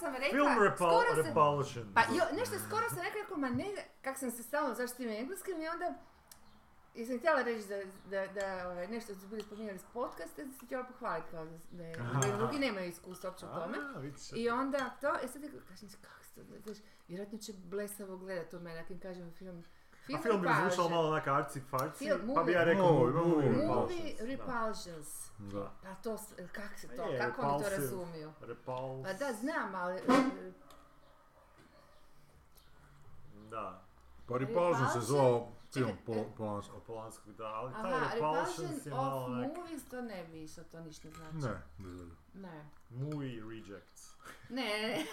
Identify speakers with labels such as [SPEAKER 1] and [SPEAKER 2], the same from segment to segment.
[SPEAKER 1] sam rekla...
[SPEAKER 2] Film repul-
[SPEAKER 1] skoro sam-
[SPEAKER 2] Repulsion.
[SPEAKER 1] Pa jo, nešto skoro sam rekla, rekao, ma ne, kak sam se stalno zašto tim engleskim i onda... I sam htjela reći da, da, da ovaj, nešto su bili spominjali s podcasta, da sam htjela pohvaliti kao da, da, je-
[SPEAKER 2] Aha.
[SPEAKER 1] da drugi nemaju iskustva uopće u tome.
[SPEAKER 2] A, vidi se.
[SPEAKER 1] I onda to, e sad ti kažem, kako se to, znaš, vjerojatno će blesavo gledat u mene, ako im kažem film,
[SPEAKER 2] A film bi
[SPEAKER 1] Repulsion.
[SPEAKER 2] zvučao malo onak arci farci,
[SPEAKER 1] Film,
[SPEAKER 2] pa bi ja rekao
[SPEAKER 3] movie.
[SPEAKER 2] movie, movie,
[SPEAKER 3] Movie.
[SPEAKER 1] Movie
[SPEAKER 2] Repulsions, da.
[SPEAKER 1] Repulsions.
[SPEAKER 3] Da.
[SPEAKER 1] Pa to, s- kak se
[SPEAKER 2] Pa
[SPEAKER 1] to,
[SPEAKER 2] je,
[SPEAKER 1] kako oni to
[SPEAKER 2] repulsive.
[SPEAKER 1] razumiju?
[SPEAKER 2] Repul-
[SPEAKER 1] Pa da, znam, ali...
[SPEAKER 2] Da,
[SPEAKER 3] Pa Repulsion se
[SPEAKER 1] Repulsion?
[SPEAKER 3] zvao film
[SPEAKER 1] Čekaj,
[SPEAKER 3] po,
[SPEAKER 1] e.
[SPEAKER 3] po lanskom.
[SPEAKER 2] o Polanskog, da, ali
[SPEAKER 1] Aha,
[SPEAKER 2] Pa taj Repulsions je
[SPEAKER 1] Repulsion
[SPEAKER 2] malo
[SPEAKER 1] of
[SPEAKER 2] onak
[SPEAKER 1] Movies, to ne bi išlo, to ništa znači.
[SPEAKER 3] Ne, ne znam.
[SPEAKER 1] Ne.
[SPEAKER 2] movie rejects.
[SPEAKER 1] Ne, ne, ne.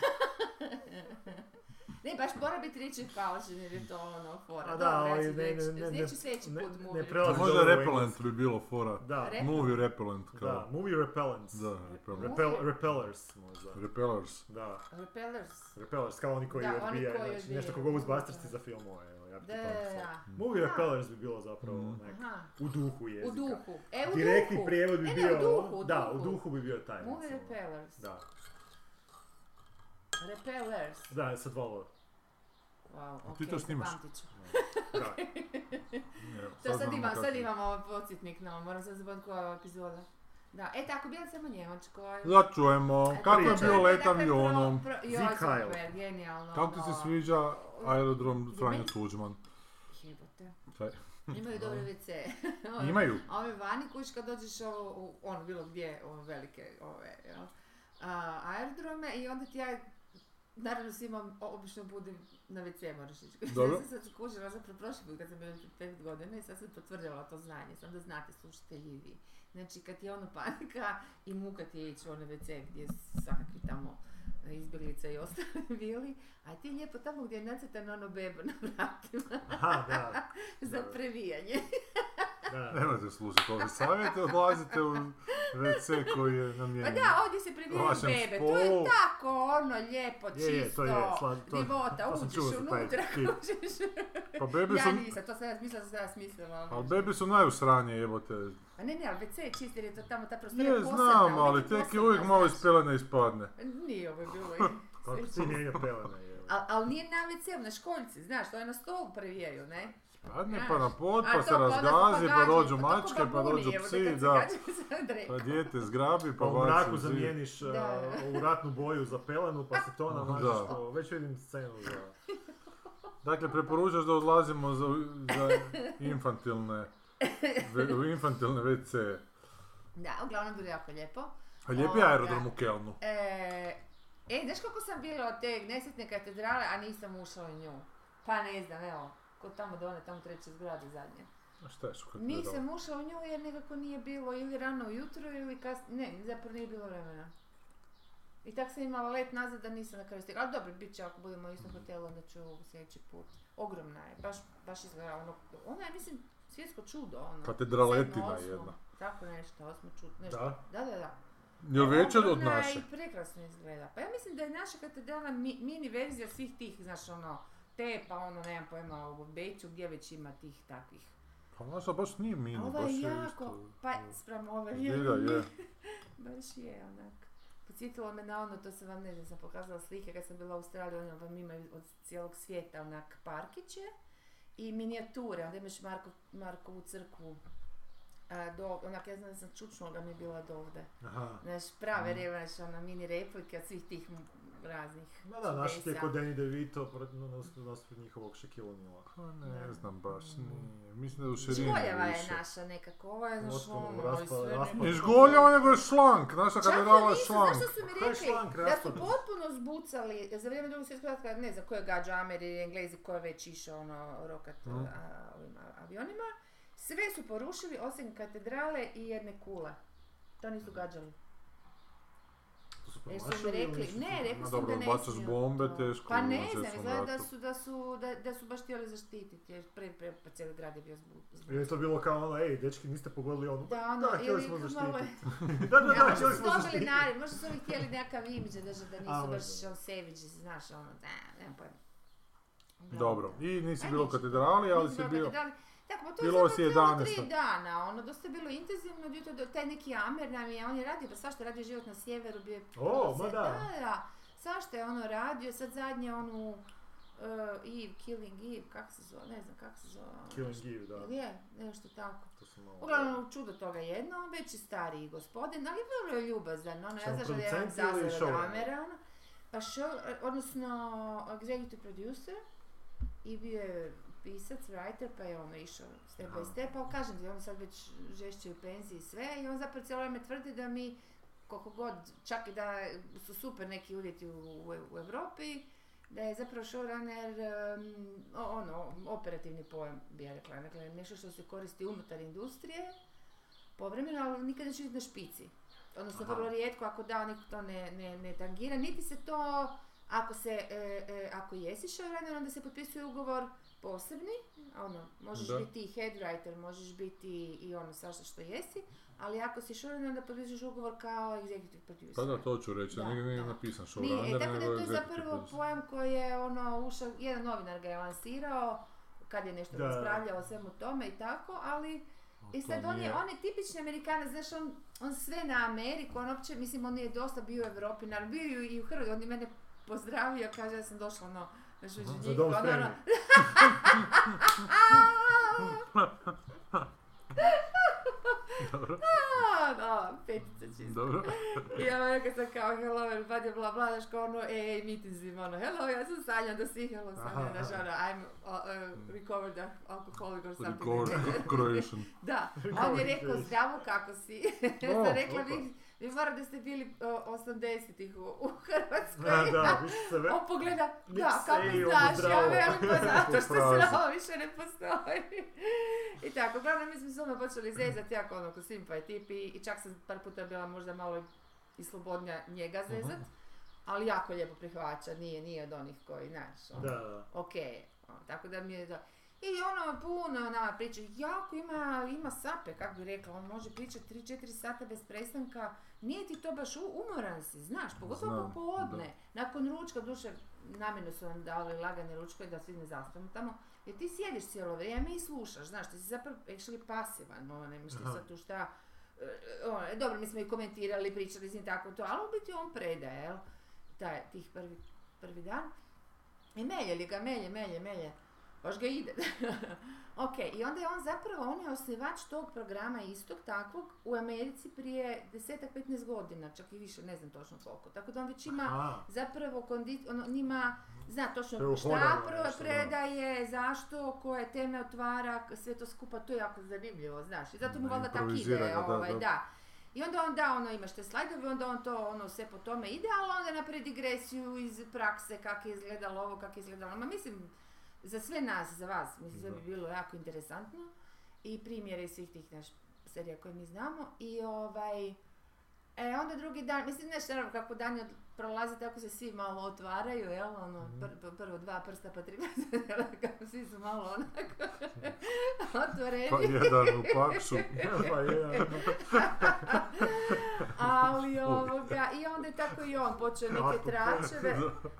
[SPEAKER 1] Ne, baš mora biti riječi Repulsion jer je to ono fora.
[SPEAKER 2] A da,
[SPEAKER 1] Dobro, ja
[SPEAKER 2] ali
[SPEAKER 1] ću
[SPEAKER 2] ne,
[SPEAKER 1] reći-
[SPEAKER 2] ne, ne,
[SPEAKER 1] reći ću
[SPEAKER 2] ne,
[SPEAKER 1] sljedeći
[SPEAKER 2] ne,
[SPEAKER 1] put
[SPEAKER 2] ne
[SPEAKER 1] movie.
[SPEAKER 2] prelazi-
[SPEAKER 1] Repulsion.
[SPEAKER 3] Pa Možda
[SPEAKER 2] dobro,
[SPEAKER 3] Repellent bi bilo fora.
[SPEAKER 2] Da,
[SPEAKER 1] Re-
[SPEAKER 3] Movie Repellent
[SPEAKER 2] da,
[SPEAKER 3] kao.
[SPEAKER 2] movie repellents.
[SPEAKER 3] Da, Repellent.
[SPEAKER 2] Repel, repellers možda.
[SPEAKER 3] Repellers.
[SPEAKER 2] Da,
[SPEAKER 1] Repellers.
[SPEAKER 2] repellers, kao oni koji
[SPEAKER 1] Da, oni
[SPEAKER 2] odbijaju,
[SPEAKER 1] koji
[SPEAKER 2] znači nešto kao
[SPEAKER 1] odbijaju.
[SPEAKER 2] Ghostbusters za filmove, evo, ja bi
[SPEAKER 1] Da,
[SPEAKER 2] to tako
[SPEAKER 1] da,
[SPEAKER 2] slao.
[SPEAKER 1] da.
[SPEAKER 2] Movie
[SPEAKER 1] Da.
[SPEAKER 2] repellers bi bilo zapravo
[SPEAKER 3] Mhm.
[SPEAKER 2] onak,
[SPEAKER 1] Aha,
[SPEAKER 2] u duhu
[SPEAKER 1] u
[SPEAKER 2] jezika.
[SPEAKER 1] duhu. E, u
[SPEAKER 2] Direktni
[SPEAKER 1] duhu.
[SPEAKER 2] prijevod bi
[SPEAKER 1] E, ne, u
[SPEAKER 2] bio, ono,
[SPEAKER 1] duhu, u
[SPEAKER 2] da,
[SPEAKER 1] duhu.
[SPEAKER 2] u duhu bi bio taj.
[SPEAKER 1] Movie
[SPEAKER 2] recimo.
[SPEAKER 1] Repellers.
[SPEAKER 2] Da,
[SPEAKER 1] Repellers.
[SPEAKER 2] da, sad valo.
[SPEAKER 1] Wow,
[SPEAKER 3] A
[SPEAKER 1] ok,
[SPEAKER 3] ti to snimaš?
[SPEAKER 1] zapamtit ću.
[SPEAKER 2] Da.
[SPEAKER 3] Evo,
[SPEAKER 1] To sad
[SPEAKER 3] znamo
[SPEAKER 1] imam,
[SPEAKER 3] kako
[SPEAKER 1] sad
[SPEAKER 3] je.
[SPEAKER 1] imam ovaj podsjetnik, no, moram sad zaboraviti koja je ova epizoda. Da, e tako, bila samo Njemačkoj.
[SPEAKER 3] Da čujemo, kako je
[SPEAKER 2] priča.
[SPEAKER 3] bio let avionom,
[SPEAKER 1] Joj,
[SPEAKER 2] Zikajl.
[SPEAKER 1] super, genijalno.
[SPEAKER 3] kako ti
[SPEAKER 1] ono.
[SPEAKER 3] se sviđa aerodrom
[SPEAKER 1] Meni-
[SPEAKER 3] Franjo Tuđman.
[SPEAKER 1] Jebote.
[SPEAKER 3] Taj.
[SPEAKER 1] Imaju dobre WC.
[SPEAKER 3] Imaju.
[SPEAKER 1] A ove vani kući kad dođeš ovo, u, ono bilo gdje, ove velike ove, jel, a, aerodrome i onda ti ja Naravno svima obično budem na WC moraš ići.
[SPEAKER 3] Dobro.
[SPEAKER 1] Ja sam sad skužila zapravo prošli put kad sam bila pred 5 godina i sad sam potvrdila to znanje, samo da znate slušatelji i vi. Znači kad je ono panika i muka ti je ići u one WC gdje su svakakvi tamo izbjeglice i ostali bili, a ti je lijepo tamo gdje je nacrtano ono bebo na vratima
[SPEAKER 2] Aha, da,
[SPEAKER 1] za
[SPEAKER 2] Dobro.
[SPEAKER 1] previjanje.
[SPEAKER 2] da.
[SPEAKER 3] Nemojte slušati ove savjete, odlazite u WC koji je
[SPEAKER 1] Pa
[SPEAKER 3] namijenjen.
[SPEAKER 1] da, ovdje se previjaju
[SPEAKER 3] Vašem
[SPEAKER 1] bebe, to je
[SPEAKER 3] spolu.
[SPEAKER 1] tako ono lijepo,
[SPEAKER 2] Je, je,
[SPEAKER 1] čisto,
[SPEAKER 2] to je, sla- to-
[SPEAKER 1] divota,
[SPEAKER 2] to sam čuo
[SPEAKER 1] uđeš
[SPEAKER 2] za taj
[SPEAKER 1] unutra,
[SPEAKER 2] tip.
[SPEAKER 1] kužiš.
[SPEAKER 3] Pa bebe su,
[SPEAKER 1] Ja nisam, to sam ja mislila, sam ja smislila. ali-
[SPEAKER 3] ali bebe su najusranije jebote.
[SPEAKER 1] A ne, ne, ali WC je čist jer je to tamo ta prostora
[SPEAKER 3] Je,
[SPEAKER 1] posebna,
[SPEAKER 3] znam,
[SPEAKER 1] ali
[SPEAKER 3] ali
[SPEAKER 1] neka
[SPEAKER 3] tek je
[SPEAKER 1] posebna,
[SPEAKER 3] uvijek malo
[SPEAKER 1] znaš.
[SPEAKER 3] iz pelene ispadne.
[SPEAKER 1] Nije ovo bilo.
[SPEAKER 2] Kako ti mijenja pelene, je.
[SPEAKER 1] Ali al nije na WC-u, na školjci, znaš, to je na stol previjaju, ne?
[SPEAKER 3] Padne
[SPEAKER 1] Znaš.
[SPEAKER 3] pa na pod,
[SPEAKER 1] A
[SPEAKER 3] pa
[SPEAKER 1] to
[SPEAKER 3] se razgazi,
[SPEAKER 1] gađaju,
[SPEAKER 3] pa dođu
[SPEAKER 1] to ko
[SPEAKER 3] mačke, pa
[SPEAKER 1] babuni,
[SPEAKER 3] dođu
[SPEAKER 1] evo,
[SPEAKER 3] psi,
[SPEAKER 1] kad se
[SPEAKER 3] da.
[SPEAKER 1] gađaju sa drepom.
[SPEAKER 3] Pa dijete zgrabi,
[SPEAKER 2] Pa
[SPEAKER 3] pa
[SPEAKER 2] u
[SPEAKER 3] baci
[SPEAKER 2] mraku
[SPEAKER 3] u zid.
[SPEAKER 2] zamijeniš
[SPEAKER 1] Da, da.
[SPEAKER 2] u ratnu boju za pelenu, pa se to namažeš,
[SPEAKER 3] Da.
[SPEAKER 2] to- već vidim scenu za...
[SPEAKER 3] Dakle, preporučaš da odlazimo za, za infantilne, ve- u infantilne WC.
[SPEAKER 1] Da, uglavnom bilo jako lijepo.
[SPEAKER 3] A lijep je
[SPEAKER 1] Ovoga.
[SPEAKER 3] aerodrom u Kelnu.
[SPEAKER 1] E, e, znaš koliko sam bila od te nesretne katedrale, a nisam ušla u nju? Pa ne znam, evo, kod tamo do one, tamo treće zgrade zadnje.
[SPEAKER 3] A šta Pa je šukati?
[SPEAKER 1] Nisam ušla u nju jer nekako nije bilo ili rano ujutro ili kas... Ne, zapravo nije bilo vremena. I tak sam imala let nazad da nisam na kraju stigla. Ali dobro, bit će ako budemo u istom hotelu, onda ću sljedeći put. Ogromna je, baš, baš izgleda ono... Ona je, mislim, svjetsko čudo, ono.
[SPEAKER 3] Pa Katedraletina
[SPEAKER 1] Sedmo, osmo,
[SPEAKER 3] jedna.
[SPEAKER 1] Tako nešto, osmo čudo, nešto.
[SPEAKER 2] Da?
[SPEAKER 1] Da, da, da. E,
[SPEAKER 3] Jel veća od
[SPEAKER 1] Ogromna je
[SPEAKER 3] naše?
[SPEAKER 1] i prekrasno izgleda. Pa ja mislim da je naša katedrala mi- mini verzija svih tih, znaš, ono, te, pa ono, nemam pojma, u Beću, gdje već ima tih takvih.
[SPEAKER 3] Pa naša baš nije mini,
[SPEAKER 1] A ova
[SPEAKER 3] baš
[SPEAKER 1] je
[SPEAKER 3] je
[SPEAKER 1] jako,
[SPEAKER 3] isto.
[SPEAKER 1] pa spram ove
[SPEAKER 3] Je,
[SPEAKER 1] je,
[SPEAKER 3] da, Mm. je.
[SPEAKER 1] baš je onak. Podsjetilo me na ono, to sam vam, ne znam, sam pokazala slike kad sam bila u Australiji, ono vam imaju od cijelog svijeta onak parkiće i minijature, onda imaš Marko, Markovu crkvu, a, do, onak, ja znam da sam čučnoga mi je bila do ovdje.
[SPEAKER 2] Aha.
[SPEAKER 1] Znaš, prave mm. znaš, ono, mini replike od svih tih m- raznih
[SPEAKER 2] Ma da, naš ti je
[SPEAKER 1] čudesa.
[SPEAKER 2] kod Danny DeVito pr- na- na- naspred njihovog Shaquille O'Neala.
[SPEAKER 3] Pa ne
[SPEAKER 1] Da.
[SPEAKER 3] znam baš, nije. Mislim da je u širini
[SPEAKER 1] Žgoljava je
[SPEAKER 3] više.
[SPEAKER 1] naša nekako, ovo je, znaš,
[SPEAKER 2] Potpuno
[SPEAKER 1] ono,
[SPEAKER 2] raspa-
[SPEAKER 1] i sve
[SPEAKER 2] raspa-
[SPEAKER 1] nekako-
[SPEAKER 3] Izgoljava nego je šlank, naša
[SPEAKER 1] Čak
[SPEAKER 3] katedrala je
[SPEAKER 1] nisu,
[SPEAKER 3] šlank.
[SPEAKER 1] Znaš što su mi
[SPEAKER 2] Ko je
[SPEAKER 1] rekli?
[SPEAKER 2] šlank
[SPEAKER 1] Da su
[SPEAKER 2] raspadnut?
[SPEAKER 1] potpuno zbucali, za vrijeme drugog svjetskog rata, kad ne znam ko je gađao Amer ili Englezi, ko je već išao ono, rokat
[SPEAKER 3] Mm.
[SPEAKER 1] a, ovim a- avionima, sve su porušili osim katedrale i jedne kule. To nisu gađali.
[SPEAKER 2] To su
[SPEAKER 1] Jer E, su
[SPEAKER 2] promašili
[SPEAKER 1] im
[SPEAKER 2] ili
[SPEAKER 1] rekli,
[SPEAKER 2] su
[SPEAKER 1] ne,
[SPEAKER 2] ti-
[SPEAKER 1] rekli
[SPEAKER 3] Ma
[SPEAKER 1] su im
[SPEAKER 3] dobro,
[SPEAKER 1] da ne
[SPEAKER 3] bacaš
[SPEAKER 1] smiju
[SPEAKER 3] bombe,
[SPEAKER 1] to.
[SPEAKER 3] teško
[SPEAKER 1] Pa
[SPEAKER 3] je
[SPEAKER 1] ne
[SPEAKER 3] na
[SPEAKER 1] znam,
[SPEAKER 3] svjetskom
[SPEAKER 1] izgleda da
[SPEAKER 3] ratu.
[SPEAKER 1] su, da su, da, da su baš htjeli zaštititi, jer pre, pre, pa cijeli grad je bio zbu-
[SPEAKER 2] Ili je
[SPEAKER 1] zbucan.
[SPEAKER 2] to bilo kao ono, ej, dečki, niste pogodili ono.
[SPEAKER 1] Da, ono,
[SPEAKER 2] htjeli
[SPEAKER 1] ili
[SPEAKER 2] smo
[SPEAKER 1] malo je-
[SPEAKER 2] zaštititi. da, da,
[SPEAKER 1] Ja,
[SPEAKER 2] da,
[SPEAKER 1] možda
[SPEAKER 2] htjeli
[SPEAKER 1] su
[SPEAKER 2] smo
[SPEAKER 1] dobili
[SPEAKER 2] zaštititi.
[SPEAKER 1] nared, možda su oni htjeli nekakav imidž da drže da nisu
[SPEAKER 2] možda.
[SPEAKER 1] baš on seviđi, znaš, ono, da, nemam pojma. Uglavnom,
[SPEAKER 3] Dobro,
[SPEAKER 1] da.
[SPEAKER 3] i nisi
[SPEAKER 1] Aj,
[SPEAKER 3] bilo u
[SPEAKER 1] ništa.
[SPEAKER 3] katedrali, ali
[SPEAKER 1] Nisi bila
[SPEAKER 3] si
[SPEAKER 1] u
[SPEAKER 3] bio...
[SPEAKER 1] katedrali. Tako, pa to
[SPEAKER 3] Bilo
[SPEAKER 1] je
[SPEAKER 3] si
[SPEAKER 1] zapravo
[SPEAKER 3] 11.
[SPEAKER 1] tri dana, ono, dosta je bilo intenzivno, od jutra do, taj neki Amer nam je, on je radio, pa svašta radio je život na sjeveru, bio je...
[SPEAKER 2] O, ma da.
[SPEAKER 1] Da, da, Svašta je ono radio, sad zadnje onu uh, Eve, Killing Eve, kako se zove, ne znam kako se zove. ono
[SPEAKER 2] Killing
[SPEAKER 1] nešto-
[SPEAKER 2] Eve, da.
[SPEAKER 1] Ili Je, nešto tako.
[SPEAKER 2] To su malo...
[SPEAKER 1] Uglavnom, čudo toga jedno, on već je stariji gospodin, ali vrlo je ljubazan, ono, ja
[SPEAKER 2] Samo
[SPEAKER 1] znaš da je jedan
[SPEAKER 2] producent ili
[SPEAKER 1] zazor od
[SPEAKER 2] showrunner?
[SPEAKER 1] Amera, pa show, odnosno executive producer i bio je pisac, writer, pa je ono išao step by
[SPEAKER 2] Aha.
[SPEAKER 1] step, ali kažem ti, on sad već žešće u penziji i sve i on zapravo cijelo vrijeme tvrdi da mi koliko god, čak i da su super neki uvjeti u, u, u Europi, da je zapravo showrunner em, o- ono, operativni pojam, bi ja rekla, dakle nešto što se koristi unutar industrije, povremeno, ali nikad neće biti na špici. Odnosno,
[SPEAKER 2] Aha.
[SPEAKER 1] vrlo rijetko ako da, niko to ne, ne, ne tangira, niti se to, ako, se, e, e, ako jesi showrunner, onda se potpisuje ugovor posebni, ono, možeš
[SPEAKER 3] Da.
[SPEAKER 1] biti i head writer, možeš biti i ono svašta što jesi, ali ako si showrunner, onda potpisuješ ugovor kao executive producer.
[SPEAKER 3] Pa da, to ću reći,
[SPEAKER 1] Da,
[SPEAKER 3] nije, nije
[SPEAKER 1] da.
[SPEAKER 3] napisan
[SPEAKER 1] Nije, e,
[SPEAKER 3] showrunner,
[SPEAKER 1] tako da
[SPEAKER 3] nego
[SPEAKER 1] je to
[SPEAKER 3] je
[SPEAKER 1] zapravo pojam koji je ono ušao, jedan novinar ga je lansirao kad je nešto
[SPEAKER 2] Da.
[SPEAKER 1] raspravljao o svemu tome i tako, ali i sad on je, on je tipični Amerikanac, znaš, on, on sve na Ameriku, on uopće, mislim, on je dosta bio u Europi, naravno, bio je i u Hrvatskoj, on je mene pozdravio, kaže da sam došla, ono, znaš, među
[SPEAKER 2] Za
[SPEAKER 1] njih,
[SPEAKER 2] dom
[SPEAKER 1] ono, ono,
[SPEAKER 2] spremni.
[SPEAKER 3] Dobro,
[SPEAKER 1] a, da, petica čisto.
[SPEAKER 3] dobro.
[SPEAKER 1] I ja kad sam kao hello, everybody, bla bla, znaš kao ono, ej, ej, meeting zim, ono, hello, ja sam Sanja, da si hello, Sanja,
[SPEAKER 2] Aha,
[SPEAKER 1] znaš, ono, I'm uh, uh, recovered alcoholic or something.
[SPEAKER 3] Record, Croatian.
[SPEAKER 1] Da, a on je
[SPEAKER 2] Recovered
[SPEAKER 1] rekao,
[SPEAKER 2] case.
[SPEAKER 1] zdravo, kako si? ja
[SPEAKER 3] O,
[SPEAKER 1] sam rekla,
[SPEAKER 3] opa.
[SPEAKER 1] vi, vi mora da ste bili uh, 80-ih u, u Hrvatskoj.
[SPEAKER 2] Da, da, više se ve...
[SPEAKER 1] On pogleda, da,
[SPEAKER 2] Nik se
[SPEAKER 1] kako
[SPEAKER 2] i ono
[SPEAKER 1] znaš, ja
[SPEAKER 2] zdravo.
[SPEAKER 1] velim, pa zato što
[SPEAKER 3] Fraza.
[SPEAKER 1] se ovo više ne postoji. I tako, uglavnom mi smo se ono počeli zezati, jako ono, ko simpa je tip i, i čak sam par puta bila možda malo i- i slobodnija njega zezat, ali jako lijepo prihvaća, nije, nije od onih koji, znaš, ono,
[SPEAKER 2] Da, da.
[SPEAKER 1] ok, tako da mi je da... I ono puno nama priča, jako ima, ima sape, kako bi rekla, on može pričati 3-4 sata bez prestanka, nije ti to baš u- umoran si, znaš, pogotovo
[SPEAKER 3] Znam,
[SPEAKER 1] popodne, nakon ručka, duše, namjerno su nam dali lagane ručke da svi ne zaspamo tamo, jer ti sjediš cijelo vrijeme i slušaš, znaš, ti si zapravo actually pasivan, ono, nemaš ti
[SPEAKER 2] Aha.
[SPEAKER 1] sad tu šta, e, ono, dobro, mi smo i komentirali, pričali s njim tako to, ali u biti on predaje, jel, taj, tih prvi, prvi dan, i melje li ga, melje, melje, melje. Baš ga ide. ok, i onda je on zapravo, on je osnivač tog programa istog takvog u Americi prije 10-15 godina, čak i više, ne znam točno koliko. Tako da on već ima
[SPEAKER 2] Aha,
[SPEAKER 1] zapravo kondi, ono, njima zna
[SPEAKER 2] To je
[SPEAKER 1] točno
[SPEAKER 2] uhodano
[SPEAKER 1] šta pro-
[SPEAKER 2] nešto, da.
[SPEAKER 1] predaje, zašto, koje teme otvara, k- sve to skupa, to je jako zanimljivo, znaš. I zato mu
[SPEAKER 3] Ma,
[SPEAKER 1] valjda tako ide,
[SPEAKER 3] improvizirano, da,
[SPEAKER 1] ovaj,
[SPEAKER 3] da.
[SPEAKER 1] da. I onda on da, ono imaš te slajdove, onda on to ono sve po tome ide, ali onda napravi digresiju iz prakse kako je izgledalo ovo, kako je izgledalo. ono. Ma mislim, za sve nas, za vas, mislim, sve
[SPEAKER 3] Da.
[SPEAKER 1] bi bilo jako interesantno. I primjere iz svih tih naš serija koje mi znamo. I ovaj, E, onda drugi dan, mislim, znaš, naravno, kako dani od, prolaze, tako se svi malo otvaraju, jel, ono,
[SPEAKER 2] Mhm.
[SPEAKER 1] pr- pr- prvo dva prsta, pa tri prsta, jel, kako svi su malo onako otvoreni,
[SPEAKER 3] Pa jedan u pakšu.
[SPEAKER 2] pa je,
[SPEAKER 1] ali ovoga, i onda je tako i on počeo neke
[SPEAKER 2] Kako
[SPEAKER 1] tračeve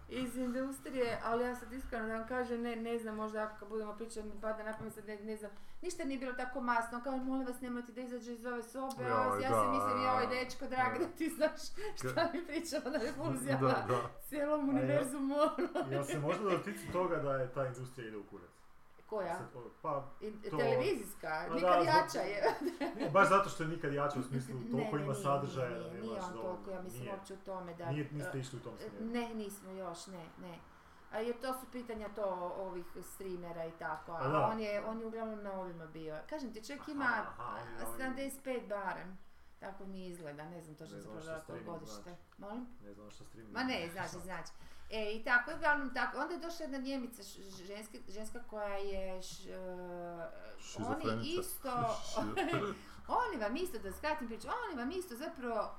[SPEAKER 1] iz industrije, ali ja sad iskreno da vam kažem, ne, ne znam, možda ako budemo pričali, mi pada na pamet, sad ne, ne znam, ništa nije bilo tako masno, kao, molim vas, nemojte da izađe iz ove sobe,
[SPEAKER 3] Joj,
[SPEAKER 1] ja, ja
[SPEAKER 3] da,
[SPEAKER 1] sam mislim, joj,
[SPEAKER 3] da, da.
[SPEAKER 1] dečko, dragi, da ti znaš šta mi pričala na
[SPEAKER 3] Da,
[SPEAKER 1] refuzijama.
[SPEAKER 3] da.
[SPEAKER 1] cijelom
[SPEAKER 2] A ja-
[SPEAKER 1] univerzumu. ono."
[SPEAKER 2] ja se možda doticu toga da je ta industrija ide u kurac.
[SPEAKER 1] Koja?
[SPEAKER 2] Sad, o, Pa,
[SPEAKER 1] I-
[SPEAKER 2] to-
[SPEAKER 1] Televizijska,
[SPEAKER 2] Pa
[SPEAKER 1] nikad
[SPEAKER 2] da, zbog-
[SPEAKER 1] jača je.
[SPEAKER 2] ne, baš zato što je nikad jače u smislu
[SPEAKER 1] Ne,
[SPEAKER 2] toliko
[SPEAKER 1] ne,
[SPEAKER 2] ima
[SPEAKER 1] nije,
[SPEAKER 2] sadržaja
[SPEAKER 1] nije,
[SPEAKER 2] da
[SPEAKER 1] nije,
[SPEAKER 2] ne
[SPEAKER 1] Nije
[SPEAKER 2] možeš
[SPEAKER 1] on
[SPEAKER 2] dovoljno.
[SPEAKER 1] toliko, ja mislim
[SPEAKER 2] Nije.
[SPEAKER 1] uopće u tome da...
[SPEAKER 2] Nije, niste išli u tom
[SPEAKER 1] e,
[SPEAKER 2] smjeru.
[SPEAKER 1] Ne, nismo još, ne, ne. A Jer to su pitanja to ovih streamera i tako,
[SPEAKER 2] Pa
[SPEAKER 1] a
[SPEAKER 2] da.
[SPEAKER 1] on je, on je uglavnom na ovima bio. Kažem ti, čovjek ima
[SPEAKER 2] Aha, aha, on je
[SPEAKER 1] a,
[SPEAKER 2] na ovima.
[SPEAKER 1] 75 barem. Tako mi izgleda, ne znam točno
[SPEAKER 2] Ne znam
[SPEAKER 1] zapravo
[SPEAKER 2] šta
[SPEAKER 1] koje
[SPEAKER 2] streaming
[SPEAKER 1] godište.
[SPEAKER 2] znači.
[SPEAKER 1] Molim?
[SPEAKER 2] Ne znam što streaming.
[SPEAKER 1] Ma ne, znači, znači. E, i tako, uglavnom tako. Onda je došla jedna njemica, š- ž- ženski, ženska koja je... Š, e, oni
[SPEAKER 3] Šizofrenica.
[SPEAKER 1] isto... oni vam isto, da skratim priču, oni vam isto zapravo...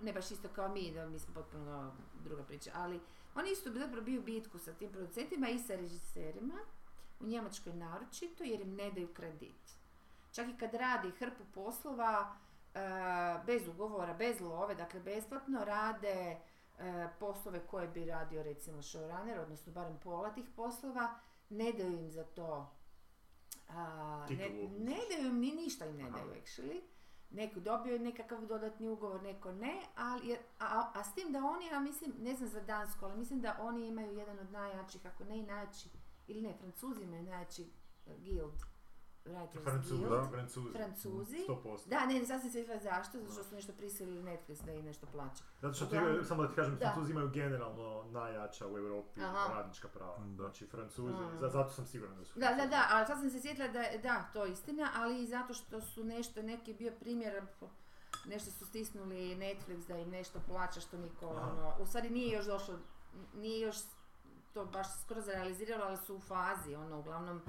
[SPEAKER 1] e, Ne baš isto kao mi, da mi smo potpuno druga priča, ali oni isto bi zapravo bio u bitku sa tim producentima i sa režiserima, u Njemačkoj naročito, jer im ne daju kredit. Čak i kad radi hrpu poslova, e, bez ugovora, bez love, dakle besplatno rade e, poslove koje bi radio recimo showrunner, odnosno barem pola tih poslova, ne daju im za to, a, ne,
[SPEAKER 2] Titulu.
[SPEAKER 1] ne daju im ni ništa im ne
[SPEAKER 2] Aha.
[SPEAKER 1] daju actually, Neko dobio je nekakav dodatni ugovor, neko ne, ali je- a, a s tim da oni, ja mislim, ne znam za Dansku, ali mislim da oni imaju jedan od najjačih, ako ne i najjači, ili ne, Francuzi imaju najjači eh, guild, writers
[SPEAKER 2] Francuzi,
[SPEAKER 1] guild.
[SPEAKER 2] Francuzi.
[SPEAKER 1] Francuzi.
[SPEAKER 2] 100%.
[SPEAKER 1] Da, ne, sad sam se sjetila zašto, zato što su nešto prisilili Netflix da i nešto plaća.
[SPEAKER 2] Zato što ti,
[SPEAKER 1] Uglavnom-
[SPEAKER 2] samo da ti kažem,
[SPEAKER 1] Da.
[SPEAKER 2] Francuzi imaju generalno najjača u Europi
[SPEAKER 1] Aha.
[SPEAKER 2] radnička prava.
[SPEAKER 3] Da.
[SPEAKER 2] Znači Francuzi,
[SPEAKER 1] Mm.
[SPEAKER 2] za- zato sam siguran da su
[SPEAKER 1] Da, da,
[SPEAKER 2] Francuzi.
[SPEAKER 1] da, ali sad sam se sjetila da, je- da, to je istina, ali i zato što su nešto, neki je bio primjer, po- nešto su stisnuli Netflix da im nešto plaća što niko,
[SPEAKER 2] Aha.
[SPEAKER 1] ono, u stvari nije još došlo, nije još to baš skoro zarealiziralo, ali su u fazi, ono, uglavnom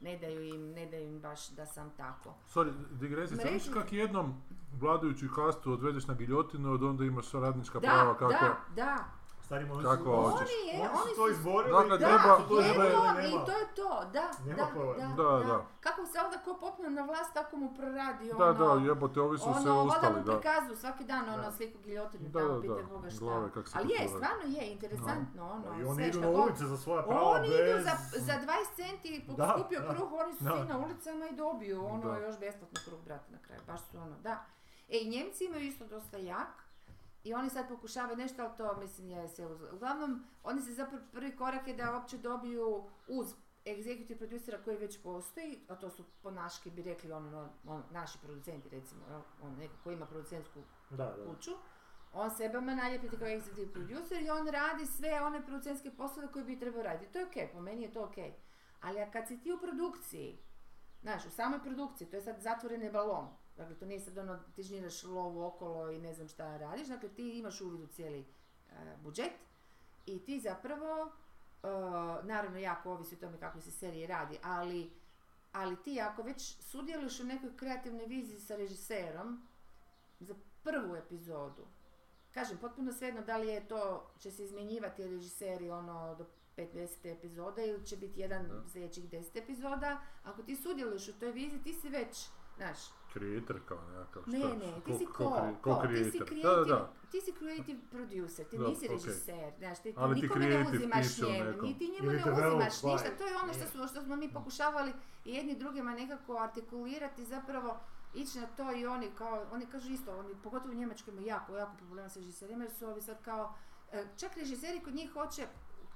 [SPEAKER 1] ne daju im, ne daju im baš da sam tako.
[SPEAKER 3] Sorry, digresija,
[SPEAKER 1] Ma
[SPEAKER 3] sam
[SPEAKER 1] reći-
[SPEAKER 3] kak jednom vladajuću kastu odvedeš na giljotinu, od onda imaš sva radnička
[SPEAKER 1] Da,
[SPEAKER 3] prava kako...
[SPEAKER 1] da, da,
[SPEAKER 2] Starim oni
[SPEAKER 3] Kako
[SPEAKER 2] oni
[SPEAKER 3] hoćeš.
[SPEAKER 1] oni je,
[SPEAKER 2] oni su to
[SPEAKER 1] oni su
[SPEAKER 2] izborili.
[SPEAKER 3] Dakle,
[SPEAKER 1] Da,
[SPEAKER 3] treba-
[SPEAKER 2] su to izborili,
[SPEAKER 1] jednom
[SPEAKER 2] nema.
[SPEAKER 1] i to je to, da,
[SPEAKER 2] Nema
[SPEAKER 1] da,
[SPEAKER 2] pojma.
[SPEAKER 1] da,
[SPEAKER 3] Da,
[SPEAKER 1] da,
[SPEAKER 3] da.
[SPEAKER 1] Kako se onda ko popne na vlast, tako mu proradi ono...
[SPEAKER 3] Da, da, jebote, ovi su se
[SPEAKER 1] Ono, valjda
[SPEAKER 3] ustali,
[SPEAKER 1] mu
[SPEAKER 3] da.
[SPEAKER 1] prikazuju svaki dan ono
[SPEAKER 2] Da.
[SPEAKER 1] sliku giljotine,
[SPEAKER 3] Da,
[SPEAKER 1] tamo
[SPEAKER 3] da,
[SPEAKER 1] pite
[SPEAKER 3] da,
[SPEAKER 1] Boga šta.
[SPEAKER 3] glave kak se
[SPEAKER 1] Ali je,
[SPEAKER 3] pokrivaju.
[SPEAKER 1] stvarno je, interesantno ono,
[SPEAKER 2] I oni
[SPEAKER 1] sve
[SPEAKER 2] idu
[SPEAKER 1] šta
[SPEAKER 2] na
[SPEAKER 1] god.
[SPEAKER 2] ulice za svoja prava
[SPEAKER 1] Oni
[SPEAKER 2] bez...
[SPEAKER 1] idu za, za 20 centi,
[SPEAKER 2] Da,
[SPEAKER 1] skupio
[SPEAKER 2] da.
[SPEAKER 1] kruh, oni su
[SPEAKER 2] Da.
[SPEAKER 1] svi na ulicama i dobiju ono
[SPEAKER 3] Da.
[SPEAKER 1] još besplatno kruh, brate, na kraju, baš su ono, da. E, i Njemci imaju isto dosta jak, i oni sad pokušavaju nešto, ali to mislim je sve uz... Uglavnom, oni se zapravo prvi korak je da uopće dobiju uz executive producera koji već postoji, a to su po naški bi rekli ono, ono, ono, naši producenti recimo, jel, on neko koji ima producentsku
[SPEAKER 2] Da, da.
[SPEAKER 1] kuću, on sebe ima naljepiti kao executive producer i on radi sve one producentske poslove koje bi trebao raditi. To je okej, po meni je to okej. Ali kad si ti u produkciji, znaš, u samoj produkciji, to je sad zatvoreni balon. Dakle, to nije sad ono, ti žniraš lovu okolo i ne znam šta radiš. Dakle, ti imaš uvid u cijeli e, budžet i ti zapravo, e, naravno jako ovisi o tome kako se serije radi, ali, ali ti ako već sudjeluješ u nekoj kreativnoj viziji sa režiserom, za prvu epizodu, kažem, potpuno svejedno da li je to, će se izmjenjivati režiseri ono do 50. epizoda ili će biti jedan
[SPEAKER 3] Da.
[SPEAKER 1] sljedećih 10 epizoda, ako ti sudjeluješ u toj viziji, ti si već, znaš,
[SPEAKER 3] Creator kao nekakav,
[SPEAKER 1] ne,
[SPEAKER 3] šta?
[SPEAKER 1] ne, ti si
[SPEAKER 3] Ko-
[SPEAKER 1] ko,
[SPEAKER 3] cre-
[SPEAKER 1] ko,
[SPEAKER 3] ko
[SPEAKER 1] ti si
[SPEAKER 3] creator.
[SPEAKER 1] creative,
[SPEAKER 3] Da, da, da.
[SPEAKER 1] ti si creative producer, ti
[SPEAKER 3] Da,
[SPEAKER 1] nisi
[SPEAKER 3] okej.
[SPEAKER 1] režiser, znaš, ti, ti
[SPEAKER 3] Ali ti
[SPEAKER 1] nikome ne
[SPEAKER 3] creative
[SPEAKER 1] uzimaš
[SPEAKER 3] piše u
[SPEAKER 1] njemu,
[SPEAKER 3] nekom.
[SPEAKER 1] ni ti njemu
[SPEAKER 2] Ili
[SPEAKER 1] ne
[SPEAKER 2] te velop
[SPEAKER 1] uzimaš ništa,
[SPEAKER 2] daje.
[SPEAKER 1] to je ono što,
[SPEAKER 2] Nije.
[SPEAKER 1] smo, što smo mi pokušavali i jedni drugima nekako artikulirati, zapravo ići na to i oni kao, oni kažu isto, oni pogotovo u Njemačkoj imaju jako, jako problema sa režiserima jer su ovi sad kao, e, čak režiseri kod njih hoće,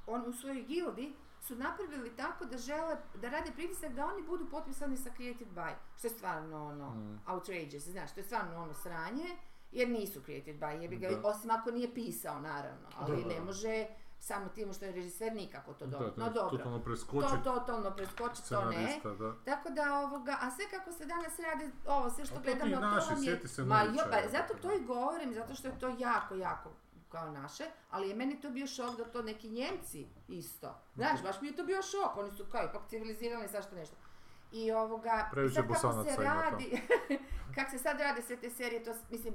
[SPEAKER 1] on u svojoj gildi su napravili tako da žele, da rade pritisak da oni budu potpisani sa Creative By, što je stvarno ono,
[SPEAKER 3] Mm.
[SPEAKER 1] outrageous, znaš, to je stvarno ono sranje, jer nisu created by, jebi ga,
[SPEAKER 3] Da.
[SPEAKER 1] osim ako nije pisao, naravno, ali
[SPEAKER 2] Da, da.
[SPEAKER 1] ne može samo tim što je režiser nikako to
[SPEAKER 3] Da,
[SPEAKER 1] dobiti, no
[SPEAKER 3] da,
[SPEAKER 1] dobro,
[SPEAKER 3] totalno
[SPEAKER 1] to
[SPEAKER 3] preskočiti
[SPEAKER 1] totalno preskoči, to ne.
[SPEAKER 3] scenarista, da.
[SPEAKER 1] Tako da ovoga, a sve kako se danas radi, ovo sve što
[SPEAKER 3] A to ti
[SPEAKER 1] gledamo, to
[SPEAKER 3] naši,
[SPEAKER 1] vam je...
[SPEAKER 3] sjeti se
[SPEAKER 1] Ma
[SPEAKER 3] Nulića,
[SPEAKER 1] jo, pa
[SPEAKER 3] evo,
[SPEAKER 1] zato to
[SPEAKER 3] tako.
[SPEAKER 1] i govorim, zato što je to jako, jako kao naše, ali je meni to bio šok da to neki Njemci isto. Znaš, baš mi je to bio šok, oni su kao ipak civilizirani, svašta nešto. I ovoga,
[SPEAKER 3] Previše
[SPEAKER 1] sad kako
[SPEAKER 3] Bosanaca
[SPEAKER 1] se
[SPEAKER 3] ima tamo.
[SPEAKER 1] radi, kako se sad rade sve te serije, to s- mislim,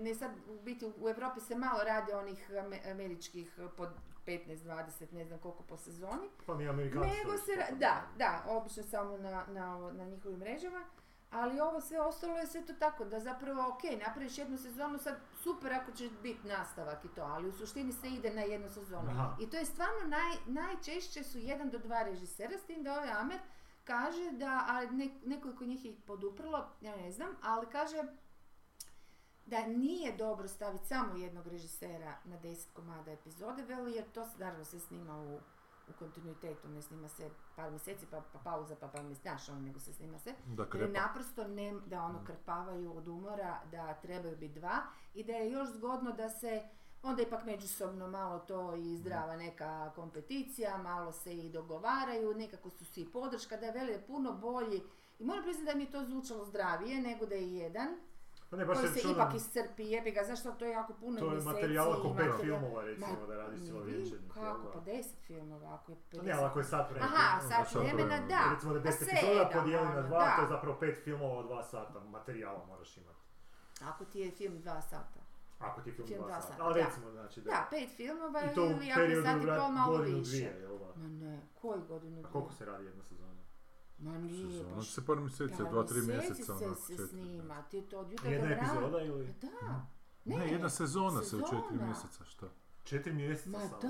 [SPEAKER 1] ne sad, u biti u Europi se malo rade onih ame- američkih pod 15, 20, ne znam koliko po sezoni,
[SPEAKER 2] Pa mi Amerikanci
[SPEAKER 1] nego
[SPEAKER 2] su
[SPEAKER 1] se, ra-
[SPEAKER 2] isto.
[SPEAKER 1] da, da, obično samo na, na, ovo- na njihovim mrežama, ali ovo sve ostalo je sve to tako da zapravo ok, napraviš jednu sezonu, sad super ako će biti nastavak i to, ali u suštini se ide na jednu sezonu.
[SPEAKER 2] Aha.
[SPEAKER 1] I to je stvarno naj, najčešće su jedan do dva režisera, s tim da ovaj Amer kaže da, a ne, nekoliko njih je i poduprlo, ja ne znam, ali kaže da nije dobro staviti samo jednog režisera na 10 komada epizode, veli, jer to se naravno se snima u, u kontinuitetu, ne snima se par mjeseci, pa, pa pauza, pa pa mjeseci, znaš, ono, nego se snima se.
[SPEAKER 3] Da,
[SPEAKER 1] Jer
[SPEAKER 3] krepa.
[SPEAKER 1] naprosto ne, da ono krpavaju od umora, da trebaju biti dva i da je još zgodno da se onda ipak međusobno malo to i zdrava neka kompeticija, malo se i dogovaraju, nekako su svi podrška, da je veli puno bolji. I moram priznati da mi je to zvučalo zdravije nego da je jedan,
[SPEAKER 2] Pa ne, baš
[SPEAKER 1] koji
[SPEAKER 2] je
[SPEAKER 1] se
[SPEAKER 2] čudan,
[SPEAKER 1] ipak iscrpi, jebi ga, zašto to je jako puno
[SPEAKER 2] To je
[SPEAKER 1] mjeseci
[SPEAKER 2] materijala
[SPEAKER 1] i
[SPEAKER 2] ko pet
[SPEAKER 1] materijala-
[SPEAKER 2] filmova
[SPEAKER 1] Ma,
[SPEAKER 2] recimo da radi cijelo
[SPEAKER 1] vidi
[SPEAKER 2] večernje.
[SPEAKER 1] Kako, pa deset filmova, ako je
[SPEAKER 2] Ne, ali
[SPEAKER 1] 50.
[SPEAKER 2] ako je sat vremena.
[SPEAKER 1] Aha,
[SPEAKER 3] Ono,
[SPEAKER 1] sat
[SPEAKER 3] sat
[SPEAKER 1] vremena,
[SPEAKER 3] vremena.
[SPEAKER 1] da.
[SPEAKER 2] Recimo da je
[SPEAKER 1] pa
[SPEAKER 2] 10 epizoda
[SPEAKER 1] sedam,
[SPEAKER 2] podijeli na
[SPEAKER 1] ono,
[SPEAKER 2] dva, to je
[SPEAKER 1] da.
[SPEAKER 2] zapravo pet filmova od dva sata, materijala moraš imati.
[SPEAKER 1] Ako ti je film dva sata.
[SPEAKER 2] Ako ti je film
[SPEAKER 1] Film dva
[SPEAKER 2] dva sata.
[SPEAKER 1] sata,
[SPEAKER 2] Ali
[SPEAKER 1] da.
[SPEAKER 2] recimo, znači da.
[SPEAKER 1] Da, pet filmova
[SPEAKER 2] I to u
[SPEAKER 1] ili ako je
[SPEAKER 2] periodu
[SPEAKER 1] sat i pol
[SPEAKER 2] vrat,
[SPEAKER 1] malo
[SPEAKER 2] godinu
[SPEAKER 1] više.
[SPEAKER 2] dvije, jel da?
[SPEAKER 1] Ma ne, koju godinu
[SPEAKER 2] A koliko
[SPEAKER 1] dvije?
[SPEAKER 2] se radi jedna sezona?
[SPEAKER 1] Ma nije,
[SPEAKER 3] Sezona
[SPEAKER 1] baš.
[SPEAKER 3] se par mjeseci,
[SPEAKER 1] Pa,
[SPEAKER 3] dva, tri
[SPEAKER 1] mjeseci
[SPEAKER 3] mjeseca.
[SPEAKER 1] se,
[SPEAKER 3] onako,
[SPEAKER 1] se
[SPEAKER 3] četiri.
[SPEAKER 1] snima, ti to od jutra do
[SPEAKER 2] Jedna
[SPEAKER 1] mraka.
[SPEAKER 2] epizoda ili?
[SPEAKER 1] Da,
[SPEAKER 3] Ne, jedna sezona se u četiri
[SPEAKER 1] sezona.
[SPEAKER 3] mjeseca, šta?
[SPEAKER 2] Četiri mjeseca
[SPEAKER 1] Ma
[SPEAKER 2] samo.
[SPEAKER 1] da,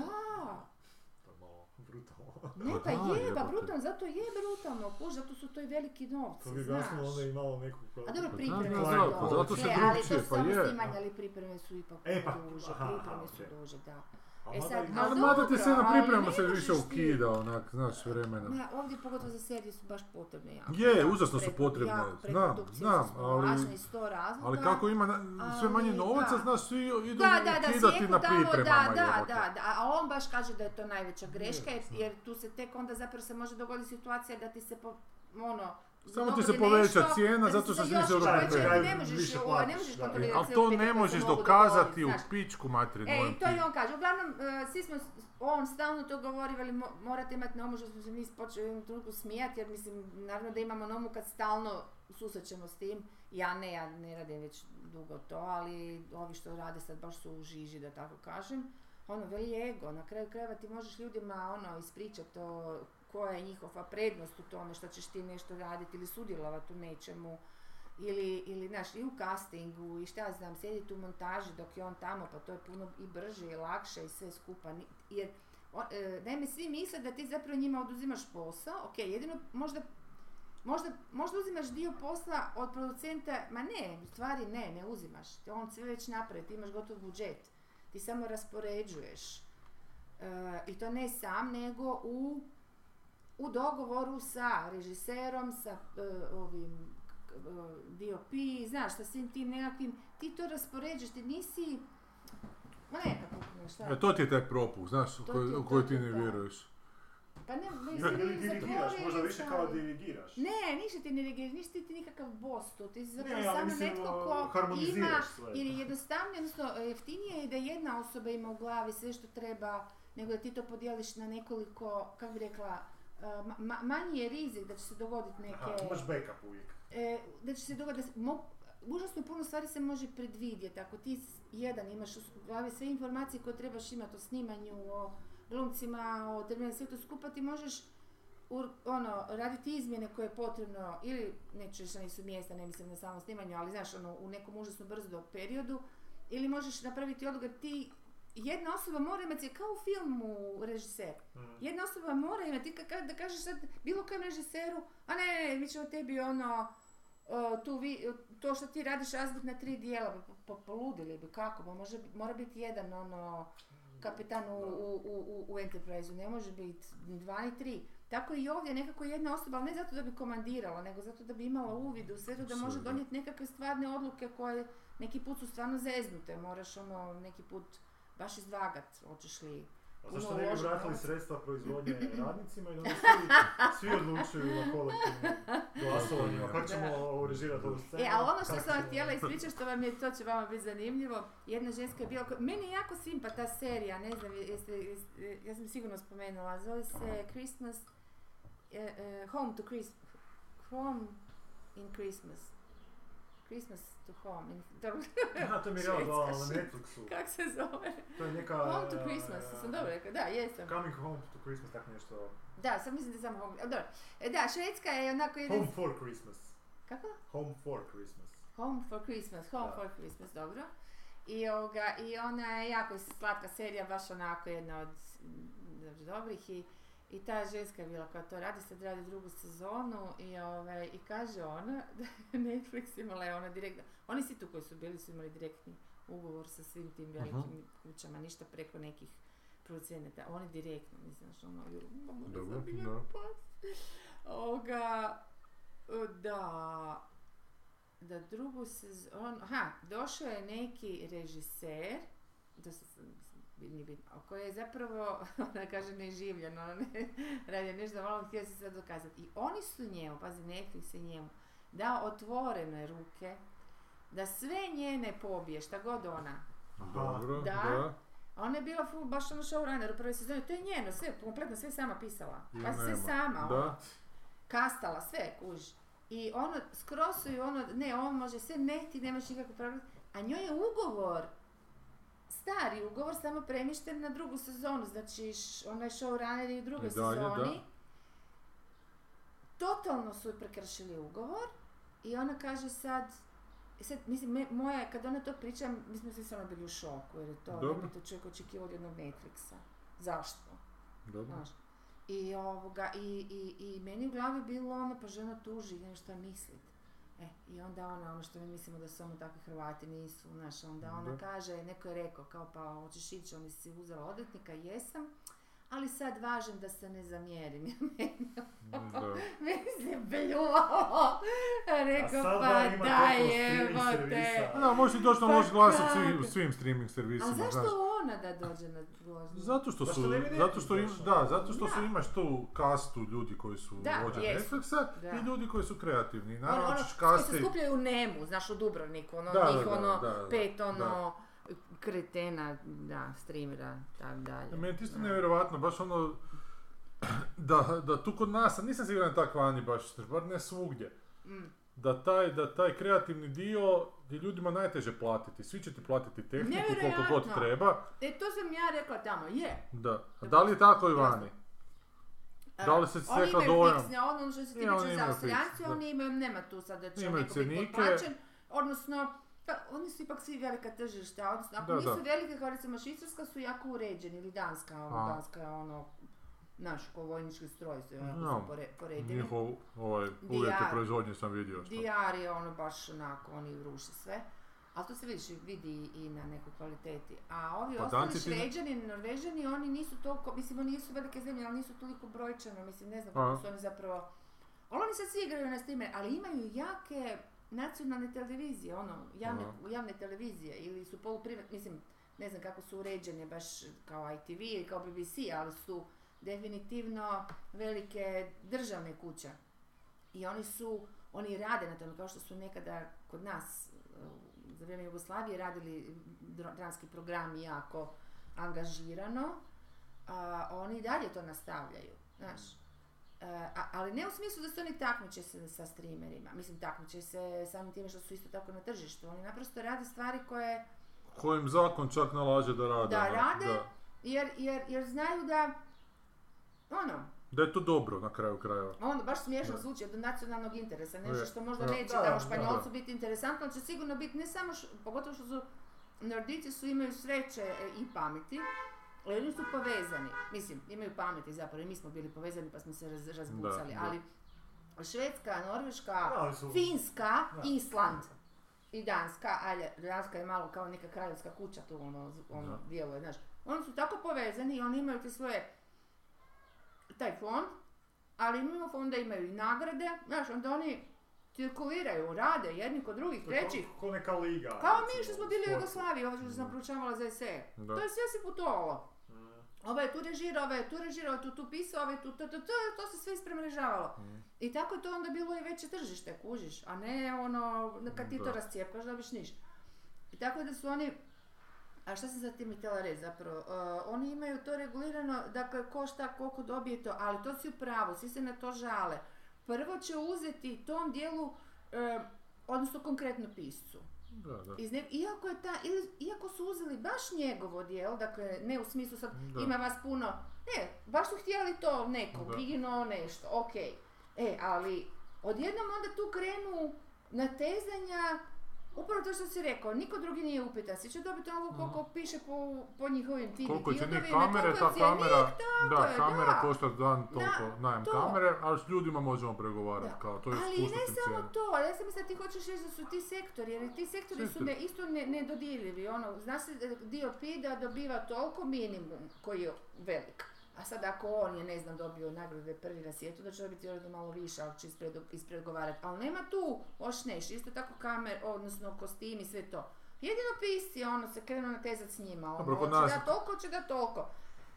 [SPEAKER 2] To je malo. brutalno.
[SPEAKER 1] Ne, pa
[SPEAKER 3] A,
[SPEAKER 1] je, pa
[SPEAKER 3] jebote.
[SPEAKER 1] brutalno, zato je brutalno, kuš, zato su to i veliki novci,
[SPEAKER 2] To bi
[SPEAKER 1] znaš.
[SPEAKER 2] gasno onda imalo neku kao...
[SPEAKER 1] A dobro,
[SPEAKER 3] Pa
[SPEAKER 1] pripreme
[SPEAKER 3] da,
[SPEAKER 1] su
[SPEAKER 3] da,
[SPEAKER 1] duže.
[SPEAKER 3] pa zato se
[SPEAKER 1] Ne, ali to
[SPEAKER 3] drukčije,
[SPEAKER 1] su
[SPEAKER 3] pa
[SPEAKER 1] samo
[SPEAKER 3] je.
[SPEAKER 1] snimanje, ali pripreme su ipak
[SPEAKER 2] E, pa,
[SPEAKER 1] duže,
[SPEAKER 2] aha,
[SPEAKER 1] pripreme su
[SPEAKER 2] okej.
[SPEAKER 1] duže, da.
[SPEAKER 2] A
[SPEAKER 1] E
[SPEAKER 2] onda
[SPEAKER 1] sad,
[SPEAKER 2] i-
[SPEAKER 1] ma-
[SPEAKER 3] Ali
[SPEAKER 1] dobro,
[SPEAKER 3] mada ti se na
[SPEAKER 1] ali
[SPEAKER 3] pripremu
[SPEAKER 1] ne
[SPEAKER 3] se
[SPEAKER 1] možeš
[SPEAKER 3] više
[SPEAKER 1] ti.
[SPEAKER 3] ukida, onak, znaš, vremena.
[SPEAKER 1] Ma, ovdje pogotovo za serije su baš potrebne jako.
[SPEAKER 3] Je,
[SPEAKER 1] jako
[SPEAKER 3] užasno su
[SPEAKER 1] preko-
[SPEAKER 3] potrebne,
[SPEAKER 1] jako
[SPEAKER 3] znam,
[SPEAKER 1] preprodukcije
[SPEAKER 3] znam,
[SPEAKER 1] su
[SPEAKER 3] ali-
[SPEAKER 1] snimalačne iz sto razloga.
[SPEAKER 3] Ali kako ima na- sve manje
[SPEAKER 1] Ali,
[SPEAKER 3] novaca,
[SPEAKER 1] da.
[SPEAKER 3] znaš, svi idu
[SPEAKER 1] da, da, da,
[SPEAKER 3] ukidati
[SPEAKER 1] sjeku
[SPEAKER 3] na
[SPEAKER 1] tamo,
[SPEAKER 3] pripremama,
[SPEAKER 1] da, da,
[SPEAKER 3] jebote.
[SPEAKER 1] da, da, a on baš kaže da je to najveća greška, jer,
[SPEAKER 2] Jasno.
[SPEAKER 1] jer tu se tek onda zapravo se može dogoditi situacija da ti se po, ono,
[SPEAKER 3] Samo ti se
[SPEAKER 1] dogodi
[SPEAKER 3] poveća
[SPEAKER 1] nešto,
[SPEAKER 3] cijena
[SPEAKER 1] da ti
[SPEAKER 3] zato
[SPEAKER 1] se
[SPEAKER 3] što si
[SPEAKER 1] još
[SPEAKER 3] više
[SPEAKER 1] poveća,
[SPEAKER 2] urodio.
[SPEAKER 1] jer Ne možeš,
[SPEAKER 2] Više
[SPEAKER 1] ovaj, ne
[SPEAKER 2] platiš,
[SPEAKER 1] možeš
[SPEAKER 2] da.
[SPEAKER 1] kontrolirati
[SPEAKER 3] E, Ali
[SPEAKER 1] sve
[SPEAKER 3] to
[SPEAKER 1] uvjete
[SPEAKER 3] ne
[SPEAKER 1] koji se
[SPEAKER 3] možeš
[SPEAKER 1] mogu
[SPEAKER 3] dokazati
[SPEAKER 1] dogoditi,
[SPEAKER 3] u
[SPEAKER 1] znaš.
[SPEAKER 3] pičku materinu.
[SPEAKER 1] E,
[SPEAKER 3] molim
[SPEAKER 1] i to
[SPEAKER 3] ti.
[SPEAKER 1] i on kaže. Uglavnom, e, svi smo, on stalno to govori, veli, mo- morate imati na umu, što smo se mi počeli u jednom trenutku smijati, jer mislim, naravno da imamo na umu kad stalno susrećemo s tim. Ja ne, ja ne radim već dugo to, ali ovi što rade sad baš su u žiži, da tako kažem. Ono, veli ego, na kraju krajeva ti možeš ljudima ono, ispričati to koja je njihova prednost u tome što ćeš ti nešto raditi ili sudjelovati u nečemu ili, ili znaš, i u castingu i šta ja znam, sjediti u montaži dok je on tamo, pa to je puno i brže i lakše i sve skupa. Ni- Jer, o, e, naime, svi misle da ti zapravo njima oduzimaš posao, ok, jedino možda Možda, možda uzimaš dio posla od producenta, ma ne, u stvari ne, ne uzimaš. On sve već napravi, ti imaš gotov budžet. Ti samo raspoređuješ. E, I to ne sam, nego u, u dogovoru sa režiserom, sa e, ovim k- e, DOP, znaš, sa svim tim nekakvim, ti to raspoređuješ, ti nisi, ma nekako, ne, šta,
[SPEAKER 3] E, to ti je taj propust, znaš, u
[SPEAKER 1] To
[SPEAKER 3] koji,
[SPEAKER 1] ti je-
[SPEAKER 3] u
[SPEAKER 1] to
[SPEAKER 3] koji
[SPEAKER 1] ti
[SPEAKER 3] ti
[SPEAKER 1] je
[SPEAKER 3] ne
[SPEAKER 1] to.
[SPEAKER 3] vjeruješ.
[SPEAKER 1] pa ne, mislim,
[SPEAKER 2] Ili
[SPEAKER 1] ili
[SPEAKER 2] dirigiraš,
[SPEAKER 1] zatvorili
[SPEAKER 2] možda
[SPEAKER 1] ili
[SPEAKER 2] više
[SPEAKER 1] šta
[SPEAKER 2] kao
[SPEAKER 1] je.
[SPEAKER 2] dirigiraš.
[SPEAKER 1] Ne, ništa ti ne reagiraš, ništa ti nikakav boss tu, ti si zapravo
[SPEAKER 2] ali
[SPEAKER 1] samo
[SPEAKER 2] mislim,
[SPEAKER 1] netko
[SPEAKER 2] o,
[SPEAKER 1] ko
[SPEAKER 2] harmoniziraš
[SPEAKER 1] ima,
[SPEAKER 2] sve.
[SPEAKER 1] jer je jednostavnije, odnosno e, jeftinije je da jedna osoba ima u glavi sve što treba, nego da ti to podijeliš na nekoliko, kako bi rekla, e, ma- ma- manji je rizik da će se dogoditi neke...
[SPEAKER 2] Aha, imaš backup uvijek.
[SPEAKER 1] e, da će se dogoditi, da se mo- užasno puno stvari se može predvidjeti. Ako ti s- jedan imaš u s- u glavi sve informacije koje trebaš imati o snimanju, o glumcima, o terminu, sve to skupa, ti možeš ur- ono, raditi izmjene koje je potrebno, ili neću reći da nisu mjesta, ne mislim na samo snimanju, ali znaš, ono, u nekom užasno brzo periodu, ili možeš napraviti odgovor, ti jedna osoba mora imati, kao u filmu režiser,
[SPEAKER 2] Mm.
[SPEAKER 1] jedna osoba mora imati, ti ka- ka- da kažeš sad bilo kojem režiseru, a ne, ne, ne, mi ćemo tebi ono, o, tu vi, to što ti radiš razbit na tri dijela, pa- pa- pa poludili bi, kako, pa može, mora biti jedan ono, kapitan u, u, u, u- u Enterprise-u, ne može biti dva ni tri. Tako i ovdje nekako jedna osoba, ali ne zato da bi komandirala, nego zato da bi imala uvid u sve to, da može
[SPEAKER 3] Apsolutno.
[SPEAKER 1] donijeti nekakve stvarne odluke koje neki put su stvarno zeznute, moraš ono neki put baš izvagat, hoćeš li
[SPEAKER 2] A zašto
[SPEAKER 1] Puno
[SPEAKER 2] ne bi
[SPEAKER 1] uložen
[SPEAKER 2] vratili
[SPEAKER 1] novac.
[SPEAKER 2] sredstva proizvodnje radnicima i onda svi, svi odlučuju na kolektivnim glasovanjima kako ćemo urežirati ovu scenu.
[SPEAKER 1] E, a ono što
[SPEAKER 2] kako
[SPEAKER 1] sam vam
[SPEAKER 2] ćemo-
[SPEAKER 1] htjela ispričati, što vam je, to će vama biti zanimljivo, jedna ženska je bila, ko- meni je jako simpa ta serija, ne znam, jeste, jeste- ja sam sigurno spomenula, zove se Christmas, e, e, Home to Christmas, Home in Christmas, Christmas to Home, in, dobro,
[SPEAKER 2] Aha, to mi je rekao da na
[SPEAKER 1] Švicarska.
[SPEAKER 2] Netflixu.
[SPEAKER 1] kako se zove?
[SPEAKER 2] To je neka...
[SPEAKER 1] Home to Christmas,
[SPEAKER 2] eh,
[SPEAKER 1] sam dobro rekla, da, jesam.
[SPEAKER 2] Coming home to Christmas, tako nešto.
[SPEAKER 1] Da, sam mislim da samo Home, ali dobro. E, da, Švedska je onako jedan,
[SPEAKER 2] Home for Christmas.
[SPEAKER 1] kako?
[SPEAKER 2] Home for Christmas.
[SPEAKER 1] Home for Christmas, Home
[SPEAKER 2] Da.
[SPEAKER 1] for Christmas, dobro. I, ovoga, I ona je jako slatka serija, baš onako jedna od mm, dobrih i, i ta ženska je bila koja to radi, sad radi drugu sezonu i, ovaj, i kaže ona da je Netflix imala je ona direktno, oni svi tu koji su bili su imali direktni ugovor sa svim tim velikim kućama, ništa preko nekih producenata, oni direktno, mislim, znaš, ono, ju, mamo, ne
[SPEAKER 3] Dobro,
[SPEAKER 1] znam, bilo je
[SPEAKER 3] da.
[SPEAKER 1] pas. Ovoga, e, da, da drugu sezonu, aha, došao je neki režiser, to se mislim, nije bitno, a koji je zapravo, ona kaže, neživljen, ona ne, radi nešto, malo htio se sad dokazati. I oni su njemu, pazi, neki se njemu, dao otvorene ruke, da sve njene pobije, šta god ona,
[SPEAKER 3] Dobro,
[SPEAKER 1] Da.
[SPEAKER 3] da.
[SPEAKER 1] a ona je bila full, baš ono showrunner u prvoj sezoni, to je njeno, sve, kompletno sve sama pisala.
[SPEAKER 3] I
[SPEAKER 1] Pa sve
[SPEAKER 3] nema.
[SPEAKER 1] sama, ono,
[SPEAKER 3] Da,
[SPEAKER 1] kastala, sve, kuž. I ono, skroz su ju ono, ne, on može sve, ne, ti nemaš nikakvu problem. A njoj je ugovor, stari ugovor, samo premješten na drugu sezonu, znači š- ona je showrunner i u drugoj
[SPEAKER 3] I dalje, E, da.
[SPEAKER 1] sezoni. Totalno su joj prekršili ugovor i ona kaže sad, E sad, mislim, me- moja, je- kad ona to priča, mi smo svi samo bili u šoku, jer je to, ne
[SPEAKER 3] Dobro.
[SPEAKER 1] bi to čovjek očekivao od jednog Netflixa. Zašto?
[SPEAKER 3] dobro.
[SPEAKER 1] Znaš. I, ovoga, i, i, i meni u glavi bilo ono, pa žena tuži, ne šta mislit. E, I onda ona, ono što mi mislimo da su samo takvi Hrvati, nisu, znaš, onda ona
[SPEAKER 3] Da.
[SPEAKER 1] kaže, neko je rekao, kao pa hoćeš ići, onda si uzela odvjetnika, jesam, ali sad važem da se ne zamjerim. Meni-
[SPEAKER 3] Da.
[SPEAKER 1] Meni se bljuvalo,
[SPEAKER 2] A
[SPEAKER 1] rekao
[SPEAKER 2] sad
[SPEAKER 1] pa
[SPEAKER 2] ima
[SPEAKER 1] da
[SPEAKER 2] toliko streaming
[SPEAKER 1] evo te.
[SPEAKER 2] servisa.
[SPEAKER 3] A Da, možeš doći na loš
[SPEAKER 1] Pa
[SPEAKER 3] glas u
[SPEAKER 1] da.
[SPEAKER 3] svim, u svim streaming servisima,
[SPEAKER 1] A zašto
[SPEAKER 3] znaš.
[SPEAKER 1] ona da dođe na glas?
[SPEAKER 3] Zato što
[SPEAKER 2] Zašto
[SPEAKER 3] su,
[SPEAKER 2] Pa ne bi Netflix
[SPEAKER 3] zato što im,
[SPEAKER 2] došao?
[SPEAKER 3] da, zato što su
[SPEAKER 1] Da.
[SPEAKER 3] imaš tu kastu ljudi koji su
[SPEAKER 1] Da,
[SPEAKER 3] vođe
[SPEAKER 1] jest.
[SPEAKER 3] Netflixa
[SPEAKER 1] Da.
[SPEAKER 3] i ljudi koji su kreativni. I
[SPEAKER 1] Ono,
[SPEAKER 3] Naravno,
[SPEAKER 1] ono,
[SPEAKER 3] ćeš
[SPEAKER 1] koji se
[SPEAKER 3] kasti,
[SPEAKER 1] skupljaju u Nemu, znaš, u Dubrovniku, ono,
[SPEAKER 3] Da,
[SPEAKER 1] njih,
[SPEAKER 3] da, da,
[SPEAKER 1] ono,
[SPEAKER 3] da, da,
[SPEAKER 1] pet, ono,
[SPEAKER 3] da.
[SPEAKER 1] kretena, da, streamera, tako dalje.
[SPEAKER 3] E, Meni je isto
[SPEAKER 1] Da.
[SPEAKER 3] nevjerovatno, baš ono, da, da tu kod nas, a nisam siguran tak vani baš, bar ne svugdje,
[SPEAKER 1] Mm.
[SPEAKER 3] da taj, da taj kreativni dio je ljudima najteže platiti. Svi će ti platiti tehniku koliko god
[SPEAKER 1] Nevjerojatno.
[SPEAKER 3] treba.
[SPEAKER 1] E, to sam ja rekla tamo, je.
[SPEAKER 3] Da. A da li je tako i vani?
[SPEAKER 1] A,
[SPEAKER 3] Da li se
[SPEAKER 1] Oni
[SPEAKER 3] stekao
[SPEAKER 1] imaju
[SPEAKER 3] dojam?
[SPEAKER 1] fiksne, ono, ono što se
[SPEAKER 3] Je,
[SPEAKER 1] ti
[SPEAKER 3] oni
[SPEAKER 1] priča za
[SPEAKER 3] imaju
[SPEAKER 1] Austrijanci,
[SPEAKER 3] fiksne, da.
[SPEAKER 1] oni imaju, nema tu sad da će
[SPEAKER 3] Imaju
[SPEAKER 1] neko biti
[SPEAKER 3] cjenike.
[SPEAKER 1] potplaćen, odnosno, pa, oni su ipak svi velika tržišta, odnosno, ako
[SPEAKER 3] Da,
[SPEAKER 1] nisu
[SPEAKER 3] da.
[SPEAKER 1] velike, kao recimo Švicarska, su jako uređeni, ili Danska, ono,
[SPEAKER 3] A.
[SPEAKER 1] Danska, ono, naš, ko vojnički stroj su, onako
[SPEAKER 3] Ja.
[SPEAKER 1] su pore- poredili.
[SPEAKER 3] Njihov ovaj,
[SPEAKER 1] Di
[SPEAKER 3] uvjete
[SPEAKER 1] ja-
[SPEAKER 3] proizvodnje sam vidio. što-
[SPEAKER 1] Dijar je ono baš onako, oni ruše sve. Ali to se vidiš, vidi i na nekoj kvaliteti. A ovi
[SPEAKER 3] Pa
[SPEAKER 1] ostali
[SPEAKER 3] Danci ti ne-
[SPEAKER 1] šveđani, norvežani, oni nisu toliko, mislim oni nisu velike zemlje, ali nisu toliko brojčano, mislim ne znam
[SPEAKER 3] Aha.
[SPEAKER 1] kako su oni zapravo... Ali oni sad svi igraju na streamer, ali imaju jake nacionalne televizije, ono, javne, javne televizije ili su poluprivatne, mislim, ne znam kako su uređene baš kao ITV ili kao BBC, ali su definitivno velike državne kuće. I oni su, oni rade na tome, kao što su nekada kod nas e, za vrijeme Jugoslavije radili dra- dramski programi jako angažirano, a oni i dalje to nastavljaju, znaš. E, a- ali ne u smislu da se oni takmiče se sa streamerima, mislim takmiče se samim time što su isto tako na tržištu, oni naprosto rade stvari koje
[SPEAKER 3] Kojim zakon čak nalaže da rade.
[SPEAKER 1] Da
[SPEAKER 3] ono,
[SPEAKER 1] rade.
[SPEAKER 3] Da.
[SPEAKER 1] jer, jer, jer znaju da, ono,
[SPEAKER 3] Da je to dobro na kraju krajeva.
[SPEAKER 1] ono baš smiješno
[SPEAKER 3] Da.
[SPEAKER 1] zvuči od nacionalnog interesa, nešto
[SPEAKER 3] Je,
[SPEAKER 1] što možda
[SPEAKER 3] da.
[SPEAKER 1] neće
[SPEAKER 2] Da, da,
[SPEAKER 1] tamo Španjolcu biti interesantno, ali će sigurno biti ne samo, š- pogotovo što su Nordici su imaju sreće e, i pameti, ali oni su povezani, mislim, imaju pameti zapravo, i mi smo bili povezani pa smo se raz- razbucali,
[SPEAKER 3] da.
[SPEAKER 1] ali Švedska, Norveška,
[SPEAKER 2] Da, su...
[SPEAKER 1] Finska,
[SPEAKER 2] Da.
[SPEAKER 1] Island i Danska, ali Danska je malo kao neka kraljevska kuća tu ono, z- ono
[SPEAKER 3] Da.
[SPEAKER 1] djeluje, znaš. Oni su tako povezani i oni imaju te svoje, taj fond, ali mimo fonda imaju i nagrade, znaš, onda oni cirkuliraju, rade jedni kod drugih,
[SPEAKER 2] to je
[SPEAKER 1] trećih.
[SPEAKER 2] ko- Ko neka liga.
[SPEAKER 1] Kao mi
[SPEAKER 2] recimo,
[SPEAKER 1] što smo
[SPEAKER 2] u
[SPEAKER 1] bili u
[SPEAKER 2] sportu.
[SPEAKER 1] Jugoslaviji, ovo što sam
[SPEAKER 3] Da.
[SPEAKER 1] proučavala za SE.
[SPEAKER 3] Da.
[SPEAKER 1] To je sve se putovalo.
[SPEAKER 2] Mm.
[SPEAKER 1] Ovaj je tu režirao, ovaj je tu režirao, ovaj je tu, tu pisao, ovaj je tu, to, to, to, to se sve ispremrežavalo.
[SPEAKER 3] Mm.
[SPEAKER 1] I tako je to onda bilo i veće tržište, kužiš, a ne ono, kad ti to
[SPEAKER 3] Da.
[SPEAKER 1] rascijepaš, dobiš niš. I tako da su oni, a šta sam za tim htjela reći zapravo, E, oni imaju to regulirano, dakle ko šta, koliko dobije to, ali to si u pravu, svi se na to žale. Prvo će uzeti tom dijelu, e, odnosno konkretno piscu.
[SPEAKER 3] Da, da.
[SPEAKER 1] Iz ne- iako, je ta, ili- iako su uzeli baš njegovo dijelo, dakle ne u smislu sad
[SPEAKER 3] Da.
[SPEAKER 1] ima vas puno, ne, baš su htjeli to nekog,
[SPEAKER 3] Da.
[SPEAKER 1] igno nešto, ok. E, ali odjednom onda tu krenu natezanja, upravo to što si rekao, niko drugi nije upitan, svi će dobiti ono koliko piše po, po njihovim tim
[SPEAKER 3] Koliko je cjenik
[SPEAKER 1] diodovima,
[SPEAKER 3] kamere,
[SPEAKER 1] koliko je
[SPEAKER 3] ta kamera,
[SPEAKER 1] cjenik,
[SPEAKER 3] da,
[SPEAKER 1] je, da.
[SPEAKER 3] kamera košta dan toliko,
[SPEAKER 1] Da,
[SPEAKER 3] najam
[SPEAKER 1] to.
[SPEAKER 3] kamere, ali s ljudima možemo pregovarati,
[SPEAKER 1] Da.
[SPEAKER 3] kao to je
[SPEAKER 1] Ali i ne
[SPEAKER 3] spustiti
[SPEAKER 1] samo
[SPEAKER 3] cijenu.
[SPEAKER 1] to, ja sam mislila ti hoćeš reći da su ti sektori, jer i ti sektori su
[SPEAKER 3] Sektori.
[SPEAKER 1] ne, isto ne, nedodirljivi, ono, znaš se da dio PIDA dobiva toliko minimum koji je velik. A sad ako on je, ne znam, dobio nagrade prvi na svijetu, da će dobiti vjerojatno malo više, ali će ispred, ispregovarati. Ali nema tu još nešto, isto tako kamer, odnosno kostimi, sve to. Jedino pisci, ono, se krenu natezat s njima, ono,
[SPEAKER 3] Dobro, kod
[SPEAKER 1] hoće
[SPEAKER 3] nas-
[SPEAKER 1] da toliko, hoće da toliko.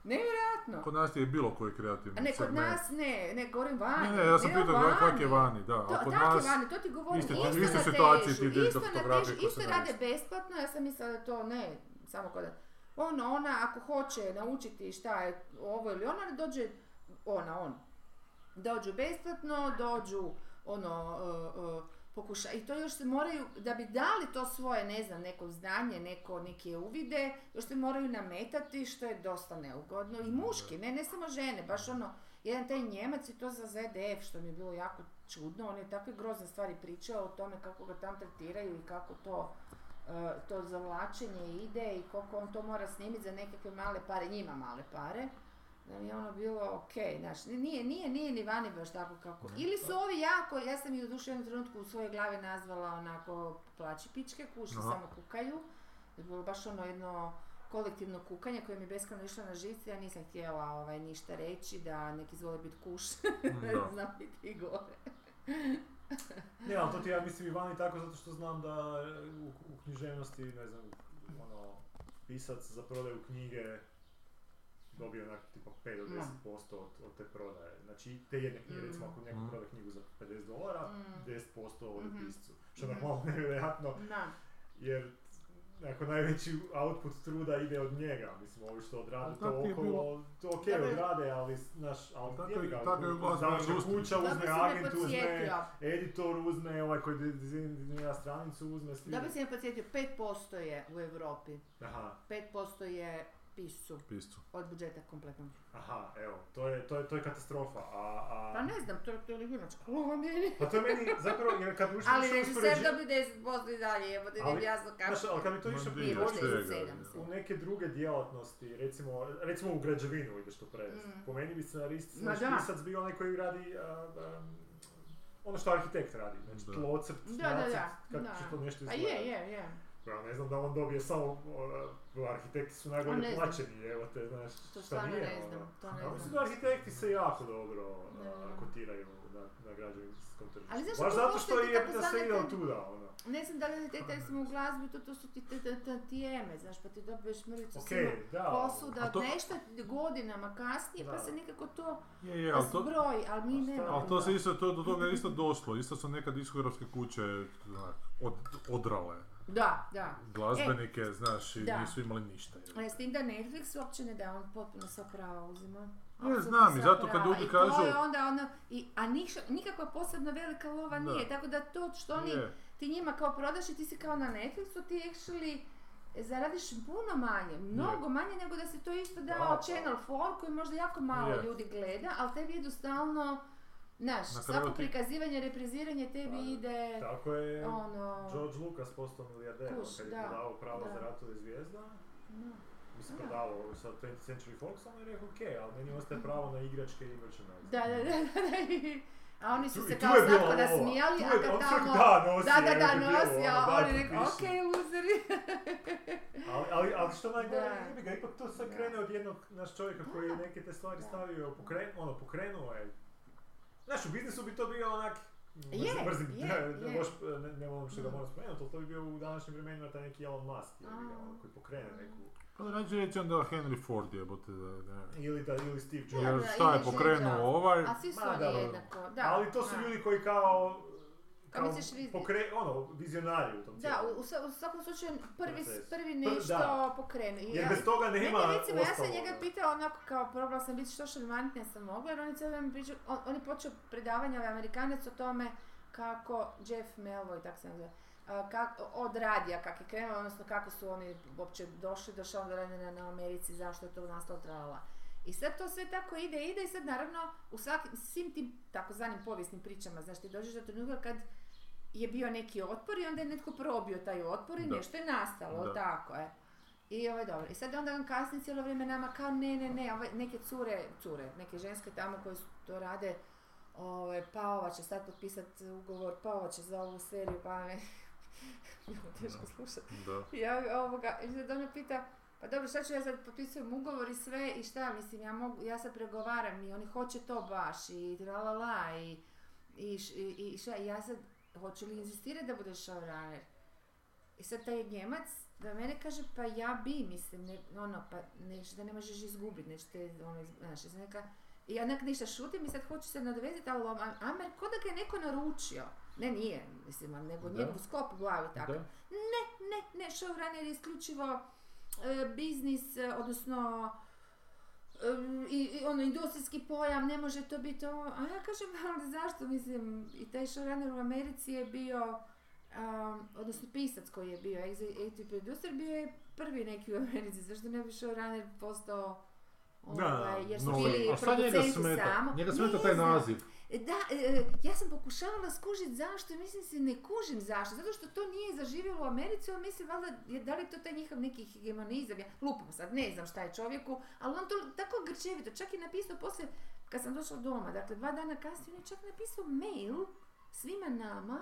[SPEAKER 1] Nevjerojatno.
[SPEAKER 3] Kod nas je bilo koji
[SPEAKER 1] A
[SPEAKER 3] kreativni
[SPEAKER 1] ne, kod
[SPEAKER 3] segment.
[SPEAKER 1] nas ne, ne, govorim vani.
[SPEAKER 3] Ne, ne, ja sam
[SPEAKER 1] bilo
[SPEAKER 3] pitao da- kak je vani, da,
[SPEAKER 1] to,
[SPEAKER 3] a kod
[SPEAKER 1] tako
[SPEAKER 3] nas...
[SPEAKER 1] je vani, to ti govorim,
[SPEAKER 3] isto-
[SPEAKER 1] isto,
[SPEAKER 3] isto
[SPEAKER 1] natežu,
[SPEAKER 3] situacije ti ide
[SPEAKER 1] isto
[SPEAKER 3] dok
[SPEAKER 1] natežu,
[SPEAKER 3] fotografi koji
[SPEAKER 1] isto
[SPEAKER 3] se
[SPEAKER 1] rade
[SPEAKER 3] nalaze.
[SPEAKER 1] besplatno, ja sam mislila da to ne, samo kod ono, ona, ako hoće naučiti šta je ovo ili ono, dođe, ona, on, dođu besplatno, dođu, ono, e, e, pokuša, i to još se moraju, da bi dali to svoje, ne znam, neko znanje, neko, neke uvide, još se moraju nametati, što je dosta neugodno, i muški, ne, ne samo žene, baš ono, jedan taj Njemac je to za ZDF, što mi je bilo jako čudno, on je takve grozne stvari pričao o tome kako ga tam tretiraju i kako to, e, to zavlačenje ide i koliko on to mora snimiti za nekakve male pare, njima male pare, da mi je ono bilo ok, znaš, nije, nije, nije ni vani baš tako kako. Ili su ovi jako, ja sam i u dušu jednom trenutku u svojoj glavi nazvala onako plaći pičke, kuši
[SPEAKER 3] Aha.
[SPEAKER 1] samo kukaju. To je bilo baš ono jedno kolektivno kukanje koje mi je beskrajno išlo na živce, ja nisam htjela ovaj, ništa reći, da neki izvole biti kuš,
[SPEAKER 3] Mm, Da.
[SPEAKER 1] znam i ti gore.
[SPEAKER 4] Ne, ali to ti ja mislim i vani tako zato što znam da e, u, u književnosti, ne znam, ono, pisac za prodaju knjige dobije onak tipa 5 do
[SPEAKER 1] Mm.
[SPEAKER 4] 10% od, od te prodaje. Znači, te jedne knjige,
[SPEAKER 1] Mm.
[SPEAKER 4] recimo ako neko
[SPEAKER 3] Mm.
[SPEAKER 4] proda knjigu za 50 dolara,
[SPEAKER 1] Mm.
[SPEAKER 4] 10% ode
[SPEAKER 1] Mhm.
[SPEAKER 4] piscu. Što je
[SPEAKER 1] Mhm.
[SPEAKER 4] normalno nevjerojatno,
[SPEAKER 1] Na,
[SPEAKER 4] jer ako najveći output truda ide od njega, mislim, ovi što odrade
[SPEAKER 3] Ali
[SPEAKER 4] to
[SPEAKER 3] tako je
[SPEAKER 4] okolo,
[SPEAKER 3] bilo.
[SPEAKER 4] to ok,
[SPEAKER 3] Tako je-
[SPEAKER 4] odrade, ali, znaš, ali
[SPEAKER 3] Tako
[SPEAKER 4] jebi
[SPEAKER 3] je-
[SPEAKER 4] ga,
[SPEAKER 3] tako je u glazbenoj
[SPEAKER 4] završi
[SPEAKER 3] industriji.
[SPEAKER 4] kuća,
[SPEAKER 1] dobro
[SPEAKER 4] uzme
[SPEAKER 1] si me
[SPEAKER 4] agent, uzme
[SPEAKER 1] podsjetio.
[SPEAKER 4] editor uzme, ovaj koji dizajnira stranicu uzme svi.
[SPEAKER 1] Dobro si me podsjetio, 5% je u Europi,
[SPEAKER 4] Aha,
[SPEAKER 1] 5% je piscu
[SPEAKER 3] Piscu.
[SPEAKER 1] od budžeta kompletno.
[SPEAKER 4] aha, evo, to je, to je, to je katastrofa, a, a...
[SPEAKER 1] Pa ne znam, to, to je ligunačka lova meni.
[SPEAKER 4] Pa to je meni, zapravo, jer kad ušli
[SPEAKER 1] Ali
[SPEAKER 4] išao
[SPEAKER 1] režiser
[SPEAKER 4] uspoređi-
[SPEAKER 1] dobi 10% i dalje, evo da
[SPEAKER 4] Ali,
[SPEAKER 1] ne jasno kako.
[SPEAKER 4] Znaš, ali kad bi to
[SPEAKER 3] Ma
[SPEAKER 4] išao
[SPEAKER 3] di,
[SPEAKER 1] bilo,
[SPEAKER 3] od
[SPEAKER 4] priložiti
[SPEAKER 1] čega,
[SPEAKER 3] čega,
[SPEAKER 1] sedam,
[SPEAKER 3] je.
[SPEAKER 1] sedam.
[SPEAKER 4] u neke druge djelatnosti, recimo, recimo u građevinu ideš to prevesti.
[SPEAKER 1] Mm.
[SPEAKER 4] Po meni bi scenarist,
[SPEAKER 1] Ma
[SPEAKER 4] znaš,
[SPEAKER 1] da.
[SPEAKER 4] pisac bio onaj koji radi a, a, ono što arhitekt radi, znači
[SPEAKER 3] Da.
[SPEAKER 4] tlocrt,
[SPEAKER 1] Da, da,
[SPEAKER 4] nacrt,
[SPEAKER 1] da,
[SPEAKER 4] kako
[SPEAKER 1] da.
[SPEAKER 4] će to nešto
[SPEAKER 1] Pa
[SPEAKER 4] izgledati.
[SPEAKER 1] je, je, je.
[SPEAKER 4] Ja ne znam da on dobije samo, o, arhitekti su
[SPEAKER 1] A
[SPEAKER 4] najbolje
[SPEAKER 1] ne znam.
[SPEAKER 4] plaćeni, evo te, znaš,
[SPEAKER 1] To
[SPEAKER 4] šta
[SPEAKER 1] stvarno
[SPEAKER 4] nije,
[SPEAKER 1] ne
[SPEAKER 4] ono.
[SPEAKER 1] znam, to
[SPEAKER 3] A
[SPEAKER 4] Ja
[SPEAKER 1] ne
[SPEAKER 4] mislim
[SPEAKER 1] znam.
[SPEAKER 4] da arhitekti se jako dobro
[SPEAKER 1] Ne, ne, ne.
[SPEAKER 4] a, kotiraju na, na građevinskom tržištu.
[SPEAKER 1] Ali znaš
[SPEAKER 4] Baš
[SPEAKER 1] kako
[SPEAKER 4] zato
[SPEAKER 1] postoje
[SPEAKER 4] što
[SPEAKER 1] ti
[SPEAKER 4] je da
[SPEAKER 1] takozvane
[SPEAKER 4] se ide
[SPEAKER 1] te-
[SPEAKER 4] od tuda, ono.
[SPEAKER 1] Ne znam da li te te smo u glazbi, to, to su ti te, te, te tijeme, znaš, pa ti dobiješ mrvicu
[SPEAKER 4] Ok,
[SPEAKER 1] okay.
[SPEAKER 4] da. ono.
[SPEAKER 1] posuda,
[SPEAKER 3] A to-
[SPEAKER 1] nešto godinama kasnije,
[SPEAKER 4] Da.
[SPEAKER 1] pa se nekako to
[SPEAKER 3] Je, je, ali E, to,
[SPEAKER 1] zbroji, ali mi
[SPEAKER 4] A šta?
[SPEAKER 1] nemamo.
[SPEAKER 3] ali to se
[SPEAKER 1] toga.
[SPEAKER 3] isto, to, do toga je isto došlo. Isto su nekad diskografske kuće zna, od, odrale
[SPEAKER 1] Da, da.
[SPEAKER 3] glazbenike, znaš, i
[SPEAKER 1] E, da.
[SPEAKER 3] nisu imali ništa. je.
[SPEAKER 1] E, S tim da Netflix uopće ne da, on potpuno sva prava uzima.
[SPEAKER 3] Ne,
[SPEAKER 1] Apsolutno
[SPEAKER 3] znam, i
[SPEAKER 1] sva
[SPEAKER 3] zato kad
[SPEAKER 1] prava.
[SPEAKER 3] ljudi
[SPEAKER 1] I
[SPEAKER 3] kažu-
[SPEAKER 1] to je onda ono, i, a niš- nikakva posebno velika lova
[SPEAKER 3] Da.
[SPEAKER 1] nije, tako da to što oni,
[SPEAKER 3] Je.
[SPEAKER 1] ti njima kao prodaš i ti si kao na Netflixu, ti actually zaradiš puno manje, mnogo manje nego da si to isto
[SPEAKER 4] Da,
[SPEAKER 1] dao
[SPEAKER 4] pa.
[SPEAKER 1] Channel 4 koji možda jako malo
[SPEAKER 3] Je.
[SPEAKER 1] ljudi gleda, ali tebi idu stalno, znaš,
[SPEAKER 3] Na kraju
[SPEAKER 1] svako
[SPEAKER 3] ti-
[SPEAKER 1] prikazivanje, repriziranje tebi
[SPEAKER 4] Pa,
[SPEAKER 1] ide,
[SPEAKER 4] Tako je
[SPEAKER 1] ono...
[SPEAKER 4] George Lucas postao milijarder, on
[SPEAKER 1] Kuš,
[SPEAKER 4] kad je
[SPEAKER 1] da,
[SPEAKER 4] prodavao pravo
[SPEAKER 1] da.
[SPEAKER 4] za ratove zvijezda,
[SPEAKER 1] no.
[SPEAKER 4] mislim
[SPEAKER 1] Da.
[SPEAKER 4] prodavao sa 20th Century Fox, on je rekao ok, ali meni ostaje pravo na igračke i merchandise.
[SPEAKER 1] Da, da, da, da, da. A oni
[SPEAKER 4] Tu-
[SPEAKER 1] su
[SPEAKER 4] i
[SPEAKER 1] se
[SPEAKER 4] tu
[SPEAKER 1] kao
[SPEAKER 4] je bila
[SPEAKER 1] tako da
[SPEAKER 4] lova.
[SPEAKER 1] smijali,
[SPEAKER 4] Tu
[SPEAKER 1] a
[SPEAKER 4] je-
[SPEAKER 1] kad
[SPEAKER 4] on čak
[SPEAKER 1] tamo...
[SPEAKER 4] da, nosi,
[SPEAKER 1] Da, da,
[SPEAKER 4] evo
[SPEAKER 1] da,
[SPEAKER 4] ti bilo,
[SPEAKER 1] nosi,
[SPEAKER 4] ono,
[SPEAKER 1] a
[SPEAKER 4] daj,
[SPEAKER 1] oni rekao, ok,
[SPEAKER 4] potpiši.
[SPEAKER 1] luzeri.
[SPEAKER 4] Ali, ali, ali što najgore,
[SPEAKER 1] Da.
[SPEAKER 4] jebi ga, ipak to sad
[SPEAKER 1] Da.
[SPEAKER 4] krene od jednog naš čovjeka koji je neke te stvari
[SPEAKER 1] Da.
[SPEAKER 4] stavio, pokren, ono, pokrenuo je. Znaš, u biznisu bi to bio onak,
[SPEAKER 1] Je,
[SPEAKER 4] mrzim, mrzim,
[SPEAKER 1] je,
[SPEAKER 4] ne, ne,
[SPEAKER 1] je.
[SPEAKER 4] baš, ne, ne volim što ga
[SPEAKER 1] Mm.
[SPEAKER 4] moram spomenuti, ali to bi bio u današnjim vremenima taj neki Elon Musk, jebi ga,
[SPEAKER 1] A. Mm.
[SPEAKER 4] ono, koji pokrene neku,
[SPEAKER 3] Pa rađe reći onda Henry Ford jebote da, da.
[SPEAKER 4] ili, da, ili Steve Jobs.
[SPEAKER 1] Da,
[SPEAKER 3] Jer
[SPEAKER 1] da,
[SPEAKER 3] šta je
[SPEAKER 1] ili Željka.
[SPEAKER 3] pokrenuo ovaj,
[SPEAKER 1] A svi su
[SPEAKER 4] Ma,
[SPEAKER 1] oni
[SPEAKER 4] da.
[SPEAKER 1] jednako, da.
[SPEAKER 4] ali to su
[SPEAKER 1] da.
[SPEAKER 4] ljudi koji kao,
[SPEAKER 1] Pa
[SPEAKER 4] kao
[SPEAKER 1] misliš vizi-
[SPEAKER 4] pokre, ono, vizionari u tom
[SPEAKER 1] Da,
[SPEAKER 4] cijelom.
[SPEAKER 1] u, u sva- u svakom slučaju prvi,
[SPEAKER 4] Proces.
[SPEAKER 1] prvi
[SPEAKER 4] Pr- da.
[SPEAKER 1] nešto pokrenu. I
[SPEAKER 4] Jer
[SPEAKER 1] ja-
[SPEAKER 4] bez toga nema
[SPEAKER 1] Meni je, recimo, ja sam
[SPEAKER 4] ostalo,
[SPEAKER 1] njega
[SPEAKER 4] ono.
[SPEAKER 1] pitala onako kao probala sam biti što šarmantnija sam mogla jer on je cijelo vrijeme pričao, on, on je počeo predavanje ovaj Amerikanac o tome kako Jeff Melvoy, tako se on zove, a, kako, od radija kak je krenuo, odnosno kako su oni uopće došli do Šaldarena na Americi, zašto je to nastalo trala. I sad to sve tako ide, ide i sad naravno u svakim, svim tim takozvanim povijesnim pričama, znaš ti dođeš do trenutka kad je bio neki otpor i onda je netko probio taj otpor i
[SPEAKER 3] Da.
[SPEAKER 1] nešto je nastalo,
[SPEAKER 3] Da.
[SPEAKER 1] tako je. I ovo je dobro. I sad onda on kasni cijelo vrijeme nama kao ne, ne, ne, ove neke cure, cure, neke ženske tamo koje su to rade, ove, pa ova će sad potpisati ugovor, pa ova će za ovu seriju, pa ne. Bilo teško slušati.
[SPEAKER 3] da.
[SPEAKER 1] Ja ovoga, i sad ona pita, pa dobro, šta ću ja sad potpisujem ugovor i sve i šta, mislim, ja, mogu, ja sad pregovaram i oni hoće to baš i tra la la i, i, š- i, i šta, i ja sad, hoću li inzistirati da budeš showrunner? I sad taj Njemac da mene kaže, pa ja bi, mislim, ne, ono, pa nešto da ne možeš izgubiti, nešto te, ono, iz- znaš, iz neka, i onak ništa šutim i sad hoću se nadovezati, ali on- Amer, ko da ga je neko naručio? Ne, nije, mislim, ali nego
[SPEAKER 3] Da.
[SPEAKER 1] njegov sklop u glavi tako.
[SPEAKER 3] Da.
[SPEAKER 1] Ne, ne, ne, showrunner je isključivo e, biznis, e, odnosno e, i, i ono industrijski pojam, ne može to biti ovo. A ja kažem, ali zašto, mislim, i taj showrunner u Americi je bio, um, odnosno pisac koji je bio executive producer, bio je prvi neki u Americi, zašto ne bi showrunner postao Ovaj, jer su
[SPEAKER 3] no,
[SPEAKER 1] bili
[SPEAKER 3] a šta njega
[SPEAKER 1] producenti
[SPEAKER 3] smeta?
[SPEAKER 1] samo.
[SPEAKER 3] Njega
[SPEAKER 1] Ne
[SPEAKER 3] smeta taj
[SPEAKER 1] znam.
[SPEAKER 3] naziv.
[SPEAKER 1] Da, e, ja sam pokušavala skužiti zašto i mislim se ne kužim zašto. Zato što to nije zaživjelo u Americi, ali mislim valjda je- da li je to taj njihov neki hegemonizam. Ja lupam sad, ne znam šta je čovjeku, ali on to tako grčevito. Čak je napisao poslije, kad sam došla doma, dakle dva dana kasnije, on je čak napisao mail svima nama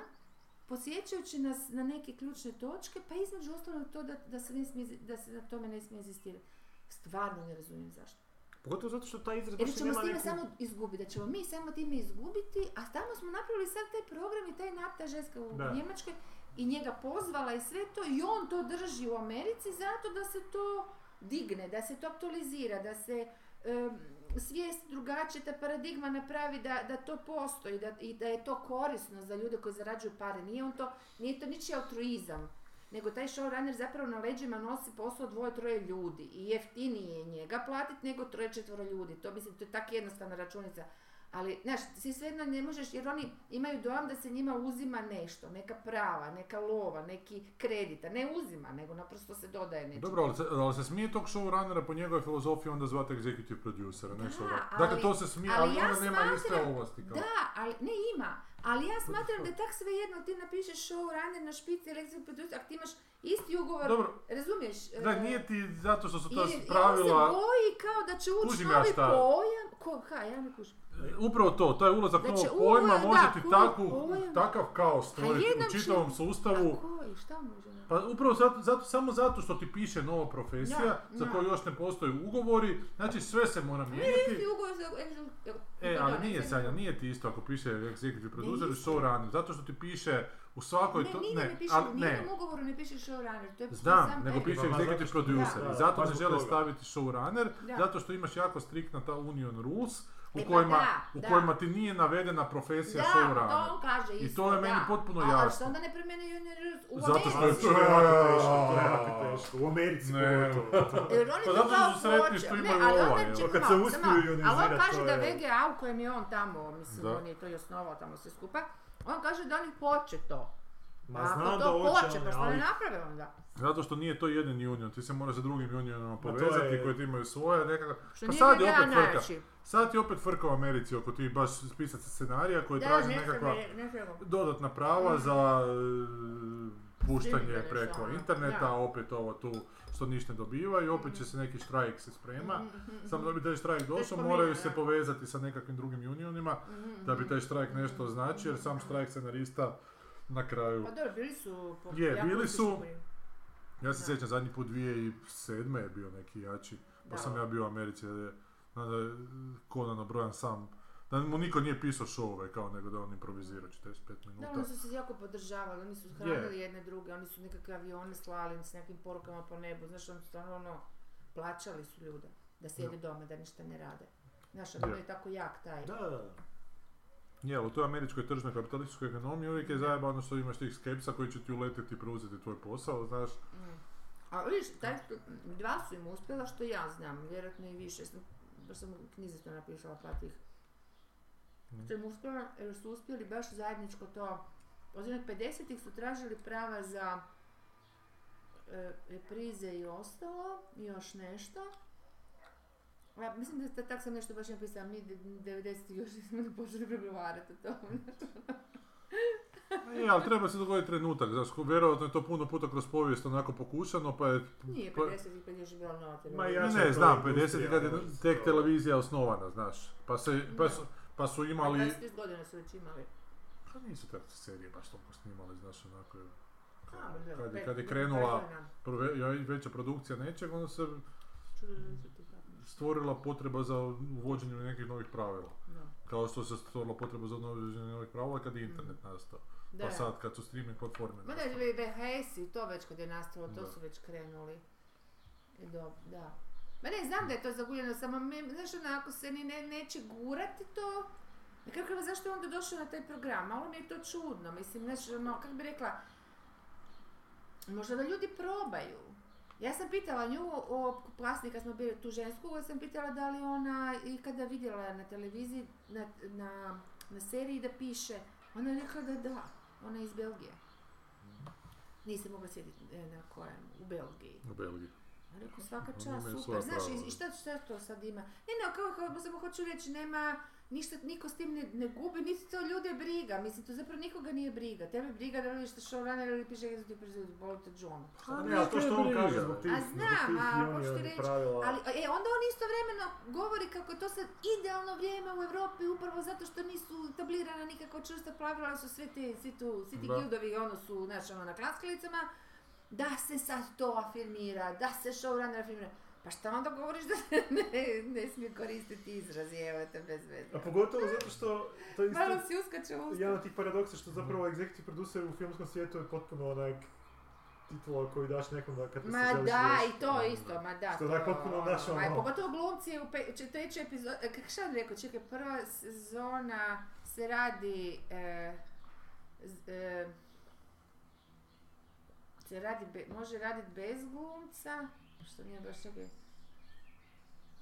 [SPEAKER 1] podsjećajući nas na neke ključne točke, pa između ostalog to da, da, se ne smije, da se na tome ne smije inzistirati. Stvarno ne razumijem zašto.
[SPEAKER 4] Pogotovo zato što taj izraz
[SPEAKER 1] Jer
[SPEAKER 4] baš i
[SPEAKER 1] ćemo s
[SPEAKER 4] nema
[SPEAKER 1] time
[SPEAKER 4] neku...
[SPEAKER 1] samo izgubiti, da ćemo mi samo time izgubiti, a tamo smo napravili sad taj program i taj napta ženska u
[SPEAKER 4] Da.
[SPEAKER 1] Njemačkoj i njega pozvala i sve to i on to drži u Americi zato da se to digne, da se to aktualizira, da se em, svijest drugačije, ta paradigma napravi da, da to postoji da, i da je to korisno za ljude koji zarađuju pare. Nije, on to, nije to ničiji altruizam, nego taj showrunner zapravo na leđima nosi posao dvoje, troje ljudi i jeftinije je njega platiti nego troje, četvoro ljudi. To mislim, to je tako jednostavna računica. Ali, znaš, ti svejedno ne možeš, jer oni imaju dojam da se njima uzima nešto, neka prava, neka lova, neki kredita. Ne uzima, nego naprosto se dodaje nešto.
[SPEAKER 3] Dobro, ali se, ali se smije tog showrunnera po njegovoj filozofiji onda zvati executive producera, ne
[SPEAKER 1] Da,
[SPEAKER 3] showrunner.
[SPEAKER 1] ali-
[SPEAKER 3] Dakle, to se smije,
[SPEAKER 1] ali
[SPEAKER 3] ali,
[SPEAKER 1] ja
[SPEAKER 3] onda nema iste
[SPEAKER 1] smatram-
[SPEAKER 3] ovlasti. Kao.
[SPEAKER 1] Da, ali ne ima. Ali ja smatram
[SPEAKER 3] to?
[SPEAKER 1] da je tak svejedno, ti napišeš showrunner na špici električnog producer, ako ti imaš isti ugovor,
[SPEAKER 3] Dobro,
[SPEAKER 1] razumiješ?
[SPEAKER 3] da
[SPEAKER 1] e,
[SPEAKER 3] nije ti zato što su ta
[SPEAKER 1] jer- jer on se
[SPEAKER 3] pravila...
[SPEAKER 1] boji kao da će ući
[SPEAKER 3] Kužim ja
[SPEAKER 1] novi
[SPEAKER 3] šta je.
[SPEAKER 1] pojam. Ko, ha, ja ne kužim.
[SPEAKER 3] E, Upravo to, taj ulazak
[SPEAKER 1] Znači,
[SPEAKER 3] novog
[SPEAKER 1] ovo je,
[SPEAKER 3] pojma
[SPEAKER 1] da,
[SPEAKER 3] može ti
[SPEAKER 1] koji
[SPEAKER 3] takvu,
[SPEAKER 1] pojam?
[SPEAKER 3] takav kaos stvoriti
[SPEAKER 1] jedan
[SPEAKER 3] u čitavom
[SPEAKER 1] A
[SPEAKER 3] sustavu.
[SPEAKER 1] koji, šta može? napraviti?
[SPEAKER 3] Pa upravo zato, zato- samo zato što ti piše nova profesija,
[SPEAKER 1] Da,
[SPEAKER 3] za
[SPEAKER 1] da.
[SPEAKER 3] koju još ne postoje ugovori, znači sve se mora
[SPEAKER 1] Isti
[SPEAKER 3] mijenjati.
[SPEAKER 1] ugovor za- e, za-
[SPEAKER 3] E,
[SPEAKER 1] pardon,
[SPEAKER 3] ali nije
[SPEAKER 1] ne,
[SPEAKER 3] Sanja, nije ti isto ako piše executive producer i
[SPEAKER 1] isto.
[SPEAKER 3] showrunner, zato što ti piše u svakoj...
[SPEAKER 1] Ne,
[SPEAKER 3] to-
[SPEAKER 1] nigdje ne piše, u
[SPEAKER 3] ali ne,
[SPEAKER 1] nijednom ugovoru ne piše showrunner, to je e,
[SPEAKER 3] Znam,
[SPEAKER 1] sam
[SPEAKER 3] nego
[SPEAKER 1] taj-
[SPEAKER 3] piše
[SPEAKER 2] Ma, zato
[SPEAKER 3] executive
[SPEAKER 2] što-
[SPEAKER 3] producer.
[SPEAKER 1] Da.
[SPEAKER 3] I zato
[SPEAKER 2] Pa
[SPEAKER 3] ne
[SPEAKER 2] zbog
[SPEAKER 3] žele
[SPEAKER 2] toga.
[SPEAKER 3] staviti showrunner,
[SPEAKER 1] Da.
[SPEAKER 3] zato što imaš jako striktna ta union rules,
[SPEAKER 1] E,
[SPEAKER 3] u
[SPEAKER 1] pa
[SPEAKER 3] kojima,
[SPEAKER 1] da,
[SPEAKER 3] u
[SPEAKER 1] da.
[SPEAKER 3] kojima ti nije navedena profesija
[SPEAKER 1] Da, pa to
[SPEAKER 3] showrunnera.
[SPEAKER 1] on kaže isto,
[SPEAKER 3] I to je meni
[SPEAKER 1] da.
[SPEAKER 3] potpuno
[SPEAKER 1] A, Ali
[SPEAKER 3] jasno.
[SPEAKER 1] što onda ne promijene Junior Rus u
[SPEAKER 3] Zato što
[SPEAKER 2] Ali
[SPEAKER 3] je
[SPEAKER 1] Americi?
[SPEAKER 2] to je jako teško, to je jako teško. U Americi
[SPEAKER 3] Ne.
[SPEAKER 2] pogotovo.
[SPEAKER 1] Jer oni
[SPEAKER 3] Pa
[SPEAKER 1] to
[SPEAKER 3] zato što
[SPEAKER 1] kao
[SPEAKER 3] su sretni
[SPEAKER 1] hoće.
[SPEAKER 3] što
[SPEAKER 1] Ne,
[SPEAKER 3] imaju
[SPEAKER 1] ali
[SPEAKER 3] ova,
[SPEAKER 1] onda
[SPEAKER 3] jel?
[SPEAKER 1] će-
[SPEAKER 2] Kad se
[SPEAKER 1] samo-
[SPEAKER 2] uspiju
[SPEAKER 1] samo- Ali on
[SPEAKER 2] ionizirat,
[SPEAKER 1] kaže
[SPEAKER 2] to
[SPEAKER 1] da
[SPEAKER 2] je-
[SPEAKER 1] VGA u kojem je on tamo, mislim,
[SPEAKER 3] Da.
[SPEAKER 1] on je to i osnovao tamo sve skupa, on kaže da oni hoće to.
[SPEAKER 2] Ma
[SPEAKER 1] A ako
[SPEAKER 2] znam da
[SPEAKER 1] to
[SPEAKER 2] hoće,
[SPEAKER 1] hoće, pa što ne
[SPEAKER 2] ali
[SPEAKER 1] naprave onda?
[SPEAKER 3] Zato što nije to jedan union, ti se moraš sa drugim unionima
[SPEAKER 2] to
[SPEAKER 3] povezati
[SPEAKER 2] je-
[SPEAKER 3] koji ti imaju svoje nekako.
[SPEAKER 1] Što
[SPEAKER 3] Pa
[SPEAKER 1] nije
[SPEAKER 3] sad je
[SPEAKER 1] VGA
[SPEAKER 3] opet frka.
[SPEAKER 1] najjači.
[SPEAKER 3] Sad je opet frka u Americi oko ti baš pisaca scenarija koji
[SPEAKER 1] Da,
[SPEAKER 3] traži
[SPEAKER 1] ne znam,
[SPEAKER 3] nekakva
[SPEAKER 1] ne- ne znam.
[SPEAKER 3] dodatna prava za e, puštanje
[SPEAKER 1] Streaming,
[SPEAKER 3] preko
[SPEAKER 1] nešto,
[SPEAKER 3] interneta,
[SPEAKER 1] da.
[SPEAKER 3] opet ovo tu što ništa ne dobivaju, opet će se neki štrajk se sprema. Samo da bi taj štrajk došao,
[SPEAKER 1] Mhm. Teško mi je,
[SPEAKER 3] moraju
[SPEAKER 1] da.
[SPEAKER 3] se povezati sa nekakvim drugim unionima
[SPEAKER 1] mhm,
[SPEAKER 3] da bi taj štrajk nešto znači, jer sam štrajk scenarista na kraju.
[SPEAKER 1] Pa dobro, bili su... po-
[SPEAKER 3] Je,
[SPEAKER 1] jako
[SPEAKER 3] bili su,
[SPEAKER 1] uspješni.
[SPEAKER 3] Ja se
[SPEAKER 1] Pa Da.
[SPEAKER 3] sjećam zadnji put 2007. je bio neki jači,
[SPEAKER 1] Da.
[SPEAKER 3] pa sam ja bio u Americi, da je, znam da je Conan nabrojan sam, da mu niko nije pisao showove kao nego da on improvizira 45
[SPEAKER 1] Da,
[SPEAKER 3] minuta.
[SPEAKER 1] oni su se jako podržavali, oni su hranili jedne druge, oni su nekakve avione slali s nekim porukama po nebu, znaš, oni su stvarno ono, plaćali su ljude da sjede doma, da ništa ne rade. Znaš, ono
[SPEAKER 3] Je.
[SPEAKER 1] je tako jak taj.
[SPEAKER 2] Da, da, da.
[SPEAKER 3] Je, ali u toj američkoj tržnoj kapitalističkoj ekonomiji uvijek je zajebano što imaš tih skepsa koji će ti uletiti i preuzeti tvoj posao, znaš.
[SPEAKER 1] Mm. A vidiš, taj, dva su im uspjela što ja znam, vjerojatno i više. Sam, baš sam u knjizi to napisala pa tih.
[SPEAKER 3] Mm.
[SPEAKER 1] Što im uspjela, jer su uspjeli baš zajedničko to. Od onih 50-ih su tražili prava za e, reprize i ostalo, i još nešto. Ja, mislim da tak sam nešto baš napisala, mi 90-ih još nismo ni počeli pregovarati o tome.
[SPEAKER 3] Je, E, ali treba se dogoditi trenutak, znaš, ko- vjerojatno je to puno puta kroz povijest onako pokušano, pa je...
[SPEAKER 1] Nije
[SPEAKER 3] pa-
[SPEAKER 1] 50-ih kad je još bila nova
[SPEAKER 2] Ma ja-
[SPEAKER 1] televizija.
[SPEAKER 3] Ne,
[SPEAKER 2] Jača je
[SPEAKER 3] ne,
[SPEAKER 2] to
[SPEAKER 3] znam,
[SPEAKER 2] industrija,
[SPEAKER 3] 50 kad je
[SPEAKER 2] ono što-
[SPEAKER 3] tek televizija osnovana, znaš, pa, se, pa, su, pa su imali...
[SPEAKER 1] 20 godina su već imali.
[SPEAKER 3] Pa nisu te serije baš toliko snimali, znaš, onako je...
[SPEAKER 1] A, ma da,
[SPEAKER 3] Kad, je-
[SPEAKER 1] pet-
[SPEAKER 3] kad je
[SPEAKER 1] pet
[SPEAKER 3] krenula
[SPEAKER 1] godina.
[SPEAKER 3] prve, joj, veća produkcija nečeg, onda se
[SPEAKER 1] Čudo da su ti tako.
[SPEAKER 3] stvorila potreba za uvođenje nekih novih pravila.
[SPEAKER 1] Da.
[SPEAKER 3] Kao što se stvorila potreba za uvođenje novih pravila kad je internet nastao.
[SPEAKER 1] Mm. Da.
[SPEAKER 3] Pa sad kad su streaming platforme
[SPEAKER 1] Ma da,
[SPEAKER 3] nastale.
[SPEAKER 1] i VHS i to već kad je nastalo, to
[SPEAKER 3] Da.
[SPEAKER 1] su već krenuli. I do, da. Ma ne, znam da je to zaguljeno, samo me, znaš onako se ni ne, neće gurati to. Na kraju krajeva, zašto je onda došao na taj program? Malo mi je to čudno, mislim, znaš, ono, kako bi rekla, možda da ljudi probaju. Ja sam pitala nju, o, plasni kad smo bili tu žensku, ja sam pitala da li ona, i kada je vidjela na televiziji, na, na, na seriji da piše, ona je rekla da da, ona je iz Belgije. Nisam mogla sjetiti e, na kojem, u Belgiji.
[SPEAKER 3] U Belgiji.
[SPEAKER 1] A Rekao, svaka
[SPEAKER 3] Oni
[SPEAKER 1] čast,
[SPEAKER 3] imaju
[SPEAKER 1] super.
[SPEAKER 3] svoja
[SPEAKER 1] Znaš, i-
[SPEAKER 3] pravila.
[SPEAKER 1] i šta, šta to sad ima? Ne, ne, kao, kao, samo hoću reći, nema, ništa, niko s tim ne, ne gubi, niti to ljude briga. Mislim, to zapravo nikoga nije briga. Tebe briga da li što showrunner ili piše jezu ti prezvod, boli te džon.
[SPEAKER 3] A
[SPEAKER 4] Ne, ali to što on
[SPEAKER 3] briga.
[SPEAKER 4] kaže zbog tih,
[SPEAKER 1] Pa A
[SPEAKER 4] zbog
[SPEAKER 1] znam,
[SPEAKER 4] tih
[SPEAKER 1] a
[SPEAKER 4] i
[SPEAKER 1] hoću ti
[SPEAKER 4] oni
[SPEAKER 1] reći,
[SPEAKER 4] pravila.
[SPEAKER 1] Ali, e, onda on istovremeno govori kako je to sad idealno vrijeme u Europi upravo zato što nisu tablirana nikako čvrsta pravila, su sve te, svi tu, svi ti
[SPEAKER 3] Da.
[SPEAKER 1] gildovi, ono su, znaš, ono, na klaskalicama, da se sad to afirmira, da se showrunner afirmira. Pa šta onda govoriš da se ne, ne smije koristiti izrazi, evo te bez
[SPEAKER 4] A
[SPEAKER 1] veze.
[SPEAKER 4] pogotovo zato što to je isto
[SPEAKER 1] Malo si uskače u usta.
[SPEAKER 4] jedan od tih paradoksa što zapravo executive producer u filmskom svijetu je potpuno onak titula koju daš nekom da kad te se
[SPEAKER 1] Ma
[SPEAKER 4] želiš
[SPEAKER 1] da,
[SPEAKER 4] riješiti.
[SPEAKER 1] i to isto, ma da.
[SPEAKER 4] Što
[SPEAKER 1] to,
[SPEAKER 4] onak potpuno, znaš,
[SPEAKER 1] ono, ma i
[SPEAKER 4] ono-
[SPEAKER 1] pogotovo glumci u pe, če- trećoj epizodi, kako šta bi rekao, čekaj, prva sezona se radi, e, z- e, se radi, be- može raditi bez glumca, što nije baš čekaj.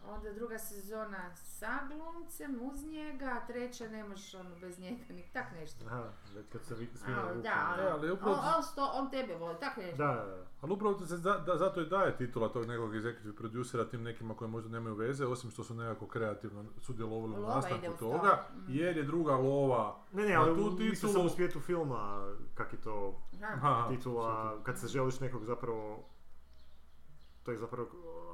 [SPEAKER 1] Onda druga sezona sa glumcem, uz njega, a treća ne možeš ono bez njega, ni tak nešto.
[SPEAKER 4] Aha, već kad sam vidio
[SPEAKER 1] A,
[SPEAKER 4] ruku.
[SPEAKER 1] da, ono-
[SPEAKER 3] E, ali upravo-
[SPEAKER 1] on, on, sto- on tebe voli, tak nešto.
[SPEAKER 4] Da, da, da.
[SPEAKER 3] Ali upravo ti se za- da- zato i daje titula tog nekog executive producera tim nekima koji možda nemaju veze, osim što su nekako kreativno sudjelovali u
[SPEAKER 1] Lova ide
[SPEAKER 3] nastanku
[SPEAKER 1] uz to.
[SPEAKER 3] toga,
[SPEAKER 1] Mm.
[SPEAKER 3] jer je druga lova.
[SPEAKER 4] Ne, ne,
[SPEAKER 3] Na
[SPEAKER 4] ali
[SPEAKER 3] tu
[SPEAKER 4] u, mislim
[SPEAKER 3] titulu-
[SPEAKER 4] samo u svijetu filma, kak je to
[SPEAKER 1] Znam.
[SPEAKER 3] Aha,
[SPEAKER 4] titula, kad se želiš nekog zapravo, to je zapravo,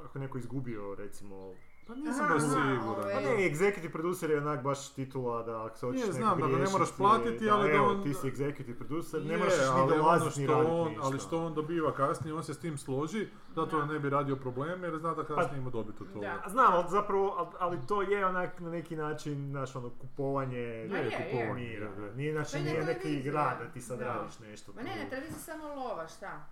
[SPEAKER 4] ako je neko izgubio, recimo,
[SPEAKER 3] Pa nisam
[SPEAKER 1] Aha,
[SPEAKER 3] baš
[SPEAKER 1] aha,
[SPEAKER 3] siguran.
[SPEAKER 1] ove-
[SPEAKER 4] Pa ne, executive producer je onak baš titula da ako se hoćeš
[SPEAKER 3] Je,
[SPEAKER 4] nekog
[SPEAKER 3] znam da ga ne
[SPEAKER 4] riješiti,
[SPEAKER 3] moraš platiti, ali
[SPEAKER 4] da,
[SPEAKER 3] da
[SPEAKER 4] evo,
[SPEAKER 3] on-
[SPEAKER 4] ti si executive producer, ne
[SPEAKER 3] Je,
[SPEAKER 4] moraš ni
[SPEAKER 3] ali ono
[SPEAKER 4] dolaziti ni
[SPEAKER 3] što
[SPEAKER 4] raditi
[SPEAKER 3] on-
[SPEAKER 4] ništa.
[SPEAKER 3] Ali što on dobiva kasnije, on se s tim složi, zato
[SPEAKER 1] Da.
[SPEAKER 3] da. ne bi radio problem jer zna da
[SPEAKER 4] Pa-
[SPEAKER 3] kasnije ima dobit od toga.
[SPEAKER 1] Da.
[SPEAKER 4] A Znam, ali zapravo, ali, ali to je onak na neki način, znaš, ono, kupovanje
[SPEAKER 1] Ma je, je.
[SPEAKER 4] mira.
[SPEAKER 3] Je, je.
[SPEAKER 4] Nije, znači,
[SPEAKER 1] Pa i na
[SPEAKER 4] nije neki
[SPEAKER 1] televiziji,
[SPEAKER 4] igra
[SPEAKER 1] da.
[SPEAKER 4] da ti sad
[SPEAKER 1] Da.
[SPEAKER 4] radiš nešto.
[SPEAKER 1] Ma ne,
[SPEAKER 4] tu.
[SPEAKER 1] na televiziji samo lova, šta?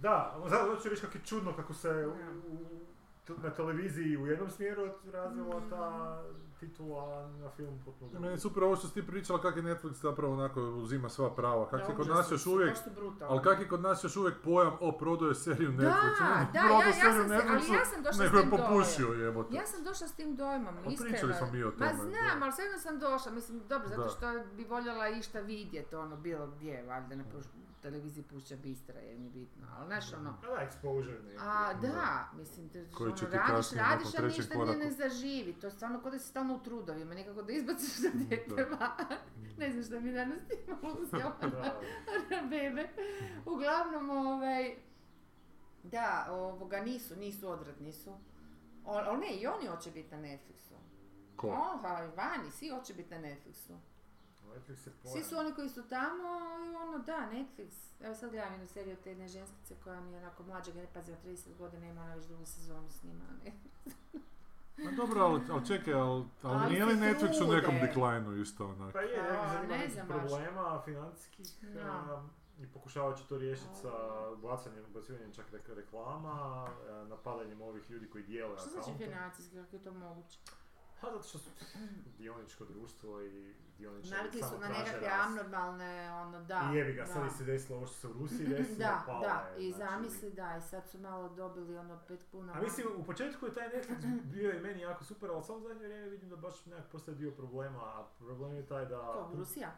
[SPEAKER 4] Da, ali zato hoću reći kako je čudno kako se u-
[SPEAKER 1] Da.
[SPEAKER 4] u- tu- na televiziji u jednom smjeru razvila ta
[SPEAKER 1] Mhm.
[SPEAKER 4] titula na film potpuno
[SPEAKER 3] Meni je super ovo što si ti pričala kako je Netflix zapravo onako uzima sva prava, kako
[SPEAKER 1] Da,
[SPEAKER 3] je kod
[SPEAKER 1] užasno
[SPEAKER 3] nas još
[SPEAKER 1] su,
[SPEAKER 3] uvijek
[SPEAKER 1] baš su brutalni.
[SPEAKER 3] Ali kak je ono, kod nas još uvijek pojam o prodaju seriju
[SPEAKER 1] Da,
[SPEAKER 3] Netflixu? Ne,
[SPEAKER 1] da,
[SPEAKER 3] prodao
[SPEAKER 1] ja- ja
[SPEAKER 3] seriju
[SPEAKER 1] sam se- ali
[SPEAKER 3] Netflixu,
[SPEAKER 1] ja sam došla s
[SPEAKER 3] nego je
[SPEAKER 1] tim
[SPEAKER 3] popušio jebote.
[SPEAKER 1] Ja sam došla s tim dojmom,
[SPEAKER 3] Pa
[SPEAKER 1] iskreno.
[SPEAKER 3] pričali smo mi o
[SPEAKER 1] Ma
[SPEAKER 3] tome,
[SPEAKER 1] znam,
[SPEAKER 3] da.
[SPEAKER 1] ali svejedno sam došla, mislim, dobro, zato
[SPEAKER 3] Da.
[SPEAKER 1] što bi voljela išta vidjeti, ono, bilo gdje, valjda, na puš- televiziji pušća bistra, je mi bitno, ali znaš, ono,
[SPEAKER 4] Pa da, exposure neki.
[SPEAKER 1] a, da, mislim, te,
[SPEAKER 3] Koji
[SPEAKER 1] ono,
[SPEAKER 3] će ti
[SPEAKER 1] radiš,
[SPEAKER 3] kasnije
[SPEAKER 1] radiš,
[SPEAKER 3] nakon
[SPEAKER 1] a
[SPEAKER 3] trećeg
[SPEAKER 1] ništa ne, ne
[SPEAKER 3] koraka.
[SPEAKER 1] zaživi, to je stvarno kod da si stalno u trudovima, nekako da izbaciš za djeteva, ne znam šta mi danas imamo ono, uzela.
[SPEAKER 4] Da.
[SPEAKER 1] na bebe. Uglavnom, ovaj, da, ovoga, nisu, nisu odradni su. O- Ali ne, i oni hoće biti na Netflixu.
[SPEAKER 3] Ko?
[SPEAKER 1] Ova, i vani, svi hoće biti na Netflixu.
[SPEAKER 4] Netflix je
[SPEAKER 1] Svi su
[SPEAKER 4] pojam.
[SPEAKER 1] oni koji su tamo, i ono, da, Netflix. Evo sad gledam jednu seriju od te jedne ženskice koja mi je onako mlađa, ne pazi, od 30 godina ima ona već drugu sezonu snima. Ne?
[SPEAKER 3] Ma dobro, ali, ali čekaj, ali, ali,
[SPEAKER 1] Ali
[SPEAKER 3] nije li
[SPEAKER 1] se
[SPEAKER 3] Netflix u
[SPEAKER 1] trude.
[SPEAKER 3] nekom deklajnu isto onak?
[SPEAKER 4] Pa je, ja
[SPEAKER 1] A,
[SPEAKER 4] mislim da ima
[SPEAKER 1] ne
[SPEAKER 4] nekih
[SPEAKER 1] znam baš.
[SPEAKER 4] problema financijskih
[SPEAKER 1] Da.
[SPEAKER 4] a, i pokušavat će to riješiti sa
[SPEAKER 1] A.
[SPEAKER 4] bacanjem, bacivanjem čak rek- reklama, a, napadanjem ovih ljudi koji dijele
[SPEAKER 1] Što znači
[SPEAKER 4] akaunte.
[SPEAKER 1] financijski, kako je to moguće?
[SPEAKER 4] Pa zato što su dioničko društvo i dioničari
[SPEAKER 1] Navikli su
[SPEAKER 4] samo
[SPEAKER 1] na
[SPEAKER 4] traže
[SPEAKER 1] nekakve
[SPEAKER 4] rast.
[SPEAKER 1] abnormalne, ono, da.
[SPEAKER 4] I jebi ga, sad
[SPEAKER 1] da.
[SPEAKER 4] i se desilo ovo što se u Rusiji desilo,
[SPEAKER 1] Da,
[SPEAKER 4] palo
[SPEAKER 1] da,
[SPEAKER 4] je,
[SPEAKER 1] i
[SPEAKER 4] znači-
[SPEAKER 1] zamisli da, i sad su malo dobili ono pet kuna.
[SPEAKER 4] A
[SPEAKER 1] manje.
[SPEAKER 4] mislim, u početku je taj Netflix bio i meni jako super, ali samo u zadnje vrijeme vidim da baš nekak postaje dio problema, a problem je taj da...
[SPEAKER 1] Ko, Rusija?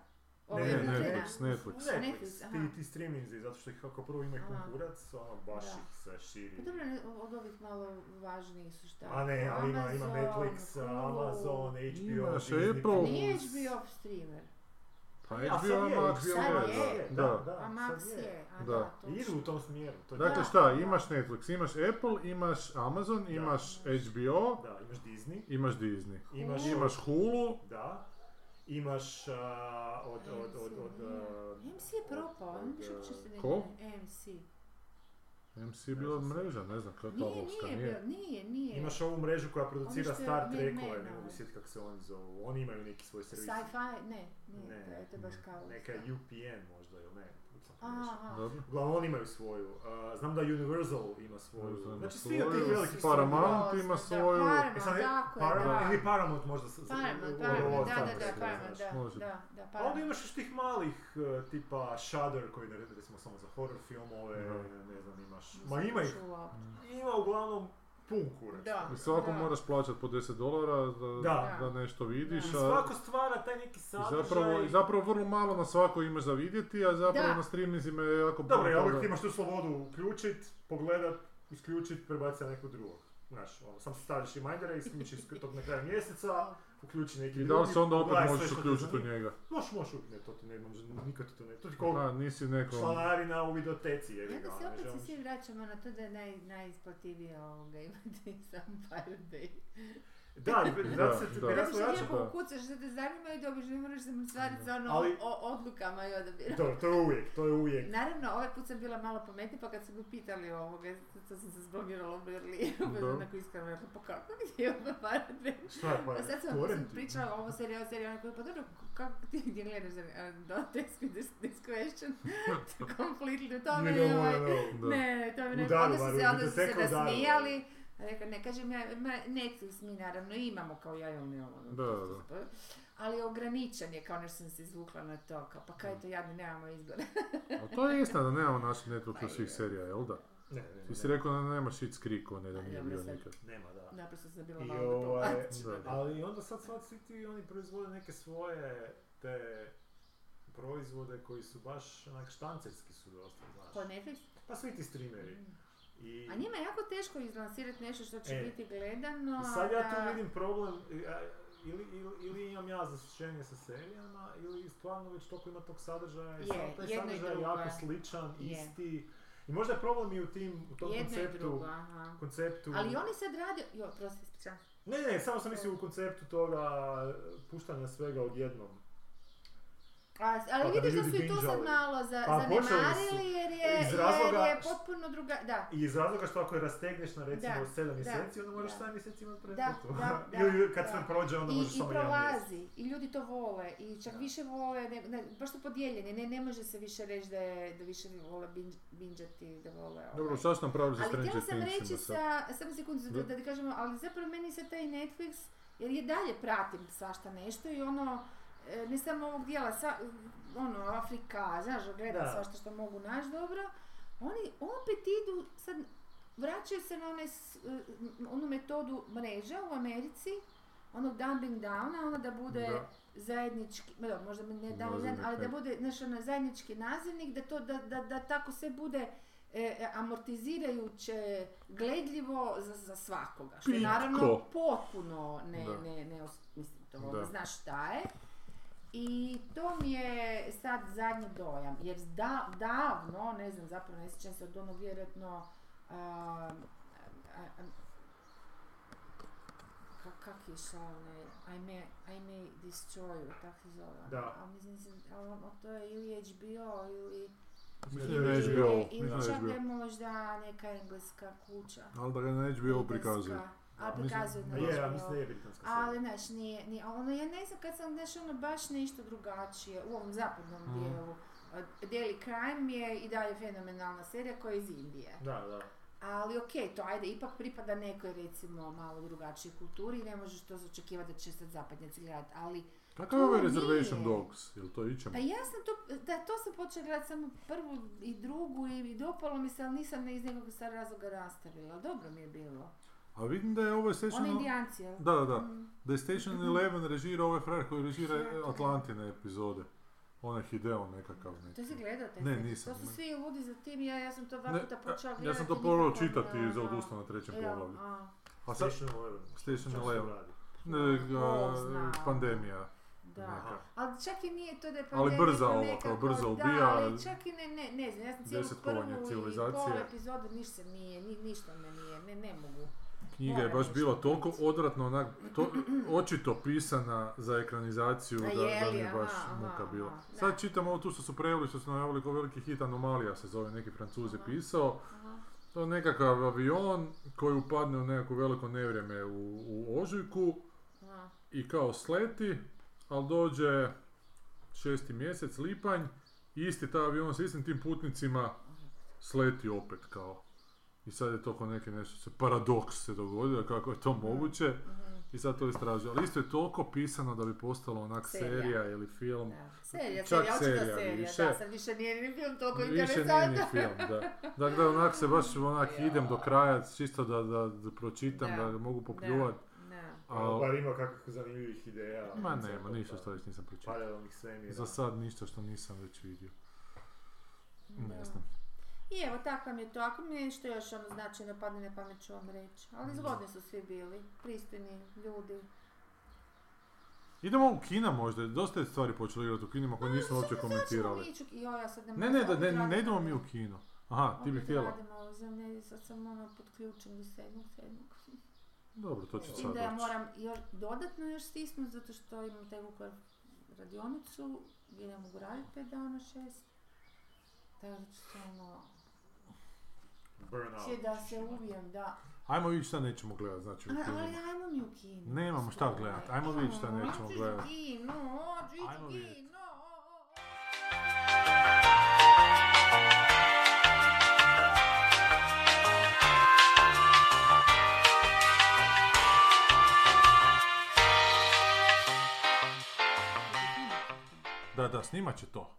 [SPEAKER 3] Ne,
[SPEAKER 1] Ovo je
[SPEAKER 3] ne,
[SPEAKER 4] Ne,
[SPEAKER 1] Ukrajina?
[SPEAKER 3] Netflix, Netflix.
[SPEAKER 4] Netflix,
[SPEAKER 1] Netflix, aha.
[SPEAKER 4] ti, ti streamingzi, zato što ih kako prvo ima ih
[SPEAKER 1] Aha.
[SPEAKER 4] konkurac, ono baš
[SPEAKER 1] Da.
[SPEAKER 4] ih se širi.
[SPEAKER 1] Pa dobro, ne, od ovih malo važnijih su šta.
[SPEAKER 4] A ne, ali ima, ima
[SPEAKER 1] Amazon,
[SPEAKER 4] Netflix,
[SPEAKER 1] Hulu.
[SPEAKER 4] Amazon, HBO,
[SPEAKER 3] Imaš
[SPEAKER 4] Disney+.
[SPEAKER 3] Apple.
[SPEAKER 1] Nije HBO streamer.
[SPEAKER 3] Pa
[SPEAKER 4] A sad je,
[SPEAKER 3] HBO Max,
[SPEAKER 1] sad
[SPEAKER 3] HBO
[SPEAKER 1] je.
[SPEAKER 3] Max,
[SPEAKER 4] Da,
[SPEAKER 3] da.
[SPEAKER 4] da,
[SPEAKER 1] A Max
[SPEAKER 4] sad je.
[SPEAKER 1] je, a
[SPEAKER 3] Da.
[SPEAKER 1] da, to
[SPEAKER 4] Idu u tom smjeru, to je
[SPEAKER 3] Dakle
[SPEAKER 1] Da.
[SPEAKER 3] šta, imaš Netflix, imaš Apple, imaš Amazon,
[SPEAKER 4] Da.
[SPEAKER 3] imaš HBO,
[SPEAKER 4] Da, imaš Disney,
[SPEAKER 3] imaš Disney.
[SPEAKER 4] imaš,
[SPEAKER 3] Imaš Hulu,
[SPEAKER 4] da, imaš a, od, od, od, od, a,
[SPEAKER 1] MC je propao,
[SPEAKER 4] od,
[SPEAKER 1] ne više
[SPEAKER 4] a,
[SPEAKER 1] uopće se ne
[SPEAKER 3] ko?
[SPEAKER 1] gleda. MC.
[SPEAKER 3] MC je bila mreža, ne znam kakva
[SPEAKER 1] Nije,
[SPEAKER 3] bokska,
[SPEAKER 1] nije,
[SPEAKER 3] nije.
[SPEAKER 1] bio- nije, nije.
[SPEAKER 4] Imaš ovu mrežu koja producira
[SPEAKER 1] Oni što je
[SPEAKER 4] Star
[SPEAKER 1] Mad
[SPEAKER 4] Trekove,
[SPEAKER 1] Men,
[SPEAKER 4] ne mogu
[SPEAKER 1] ovaj.
[SPEAKER 4] sjetiti kako se oni zovu, oni imaju neki svoj servis.
[SPEAKER 1] Sci-fi? Ne, nije,
[SPEAKER 4] Ne,
[SPEAKER 1] to je- to je baš kao.
[SPEAKER 4] Neka UPN možda, ili ne?
[SPEAKER 1] Aha,
[SPEAKER 3] Dobro.
[SPEAKER 4] Uglavnom oni imaju svoju, a, znam da Universal ima svoju,
[SPEAKER 3] Universal ima
[SPEAKER 4] znači svi od
[SPEAKER 3] svoju.
[SPEAKER 4] tih velikih
[SPEAKER 3] Pa, Paramount
[SPEAKER 1] Da,
[SPEAKER 3] ima
[SPEAKER 1] da,
[SPEAKER 3] svoju-
[SPEAKER 1] Paramount,
[SPEAKER 4] E sad,
[SPEAKER 1] tako je,
[SPEAKER 4] Paramount,
[SPEAKER 1] da.
[SPEAKER 4] ili Paramount možda sa... sa-
[SPEAKER 1] Paramount,
[SPEAKER 4] ovo-
[SPEAKER 1] Paramount,
[SPEAKER 4] ovo-
[SPEAKER 1] da,
[SPEAKER 4] Star
[SPEAKER 1] da, da,
[SPEAKER 4] Trek,
[SPEAKER 1] Paramount,
[SPEAKER 4] znaš.
[SPEAKER 1] da, pa-
[SPEAKER 3] može.
[SPEAKER 1] da, da,
[SPEAKER 4] A onda
[SPEAKER 1] Paramount.
[SPEAKER 4] imaš još tih malih e, tipa Shudder koji ne recimo samo za horror filmove,
[SPEAKER 3] Mhm.
[SPEAKER 4] ne znam, imaš...
[SPEAKER 1] Nisam
[SPEAKER 4] Ma ima ih,
[SPEAKER 1] čula.
[SPEAKER 4] ima uglavnom pun kurac.
[SPEAKER 1] Da.
[SPEAKER 3] I svako
[SPEAKER 1] Da.
[SPEAKER 3] moraš plaćati po 10 dolara da,
[SPEAKER 4] Da.
[SPEAKER 3] da nešto vidiš,
[SPEAKER 4] I
[SPEAKER 1] Da.
[SPEAKER 3] a
[SPEAKER 4] svako stvara taj neki
[SPEAKER 3] I
[SPEAKER 4] sadržaj.
[SPEAKER 3] zapravo, i zapravo vrlo malo na svako imaš za vidjeti, a zapravo
[SPEAKER 1] Da.
[SPEAKER 3] na streamingzima je jako puno
[SPEAKER 4] Dobro, ja uvijek
[SPEAKER 3] toga.
[SPEAKER 4] ti imaš tu slobodu uključit, pogledat, isključiti, prebaciti na nekog drugog. Znaš, ono, sam staviš remindera, isključi iz tog na kraju mjeseca, uključi neki
[SPEAKER 3] I da li
[SPEAKER 4] drugi,
[SPEAKER 3] se onda opet
[SPEAKER 4] pogledaj sve
[SPEAKER 3] možeš
[SPEAKER 4] što te
[SPEAKER 3] uključiti u
[SPEAKER 4] zanima.
[SPEAKER 3] njega?
[SPEAKER 4] Možeš, možeš ukinuti, to ti ne može, nikad ti to ne... To ti koliko
[SPEAKER 3] Da, nisi nekom...
[SPEAKER 4] članarina u videoteci je.
[SPEAKER 1] Onda se opet se
[SPEAKER 4] želiš.
[SPEAKER 1] svi vraćamo na to da je naj, najisplativije ovoga imati sam Pirate Bay.
[SPEAKER 4] Da,
[SPEAKER 3] Da,
[SPEAKER 4] da, se ti
[SPEAKER 3] da.
[SPEAKER 1] Zato
[SPEAKER 4] prerasno
[SPEAKER 1] što
[SPEAKER 4] vraća.
[SPEAKER 1] lijepo
[SPEAKER 3] da.
[SPEAKER 1] ukucaš što te zanima i dobiš, ne moraš se stvariti za ono
[SPEAKER 4] Ali-
[SPEAKER 1] o odlukama i odabirom.
[SPEAKER 4] To, to je uvijek, to je uvijek.
[SPEAKER 1] Naravno, ovaj put sam bila malo pametnija, pa kad su me pitali ovoga, to sam se zblogirala u Berlinu, pa
[SPEAKER 3] Da.
[SPEAKER 1] sam onako iskreno rekla, pa kako gdje je ovo Pirate Bay?
[SPEAKER 4] Šta je pa?
[SPEAKER 1] A E, sad sam, sam
[SPEAKER 4] torrenti?
[SPEAKER 1] pričala ovo serija, ovo serija, onako, pa dobro, kako ti gdje gledaš za e, Dotex with this, this question? Completely, to mi
[SPEAKER 4] Ne,
[SPEAKER 1] je
[SPEAKER 4] ne,
[SPEAKER 1] ovaj,
[SPEAKER 4] ne, ne.
[SPEAKER 3] Da.
[SPEAKER 1] Ne, ne, to mi ne,
[SPEAKER 4] U Daruvaru,
[SPEAKER 1] onda su se, onda su se
[SPEAKER 4] biblioteka u Daruvaru.
[SPEAKER 1] nasmijali. A Rekao, ne kažem ja, ma, Netflix mi naravno imamo kao ja i on nemamo.
[SPEAKER 3] Da, da.
[SPEAKER 1] Ali ograničen je, kao nešto sam se izvukla na to, kao pa
[SPEAKER 4] Mm.
[SPEAKER 1] kaj to jadno, nemamo izbora.
[SPEAKER 3] A to je istina da nemamo naših
[SPEAKER 1] Pa
[SPEAKER 3] Netflixa
[SPEAKER 1] je.
[SPEAKER 3] svih serija, jel da?
[SPEAKER 4] Ne, ne, ne,
[SPEAKER 3] Ti si rekao da nema Shit's Creek, on jedan
[SPEAKER 1] A,
[SPEAKER 3] nije
[SPEAKER 1] dobro,
[SPEAKER 3] bio
[SPEAKER 1] sad.
[SPEAKER 3] nikad.
[SPEAKER 4] Nema, da.
[SPEAKER 1] Naprosto sam bila
[SPEAKER 4] I
[SPEAKER 1] malo
[SPEAKER 4] ovaj,
[SPEAKER 1] problematična.
[SPEAKER 3] da.
[SPEAKER 4] Ali onda sad sva svi ti oni proizvode neke svoje te proizvode koji su baš onak štancerski su dosta,
[SPEAKER 1] Ko
[SPEAKER 4] znaš.
[SPEAKER 1] Netflix?
[SPEAKER 4] Pa svi ti streameri. I,
[SPEAKER 1] Mm. A njima je jako teško izlansirati nešto što će
[SPEAKER 4] E.
[SPEAKER 1] biti gledano.
[SPEAKER 4] i sad ja
[SPEAKER 1] a da-
[SPEAKER 4] tu vidim problem, i- a- ili, ili, ili imam ja zasićenje sa serijama, ili stvarno već toliko ima tog sadržaja i
[SPEAKER 1] Je,
[SPEAKER 4] sad taj
[SPEAKER 1] jedno i
[SPEAKER 4] sadržaj je
[SPEAKER 1] drugo
[SPEAKER 4] jako
[SPEAKER 1] je.
[SPEAKER 4] sličan,
[SPEAKER 1] Je.
[SPEAKER 4] isti. I možda je problem i u tim, u tom
[SPEAKER 1] jedno i
[SPEAKER 4] konceptu,
[SPEAKER 1] drugo, aha.
[SPEAKER 4] konceptu...
[SPEAKER 1] Ali oni sad rade... Jo, prosti, ispričavam.
[SPEAKER 4] Ne, ne, samo sam mislio u konceptu toga e, puštanja svega odjednom.
[SPEAKER 1] A, ali
[SPEAKER 4] Pa da bi
[SPEAKER 1] vidiš da
[SPEAKER 4] ljudi
[SPEAKER 1] su i to sad
[SPEAKER 4] bingeali.
[SPEAKER 1] malo za,
[SPEAKER 4] Pa, počeli su.
[SPEAKER 1] zanemarili jer je,
[SPEAKER 4] Iz razloga
[SPEAKER 1] jer je
[SPEAKER 4] š-
[SPEAKER 1] potpuno druga... Da,
[SPEAKER 4] I iz razloga što ako je rastegneš na recimo
[SPEAKER 1] Da,
[SPEAKER 4] 7
[SPEAKER 1] da,
[SPEAKER 4] mjeseci, onda moraš
[SPEAKER 1] da.
[SPEAKER 4] 7 mjeseci imati
[SPEAKER 1] Da,
[SPEAKER 4] pretplatu.
[SPEAKER 1] da, da,
[SPEAKER 4] Ili kad
[SPEAKER 1] da.
[SPEAKER 4] sve prođe, onda
[SPEAKER 1] I,
[SPEAKER 4] možeš
[SPEAKER 1] i
[SPEAKER 4] samo jedan mjesec.
[SPEAKER 1] prolazi, i ljudi to vole, i čak
[SPEAKER 4] Da.
[SPEAKER 1] više vole, ne, ne, baš su podijeljeni, ne, ne može se više reći da, je, da više vole binge- bingeati, da vole ovaj.
[SPEAKER 3] Dobro, šta su napravili sa
[SPEAKER 1] Ali htjela
[SPEAKER 3] Stranger
[SPEAKER 1] sam reći
[SPEAKER 3] Thingsima sad?
[SPEAKER 1] sa, samo sekundu da,
[SPEAKER 3] Da.
[SPEAKER 1] da ti kažemo, ali zapravo meni se taj Netflix, jer i dalje pratim svašta nešto i ono, e, ne samo ovog dijela, sa, ono, Afrika, znaš, gledam
[SPEAKER 4] Da.
[SPEAKER 1] svašta što mogu naći dobro, oni opet idu, sad vraćaju se na onaj, s- e, m- onu metodu mreža u Americi, onog dumping downa, ono da bude
[SPEAKER 3] Da.
[SPEAKER 1] zajednički, ma dobro, možda ne
[SPEAKER 3] Nazivnik,
[SPEAKER 1] down, ali da
[SPEAKER 3] ne.
[SPEAKER 1] bude, znaš, ono, zajednički nazivnik, da to, da, da, da tako sve bude e, amortizirajuće, gledljivo za, za svakoga. Što je
[SPEAKER 3] Pitko.
[SPEAKER 1] naravno potpuno ne,
[SPEAKER 3] Da.
[SPEAKER 1] ne, ne, os- mislim, to
[SPEAKER 3] Da.
[SPEAKER 1] ne znaš šta je. I to mi je sad zadnji dojam, jer da, davno, ne znam, zapravo ne sjećam se od onog vjerojatno, a, a, a, ka, kak je išao onaj, I may, I may destroy you, tak se zove. ono.
[SPEAKER 4] Da.
[SPEAKER 1] A mislim, nisam- ali ono, to je ili HBO ili...
[SPEAKER 3] Mislim da
[SPEAKER 4] Ili-
[SPEAKER 3] je HBO,
[SPEAKER 1] Ili,
[SPEAKER 3] mislim da
[SPEAKER 1] ili
[SPEAKER 3] je
[SPEAKER 1] čak je
[SPEAKER 3] HBO.
[SPEAKER 1] možda neka engleska kuća.
[SPEAKER 3] Ali da ga na HBO prikazuje.
[SPEAKER 1] Engleska. Ali
[SPEAKER 3] Mislim-
[SPEAKER 1] prikazuje na
[SPEAKER 4] A Je, ja
[SPEAKER 1] HBO.
[SPEAKER 4] mislim da je britanska
[SPEAKER 1] Ali,
[SPEAKER 4] serija.
[SPEAKER 1] znaš, nije, nije, ono, ja ne znam, kad sam, znaš, ono, baš nešto drugačije, u ovom zapadnom
[SPEAKER 3] Mhm.
[SPEAKER 1] dijelu. A Daily Crime je i dalje fenomenalna serija koja je iz Indije.
[SPEAKER 4] Da, da.
[SPEAKER 1] Ali okej, to ajde, ipak pripada nekoj, recimo, malo drugačijoj kulturi i ne možeš to očekivati da će sad zapadnjaci gledati, ali
[SPEAKER 3] Kakav je ovaj
[SPEAKER 1] To nije.
[SPEAKER 3] Reservation Dogs? Jel to ičemo?
[SPEAKER 1] pa ja sam to, da, to sam počela gledati samo prvu i drugu i, i dopalo mi se, ali nisam ne iz nekog sad razloga nastavila. Dobro mi je bilo.
[SPEAKER 3] A vidim da je ovo
[SPEAKER 1] Oni
[SPEAKER 3] Station...
[SPEAKER 1] indijanci, jel?
[SPEAKER 3] Da, da, da.
[SPEAKER 1] Mm.
[SPEAKER 3] Da je Station Eleven režira ovaj frajer koji režira
[SPEAKER 1] Frajer.
[SPEAKER 3] Atlantine epizode. Onaj Hideo nekakav neki.
[SPEAKER 1] To si gledao taj
[SPEAKER 3] Ne,
[SPEAKER 1] film?
[SPEAKER 3] nisam,
[SPEAKER 1] To su
[SPEAKER 3] ne.
[SPEAKER 1] svi ludi za tim, ja, ja sam to dva
[SPEAKER 3] Ne,
[SPEAKER 1] puta počela
[SPEAKER 3] ja
[SPEAKER 1] gledati.
[SPEAKER 3] sam to
[SPEAKER 1] i
[SPEAKER 3] probao
[SPEAKER 1] nikako
[SPEAKER 3] čitati
[SPEAKER 1] mi,
[SPEAKER 3] i
[SPEAKER 1] ono,
[SPEAKER 3] zaustao na trećem
[SPEAKER 1] jel,
[SPEAKER 3] poglavlju.
[SPEAKER 1] a,
[SPEAKER 3] A sad
[SPEAKER 4] Station Eleven.
[SPEAKER 3] Station
[SPEAKER 4] Čak se
[SPEAKER 3] Eleven.
[SPEAKER 4] radi.
[SPEAKER 3] Ne,
[SPEAKER 1] Bog
[SPEAKER 3] ga-
[SPEAKER 1] zna.
[SPEAKER 3] pandemija.
[SPEAKER 1] Da.
[SPEAKER 4] Aha.
[SPEAKER 1] Ali čak i nije to da je
[SPEAKER 3] Ali
[SPEAKER 1] pandemija,
[SPEAKER 3] brza
[SPEAKER 1] nego
[SPEAKER 3] ova, kao
[SPEAKER 1] nekako-
[SPEAKER 3] brza
[SPEAKER 1] Da,
[SPEAKER 3] ubija,
[SPEAKER 1] ali čak i ne, ne, ne znam, ja sam cijelu
[SPEAKER 3] deset kovanja
[SPEAKER 1] prvu i
[SPEAKER 3] civilizacije.
[SPEAKER 1] pol epizodu ništa se nije, ni, ništa me nije, ne, ne mogu.
[SPEAKER 3] Knjiga je
[SPEAKER 1] Moram
[SPEAKER 3] baš
[SPEAKER 1] nešto
[SPEAKER 3] bila toliko
[SPEAKER 1] vidjeti.
[SPEAKER 3] odvratno, onak, to, očito pisana za ekranizaciju da,
[SPEAKER 1] A je
[SPEAKER 3] da mi
[SPEAKER 1] li?
[SPEAKER 3] je baš
[SPEAKER 1] Aha,
[SPEAKER 3] muka
[SPEAKER 1] aha,
[SPEAKER 3] bila.
[SPEAKER 1] aha, da.
[SPEAKER 3] Sad čitam ovo tu što su preveli, što su najavili kao veliki hit, Anomalija se zove, neki francuz je
[SPEAKER 1] Aha.
[SPEAKER 3] pisao.
[SPEAKER 1] Aha.
[SPEAKER 3] To je nekakav avion koji upadne u nekako veliko nevrijeme u, u ožujku
[SPEAKER 1] aha.
[SPEAKER 3] i kao sleti, ali dođe šesti mjesec, lipanj, isti taj avion s istim tim putnicima sleti opet kao. I sad je to kao neki nešto se paradoks se dogodio, kako je to moguće.
[SPEAKER 1] Mhm.
[SPEAKER 3] I sad to istražuje. Ali isto je toliko pisano da bi postalo onak
[SPEAKER 1] Serija.
[SPEAKER 3] serija ili film.
[SPEAKER 1] Da. Serija,
[SPEAKER 3] Čak
[SPEAKER 1] serija, očito
[SPEAKER 3] serija
[SPEAKER 1] serija,
[SPEAKER 3] više.
[SPEAKER 1] da, sad više nije ni film toliko
[SPEAKER 3] Ono, Više nije ni
[SPEAKER 1] interesantan.
[SPEAKER 3] film, da. Dakle, onak se baš onak
[SPEAKER 1] Ja.
[SPEAKER 3] idem do kraja, čisto da, da, da pročitam,
[SPEAKER 1] Da.
[SPEAKER 3] da, ga mogu popljuvat.
[SPEAKER 1] Da.
[SPEAKER 4] Ali
[SPEAKER 3] Ali,
[SPEAKER 4] bar ima kakvih zanimljivih ideja.
[SPEAKER 3] ma nema,
[SPEAKER 4] koncepata,
[SPEAKER 3] ništa što već nisam pročitao.
[SPEAKER 4] Paralelnih svemira.
[SPEAKER 3] Za sad ništa što nisam već vidio. Ne
[SPEAKER 1] Da.
[SPEAKER 3] znam.
[SPEAKER 1] I evo, tako vam je to. Ako mi nešto još ono značajno padne na pamet ću vam reći. Ali zgodni su svi bili, pristojni ljudi.
[SPEAKER 3] Idemo u Kina možda, dosta je stvari počelo igrati u kinima koje nismo Pa uopće
[SPEAKER 1] Sad- sad ćemo mi
[SPEAKER 3] komentirali.
[SPEAKER 1] ići u- joj, ja sad ne
[SPEAKER 3] Ne,
[SPEAKER 1] mogu,
[SPEAKER 3] ne, da,
[SPEAKER 1] opet
[SPEAKER 3] ne,
[SPEAKER 1] radim
[SPEAKER 3] ne idemo mi
[SPEAKER 1] ovo.
[SPEAKER 3] u kino. Aha, ti bi
[SPEAKER 1] Opet
[SPEAKER 3] htjela.
[SPEAKER 1] radimo, za ne, sad sam ono podključen do sedmog, sedmog.
[SPEAKER 3] Dobro, to će
[SPEAKER 1] S
[SPEAKER 3] sad
[SPEAKER 1] tim da ja
[SPEAKER 3] doći.
[SPEAKER 1] moram još dodatno još stisnuti, zato što imam taj Vukovar radionicu, gdje ne mogu raditi pet dana, šest. Tako da ću se ono, će
[SPEAKER 2] Burnout.
[SPEAKER 1] da se ubijem, da.
[SPEAKER 3] Ajmo vidjeti šta nećemo gledati, znači u
[SPEAKER 1] A-
[SPEAKER 3] kinima.
[SPEAKER 1] Ali ajmo mi u kinu.
[SPEAKER 3] Nemamo šta gledat, ajmo vidjet šta nećemo gledat.
[SPEAKER 1] gledati. Kino, hoću ići
[SPEAKER 3] Ajmo
[SPEAKER 1] u
[SPEAKER 3] vidjet.
[SPEAKER 1] kino. o, o, o.
[SPEAKER 3] Da, da, snimat će to.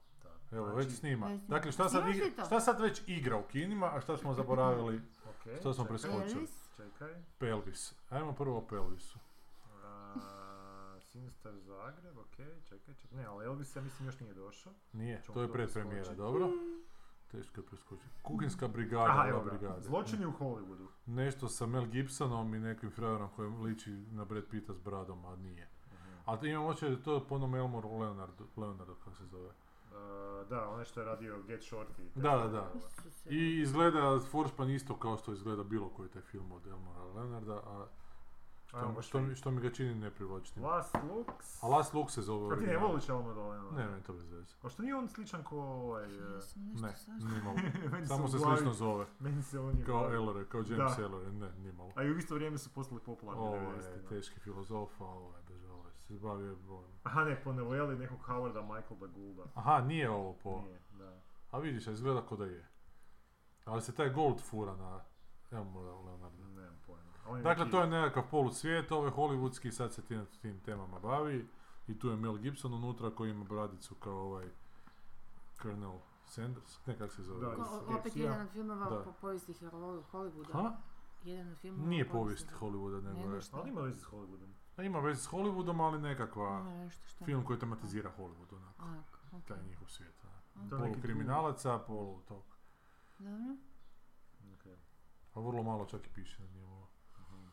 [SPEAKER 3] Evo, već
[SPEAKER 4] Znači,
[SPEAKER 3] snima.
[SPEAKER 1] Znači, Već snima.
[SPEAKER 3] Dakle, šta sad,
[SPEAKER 1] Snimaš li
[SPEAKER 3] igra-
[SPEAKER 1] to?
[SPEAKER 3] šta sad već igra u kinima, a šta smo zaboravili,
[SPEAKER 4] Ok,
[SPEAKER 3] šta smo
[SPEAKER 4] čekaj,
[SPEAKER 3] preskočili?
[SPEAKER 1] Elvis,
[SPEAKER 4] Čekaj.
[SPEAKER 3] Pelvis. Ajmo prvo o Pelvisu.
[SPEAKER 4] A, Sinistar Zagreb, ok, čekaj, čekaj. Ne, ali Elvis ja mislim još nije došao.
[SPEAKER 3] Nije,
[SPEAKER 4] Ćemo
[SPEAKER 3] to je
[SPEAKER 4] to
[SPEAKER 3] predpremijera,
[SPEAKER 4] preskočiti.
[SPEAKER 3] dobro? Teško je preskočiti. Kuhinska brigada,
[SPEAKER 4] evo
[SPEAKER 3] ova
[SPEAKER 4] ga,
[SPEAKER 3] brigada.
[SPEAKER 4] Zločini u Hollywoodu.
[SPEAKER 3] Nešto sa Mel Gibsonom i nekim frajerom kojem liči na Brad Pitta s bradom, a nije. Ali imam oče da je to po onom Elmoru Leonardu, Leonardu kako se zove.
[SPEAKER 4] E, da, onaj što je radio Get Shorty.
[SPEAKER 3] Da, da, da.
[SPEAKER 1] Isuse.
[SPEAKER 3] I izgleda Forspan isto kao što izgleda bilo koji taj film od Elmora Leonarda, a što,
[SPEAKER 4] Ajmo,
[SPEAKER 3] što mi, što mi ga čini neprivlačnim.
[SPEAKER 4] Last Looks.
[SPEAKER 3] A Last Lux se
[SPEAKER 4] A ti ne
[SPEAKER 3] zove original.
[SPEAKER 4] voliš Almod Olena?
[SPEAKER 3] Ne, ne, to bez veze.
[SPEAKER 4] A što nije on sličan ko ovaj... e,
[SPEAKER 3] Ne, nimalo.
[SPEAKER 4] meni
[SPEAKER 3] Samo
[SPEAKER 4] u
[SPEAKER 3] se
[SPEAKER 4] glavi-
[SPEAKER 3] slično zove.
[SPEAKER 4] Meni se on je...
[SPEAKER 3] Kao Elore, kao James
[SPEAKER 4] Da.
[SPEAKER 3] Elore, ne, nimalo.
[SPEAKER 4] A i u isto vrijeme su postali popularni
[SPEAKER 3] Ovo
[SPEAKER 4] 90-ih,
[SPEAKER 3] je
[SPEAKER 4] da.
[SPEAKER 3] teški filozof, a ovo je bez ovo je se bavio ovim.
[SPEAKER 4] Aha, ne, po noveli nekog Howarda Michael Goulda.
[SPEAKER 3] Aha, nije ovo po...
[SPEAKER 4] Nije, da.
[SPEAKER 3] A vidiš, a izgleda ko da je. Ali se taj gold fura na Elmora Leonarda.
[SPEAKER 4] Nemam pojma. A on je
[SPEAKER 3] Dakle,
[SPEAKER 4] neki-
[SPEAKER 3] to je nekakav polusvijet, ovaj hollywoodski, sad se tim, tim temama bavi. I tu je Mel Gibson unutra koji ima bradicu kao ovaj Colonel Sanders, ne kako se zove.
[SPEAKER 4] Da,
[SPEAKER 1] Ko-
[SPEAKER 4] iz
[SPEAKER 1] Opet
[SPEAKER 4] Gipsija.
[SPEAKER 1] jedan od filmova
[SPEAKER 3] Da.
[SPEAKER 1] po povijesti Hol- Hollywooda.
[SPEAKER 3] Ha?
[SPEAKER 1] Jedan od filmova
[SPEAKER 3] Nije
[SPEAKER 1] po
[SPEAKER 3] povijest Hollywooda, nego je.
[SPEAKER 1] nešto.
[SPEAKER 4] Ali ima veze s Hollywoodom.
[SPEAKER 3] A Ima veze s Hollywoodom, ali nekakva
[SPEAKER 1] Ima nešto što-
[SPEAKER 3] film koji tematizira Hollywood, onako,
[SPEAKER 1] A, ok.
[SPEAKER 3] taj njihov svijet. onako.
[SPEAKER 4] To je
[SPEAKER 3] Polu
[SPEAKER 4] neki
[SPEAKER 3] kriminalaca, polu tog.
[SPEAKER 1] Dobro.
[SPEAKER 4] drugi- ok.
[SPEAKER 3] A vrlo malo čak i piše na njemu.
[SPEAKER 4] Mhm.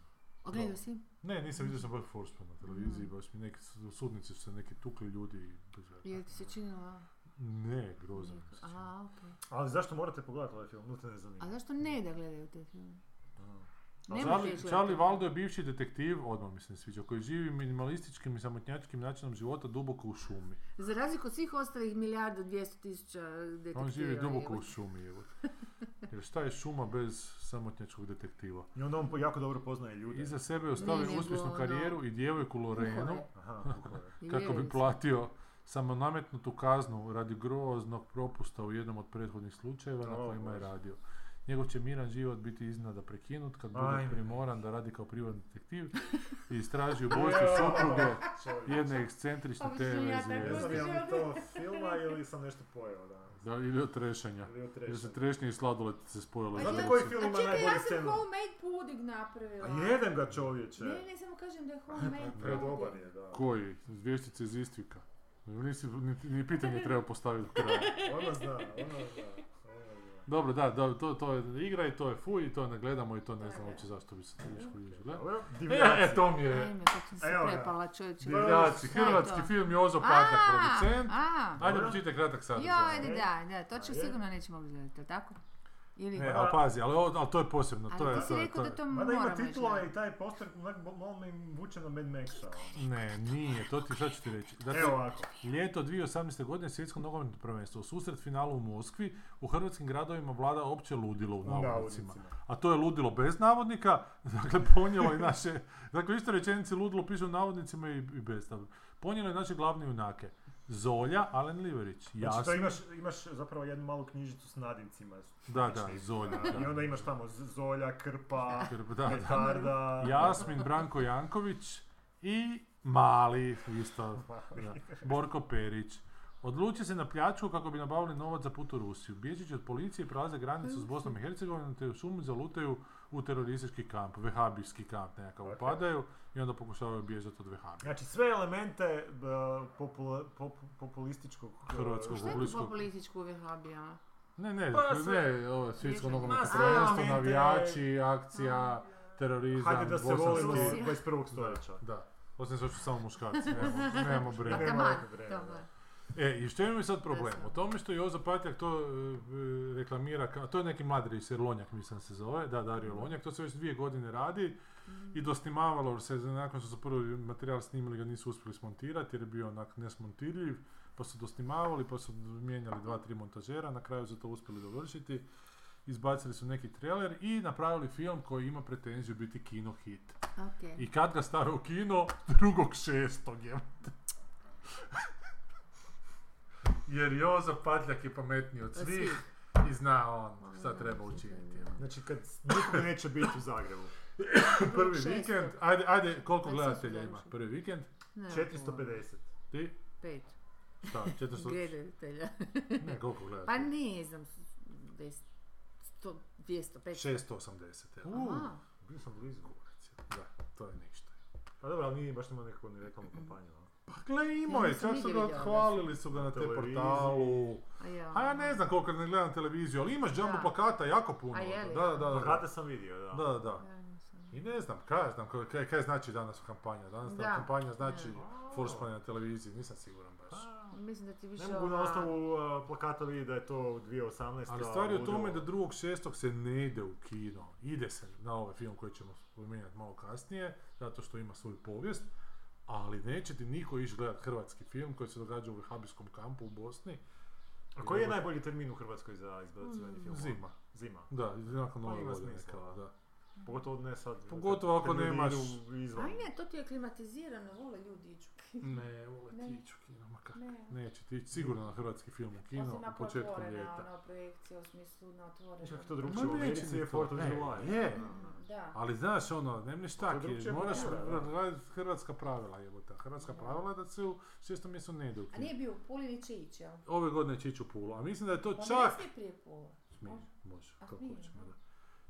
[SPEAKER 1] Ogledao si?
[SPEAKER 3] Ne, nisam vidio sam baš Forsman na televiziji, baš mi neki su- u sudnici su se neki tukli ljudi i bez veze.
[SPEAKER 1] Je ti se činilo?
[SPEAKER 3] Ne, grozno mi se čini.
[SPEAKER 1] Aha, ok.
[SPEAKER 4] Ali zašto morate pogledati ovaj film? No te ne zanima.
[SPEAKER 1] A zašto ne da gledaju te filme?
[SPEAKER 4] Aha.
[SPEAKER 1] Ne
[SPEAKER 3] Charlie,
[SPEAKER 1] možeš gledat.
[SPEAKER 3] Charlie Waldo je bivši detektiv, odmah mi se ne sviđa, koji živi minimalističkim i samotnjačkim načinom života duboko u šumi.
[SPEAKER 1] Za razliku od svih ostalih milijardu dvijesto tisuća detektiva.
[SPEAKER 3] On živi duboko
[SPEAKER 1] evo.
[SPEAKER 3] u šumi, evo. Jer šta je šuma bez samotnjačkog detektiva?
[SPEAKER 4] I onda on po- jako dobro poznaje ljude.
[SPEAKER 3] Iza sebe je ostavio
[SPEAKER 1] Ne, nego
[SPEAKER 3] uspješnu
[SPEAKER 1] ono-
[SPEAKER 3] karijeru i djevojku Lorenu,
[SPEAKER 1] Kuhove.
[SPEAKER 4] Aha, kuhove.
[SPEAKER 1] I
[SPEAKER 3] kako bi
[SPEAKER 1] vjernici.
[SPEAKER 3] platio samo nametnutu kaznu radi groznog propusta u jednom od prethodnih slučajeva na
[SPEAKER 4] O,
[SPEAKER 3] kojima je
[SPEAKER 4] Bože.
[SPEAKER 3] radio. Njegov će miran život biti iznada prekinut kad bude
[SPEAKER 4] Ajme.
[SPEAKER 3] primoran da radi kao privatni detektiv i istraži ubojstvo supruge
[SPEAKER 4] Čovječe.
[SPEAKER 3] jedne ekscentrične
[SPEAKER 1] Pa mislim,
[SPEAKER 3] TV
[SPEAKER 1] ja tako
[SPEAKER 4] Ne znam
[SPEAKER 3] zvijezde.
[SPEAKER 4] je li mi to filma ili sam nešto pojeo danas.
[SPEAKER 3] Da, ili od trešanja.
[SPEAKER 4] Ili od
[SPEAKER 3] Jer se
[SPEAKER 4] trešnja.
[SPEAKER 3] trešnje i sladoled se Znači, spojilo.
[SPEAKER 1] Pa
[SPEAKER 3] za
[SPEAKER 1] je-
[SPEAKER 4] Znate
[SPEAKER 3] ruci.
[SPEAKER 4] koji
[SPEAKER 1] A
[SPEAKER 4] film ima
[SPEAKER 1] čekaj, ja
[SPEAKER 4] najbolju
[SPEAKER 1] sam
[SPEAKER 4] scenu?
[SPEAKER 1] homemade puding napravila.
[SPEAKER 4] A jedem ga čovječe.
[SPEAKER 1] Ne, ne, samo kažem da je homemade puding.
[SPEAKER 4] Predobar je, da.
[SPEAKER 3] Koji? Zvještica iz Istvika. Nisi, ni, ni pitanje treba postaviti do kraja.
[SPEAKER 4] Ona zna, ona zna. ona zna.
[SPEAKER 3] Dobro, da, da, to, to je igra i to je fuj i to ne gledamo i to ne znam
[SPEAKER 1] Da,
[SPEAKER 3] uopće zašto bi se to iško išlo.
[SPEAKER 4] Dobro,
[SPEAKER 3] E,
[SPEAKER 4] divljaci.
[SPEAKER 3] e, to mi je
[SPEAKER 1] Ajme, kako sam se
[SPEAKER 4] Evo ga.
[SPEAKER 1] prepala čovječe.
[SPEAKER 4] Divljaci,
[SPEAKER 3] divljaci,
[SPEAKER 1] Šta je to?
[SPEAKER 3] hrvatski film Jozo
[SPEAKER 1] A,
[SPEAKER 3] Patak, producent.
[SPEAKER 1] a.
[SPEAKER 3] Ajde,
[SPEAKER 4] Dobro.
[SPEAKER 3] pročitaj kratak sadržaj.
[SPEAKER 1] Jo, ajde, da, da, to će
[SPEAKER 4] Ajde.
[SPEAKER 1] sigurno nećemo gledati, jel tako? Ili...
[SPEAKER 3] Ne, E, ali pazi, ali, ovo- ali to je posebno, to
[SPEAKER 1] Ali
[SPEAKER 3] je,
[SPEAKER 1] ti si
[SPEAKER 3] to je, to
[SPEAKER 1] rekao
[SPEAKER 3] je.
[SPEAKER 1] da to
[SPEAKER 4] Mada
[SPEAKER 1] moramo
[SPEAKER 4] ima
[SPEAKER 1] još
[SPEAKER 4] titula
[SPEAKER 1] gledati.
[SPEAKER 4] i taj poster, onak, malo me vuče na Mad Maxa.
[SPEAKER 3] Ne, nije, to ti, sad ću ti reći. Dakle,
[SPEAKER 4] Evo ovako.
[SPEAKER 3] Ljeto 2018. godine svjetsko nogometno prvenstvo. U susret finalu u Moskvi u hrvatskim gradovima vlada opće ludilo u
[SPEAKER 4] U
[SPEAKER 3] navodnicima.
[SPEAKER 4] navodnicima.
[SPEAKER 3] A to je ludilo bez navodnika, dakle ponijelo je naše, dakle isto rečenici ludilo piše u navodnicima i, i bez navodnika. Ponijelo je naše glavne junake. Zolja, Alen Liverić,
[SPEAKER 4] Znači, to
[SPEAKER 3] Jasmin,
[SPEAKER 4] imaš, imaš zapravo jednu malu knjižicu s nadimcima. Znači,
[SPEAKER 3] da, da, Zolja,
[SPEAKER 4] I onda
[SPEAKER 3] da.
[SPEAKER 4] imaš tamo Z- Zolja, Krpa,
[SPEAKER 3] Krp, da, da.
[SPEAKER 4] Petarda.
[SPEAKER 3] Jasmin, Branko Janković i Mali, isto, da. Borko Perić. Odluče se na pljačku kako bi nabavili novac za put u Rusiju. Bježeći od policije prelaze granicu s Bosnom i Hercegovinom te u šumi zalutaju u teroristički kamp, vehabijski kamp nekakav.
[SPEAKER 4] Ok.
[SPEAKER 3] Upadaju i onda pokušavaju bježati od vehabija.
[SPEAKER 4] Znači sve elemente b, popula- pop- populističkog...
[SPEAKER 3] Hrvatskog
[SPEAKER 4] e,
[SPEAKER 1] Šta je
[SPEAKER 3] populističko-
[SPEAKER 1] to populističko uvijek hobija?
[SPEAKER 3] Ne, ne,
[SPEAKER 4] Pa sve-
[SPEAKER 3] ne, ovo je svjetsko
[SPEAKER 1] Ma,
[SPEAKER 3] nogometno
[SPEAKER 4] sve
[SPEAKER 3] prvenstvo,
[SPEAKER 4] elemente-
[SPEAKER 3] navijači, akcija, terorizam,
[SPEAKER 4] Hajde da se
[SPEAKER 3] bosanski-
[SPEAKER 4] volimo
[SPEAKER 1] Bosanski.
[SPEAKER 4] 21. stoljeća.
[SPEAKER 3] Da, osim što su samo muškarci, nemamo, nemamo brega.
[SPEAKER 4] Nema
[SPEAKER 1] Kaman,
[SPEAKER 4] neko vreme,
[SPEAKER 1] dobro.
[SPEAKER 4] da.
[SPEAKER 3] E, i što je mi sad problem?
[SPEAKER 1] Da sam.
[SPEAKER 3] U tome što Jozo Patjak to e, e, reklamira, ka- to je neki Madris, jer Lonjak mislim se zove, da, Dario Lonjak, to se već dvije godine radi i dosnimavalo jer se, nakon što su prvi materijal snimili ga nisu uspjeli smontirati jer je bio onak nesmontirljiv, pa su dosnimavali, pa su mijenjali dva, tri montažera, na kraju su to uspjeli dovršiti, izbacili su neki trailer i napravili film koji ima pretenziju biti kino hit.
[SPEAKER 1] Okej.
[SPEAKER 3] I kad ga stave u kino, drugog šestog je. Jer Jozo Patljak je pametniji od
[SPEAKER 1] Od
[SPEAKER 3] svih
[SPEAKER 1] svih.
[SPEAKER 3] i zna on šta treba učiniti. ono.
[SPEAKER 4] Znači kad nikog neće biti u Zagrebu.
[SPEAKER 3] Prvi
[SPEAKER 1] šestog.
[SPEAKER 3] vikend, ajde, ajde, koliko
[SPEAKER 1] Kad se
[SPEAKER 3] gledatelja
[SPEAKER 1] uspjeli.
[SPEAKER 3] ima? Prvi vikend,
[SPEAKER 1] Ne,
[SPEAKER 4] 450.
[SPEAKER 3] ti,
[SPEAKER 1] Pet.
[SPEAKER 3] šta, 400,
[SPEAKER 1] Gledatelja.
[SPEAKER 3] ne, koliko
[SPEAKER 1] Pa
[SPEAKER 3] gledatelja?
[SPEAKER 1] ne znam, deset, sto, 200, 500.
[SPEAKER 3] 680, evo.
[SPEAKER 1] Aha.
[SPEAKER 4] Bio sam blizu.
[SPEAKER 3] Da, to je ništa.
[SPEAKER 4] Pa dobro, ali nije baš imao nekakvu ni reklamnu kampanju. no.
[SPEAKER 3] Pa gle, imao je,
[SPEAKER 1] nisam
[SPEAKER 3] čak su
[SPEAKER 1] nigdje
[SPEAKER 3] ga
[SPEAKER 1] vidjela da
[SPEAKER 3] hvalili su ga na te
[SPEAKER 4] Televiziji.
[SPEAKER 3] portalu.
[SPEAKER 1] A ja.
[SPEAKER 3] A ja ne znam koliko ne gledam televiziju, ali imaš jumbo
[SPEAKER 1] Da.
[SPEAKER 3] plakata jako puno.
[SPEAKER 1] A je li?
[SPEAKER 3] Da, da, da.
[SPEAKER 4] Plakate sam vidio, da.
[SPEAKER 3] Da, da, da.
[SPEAKER 1] Ja nisam.
[SPEAKER 3] I ne znam, kaj ja znam, kaj- kaj, kaj znači danas kampanja? Danas ta
[SPEAKER 1] Da.
[SPEAKER 3] kampanja znači
[SPEAKER 4] A.
[SPEAKER 3] forspanje na televiziji, nisam siguran baš.
[SPEAKER 4] A,
[SPEAKER 1] Mislim da ti više
[SPEAKER 4] Ne mogu na
[SPEAKER 1] ova-
[SPEAKER 4] osnovu uh, plakata vidjeti da je to 2018.
[SPEAKER 3] Ali stvar je u tome da
[SPEAKER 4] ludilo.
[SPEAKER 3] drugog šestog se ne ide u kino. Ide se na ovaj film koji ćemo spominjati malo kasnije, zato što ima svoju povijest. Ali neće ti niko ići gledat hrvatski film koji se događa u vehabijskom kampu u Bosni.
[SPEAKER 4] A koji je najbolji termin u Hrvatskoj za
[SPEAKER 3] Mm.
[SPEAKER 4] izbacivanje filmova?
[SPEAKER 3] Zima.
[SPEAKER 4] Zima.
[SPEAKER 3] Da, nakon
[SPEAKER 4] Pa
[SPEAKER 3] nove
[SPEAKER 4] ima
[SPEAKER 3] godine.
[SPEAKER 4] smisla,
[SPEAKER 3] kao,
[SPEAKER 4] da.
[SPEAKER 3] da.
[SPEAKER 4] Pogotovo ne sad. kad-
[SPEAKER 3] Pogotovo Pa ako
[SPEAKER 4] kad ljudi
[SPEAKER 3] nemaš-
[SPEAKER 4] idu izvan.
[SPEAKER 1] Aj ne, to ti je klimatizirano, vole ljudi ići u kino.
[SPEAKER 3] Ne, vole
[SPEAKER 1] Ne.
[SPEAKER 3] ti ići u kino, ma kako.
[SPEAKER 1] Ne.
[SPEAKER 3] Neće ti ići sigurno na hrvatski film u kino
[SPEAKER 1] Osim
[SPEAKER 3] u
[SPEAKER 1] ako je
[SPEAKER 3] početku
[SPEAKER 1] otvorena,
[SPEAKER 3] ljeta.
[SPEAKER 1] Ono, projekcija u smislu na otvorenom. Ono,
[SPEAKER 4] Znaš kako to
[SPEAKER 3] Ma
[SPEAKER 4] drugčije u
[SPEAKER 3] neće
[SPEAKER 4] Americi
[SPEAKER 3] ni
[SPEAKER 4] je
[SPEAKER 3] to.
[SPEAKER 4] 4th of
[SPEAKER 3] E,
[SPEAKER 4] July.
[SPEAKER 3] je.
[SPEAKER 1] Da.
[SPEAKER 3] Ali znaš ono, nemni
[SPEAKER 4] To
[SPEAKER 3] štak
[SPEAKER 4] je
[SPEAKER 3] je,
[SPEAKER 4] drugčija
[SPEAKER 3] moraš
[SPEAKER 4] kultura, da.
[SPEAKER 3] ra- radit hrvatska pravila jebote. Hrvatska
[SPEAKER 1] Da.
[SPEAKER 3] pravila je da se u šestom mjestu ne ide u
[SPEAKER 1] A
[SPEAKER 3] kino.
[SPEAKER 1] nije bio u Puli ni će ići, jel?
[SPEAKER 3] Ove godine će ići u Pulu, a mislim da je to
[SPEAKER 1] Pa
[SPEAKER 3] čak...
[SPEAKER 1] Čak. prije Pula.
[SPEAKER 3] Smije,
[SPEAKER 1] može.
[SPEAKER 3] može,
[SPEAKER 1] A
[SPEAKER 3] kako
[SPEAKER 1] smije,
[SPEAKER 3] hoćemo,
[SPEAKER 1] da.
[SPEAKER 3] da.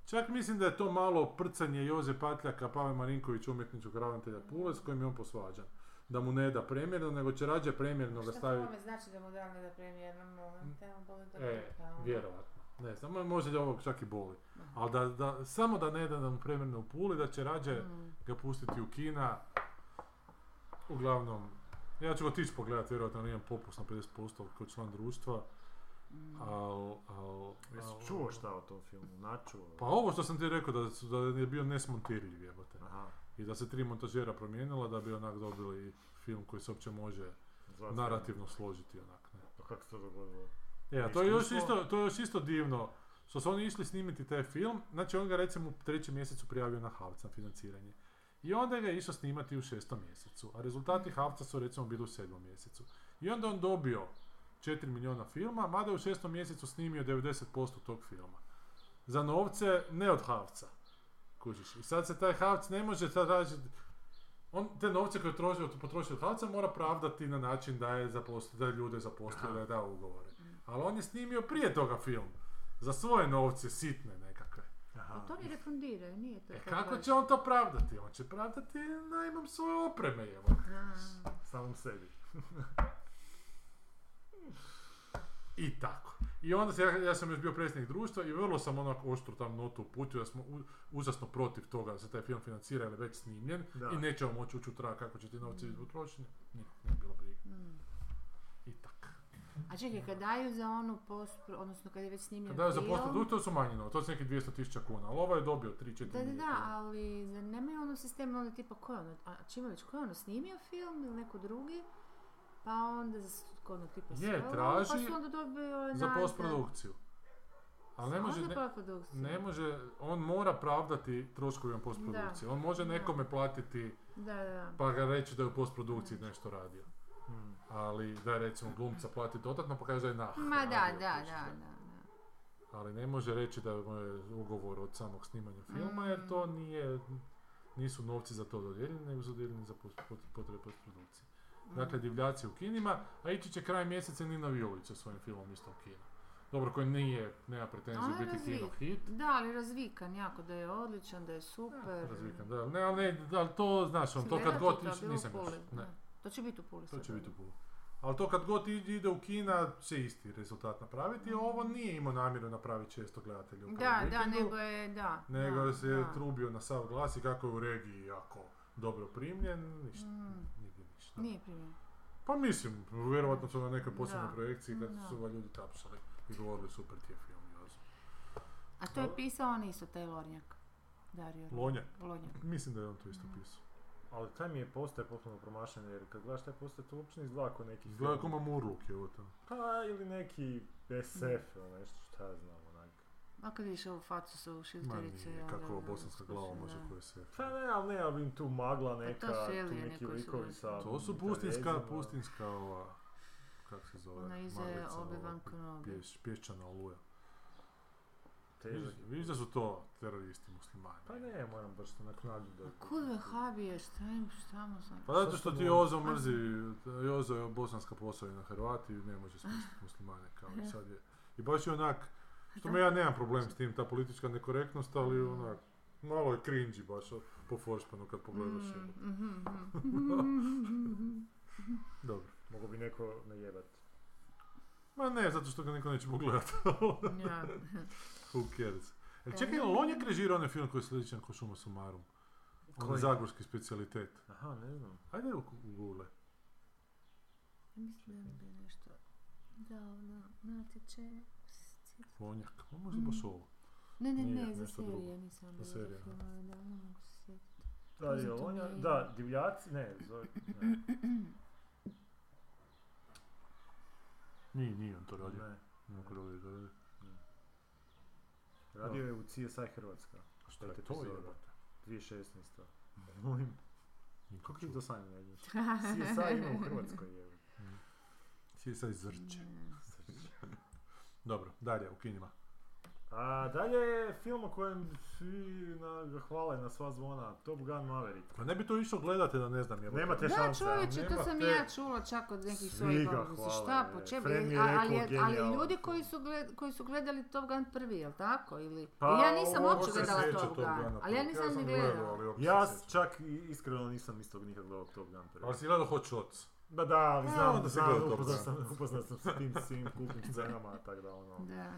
[SPEAKER 3] Čak mislim da je to malo prcanje Joze Patljaka, Pave Marinković, umjetničkog ravnatelja Pule, s kojim je on posvađan. Da mu ne da premjerno, nego će rađe premjerno ga
[SPEAKER 1] Šta
[SPEAKER 3] staviti...
[SPEAKER 1] tome znači da mu dam da premijerno molim, te on boli da
[SPEAKER 3] E,
[SPEAKER 1] krka, ono.
[SPEAKER 3] vjerovatno. Ne znam, mo- možda da ovog čak i boli.
[SPEAKER 1] Aha.
[SPEAKER 3] Ali da, da, samo da ne da da mu premjerno u Puli, da će rađe...
[SPEAKER 1] Mm.
[SPEAKER 3] ga pustiti u Kina. Uglavnom, ja ću otići pogledat, vjerojatno ali imam popust na 50% kao član društva,
[SPEAKER 1] Mm.
[SPEAKER 3] al... al, al-
[SPEAKER 4] Jesi čuo šta o tom filmu? Načuo?
[SPEAKER 3] Pa ovo što sam ti rekao, da, su- da je bio nesmontirljiv jebote.
[SPEAKER 4] Aha.
[SPEAKER 3] I da se tri montažera promijenila da bi onak dobili film koji se uopće može
[SPEAKER 4] zvati.
[SPEAKER 3] narativno složiti onak. Ne.
[SPEAKER 4] Pa kako se to dogodilo?
[SPEAKER 3] E, a to je, još
[SPEAKER 4] Iskustvo.
[SPEAKER 3] isto, to je još isto divno, što su oni išli snimiti taj film, znači on ga recimo u trećem mjesecu prijavio na Havc na financiranje. I onda ga je išao snimati u šestom mjesecu, a rezultati Havca su recimo bili u sedmom mjesecu. I onda on dobio 4 milijuna filma, mada je u šestom mjesecu snimio 90% tog filma. Za novce ne od Havca. Kužiš. I sad se taj Havc ne može sad tražiti on te novce koje je trošio, potrošio od Havca mora pravdati na način da je zaposlio, da je ljude zaposlio, da je dao ugovore. Ali on je snimio prije toga film. Za svoje novce, sitne nekakve.
[SPEAKER 4] Aha.
[SPEAKER 1] A to mi refundiraju, nije to.
[SPEAKER 3] E
[SPEAKER 1] tako
[SPEAKER 3] kako
[SPEAKER 1] baš.
[SPEAKER 3] će on to pravdati? On će pravdati na imam svoje opreme, evo.
[SPEAKER 1] A,
[SPEAKER 4] Samom sebi.
[SPEAKER 3] I tako. I onda se, ja, ja sam još bio predsjednik društva i vrlo sam onak oštru tam notu uputio da smo u- užasno protiv toga da se taj film financira jer je već snimljen
[SPEAKER 4] Da.
[SPEAKER 3] i nećemo moći ući u trag kako će ti novci biti potrošeni. Nikog nije bilo briga.
[SPEAKER 1] mm.
[SPEAKER 3] I tako.
[SPEAKER 1] A čekaj, kad daju za onu postpro, odnosno kad je već snimljen
[SPEAKER 3] Kada je za
[SPEAKER 1] film-
[SPEAKER 3] posto to su manji novci, to su neki 200 tisuća kuna, ali ovaj je dobio 3-4
[SPEAKER 1] Da, da, da, ali za- nemaju ono sistem, onda tipa ko je ono, a Čimović, ko je ono snimio film ili neko drugi, pa onda za s- ko ono tipa
[SPEAKER 3] Je,
[SPEAKER 1] svelo, pa
[SPEAKER 3] traži
[SPEAKER 1] su onda dobio ovaj
[SPEAKER 3] za
[SPEAKER 1] nazad.
[SPEAKER 3] postprodukciju. Ali ne može,
[SPEAKER 1] Onda
[SPEAKER 3] ne,
[SPEAKER 1] postprodukciju.
[SPEAKER 3] ne može, on mora pravdati troškovima postprodukcije. On može
[SPEAKER 1] Da.
[SPEAKER 3] nekome platiti
[SPEAKER 1] Da, da.
[SPEAKER 3] pa ga reći da je u postprodukciji nešto radio.
[SPEAKER 4] Hmm.
[SPEAKER 3] Ali da je recimo glumca plati dodatno pa kaže da je nah.
[SPEAKER 1] Ma da,
[SPEAKER 3] radio
[SPEAKER 1] da,
[SPEAKER 3] kući,
[SPEAKER 1] da,
[SPEAKER 3] ne.
[SPEAKER 1] da. da.
[SPEAKER 3] Ali ne može reći da mu je ugovor od samog snimanja filma jer
[SPEAKER 1] Mm.
[SPEAKER 3] to nije, nisu novci za to dodijeljeni nego su dodijeljeni za post- pot- potrebe postprodukcije.
[SPEAKER 1] Mm.
[SPEAKER 3] Dakle, divljaci u kinima, a ići će kraj mjeseca Nina Violić sa svojim filmom isto u kino. Dobro, koji nije, nema pretenziju
[SPEAKER 1] Ona je
[SPEAKER 3] biti kino
[SPEAKER 1] razvijena.
[SPEAKER 3] hit.
[SPEAKER 1] Da, ali razvikan jako, da je odličan, da je super.
[SPEAKER 3] Razvikan, da. Ne, ali ne, da, ali to znaš, on, to
[SPEAKER 1] Gledat
[SPEAKER 3] kad
[SPEAKER 1] ću
[SPEAKER 3] god
[SPEAKER 1] to, a
[SPEAKER 3] iš-
[SPEAKER 1] bilo u
[SPEAKER 3] nisam još.
[SPEAKER 1] Puli,
[SPEAKER 3] Ne,
[SPEAKER 1] da. To će biti u Puli
[SPEAKER 3] to će
[SPEAKER 1] sad,
[SPEAKER 3] biti u
[SPEAKER 1] da.
[SPEAKER 3] Pulu. Ali to kad god i- ide u kina će isti rezultat napraviti, a
[SPEAKER 1] Mm.
[SPEAKER 3] ovo nije imao namjeru napraviti često gledatelja u prvom
[SPEAKER 5] Da, da,
[SPEAKER 3] vikendu,
[SPEAKER 5] nego je, da.
[SPEAKER 3] nego
[SPEAKER 5] da,
[SPEAKER 3] se
[SPEAKER 5] da.
[SPEAKER 3] trubio na sav glas i kako je u regiji jako dobro primljen, ništa,
[SPEAKER 5] Mm.
[SPEAKER 3] nigdje ništa.
[SPEAKER 5] Nije primjer.
[SPEAKER 3] Pa mislim, vjerovatno su na nekoj posebnoj
[SPEAKER 5] Da.
[SPEAKER 3] projekciji kad
[SPEAKER 5] Da.
[SPEAKER 3] su ga ljudi tapšali i govorili super ti je film, Jozo.
[SPEAKER 5] A to je
[SPEAKER 3] Dobro.
[SPEAKER 5] pisao on isto, taj Lornjak. Dario
[SPEAKER 3] Lonjak,
[SPEAKER 5] Lornjak.
[SPEAKER 3] mislim da je on to isto
[SPEAKER 5] Mm.
[SPEAKER 3] pisao.
[SPEAKER 4] Ali taj mi je postaje potpuno promašen jer kad gledaš taj postaje to uopće ne izgleda kao neki
[SPEAKER 3] Izgleda
[SPEAKER 4] film.
[SPEAKER 3] kao Mamurluk je ovo tamo.
[SPEAKER 4] Pa ili neki SF ili ono, nešto šta ja znam onak.
[SPEAKER 5] A kad vidiš ovu facu sa ovu
[SPEAKER 3] Ma
[SPEAKER 5] šiltericu i
[SPEAKER 3] nije,
[SPEAKER 5] onda-
[SPEAKER 3] kako bosanska glava
[SPEAKER 5] da.
[SPEAKER 3] može koje se...
[SPEAKER 4] Pa ne, ali ne, ali vidim tu magla
[SPEAKER 5] Pa to
[SPEAKER 4] neka,
[SPEAKER 5] su
[SPEAKER 4] tu
[SPEAKER 5] alieni
[SPEAKER 4] neki
[SPEAKER 5] koji su
[SPEAKER 4] likovi
[SPEAKER 5] došli.
[SPEAKER 4] sa... ono,
[SPEAKER 3] To su pustinska, pustinska ova... Kak se zove?
[SPEAKER 5] Ona ize
[SPEAKER 3] maglica,
[SPEAKER 5] Obi-Wan
[SPEAKER 3] ova,
[SPEAKER 5] Kenobi.
[SPEAKER 3] pješ- Pješčana oluja.
[SPEAKER 4] Težak. je.
[SPEAKER 3] Vidiš da su to teroristi muslimani.
[SPEAKER 4] Pa ne, moram baš to naknaditi da...
[SPEAKER 5] Kud Vehabije, šta im, šta mu sam...
[SPEAKER 3] Pa zato
[SPEAKER 4] Sad
[SPEAKER 3] što
[SPEAKER 4] smo-
[SPEAKER 3] ti Jozo mrzi, Jozo je bosanska poslovina Hrvati i ne može spustiti muslimane kao i sad je. I baš je onak, što me ja nemam problem s tim, ta politička nekorektnost, ali onak, malo je cringy baš o- po forspanu kad pogledaš mm.
[SPEAKER 5] Mm, mhm, mhm.
[SPEAKER 3] Dobro.
[SPEAKER 4] Mogu bi neko najebat.
[SPEAKER 3] Ma ne, zato što ga niko neće pogledat.
[SPEAKER 5] Ja.
[SPEAKER 3] Who cares? E, čekaj, jel on je režirao onaj film koji je sličan ko Šuma Sumarum. Onaj
[SPEAKER 4] Koji?
[SPEAKER 3] zagorski specijalitet.
[SPEAKER 4] Aha, ne znam.
[SPEAKER 3] Ajde u u Google.
[SPEAKER 5] Mislim da bi nešto... Da, ono, natječaj...
[SPEAKER 3] Lonjak. On možda baš ovo.
[SPEAKER 5] Ne, ne,
[SPEAKER 3] Nije,
[SPEAKER 5] ne, za
[SPEAKER 3] nešto drugo.
[SPEAKER 5] serije nisam
[SPEAKER 3] Za
[SPEAKER 5] bila
[SPEAKER 3] serije, aha.
[SPEAKER 5] filmove, da, ne mogu se sjetiti.
[SPEAKER 4] Da,
[SPEAKER 5] Mislim,
[SPEAKER 4] je
[SPEAKER 5] to
[SPEAKER 4] Lonja,
[SPEAKER 5] nije-
[SPEAKER 4] da, divljaci, ne, zove, ne,
[SPEAKER 3] Nije, nije on to radio.
[SPEAKER 4] ne.
[SPEAKER 3] Ne, radio, radio.
[SPEAKER 4] Radio je u CSI Hrvatska,
[SPEAKER 3] Šta
[SPEAKER 4] Dajte
[SPEAKER 3] je E, to
[SPEAKER 4] epizoda.
[SPEAKER 3] jebote?
[SPEAKER 4] 2016. Molim,
[SPEAKER 3] Nikog
[SPEAKER 4] kako ti
[SPEAKER 3] čuo.
[SPEAKER 4] to sami ne znaš? CSI ima u Hrvatskoj, je.
[SPEAKER 3] CSI Zrče. Dobro, dalje, u kinima.
[SPEAKER 4] A dalje je film o kojem svi na, ga hvale na sva zvona, Top Gun Maverick.
[SPEAKER 3] Pa ne bi to išao gledati da ne znam jebote.
[SPEAKER 4] Nemate
[SPEAKER 5] Da,
[SPEAKER 4] šanse, ali
[SPEAKER 5] čovječe, to sam i
[SPEAKER 4] nemate-
[SPEAKER 5] ja čula čak od nekih
[SPEAKER 4] Svi
[SPEAKER 5] svojih
[SPEAKER 4] ga
[SPEAKER 5] obavnica.
[SPEAKER 4] hvale,
[SPEAKER 5] Šta, po
[SPEAKER 4] je.
[SPEAKER 5] čemu?
[SPEAKER 4] Fred mi je
[SPEAKER 5] A-
[SPEAKER 4] rekao
[SPEAKER 5] ali, ali,
[SPEAKER 4] genijalan
[SPEAKER 5] ljudi
[SPEAKER 4] film.
[SPEAKER 5] koji su, gled, koji su gledali Top Gun prvi, jel tako? Ili,
[SPEAKER 4] Pa,
[SPEAKER 5] ja nisam
[SPEAKER 4] ovo
[SPEAKER 5] uopće
[SPEAKER 4] se
[SPEAKER 5] gledala
[SPEAKER 4] sjeća
[SPEAKER 5] Top Gun, ali ja nisam ni gledala.
[SPEAKER 4] Ja čak i- iskreno nisam istog nikad gledao Top Gun prvi.
[SPEAKER 3] Ali si gledao Hot Shots.
[SPEAKER 4] Ba da, ali
[SPEAKER 3] A,
[SPEAKER 4] znam,
[SPEAKER 3] E, onda si
[SPEAKER 4] znam,
[SPEAKER 3] gledao Top
[SPEAKER 4] upoznat
[SPEAKER 3] Gun.
[SPEAKER 4] sam, upoznat sam s tim svim kultnim scenama, tako da ono,
[SPEAKER 5] Da.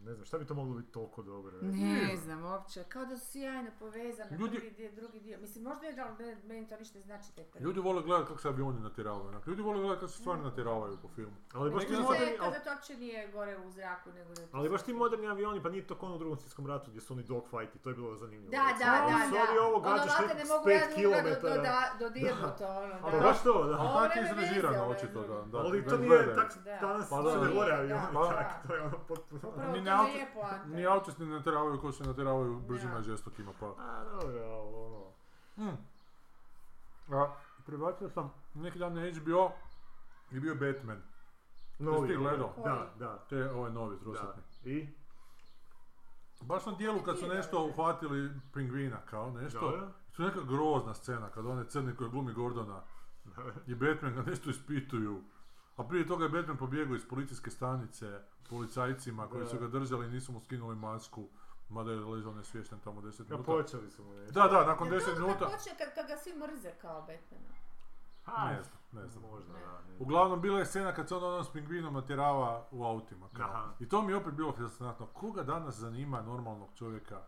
[SPEAKER 4] ne znam, šta bi to moglo biti toliko dobro? Ne.
[SPEAKER 1] Ne
[SPEAKER 3] Nije.
[SPEAKER 1] znam uopće, kao da su sjajno povezane,
[SPEAKER 3] Ljudi-
[SPEAKER 1] prvi dio, drugi dio. Mislim, možda je da, ali meni- meni to ništa ne znači te prvi.
[SPEAKER 3] Ljudi vole gledati kako se avioni natjeravaju. onak. Ljudi vole gledati kako se stvarno natjeravaju po filmu.
[SPEAKER 4] Ali baš ti
[SPEAKER 1] Vidi se
[SPEAKER 4] moderni, ali,
[SPEAKER 1] kada to uopće nije gore u zraku, nego da je to
[SPEAKER 4] ali baš
[SPEAKER 1] sve-
[SPEAKER 4] ti moderni avioni, pa nije to kao ono u drugom svjetskom ratu gdje su oni dogfighti, to je bilo zanimljivo.
[SPEAKER 1] Da, da,
[SPEAKER 4] recimo.
[SPEAKER 1] da, da.
[SPEAKER 4] Ali su ovi ovo
[SPEAKER 1] Ono,
[SPEAKER 4] gađaš
[SPEAKER 1] valjda
[SPEAKER 4] tek
[SPEAKER 1] ne
[SPEAKER 4] s
[SPEAKER 1] mogu
[SPEAKER 4] 5
[SPEAKER 1] ja
[SPEAKER 4] kilometara.
[SPEAKER 1] Do, do, do to, ono,
[SPEAKER 4] Ali
[SPEAKER 1] da.
[SPEAKER 4] baš to, da.
[SPEAKER 1] Ovo
[SPEAKER 3] Tako
[SPEAKER 1] nema
[SPEAKER 3] je
[SPEAKER 1] veze,
[SPEAKER 3] izrežirano
[SPEAKER 1] ono,
[SPEAKER 3] očito da. da
[SPEAKER 4] ali
[SPEAKER 3] kad
[SPEAKER 4] to
[SPEAKER 3] ga
[SPEAKER 4] nije,
[SPEAKER 3] gledaju.
[SPEAKER 4] tak,
[SPEAKER 1] Da.
[SPEAKER 4] danas
[SPEAKER 3] Pa
[SPEAKER 4] pa,
[SPEAKER 3] da,
[SPEAKER 4] se
[SPEAKER 3] da.
[SPEAKER 4] ne vole
[SPEAKER 1] Da,
[SPEAKER 4] avioni,
[SPEAKER 3] da.
[SPEAKER 4] tak, to je ono potpuno...
[SPEAKER 1] Upravo
[SPEAKER 3] Ni
[SPEAKER 1] to
[SPEAKER 3] na
[SPEAKER 1] ne
[SPEAKER 3] auto-
[SPEAKER 1] je poanta.
[SPEAKER 3] Ni auto se ne natjeravaju koji se natjeravaju brzima i žestokima pa.
[SPEAKER 4] A, dobro, ali ono...
[SPEAKER 3] Mm. A, privatio sam neki dan na HBO i bio je Batman. Jesi ti gledao?
[SPEAKER 4] ovaj. Da, da.
[SPEAKER 3] Te ovaj novi trosatni.
[SPEAKER 4] Da. I?
[SPEAKER 3] Baš na dijelu kad su nešto uhvatili pingvina kao nešto.
[SPEAKER 4] Dobro.
[SPEAKER 3] To je neka grozna scena kad onaj crni koji glumi Gordona i Batman ga nešto ispituju. A prije toga je Batman pobjegao iz policijske stanice policajcima koji
[SPEAKER 4] Da.
[SPEAKER 3] su ga držali i nisu mu skinuli masku. Mada je ležao nesvješten tamo 10
[SPEAKER 4] Ja,
[SPEAKER 3] minuta.
[SPEAKER 4] počeli su mu nešto.
[SPEAKER 3] Da, da, nakon
[SPEAKER 1] Jel to
[SPEAKER 3] 10
[SPEAKER 1] ono
[SPEAKER 3] minuta.
[SPEAKER 1] Kad počne, kad, kad ga svi mrze kao Batmana.
[SPEAKER 4] Ha,
[SPEAKER 3] Ne znam, ne znam.
[SPEAKER 4] Možda,
[SPEAKER 1] Ne.
[SPEAKER 4] da. ne.
[SPEAKER 3] Uglavnom bila je scena kad se on onom s pingvinom natjerava u autima. kao.
[SPEAKER 4] Aha.
[SPEAKER 3] I to mi je opet bilo fascinantno. Koga danas zanima normalnog čovjeka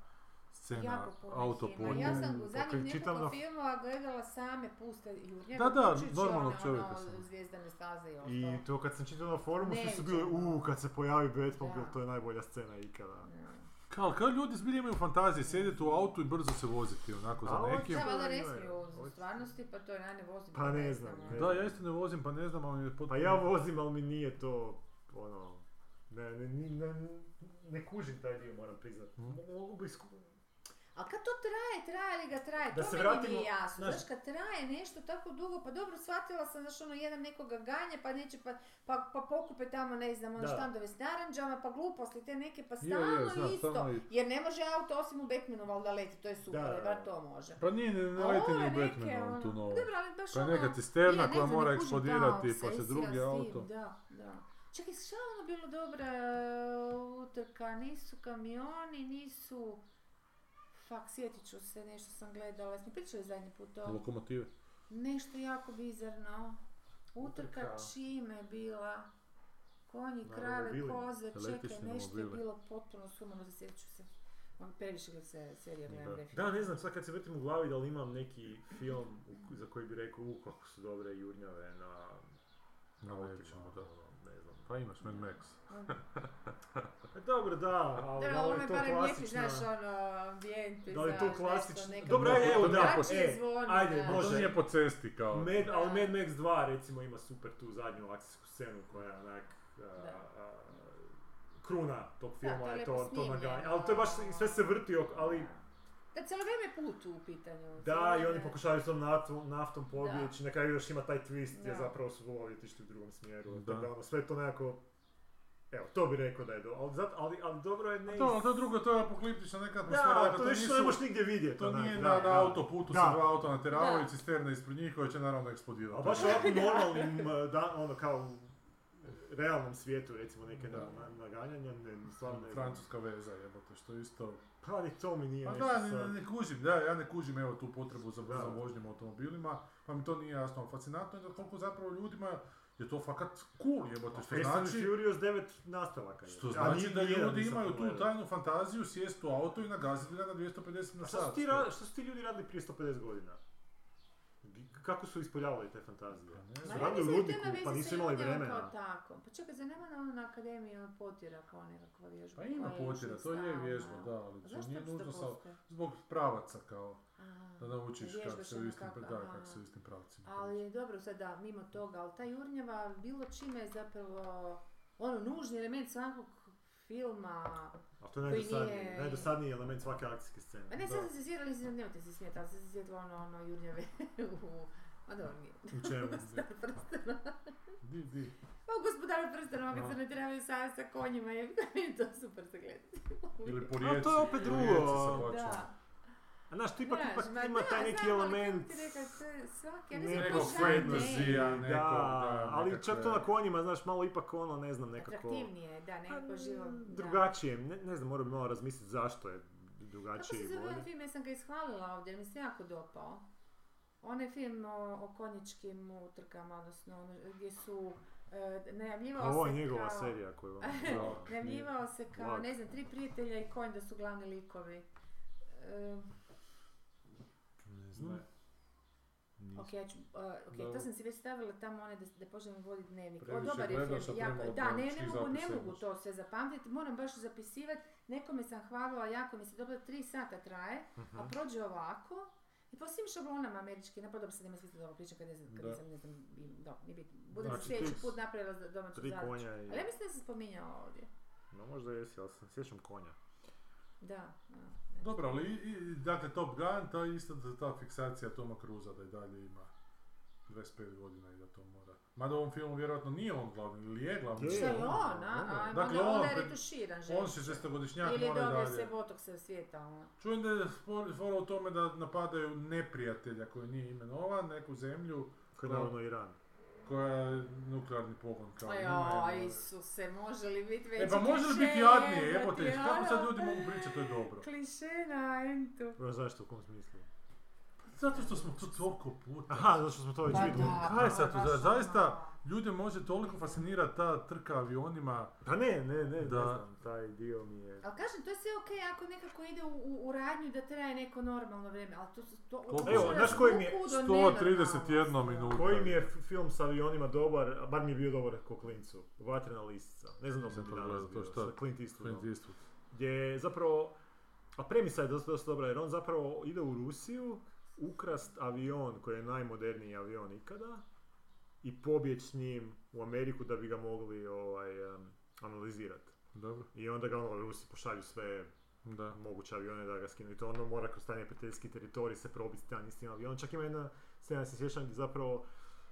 [SPEAKER 3] scena
[SPEAKER 1] jako puno ih ima.
[SPEAKER 3] autopolja?
[SPEAKER 1] Ja sam u
[SPEAKER 4] Ok,
[SPEAKER 1] zadnjih
[SPEAKER 4] čitam
[SPEAKER 1] nekoliko
[SPEAKER 4] na-
[SPEAKER 1] filmova gledala same puste jurnjeve.
[SPEAKER 3] Da, da,
[SPEAKER 1] uključujući
[SPEAKER 3] normalnog
[SPEAKER 1] one,
[SPEAKER 3] čovjeka
[SPEAKER 1] Ono,
[SPEAKER 3] sam.
[SPEAKER 1] zvijezdane staze i ono, ostalo.
[SPEAKER 4] I to kad sam čitao na forumu, svi su bili,
[SPEAKER 1] Neviđeno.
[SPEAKER 4] uuu, kad se pojavi Batmobile,
[SPEAKER 1] Da.
[SPEAKER 4] to je najbolja scena ikada.
[SPEAKER 3] Kao, kao ljudi zbilja imaju fantazije sjediti u autu i brzo se voziti onako
[SPEAKER 4] A
[SPEAKER 3] za
[SPEAKER 4] ovo je
[SPEAKER 3] nekim.
[SPEAKER 1] Da, valjda ne
[SPEAKER 4] Ima je.
[SPEAKER 1] smiju u stvarnosti, pa to je najne vozi.
[SPEAKER 4] Pa ne znam,
[SPEAKER 1] ono.
[SPEAKER 4] ne.
[SPEAKER 3] Da, ja isto ne vozim pa ne znam, ali mi je potpuno...
[SPEAKER 4] Pa ja vozim, ali mi nije to, ono, ne, ne, ni- ne, ne kužim taj dio, moram priznat.
[SPEAKER 3] Mhm.
[SPEAKER 4] Mo- Mogu bi sku-
[SPEAKER 1] A kad to traje, traje li ga traje,
[SPEAKER 4] Da
[SPEAKER 1] to
[SPEAKER 4] se
[SPEAKER 1] mi
[SPEAKER 4] vratimo,
[SPEAKER 1] nije jasno.
[SPEAKER 4] znaš-
[SPEAKER 1] Znaš, kad traje nešto tako dugo, pa dobro, shvatila sam, znaš, ono, jedan nekoga ganja, pa neće, pa, pa, pa pokupe tamo, ne znam, ono
[SPEAKER 4] Da.
[SPEAKER 1] štandove s naranđama, pa gluposti te neke, pa
[SPEAKER 3] Je, je,
[SPEAKER 1] stalno
[SPEAKER 3] znam,
[SPEAKER 1] isto.
[SPEAKER 3] stalno i-
[SPEAKER 1] Jer ne može auto osim u Batmanu valjda leti, to je super,
[SPEAKER 4] Da, da,
[SPEAKER 1] da,
[SPEAKER 4] da.
[SPEAKER 1] to ono. može.
[SPEAKER 3] Pa nije, ne, ne
[SPEAKER 1] A
[SPEAKER 3] leti
[SPEAKER 1] ovo
[SPEAKER 3] ni
[SPEAKER 1] je
[SPEAKER 3] u
[SPEAKER 1] neke,
[SPEAKER 3] Batmanu on
[SPEAKER 1] ono,
[SPEAKER 3] tu novo.
[SPEAKER 1] Dobro, ali baš
[SPEAKER 3] Pa je
[SPEAKER 1] ono...
[SPEAKER 3] neka cisterna
[SPEAKER 1] je, ne
[SPEAKER 3] koja
[SPEAKER 1] znam,
[SPEAKER 3] mora
[SPEAKER 1] ne kužim ta
[SPEAKER 3] eksplodirati, pa se
[SPEAKER 1] obsesija s
[SPEAKER 3] drugi
[SPEAKER 1] tim,
[SPEAKER 3] auto.
[SPEAKER 1] Da, da. Čekaj, šta je ono bilo dobra e, utrka? Nisu kamioni, nisu... Fak, sjetit ću se, nešto sam gledala. Smo pričali zadnji put o
[SPEAKER 3] Lokomotive.
[SPEAKER 1] nešto jako bizarno.
[SPEAKER 5] Utrka čime je bila? Konji,
[SPEAKER 1] Na
[SPEAKER 5] krave,
[SPEAKER 1] romobilima,
[SPEAKER 5] koze, čekaj,
[SPEAKER 3] električnim
[SPEAKER 5] nešto je
[SPEAKER 3] romobilima.
[SPEAKER 5] bilo potpuno sumano, da sjeću se. On previše ga se serija gledam
[SPEAKER 3] Da.
[SPEAKER 4] Da,
[SPEAKER 5] definitivno.
[SPEAKER 4] ne znam, sad kad se vrtim u glavi da li imam neki film u- za koji bi rekao, u kako su dobre jurnjave na...
[SPEAKER 3] Na
[SPEAKER 4] otima,
[SPEAKER 3] većima, da.
[SPEAKER 4] ono, Ne znam.
[SPEAKER 3] Pa imaš Mad Max.
[SPEAKER 4] E, dobro, da, ali
[SPEAKER 5] Da,
[SPEAKER 4] da li
[SPEAKER 5] ono
[SPEAKER 4] je
[SPEAKER 5] je
[SPEAKER 4] to
[SPEAKER 5] barem lijepi,
[SPEAKER 4] klasična...
[SPEAKER 5] znaš, ono, ambijent,
[SPEAKER 4] Da li je to
[SPEAKER 5] pejzaž, nešto,
[SPEAKER 4] klasično?
[SPEAKER 5] neka
[SPEAKER 4] Dobro,
[SPEAKER 3] To-
[SPEAKER 4] evo
[SPEAKER 3] to nije
[SPEAKER 4] da,
[SPEAKER 3] po-
[SPEAKER 5] drugačije
[SPEAKER 4] e,
[SPEAKER 5] zvoni,
[SPEAKER 4] ajde,
[SPEAKER 5] da.
[SPEAKER 3] To
[SPEAKER 4] može.
[SPEAKER 3] nije po cesti kao.
[SPEAKER 4] Mad,
[SPEAKER 5] Da.
[SPEAKER 4] ali Mad Max 2 recimo ima super tu zadnju akcijsku scenu koja je onak... a,
[SPEAKER 5] Da.
[SPEAKER 4] a, kruna tog filma
[SPEAKER 5] to je
[SPEAKER 4] je
[SPEAKER 5] lijepo
[SPEAKER 4] to, to
[SPEAKER 5] snimljeno.
[SPEAKER 4] naganje. Ali to je baš sve se vrti, ok- ali
[SPEAKER 5] Da, cijelo vrijeme je put u pitanju.
[SPEAKER 4] Da,
[SPEAKER 5] cijelo
[SPEAKER 4] i oni
[SPEAKER 5] vrijeme-
[SPEAKER 4] pokušavaju s tom naftom, naftom pobjeći, na kraju još ima taj twist gdje
[SPEAKER 5] Da.
[SPEAKER 4] zapravo su volovi otišli u drugom smjeru.
[SPEAKER 3] Da.
[SPEAKER 4] Da. ono, sve je to nekako... Evo, to bi rekao da je dobro, ali, zato- ali, ali dobro je ne...
[SPEAKER 3] To, ali to je drugo, to je apokaliptična neka atmosfera.
[SPEAKER 4] Da,
[SPEAKER 3] dakle,
[SPEAKER 4] to je nešto što ne
[SPEAKER 3] nisu-
[SPEAKER 4] možeš nigdje vidjeti.
[SPEAKER 3] To
[SPEAKER 4] onak,
[SPEAKER 3] nije
[SPEAKER 4] da,
[SPEAKER 3] na,
[SPEAKER 4] da.
[SPEAKER 3] na autoputu
[SPEAKER 4] Da.
[SPEAKER 3] sa dva auta nateravaju
[SPEAKER 5] Da.
[SPEAKER 3] cisterne ispred njih koja će naravno
[SPEAKER 4] Ali
[SPEAKER 3] eksplodirati.
[SPEAKER 4] Pa baš ovako normalnim, eh, da, ono kao u realnom svijetu recimo neke
[SPEAKER 3] Da.
[SPEAKER 4] na, na- naganjanja, ne, stvarno ne znam.
[SPEAKER 3] Francuska veza jebote, što je isto...
[SPEAKER 4] Pa ni to mi nije
[SPEAKER 3] Pa
[SPEAKER 4] nešto
[SPEAKER 3] da, ne,
[SPEAKER 4] sad.
[SPEAKER 3] ne kužim, da, ja ne kužim evo tu potrebu za brzom
[SPEAKER 4] Da.
[SPEAKER 3] vožnjom automobilima, pa mi to nije jasno. Fascinantno je da koliko zapravo ljudima je to fakat cool jebote, što
[SPEAKER 4] Fast and
[SPEAKER 3] znači...
[SPEAKER 4] Furious 9 nastavaka je.
[SPEAKER 3] Što
[SPEAKER 4] A
[SPEAKER 3] znači
[SPEAKER 4] ni-
[SPEAKER 3] da
[SPEAKER 4] nijedan
[SPEAKER 3] ljudi
[SPEAKER 4] nisam
[SPEAKER 3] imaju tu
[SPEAKER 4] pogledao.
[SPEAKER 3] tajnu fantaziju, sjest u auto i nagaziti ga na 250 na
[SPEAKER 4] A šta su,
[SPEAKER 3] sat.
[SPEAKER 4] ti ra- šta su ti ljudi radili prije 150 godina? G- Kako su ispoljavali te fantazije?
[SPEAKER 3] Pa ne
[SPEAKER 5] Ma
[SPEAKER 3] znam.
[SPEAKER 4] Su
[SPEAKER 5] ja mislim
[SPEAKER 4] radili
[SPEAKER 5] da to
[SPEAKER 4] ludniku,
[SPEAKER 5] ima veze
[SPEAKER 4] pa
[SPEAKER 5] sa
[SPEAKER 4] nisu imali
[SPEAKER 5] ljudima
[SPEAKER 4] vremena.
[SPEAKER 5] Kao tako. Pa čekaj, zar nema na, ono na akademiji ono potjera kao nekakva vježba?
[SPEAKER 3] Pa ima
[SPEAKER 5] koja je
[SPEAKER 3] potjera, to je
[SPEAKER 5] stalna?
[SPEAKER 3] vježba, da, ali
[SPEAKER 5] A
[SPEAKER 3] to
[SPEAKER 5] Zašto
[SPEAKER 3] nije
[SPEAKER 5] uopće
[SPEAKER 3] nužno
[SPEAKER 5] to
[SPEAKER 3] sa,
[SPEAKER 5] postoji?
[SPEAKER 3] zbog pravaca kao,
[SPEAKER 5] A,
[SPEAKER 3] da naučiš
[SPEAKER 5] vježbaš
[SPEAKER 3] kako se u
[SPEAKER 5] ono
[SPEAKER 3] istim,
[SPEAKER 5] kako,
[SPEAKER 3] da,
[SPEAKER 5] aha.
[SPEAKER 3] kako se u istim pravcima.
[SPEAKER 5] Ali je dobro sada mimo toga, ali ta jurnjava bilo čime je zapravo ono nužni element svakog filma.
[SPEAKER 4] A to je
[SPEAKER 5] Koji
[SPEAKER 4] najdosadniji,
[SPEAKER 5] nije-
[SPEAKER 4] najdosadniji element svake akcijske
[SPEAKER 5] Pa
[SPEAKER 4] scene.
[SPEAKER 5] ne, sad
[SPEAKER 3] Da.
[SPEAKER 5] sam se sjetila, nisam, nemojte se smijeti, ali sam se sjetila ono, ono jurnjave u... Ma dobro, nije.
[SPEAKER 4] U čemu?
[SPEAKER 3] Di, di.
[SPEAKER 5] Pa u gospodaru prstenova kad
[SPEAKER 3] Da.
[SPEAKER 5] se natjeravaju sa, sa konjima, je meni to super se gleda.
[SPEAKER 3] Ili po
[SPEAKER 4] A
[SPEAKER 3] rijeci.
[SPEAKER 4] to je opet
[SPEAKER 3] po
[SPEAKER 4] drugo.
[SPEAKER 3] rijeci sa bačom.
[SPEAKER 5] Da.
[SPEAKER 4] A znaš, tu ipak,
[SPEAKER 5] Znaš,
[SPEAKER 4] ipak
[SPEAKER 5] ma
[SPEAKER 4] ima
[SPEAKER 5] da,
[SPEAKER 4] taj neki
[SPEAKER 5] znam, ali kako
[SPEAKER 4] element...
[SPEAKER 5] ti rekao, sve- svaki, ja mislim
[SPEAKER 4] Nekog
[SPEAKER 5] to
[SPEAKER 3] Nekog
[SPEAKER 5] žanr
[SPEAKER 3] fantasy-a,
[SPEAKER 5] ne.
[SPEAKER 3] nekog, da,
[SPEAKER 4] ali
[SPEAKER 3] nekakve-
[SPEAKER 4] čak to na konjima, znaš, malo ipak ono, ne znam, nekako...
[SPEAKER 5] Atraktivnije, Znači, da, nekako
[SPEAKER 4] Pa,
[SPEAKER 5] živo. da.
[SPEAKER 4] Drugačije, ne, ne znam, moram bi malo razmisliti zašto je
[SPEAKER 5] Kako
[SPEAKER 4] drugačije
[SPEAKER 5] se
[SPEAKER 4] i
[SPEAKER 5] zove
[SPEAKER 4] bolje.
[SPEAKER 5] ovaj film, ja sam ga ishvalila ovdje, jer mi se jako dopao. Onaj film o, o konjičkim utrkama, odnosno ono gdje su, e, najavljivao
[SPEAKER 4] Ovo
[SPEAKER 5] se
[SPEAKER 4] je njegova
[SPEAKER 5] kao...
[SPEAKER 4] serija koju vam...
[SPEAKER 3] Da.
[SPEAKER 5] Najavljivao se kao,
[SPEAKER 4] Vlak.
[SPEAKER 5] ne znam, tri prijatelja i konj da su glavni likovi. E,
[SPEAKER 3] Ne
[SPEAKER 4] znam.
[SPEAKER 5] Ok, ja ću, uh, ok, to
[SPEAKER 3] Dobro.
[SPEAKER 5] sam si već stavila tamo one da, da počnem voditi dnevnik. O,
[SPEAKER 3] Previše
[SPEAKER 5] dobar je
[SPEAKER 3] gledaš,
[SPEAKER 5] film,
[SPEAKER 3] a
[SPEAKER 5] jako,
[SPEAKER 3] premalo
[SPEAKER 5] da, ne, ne
[SPEAKER 3] dnevničkih
[SPEAKER 5] mogu, ne
[SPEAKER 3] zapisa
[SPEAKER 5] mogu
[SPEAKER 3] imaš.
[SPEAKER 5] to sve zapamtiti, moram baš zapisivati. Nekome sam hvalila, jako mi se dobro, tri sata traje,
[SPEAKER 4] Mhm.
[SPEAKER 5] a prođe ovako. I po svim šablonama američkim, ne pa dobro sad nema smisla da ovo pričam kad ne znam, kad
[SPEAKER 3] Da.
[SPEAKER 5] nisam, ne znam, i- dobro, nije bitno. Budem
[SPEAKER 4] Znači,
[SPEAKER 5] sljedeći
[SPEAKER 4] tri-
[SPEAKER 5] put napravila za domaću
[SPEAKER 4] Tri
[SPEAKER 5] zadaću.
[SPEAKER 4] konja i...
[SPEAKER 5] Ali ja mislim da sam spominjala ovdje.
[SPEAKER 4] No možda jesi, ali se ne sjećam konja.
[SPEAKER 5] Da. da, da.
[SPEAKER 3] Dobro, ali i- i- dakle Top Gun, ta isto ta fiksacija Toma Cruza da i dalje ima 25 godina i da to mora. Mada u ovom filmu vjerojatno nije on glavni, ili je glavni.
[SPEAKER 4] Je,
[SPEAKER 5] Šta je
[SPEAKER 4] ono,
[SPEAKER 5] on, a?
[SPEAKER 4] ono.
[SPEAKER 5] a
[SPEAKER 3] Dakle,
[SPEAKER 5] onda,
[SPEAKER 3] on
[SPEAKER 5] onda je
[SPEAKER 3] pred-
[SPEAKER 5] retuširan
[SPEAKER 3] On
[SPEAKER 5] želiš.
[SPEAKER 3] 60-godišnjak
[SPEAKER 5] Ili je
[SPEAKER 3] mora i
[SPEAKER 5] dobio se
[SPEAKER 3] dalje.
[SPEAKER 5] botok sa svijeta, ono.
[SPEAKER 3] Čujem da je spor- fora u tome da napadaju neprijatelja koji nije imenovan, neku zemlju
[SPEAKER 4] Koji je naravno Iran.
[SPEAKER 3] koja je nuklearni pogon
[SPEAKER 1] Pa
[SPEAKER 3] kao. ima,
[SPEAKER 5] Ajoj,
[SPEAKER 3] ima.
[SPEAKER 5] Isuse, može li biti veći
[SPEAKER 3] E pa može li pa biti
[SPEAKER 5] kliše,
[SPEAKER 3] jadnije,
[SPEAKER 5] jebote,
[SPEAKER 3] jebote, kako sad
[SPEAKER 5] ono,
[SPEAKER 3] ljudi mogu pričati, to je dobro.
[SPEAKER 5] Kliše na entu.
[SPEAKER 4] Bro, zašto, u kom smislu?
[SPEAKER 3] Zato što smo to toliko puta.
[SPEAKER 4] Aha, zato što smo to već
[SPEAKER 5] Pa
[SPEAKER 4] vidjeli.
[SPEAKER 5] da,
[SPEAKER 3] Kaj je sad
[SPEAKER 5] baš
[SPEAKER 3] to,
[SPEAKER 5] ono.
[SPEAKER 3] zaista Ljude može toliko fascinirati ta trka avionima.
[SPEAKER 4] Pa ne, ne, ne,
[SPEAKER 3] Da.
[SPEAKER 4] ne znam, taj dio mi je...
[SPEAKER 5] Ali kažem, to je sve okej ako nekako ide u, u, u radnju da traje neko normalno vrijeme, ali to su to...
[SPEAKER 3] Koliko?
[SPEAKER 4] Evo, znaš koji mi je
[SPEAKER 3] 131 minuta.
[SPEAKER 4] Koji mi je f- film s avionima dobar, a bar mi je bio dobar ko klincu, Vatrena listica. Ne znam da li sam
[SPEAKER 3] Nisam
[SPEAKER 4] ti
[SPEAKER 3] to
[SPEAKER 4] danas
[SPEAKER 3] gledao, to
[SPEAKER 4] bio,
[SPEAKER 3] šta?
[SPEAKER 4] sa Clint Eastwoodom.
[SPEAKER 3] Clint Eastwood.
[SPEAKER 4] Gdje je zapravo, a premisa je dosta, dosta dobra jer on zapravo ide u Rusiju ukrast avion koji je najmoderniji avion ikada i pobjeć s njim u Ameriku da bi ga mogli ovaj, em, analizirati.
[SPEAKER 3] Dobro,
[SPEAKER 4] I onda ga ono, Rusi pošalju sve eh,
[SPEAKER 3] da.
[SPEAKER 4] moguće avione da ga skinu i to ono mora kroz taj neprijateljski teritorij se probiti s tim istim avionom. Čak ima jedna scena, ja se sjećam, gdje zapravo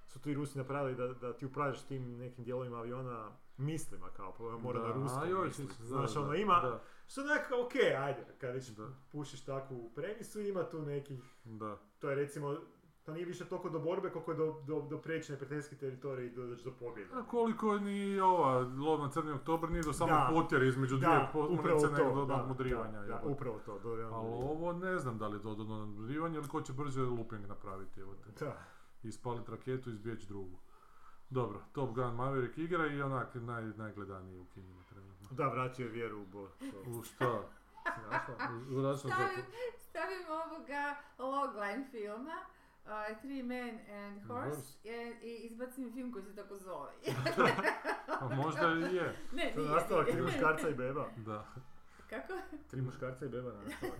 [SPEAKER 4] su tu i Rusi napravili da, da ti upravljaš tim nekim dijelovima aviona mislima kao, pa mora
[SPEAKER 3] Da,
[SPEAKER 4] na
[SPEAKER 3] a
[SPEAKER 4] ruskom
[SPEAKER 3] joj,
[SPEAKER 4] mislit.
[SPEAKER 3] sjećam se,
[SPEAKER 4] Znaš,
[SPEAKER 3] da,
[SPEAKER 4] ono
[SPEAKER 3] da,
[SPEAKER 4] ima,
[SPEAKER 3] Da,
[SPEAKER 4] što nekako, ok, ajde, kad već
[SPEAKER 3] Da.
[SPEAKER 4] pušiš takvu premisu, ima tu nekih,
[SPEAKER 3] da.
[SPEAKER 4] to je recimo, to nije više toliko do borbe koliko je do, do, do prijeći neprijateljski teritorij i do, do pobjede.
[SPEAKER 3] A koliko ni ova lov na crni oktober nije do samo
[SPEAKER 4] Da.
[SPEAKER 3] potjere između dvije
[SPEAKER 4] Da, upravo
[SPEAKER 3] potmornice
[SPEAKER 4] to,
[SPEAKER 3] nego
[SPEAKER 4] da,
[SPEAKER 3] dodatnog modrivanja.
[SPEAKER 4] da, da,
[SPEAKER 3] jebote.
[SPEAKER 4] upravo to, do
[SPEAKER 3] Ali ovo ne znam da li je dodatno nadmudrivanje ili ko će brže looping napraviti. Evo te.
[SPEAKER 4] Da.
[SPEAKER 3] Ispalit raketu i izbjeći drugu. Dobro, Top Gun Maverick igra i onak naj, najgledaniji u kinima trenutno.
[SPEAKER 4] Da, vratio je vjeru u Bog.
[SPEAKER 3] U šta? U, u račun
[SPEAKER 1] Stavim, stavim ovoga logline filma, uh, Three Men and Horse,
[SPEAKER 3] Horse.
[SPEAKER 1] e, i izbacim film koji se tako zove.
[SPEAKER 3] A možda i je,
[SPEAKER 1] ne,
[SPEAKER 4] To je nastavak tri
[SPEAKER 1] nije.
[SPEAKER 4] muškarca i beba.
[SPEAKER 3] da.
[SPEAKER 1] Kako?
[SPEAKER 4] Tri muškarca i beba na nastavak.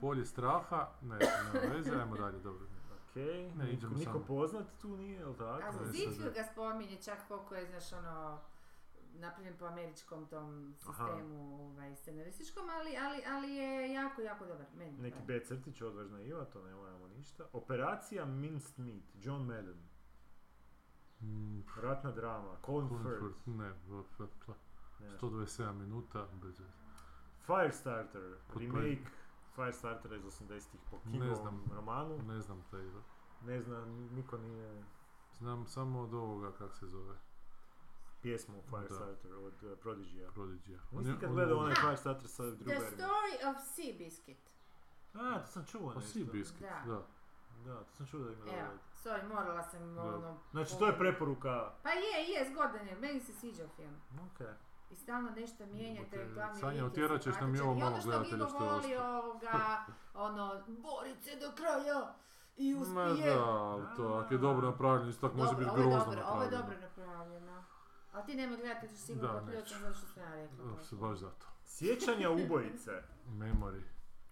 [SPEAKER 3] Polje straha, ne, ne veze, ajmo dalje, dobro.
[SPEAKER 4] Okej,
[SPEAKER 3] Ne,
[SPEAKER 4] niko,
[SPEAKER 3] idemo
[SPEAKER 4] niko
[SPEAKER 3] samo.
[SPEAKER 4] poznat tu nije, jel
[SPEAKER 1] A
[SPEAKER 4] tako?
[SPEAKER 3] Tako je,
[SPEAKER 1] Zizio
[SPEAKER 3] sad
[SPEAKER 1] ga spominje čak koliko je, znaš, ono, napravljen po američkom tom
[SPEAKER 4] Aha.
[SPEAKER 1] sistemu ovaj, scenarističkom, ali, ali, ali je jako, jako dobar. Meni
[SPEAKER 4] Neki
[SPEAKER 1] bar.
[SPEAKER 4] B crtić, odvažna Iva, to ne moramo ništa. Operacija Minced Meat, John Madden.
[SPEAKER 3] Mm,
[SPEAKER 4] Ratna drama, Colin Firth.
[SPEAKER 3] Frankfurt, ne, v- v- pla-
[SPEAKER 4] ne.
[SPEAKER 3] 127 minuta, bez veze.
[SPEAKER 4] Firestarter,
[SPEAKER 3] Pod
[SPEAKER 4] remake Firestartera iz 80-ih po
[SPEAKER 3] Ne
[SPEAKER 4] Kingovom
[SPEAKER 3] znam.
[SPEAKER 4] romanu.
[SPEAKER 3] ne znam taj igru.
[SPEAKER 4] Ne znam, niko nije
[SPEAKER 3] Znam samo od ovoga, kak se zove,
[SPEAKER 4] pjesmu Firestarter od uh, Prodigy-a.
[SPEAKER 3] Prodigy.
[SPEAKER 4] Nisi kad gledao
[SPEAKER 3] ono-
[SPEAKER 4] onaj Firestarter sa
[SPEAKER 1] The
[SPEAKER 4] drugarima?
[SPEAKER 1] Story of Seabiscuit.
[SPEAKER 4] A, to sam čuo
[SPEAKER 3] Pa
[SPEAKER 4] nešto.
[SPEAKER 3] si biscuit,
[SPEAKER 1] Da.
[SPEAKER 3] da.
[SPEAKER 4] Da, to sam čuo da ima
[SPEAKER 1] Evo,
[SPEAKER 4] dobro.
[SPEAKER 1] sorry, morala sam
[SPEAKER 3] Da.
[SPEAKER 1] ono...
[SPEAKER 4] Znači, to je preporuka.
[SPEAKER 1] Pa je, je, zgodan je, meni se sviđa film.
[SPEAKER 4] Okej.
[SPEAKER 1] I stalno nešto mijenjate,
[SPEAKER 3] Bote,
[SPEAKER 1] glavni
[SPEAKER 3] Sanja,
[SPEAKER 1] lik je
[SPEAKER 3] otjerat ćeš nam i ovo
[SPEAKER 1] simpatičan. I
[SPEAKER 3] malo
[SPEAKER 1] ono što
[SPEAKER 3] gledatelja
[SPEAKER 1] Gigo
[SPEAKER 3] što je
[SPEAKER 1] voli
[SPEAKER 3] ostalo.
[SPEAKER 1] ovoga, ono, borit se do kraja i
[SPEAKER 3] Ma
[SPEAKER 1] uspije.
[SPEAKER 3] da, ali to, ako je dobro napravljeno, isto tako može
[SPEAKER 1] Dobro,
[SPEAKER 3] biti
[SPEAKER 1] ovo je
[SPEAKER 3] grozno
[SPEAKER 1] dobro, Ovo je
[SPEAKER 3] napravljeno.
[SPEAKER 1] dobro napravljeno. Ali ti nemoj gledati, ćeš
[SPEAKER 3] Da,
[SPEAKER 1] sigurno
[SPEAKER 3] neću.
[SPEAKER 1] poključan zato što sam ja rekla.
[SPEAKER 3] Ups, baš zato.
[SPEAKER 4] Sjećanja ubojice.
[SPEAKER 3] Memory.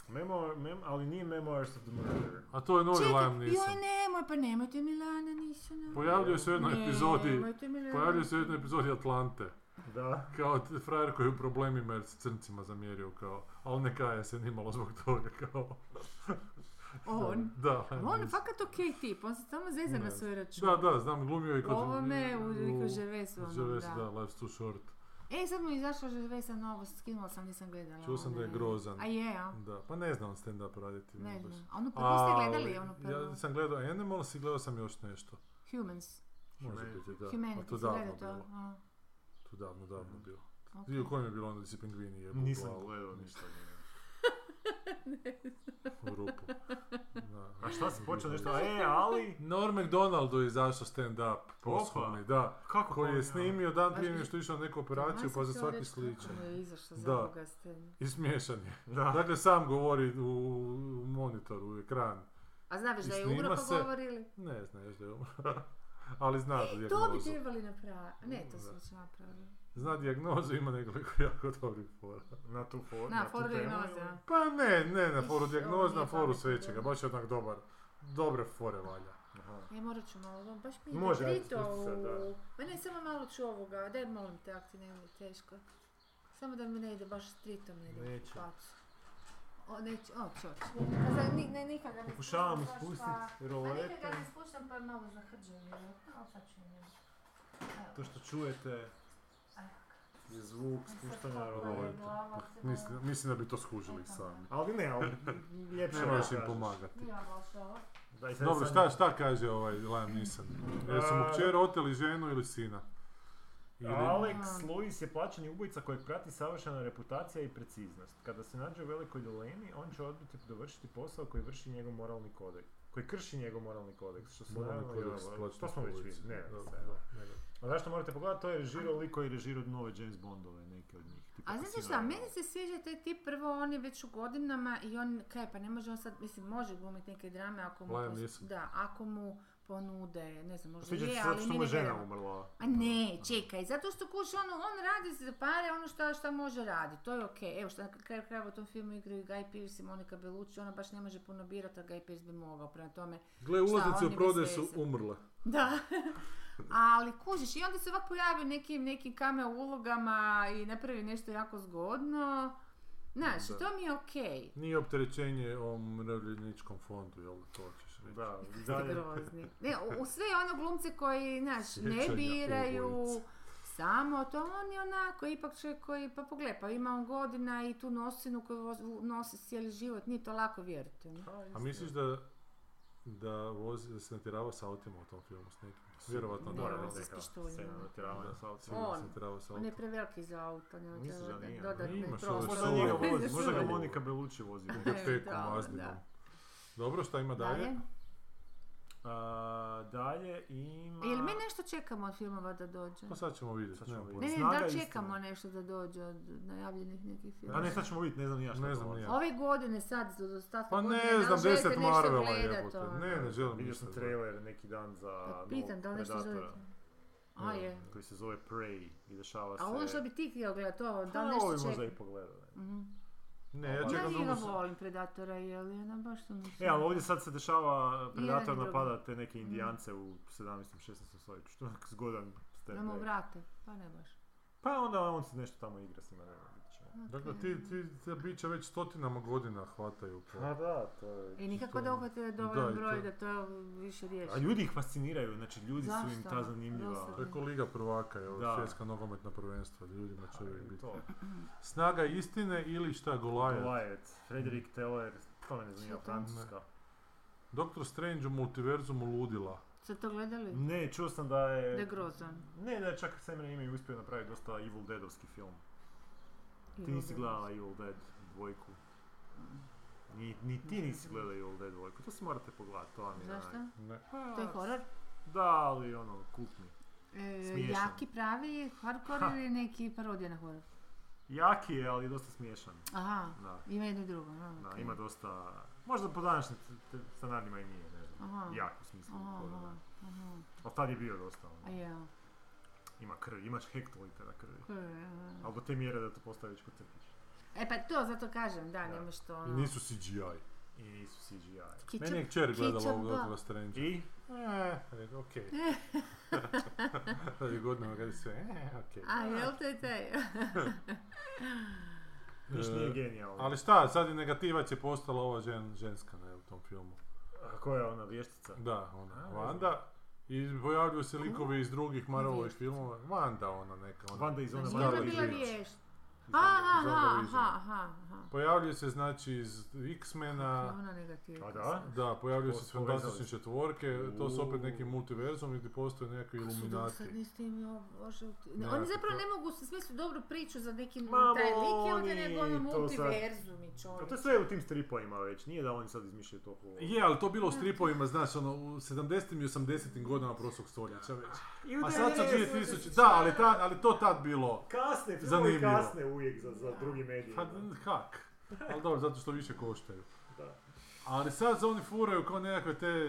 [SPEAKER 4] Memoir, mem, ali nije Memoirs of the Murder.
[SPEAKER 3] A to je novi Liam Neeson.
[SPEAKER 5] joj nemoj, pa nemojte Milana Nisona.
[SPEAKER 3] Pojavljuje se u jednoj epizodi,
[SPEAKER 5] Nemojte Milana.
[SPEAKER 3] pojavljuje se u jednoj epizodi Atlante.
[SPEAKER 4] Da.
[SPEAKER 3] Kao t- frajer koji je u problemima jer se crncima zamjerio kao, ali ne kaje se nimalo zbog toga kao.
[SPEAKER 5] On.
[SPEAKER 3] Da.
[SPEAKER 5] Ali On je fakat okej tip, on se samo zeza
[SPEAKER 3] Ne.
[SPEAKER 5] na svoj račun.
[SPEAKER 3] Da, da, znam, glumio i
[SPEAKER 5] U
[SPEAKER 3] kod...
[SPEAKER 5] Ovome, u,
[SPEAKER 3] u-
[SPEAKER 5] u Žervesu, onom,
[SPEAKER 3] Gervais,
[SPEAKER 5] da.
[SPEAKER 3] da, Life's Too Short.
[SPEAKER 5] E, sad mu je izašla Žervesa novo, skinula sam, nisam gledala.
[SPEAKER 3] Čuo sam da je
[SPEAKER 5] onaj.
[SPEAKER 3] grozan.
[SPEAKER 5] A je, a?
[SPEAKER 3] Da, pa ne znam stand-up raditi.
[SPEAKER 5] Ne
[SPEAKER 3] baš.
[SPEAKER 5] znam. A Ono prvo ste gledali, ono
[SPEAKER 3] Ali,
[SPEAKER 5] prvo.
[SPEAKER 3] Ja sam gledao Animals i gledao sam još nešto.
[SPEAKER 5] Humans.
[SPEAKER 3] Može
[SPEAKER 4] Humanity.
[SPEAKER 3] biti, da. A
[SPEAKER 5] Humanity,
[SPEAKER 3] to
[SPEAKER 5] si
[SPEAKER 3] davno
[SPEAKER 5] gledao to?
[SPEAKER 3] bilo.
[SPEAKER 5] A,
[SPEAKER 3] To davno, davno
[SPEAKER 4] Mhm.
[SPEAKER 3] bilo.
[SPEAKER 5] okej.
[SPEAKER 3] I u kojem je bilo onda da si pingvini jebu
[SPEAKER 4] Nisam
[SPEAKER 3] glavu
[SPEAKER 4] gledao ništa. od njega.
[SPEAKER 3] u rupu. Da.
[SPEAKER 4] A šta si počeo nešto? E, ali...
[SPEAKER 3] Norm McDonaldu je izašao stand-up poslovni, da.
[SPEAKER 4] Kako
[SPEAKER 3] Koji
[SPEAKER 4] to
[SPEAKER 3] je
[SPEAKER 4] ono?
[SPEAKER 3] snimio dan prije nego
[SPEAKER 5] Baš mi-
[SPEAKER 3] što je išao na neku operaciju, pa za svaki sličan.
[SPEAKER 5] Kako mu je izašao za
[SPEAKER 3] Da.
[SPEAKER 5] ovoga ste-
[SPEAKER 3] I smiješan je.
[SPEAKER 4] Da.
[SPEAKER 3] Dakle, sam govori u u monitoru, u ekran.
[SPEAKER 1] A znaš
[SPEAKER 3] I
[SPEAKER 1] da je
[SPEAKER 3] snima
[SPEAKER 1] umro
[SPEAKER 3] se-
[SPEAKER 1] govorili?
[SPEAKER 3] Ne znam još da je umro. Ali zna
[SPEAKER 1] E, To bi
[SPEAKER 3] dijagnozu.
[SPEAKER 1] trebali napraviti. Ne, to
[SPEAKER 3] Da.
[SPEAKER 1] su već napravili.
[SPEAKER 3] Zna dijagnozu, ima nekoliko jako dobrih fora.
[SPEAKER 4] Na tu foru.
[SPEAKER 5] Na, Ford je noza.
[SPEAKER 3] Pa ne, ne, na
[SPEAKER 1] Iš,
[SPEAKER 3] foru
[SPEAKER 1] ovo
[SPEAKER 3] dijagnoz,
[SPEAKER 1] nije
[SPEAKER 3] na foru
[SPEAKER 1] pametno,
[SPEAKER 3] svećega,
[SPEAKER 1] da.
[SPEAKER 3] baš je onak dobar. Dobre fore valja.
[SPEAKER 4] Aha.
[SPEAKER 1] E, morat ću malo, baš mi je
[SPEAKER 4] Može, ajde,
[SPEAKER 1] to
[SPEAKER 4] spusti se, da.
[SPEAKER 1] u... Ma ne, samo malo ću ovoga, daj molim te, ako ti ne ide teško. Samo da mi ne ide baš stritom, ne ide
[SPEAKER 4] Neće.
[SPEAKER 1] pacu.
[SPEAKER 5] O, neću, o, čoč.
[SPEAKER 1] A Pa za, ni, ne, nikad ga ne
[SPEAKER 4] Pokušavam
[SPEAKER 1] spuštam, baš pa-
[SPEAKER 4] ispustiti
[SPEAKER 1] Pa nikad
[SPEAKER 4] rolete.
[SPEAKER 1] ga ne spuštam, pa malo zahrđujem, jer ali sad ću njemu. Evo.
[SPEAKER 4] To što čujete je zvuk spuštanja rolete.
[SPEAKER 3] rolete.
[SPEAKER 4] Pa,
[SPEAKER 3] Mislim, mislim da bi to skužili sami.
[SPEAKER 4] Ali ne, ali ljepše
[SPEAKER 3] Ne moraš im
[SPEAKER 4] kažeš.
[SPEAKER 3] pomagati.
[SPEAKER 1] Ja baš ovo.
[SPEAKER 4] Daj, sad
[SPEAKER 3] Dobro,
[SPEAKER 4] sam-
[SPEAKER 3] šta, šta kaže ovaj Liam Neeson? Jesu mu
[SPEAKER 4] A-
[SPEAKER 3] kćer oteli ženu ili sina? Ili...
[SPEAKER 4] Alex
[SPEAKER 5] A.
[SPEAKER 4] Lewis je plaćeni ubojica kojeg prati savršena reputacija i preciznost. Kada se nađe u velikoj dilemi, on će odbiti dovršiti posao koji vrši njegov moralni kodeks. Koji krši njegov moralni kodeks, što smo
[SPEAKER 3] Moralni
[SPEAKER 4] naravno i
[SPEAKER 3] kodeks
[SPEAKER 4] ovo-
[SPEAKER 3] plaćnog
[SPEAKER 4] to smo već
[SPEAKER 3] policije.
[SPEAKER 4] vidjeli, ne
[SPEAKER 3] Da,
[SPEAKER 4] da se,
[SPEAKER 3] da,
[SPEAKER 4] evo.
[SPEAKER 3] ne, ne.
[SPEAKER 4] A zašto morate pogledati, to je režirao lik koji je režirao nove James Bondove, neke od njih. tipa
[SPEAKER 5] A znate
[SPEAKER 4] Casino
[SPEAKER 5] šta,
[SPEAKER 4] Royale.
[SPEAKER 5] meni se sviđa taj tip, prvo on je već u godinama i on, kaj pa ne može on sad, mislim može glumiti neke drame ako mu,
[SPEAKER 3] Liam
[SPEAKER 5] pos-
[SPEAKER 3] Neeson.
[SPEAKER 5] da, ako mu ponude, ne znam, možda
[SPEAKER 4] Sviđa ti se
[SPEAKER 5] je,
[SPEAKER 4] zato
[SPEAKER 5] ali
[SPEAKER 4] što
[SPEAKER 5] mi
[SPEAKER 4] mu
[SPEAKER 5] ne
[SPEAKER 4] je žena
[SPEAKER 5] gledamo.
[SPEAKER 4] umrla.
[SPEAKER 5] Ma ne, čekaj, zato što kuš, ono, on radi za pare ono šta, šta može raditi, to je okej. Evo šta, na kraju krajeva u tom filmu igraju Guy Pearce i Monica Bellucci, ona baš ne može puno birati, a Guy Pearce bi mogao, prema tome,
[SPEAKER 3] Gle, ulaznice
[SPEAKER 5] Šta,
[SPEAKER 3] u
[SPEAKER 5] oni
[SPEAKER 3] prodaju
[SPEAKER 5] bez
[SPEAKER 3] su
[SPEAKER 5] veze.
[SPEAKER 3] umrle.
[SPEAKER 5] da, ali kužiš i onda se ovak pojavio nekim, nekim kame ulogama i napravi nešto jako zgodno. Znaš,
[SPEAKER 3] Da.
[SPEAKER 5] i to mi je okej.
[SPEAKER 3] Nije opterećenje o umirovljeničkom fondu, jel da to ćeš reći?
[SPEAKER 4] Da, i
[SPEAKER 5] Ste
[SPEAKER 4] dalje.
[SPEAKER 5] grozni. Ne, u, u sve one glumce koji, znaš, ne
[SPEAKER 3] Sjećanja
[SPEAKER 5] biraju
[SPEAKER 3] ubojice.
[SPEAKER 5] samo to, on je onako ipak čovjek koji, pa pogled, pa ima on godina i tu nosinu koju voz- nosi cijeli život, nije to lako vjerujte mi.
[SPEAKER 3] A misliš da da vozi, da se natjerava s autima u tom filmu s nekim? Vjerovatno da.
[SPEAKER 5] Ne,
[SPEAKER 4] Mora
[SPEAKER 5] on
[SPEAKER 3] jel?
[SPEAKER 5] se
[SPEAKER 4] neka
[SPEAKER 5] pištoljima.
[SPEAKER 4] scena natjeravanja sa autom.
[SPEAKER 3] Sigurno
[SPEAKER 1] On.
[SPEAKER 3] se natjerava s
[SPEAKER 5] On je
[SPEAKER 3] autima.
[SPEAKER 5] preveliki za auto, ne,
[SPEAKER 4] Mislim da nije.
[SPEAKER 5] dodatne
[SPEAKER 3] Imaš ove
[SPEAKER 5] prostore.
[SPEAKER 4] Možda njega
[SPEAKER 3] Sorry.
[SPEAKER 4] vozi, možda ga
[SPEAKER 3] Sorry.
[SPEAKER 4] Monika Bellucci vozi.
[SPEAKER 3] Nekak
[SPEAKER 5] E,
[SPEAKER 3] teku
[SPEAKER 5] da,
[SPEAKER 3] mazdinom.
[SPEAKER 5] da.
[SPEAKER 3] Dobro, šta ima dalje?
[SPEAKER 5] Dalje?
[SPEAKER 4] A, dalje ima...
[SPEAKER 5] Jel mi nešto čekamo od filmova da dođe?
[SPEAKER 3] Pa sad ćemo vidjeti.
[SPEAKER 4] Sad ćemo
[SPEAKER 3] nema
[SPEAKER 4] vidjeti.
[SPEAKER 5] Ne, ne,
[SPEAKER 4] Snaga
[SPEAKER 5] da
[SPEAKER 4] istine.
[SPEAKER 5] čekamo nešto da dođe od najavljenih nekih
[SPEAKER 4] A
[SPEAKER 5] filmova.
[SPEAKER 4] ne, sad ćemo vidjeti, ne znam ni ja što
[SPEAKER 3] Ne znam ni ja.
[SPEAKER 5] Ove godine sad, do ostatka
[SPEAKER 3] Pa
[SPEAKER 5] godine,
[SPEAKER 3] ne
[SPEAKER 5] da
[SPEAKER 3] znam,
[SPEAKER 5] li želite
[SPEAKER 3] 10
[SPEAKER 5] nešto
[SPEAKER 3] Marvela
[SPEAKER 5] gledat,
[SPEAKER 3] jebote.
[SPEAKER 5] ono?
[SPEAKER 3] Ne, ne želim
[SPEAKER 4] Vidio
[SPEAKER 3] ništa.
[SPEAKER 4] sam trailer neki dan za
[SPEAKER 5] Pa
[SPEAKER 4] novog
[SPEAKER 5] pitam, da li nešto
[SPEAKER 4] Predatora,
[SPEAKER 5] želite? A je.
[SPEAKER 4] koji se zove Prey i dešava se...
[SPEAKER 5] A ono što bi ti htio gledat, to,
[SPEAKER 4] Pa
[SPEAKER 5] da li nešto
[SPEAKER 4] ovi možda i
[SPEAKER 5] čekamo?
[SPEAKER 4] pogledali.
[SPEAKER 5] Mhm.
[SPEAKER 3] Ne, ja
[SPEAKER 4] Pa
[SPEAKER 5] Ja
[SPEAKER 3] čekam drugu
[SPEAKER 5] njega
[SPEAKER 3] se-
[SPEAKER 5] volim, Predatora, jel, ja nam baš to nisam.
[SPEAKER 4] E, ali ovdje sad se dešava, Predator
[SPEAKER 5] drugi.
[SPEAKER 4] napada te neke indijance u 17. 16. stoljeću, što je onak zgodan step
[SPEAKER 5] Da mu
[SPEAKER 4] back.
[SPEAKER 5] vrate, pa ne baš.
[SPEAKER 4] Pa onda on se nešto tamo igra s njima, ne znam, vidit ćemo.
[SPEAKER 3] Dakle, ti, ti ta bića već stotinama godina hvataju po...
[SPEAKER 4] Pa da, to je...
[SPEAKER 5] I nikako
[SPEAKER 3] to-
[SPEAKER 5] da uhvate
[SPEAKER 3] Da,
[SPEAKER 5] dovoljan
[SPEAKER 3] i
[SPEAKER 5] broj
[SPEAKER 3] to-
[SPEAKER 5] da to više riješi.
[SPEAKER 4] A ljudi ih fasciniraju, znači ljudi su im
[SPEAKER 5] Zašto?
[SPEAKER 4] ta zanimljiva.
[SPEAKER 5] Dosadno.
[SPEAKER 3] To je ko Liga prvaka, je
[SPEAKER 4] Da.
[SPEAKER 3] svjetska nogometna prvenstva, ljudima će uvijek biti.
[SPEAKER 4] To,
[SPEAKER 3] Snaga istine ili šta, Golaja?
[SPEAKER 4] Wyatt, Frederick Teller, to me ne zanima,
[SPEAKER 5] Što to?
[SPEAKER 4] Francuska.
[SPEAKER 3] Doktor Strange u multiverzumu ludila.
[SPEAKER 5] Ste to gledali?
[SPEAKER 4] Ne, čuo sam da je...
[SPEAKER 5] Da je grozan.
[SPEAKER 4] Ne, da je čak Sam Raimi uspio napraviti dosta Evil Deadovski film. Ti nisi gledala Evil Dead dvojku. Ni, ni ti nisi gledala Evil Dead dvojku, to si morate pogledati, to vam je...
[SPEAKER 5] Zašto?
[SPEAKER 4] onak-
[SPEAKER 3] Ne.
[SPEAKER 4] Pa,
[SPEAKER 5] To je horor?
[SPEAKER 4] Da, ali ono, kultni.
[SPEAKER 5] E,
[SPEAKER 4] Smiješan.
[SPEAKER 5] jaki pravi hardcore
[SPEAKER 4] Ha.
[SPEAKER 5] ili neki parodija na horor?
[SPEAKER 4] Jaki je, ali dosta smiješan.
[SPEAKER 5] Aha,
[SPEAKER 4] Da,
[SPEAKER 5] ima jedno i drugo. aha,
[SPEAKER 4] da,
[SPEAKER 5] okej.
[SPEAKER 4] ima dosta... Možda po današnjim t- t- standardima i nije, ne znam.
[SPEAKER 5] Aha.
[SPEAKER 4] Jak u smislu.
[SPEAKER 5] Aha,
[SPEAKER 4] horora.
[SPEAKER 5] aha, aha.
[SPEAKER 4] Ali tad je bio dosta. ono.
[SPEAKER 5] A ja,
[SPEAKER 4] Ima krvi, imaš hektolitera krvi.
[SPEAKER 5] ko je, aha.
[SPEAKER 4] Ali do te mjere da to postaje već potrpiš.
[SPEAKER 5] E pa to, zato kažem, da,
[SPEAKER 4] Da.
[SPEAKER 5] nema što
[SPEAKER 3] I
[SPEAKER 5] ono...
[SPEAKER 3] nisu CGI.
[SPEAKER 4] I nisu CGI.
[SPEAKER 5] Kičap-
[SPEAKER 3] Meni je kćer gledala ovog
[SPEAKER 5] kičapa.
[SPEAKER 3] Doktora Strange.
[SPEAKER 4] I? e,
[SPEAKER 3] Eh, rekao, okej. Okay. godinama kada sve, eh, okej.
[SPEAKER 5] A, jel to je taj?
[SPEAKER 4] Niš nije
[SPEAKER 3] E,
[SPEAKER 4] genijalno.
[SPEAKER 3] Ali šta, sad je negativac je postala ova žen, ženska ne, u tom filmu.
[SPEAKER 4] A koja je ona vještica?
[SPEAKER 3] Da,
[SPEAKER 4] A,
[SPEAKER 3] ona,
[SPEAKER 4] ne
[SPEAKER 3] Vanda. I pojavljuju se likovi iz drugih Marvelovih filmova. Vanda ona neka. ono. Ona.
[SPEAKER 4] Vanda iz one
[SPEAKER 3] Ona
[SPEAKER 5] Ona
[SPEAKER 3] Zdravo
[SPEAKER 5] je
[SPEAKER 4] Marvel
[SPEAKER 3] i
[SPEAKER 5] bila
[SPEAKER 3] živo.
[SPEAKER 5] vješt.
[SPEAKER 4] iz one-
[SPEAKER 5] Aha,
[SPEAKER 3] iz
[SPEAKER 5] aha,
[SPEAKER 3] Eurovision.
[SPEAKER 5] aha, aha, aha.
[SPEAKER 3] Pojavljuju se znači iz X-mena.
[SPEAKER 5] Ona negativna.
[SPEAKER 4] A da?
[SPEAKER 3] Da, pojavljuju
[SPEAKER 4] Po-
[SPEAKER 3] se fantastične
[SPEAKER 4] povezali su.
[SPEAKER 3] četvorke, to su opet
[SPEAKER 4] U.
[SPEAKER 3] neki multiverzum gdje postoje nekakvi iluminati.
[SPEAKER 5] Sad niste im oželti. Ne,
[SPEAKER 3] Ne,
[SPEAKER 5] oni
[SPEAKER 3] ako
[SPEAKER 5] zapravo
[SPEAKER 3] to-
[SPEAKER 5] ne mogu se smisliti dobru priču za neki
[SPEAKER 4] Ma,
[SPEAKER 5] taj lik i onda
[SPEAKER 4] oni
[SPEAKER 5] nego ono
[SPEAKER 4] to sad-
[SPEAKER 5] multiverzum i
[SPEAKER 4] Pa
[SPEAKER 5] čovjek.
[SPEAKER 4] to je sve u tim stripovima već, nije da oni sad izmišljaju toliko...
[SPEAKER 3] Je, ali to bilo u stripovima, znaš, ono, u 70. i 80. godinama prošlog stoljeća već. A sad su 2000, da, ali, ta, ali to tad bilo.
[SPEAKER 4] Kasne, filmovi
[SPEAKER 3] Zanimljivo.
[SPEAKER 4] kasne uvijek za, za drugi medije.
[SPEAKER 3] Pa, kak? Ali dobro, zato što više koštaju.
[SPEAKER 4] Da.
[SPEAKER 3] Ali sad oni furaju kao nekakve te,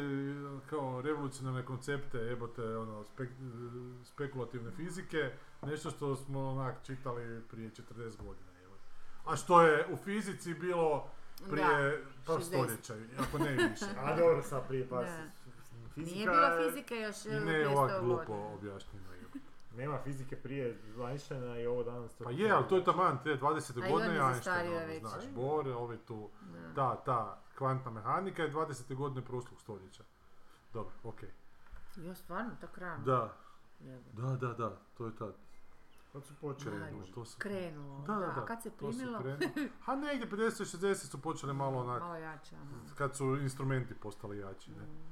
[SPEAKER 3] kao revolucionarne koncepte, jebote, ono, spek- spekulativne fizike, nešto što smo onak čitali prije 40 godina, jebote. A što je u fizici bilo prije par
[SPEAKER 5] 60.
[SPEAKER 3] stoljeća, ako ne i više.
[SPEAKER 4] A dobro, sad prije pa par...
[SPEAKER 5] Da.
[SPEAKER 4] Fizika...
[SPEAKER 5] Nije bila fizika još
[SPEAKER 3] I ne je ovak glupo objašnjeno. jebote.
[SPEAKER 4] Nema fizike prije Einsteina i ovo danas...
[SPEAKER 3] Pa je, ali to je taman te 20.
[SPEAKER 5] A i on
[SPEAKER 3] godine
[SPEAKER 5] je
[SPEAKER 3] Einstein,
[SPEAKER 5] zastario
[SPEAKER 3] ono,
[SPEAKER 5] već.
[SPEAKER 3] znaš, Bohr, ovi tu, ta, ta kvantna mehanika je 20. godine prošlog stoljeća. Dobro, okej.
[SPEAKER 5] Jo, stvarno, tako rano.
[SPEAKER 3] Da,
[SPEAKER 5] Jebo.
[SPEAKER 3] da, da, da, to je tad
[SPEAKER 4] Kad su počeli?
[SPEAKER 3] krenulo.
[SPEAKER 4] duži?
[SPEAKER 3] To su,
[SPEAKER 5] Krenulo.
[SPEAKER 3] Da, da, da.
[SPEAKER 5] A kad se
[SPEAKER 3] to su
[SPEAKER 5] primilo,
[SPEAKER 3] krenulo. Ha negdje 50 60 su počeli malo onak,
[SPEAKER 5] malo jače. ono.
[SPEAKER 3] kad su instrumenti postali jači, ne.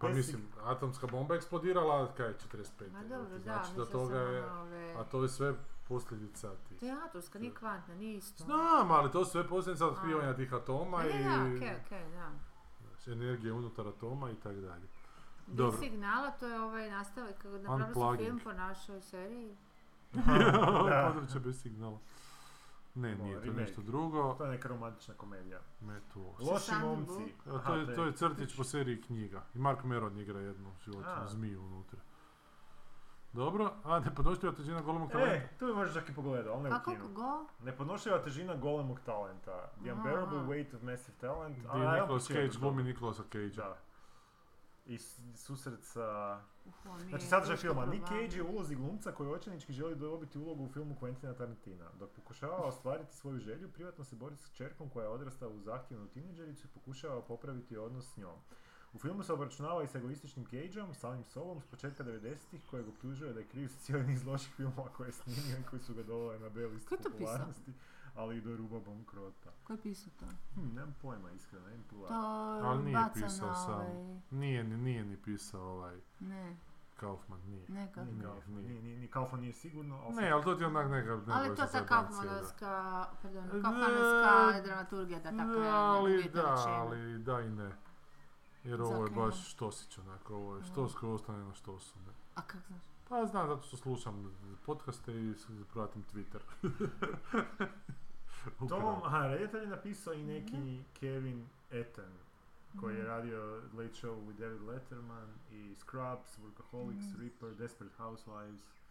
[SPEAKER 3] Pa
[SPEAKER 4] Basic.
[SPEAKER 3] mislim, atomska bomba je eksplodirala, kaj je 45.
[SPEAKER 5] Ma
[SPEAKER 3] evo ti,
[SPEAKER 5] dobro, da,
[SPEAKER 3] znači da
[SPEAKER 5] mislila sam
[SPEAKER 3] toga je,
[SPEAKER 5] ono ove...
[SPEAKER 3] a to je sve posljedica tih.
[SPEAKER 5] Teatrska, nije kvantna, nije isto.
[SPEAKER 3] Znam, ali to su sve posljedica otkrivanja tih atoma
[SPEAKER 5] Ma ne,
[SPEAKER 3] i
[SPEAKER 5] da, okej, okej, da.
[SPEAKER 3] znaš, energije unutar atoma i tako dalje.
[SPEAKER 5] Bez
[SPEAKER 3] Dobro.
[SPEAKER 5] signala, to je ovaj nastavak, kako napravili su
[SPEAKER 3] Unplugging.
[SPEAKER 5] film po našoj seriji.
[SPEAKER 3] Područje bez signala. Ne, nije to
[SPEAKER 4] remake.
[SPEAKER 3] nešto drugo.
[SPEAKER 4] To je neka romantična komedija.
[SPEAKER 3] Me tu ovo.
[SPEAKER 4] Loši
[SPEAKER 5] Sandra
[SPEAKER 4] momci.
[SPEAKER 3] Evo,
[SPEAKER 4] Aha,
[SPEAKER 3] to, je, to je crtić po seriji knjiga. I Mark Meron igra jednu životinju,
[SPEAKER 4] A.
[SPEAKER 3] zmiju unutra. Dobro, a nepodnošljiva težina golemog
[SPEAKER 4] E,
[SPEAKER 3] talenta.
[SPEAKER 4] tu bi možda čak i pogledao, ali ne
[SPEAKER 5] Pa
[SPEAKER 4] u
[SPEAKER 5] koliko
[SPEAKER 4] kinu.
[SPEAKER 5] go?
[SPEAKER 4] Neponošljiva težina golemog talenta. The
[SPEAKER 5] Aha.
[SPEAKER 4] unbearable weight of massive talent.
[SPEAKER 3] Gdje
[SPEAKER 4] A, ja
[SPEAKER 3] Nicolas
[SPEAKER 4] počinjem
[SPEAKER 3] Cage
[SPEAKER 4] to.
[SPEAKER 3] glumi Nicolasa Cage-a.
[SPEAKER 4] Da. I s- susret sa...
[SPEAKER 5] Uf, ovo mi
[SPEAKER 4] Znači
[SPEAKER 5] je
[SPEAKER 4] sadržaj
[SPEAKER 5] teško
[SPEAKER 4] filma. Nick
[SPEAKER 5] provaditi.
[SPEAKER 4] Cage je u ulozi glumca koji očajnički želi dobiti ulogu u filmu Quentina Tarantina. Dok pokušava ostvariti svoju želju, privatno se bori s kćerkom koja je odrasta u zahtjevnu tineđericu i pokušava popraviti odnos s njom. U filmu se obračunava i s egoističnim Cageom, samim sobom, s početka 90-ih, kojeg optužuje da je kriv za cijeli niz loših filmova koje je snimio i koji su ga dovele na belu listu
[SPEAKER 5] Ko je to pisao?
[SPEAKER 4] popularnosti, ali i do ruba bankrota.
[SPEAKER 5] Ko je pisao to?
[SPEAKER 4] Hm, nemam pojma, iskreno, nemam
[SPEAKER 5] To
[SPEAKER 4] pogledati.
[SPEAKER 3] Ali nije
[SPEAKER 5] baca
[SPEAKER 3] pisao
[SPEAKER 5] na
[SPEAKER 3] sam.
[SPEAKER 5] ovaj...
[SPEAKER 3] Nije, ni- nije ni pisao ovaj
[SPEAKER 5] Ne,
[SPEAKER 3] Kaufman, nije.
[SPEAKER 5] ne kako.
[SPEAKER 4] Ni
[SPEAKER 3] Ne,
[SPEAKER 4] Kaufman,
[SPEAKER 3] nije.
[SPEAKER 4] ni- ni- ni Kaufman nije sigurno, ali
[SPEAKER 3] Ne, ali to ti je onak neka... neka
[SPEAKER 5] Ali to
[SPEAKER 3] vrsta
[SPEAKER 5] ta
[SPEAKER 3] zajebancija, da.
[SPEAKER 5] kaufmanovska, pardon,
[SPEAKER 3] Ne,
[SPEAKER 5] kaufmanovska dramaturgija da tako je
[SPEAKER 3] ali
[SPEAKER 5] uvjetno
[SPEAKER 3] da,
[SPEAKER 5] rečeno.
[SPEAKER 3] ali da i ne. Jer ovo je
[SPEAKER 5] Zakaj ne? Mm.
[SPEAKER 3] baš štosić onako, ovo je štos koji ostane na štosu. ne.
[SPEAKER 5] A kako znaš?
[SPEAKER 3] Pa znam, zato što slušam podcaste i s- pratim Twitter.
[SPEAKER 4] Tom,
[SPEAKER 3] Upravo.
[SPEAKER 4] aha, redatelj je napisao i
[SPEAKER 5] Mhm.
[SPEAKER 4] neki Kevin Etten, koji je radio Late Show with David Letterman i Scrubs, Workaholics,
[SPEAKER 5] Mhm.
[SPEAKER 4] Reaper, Desperate Housewives.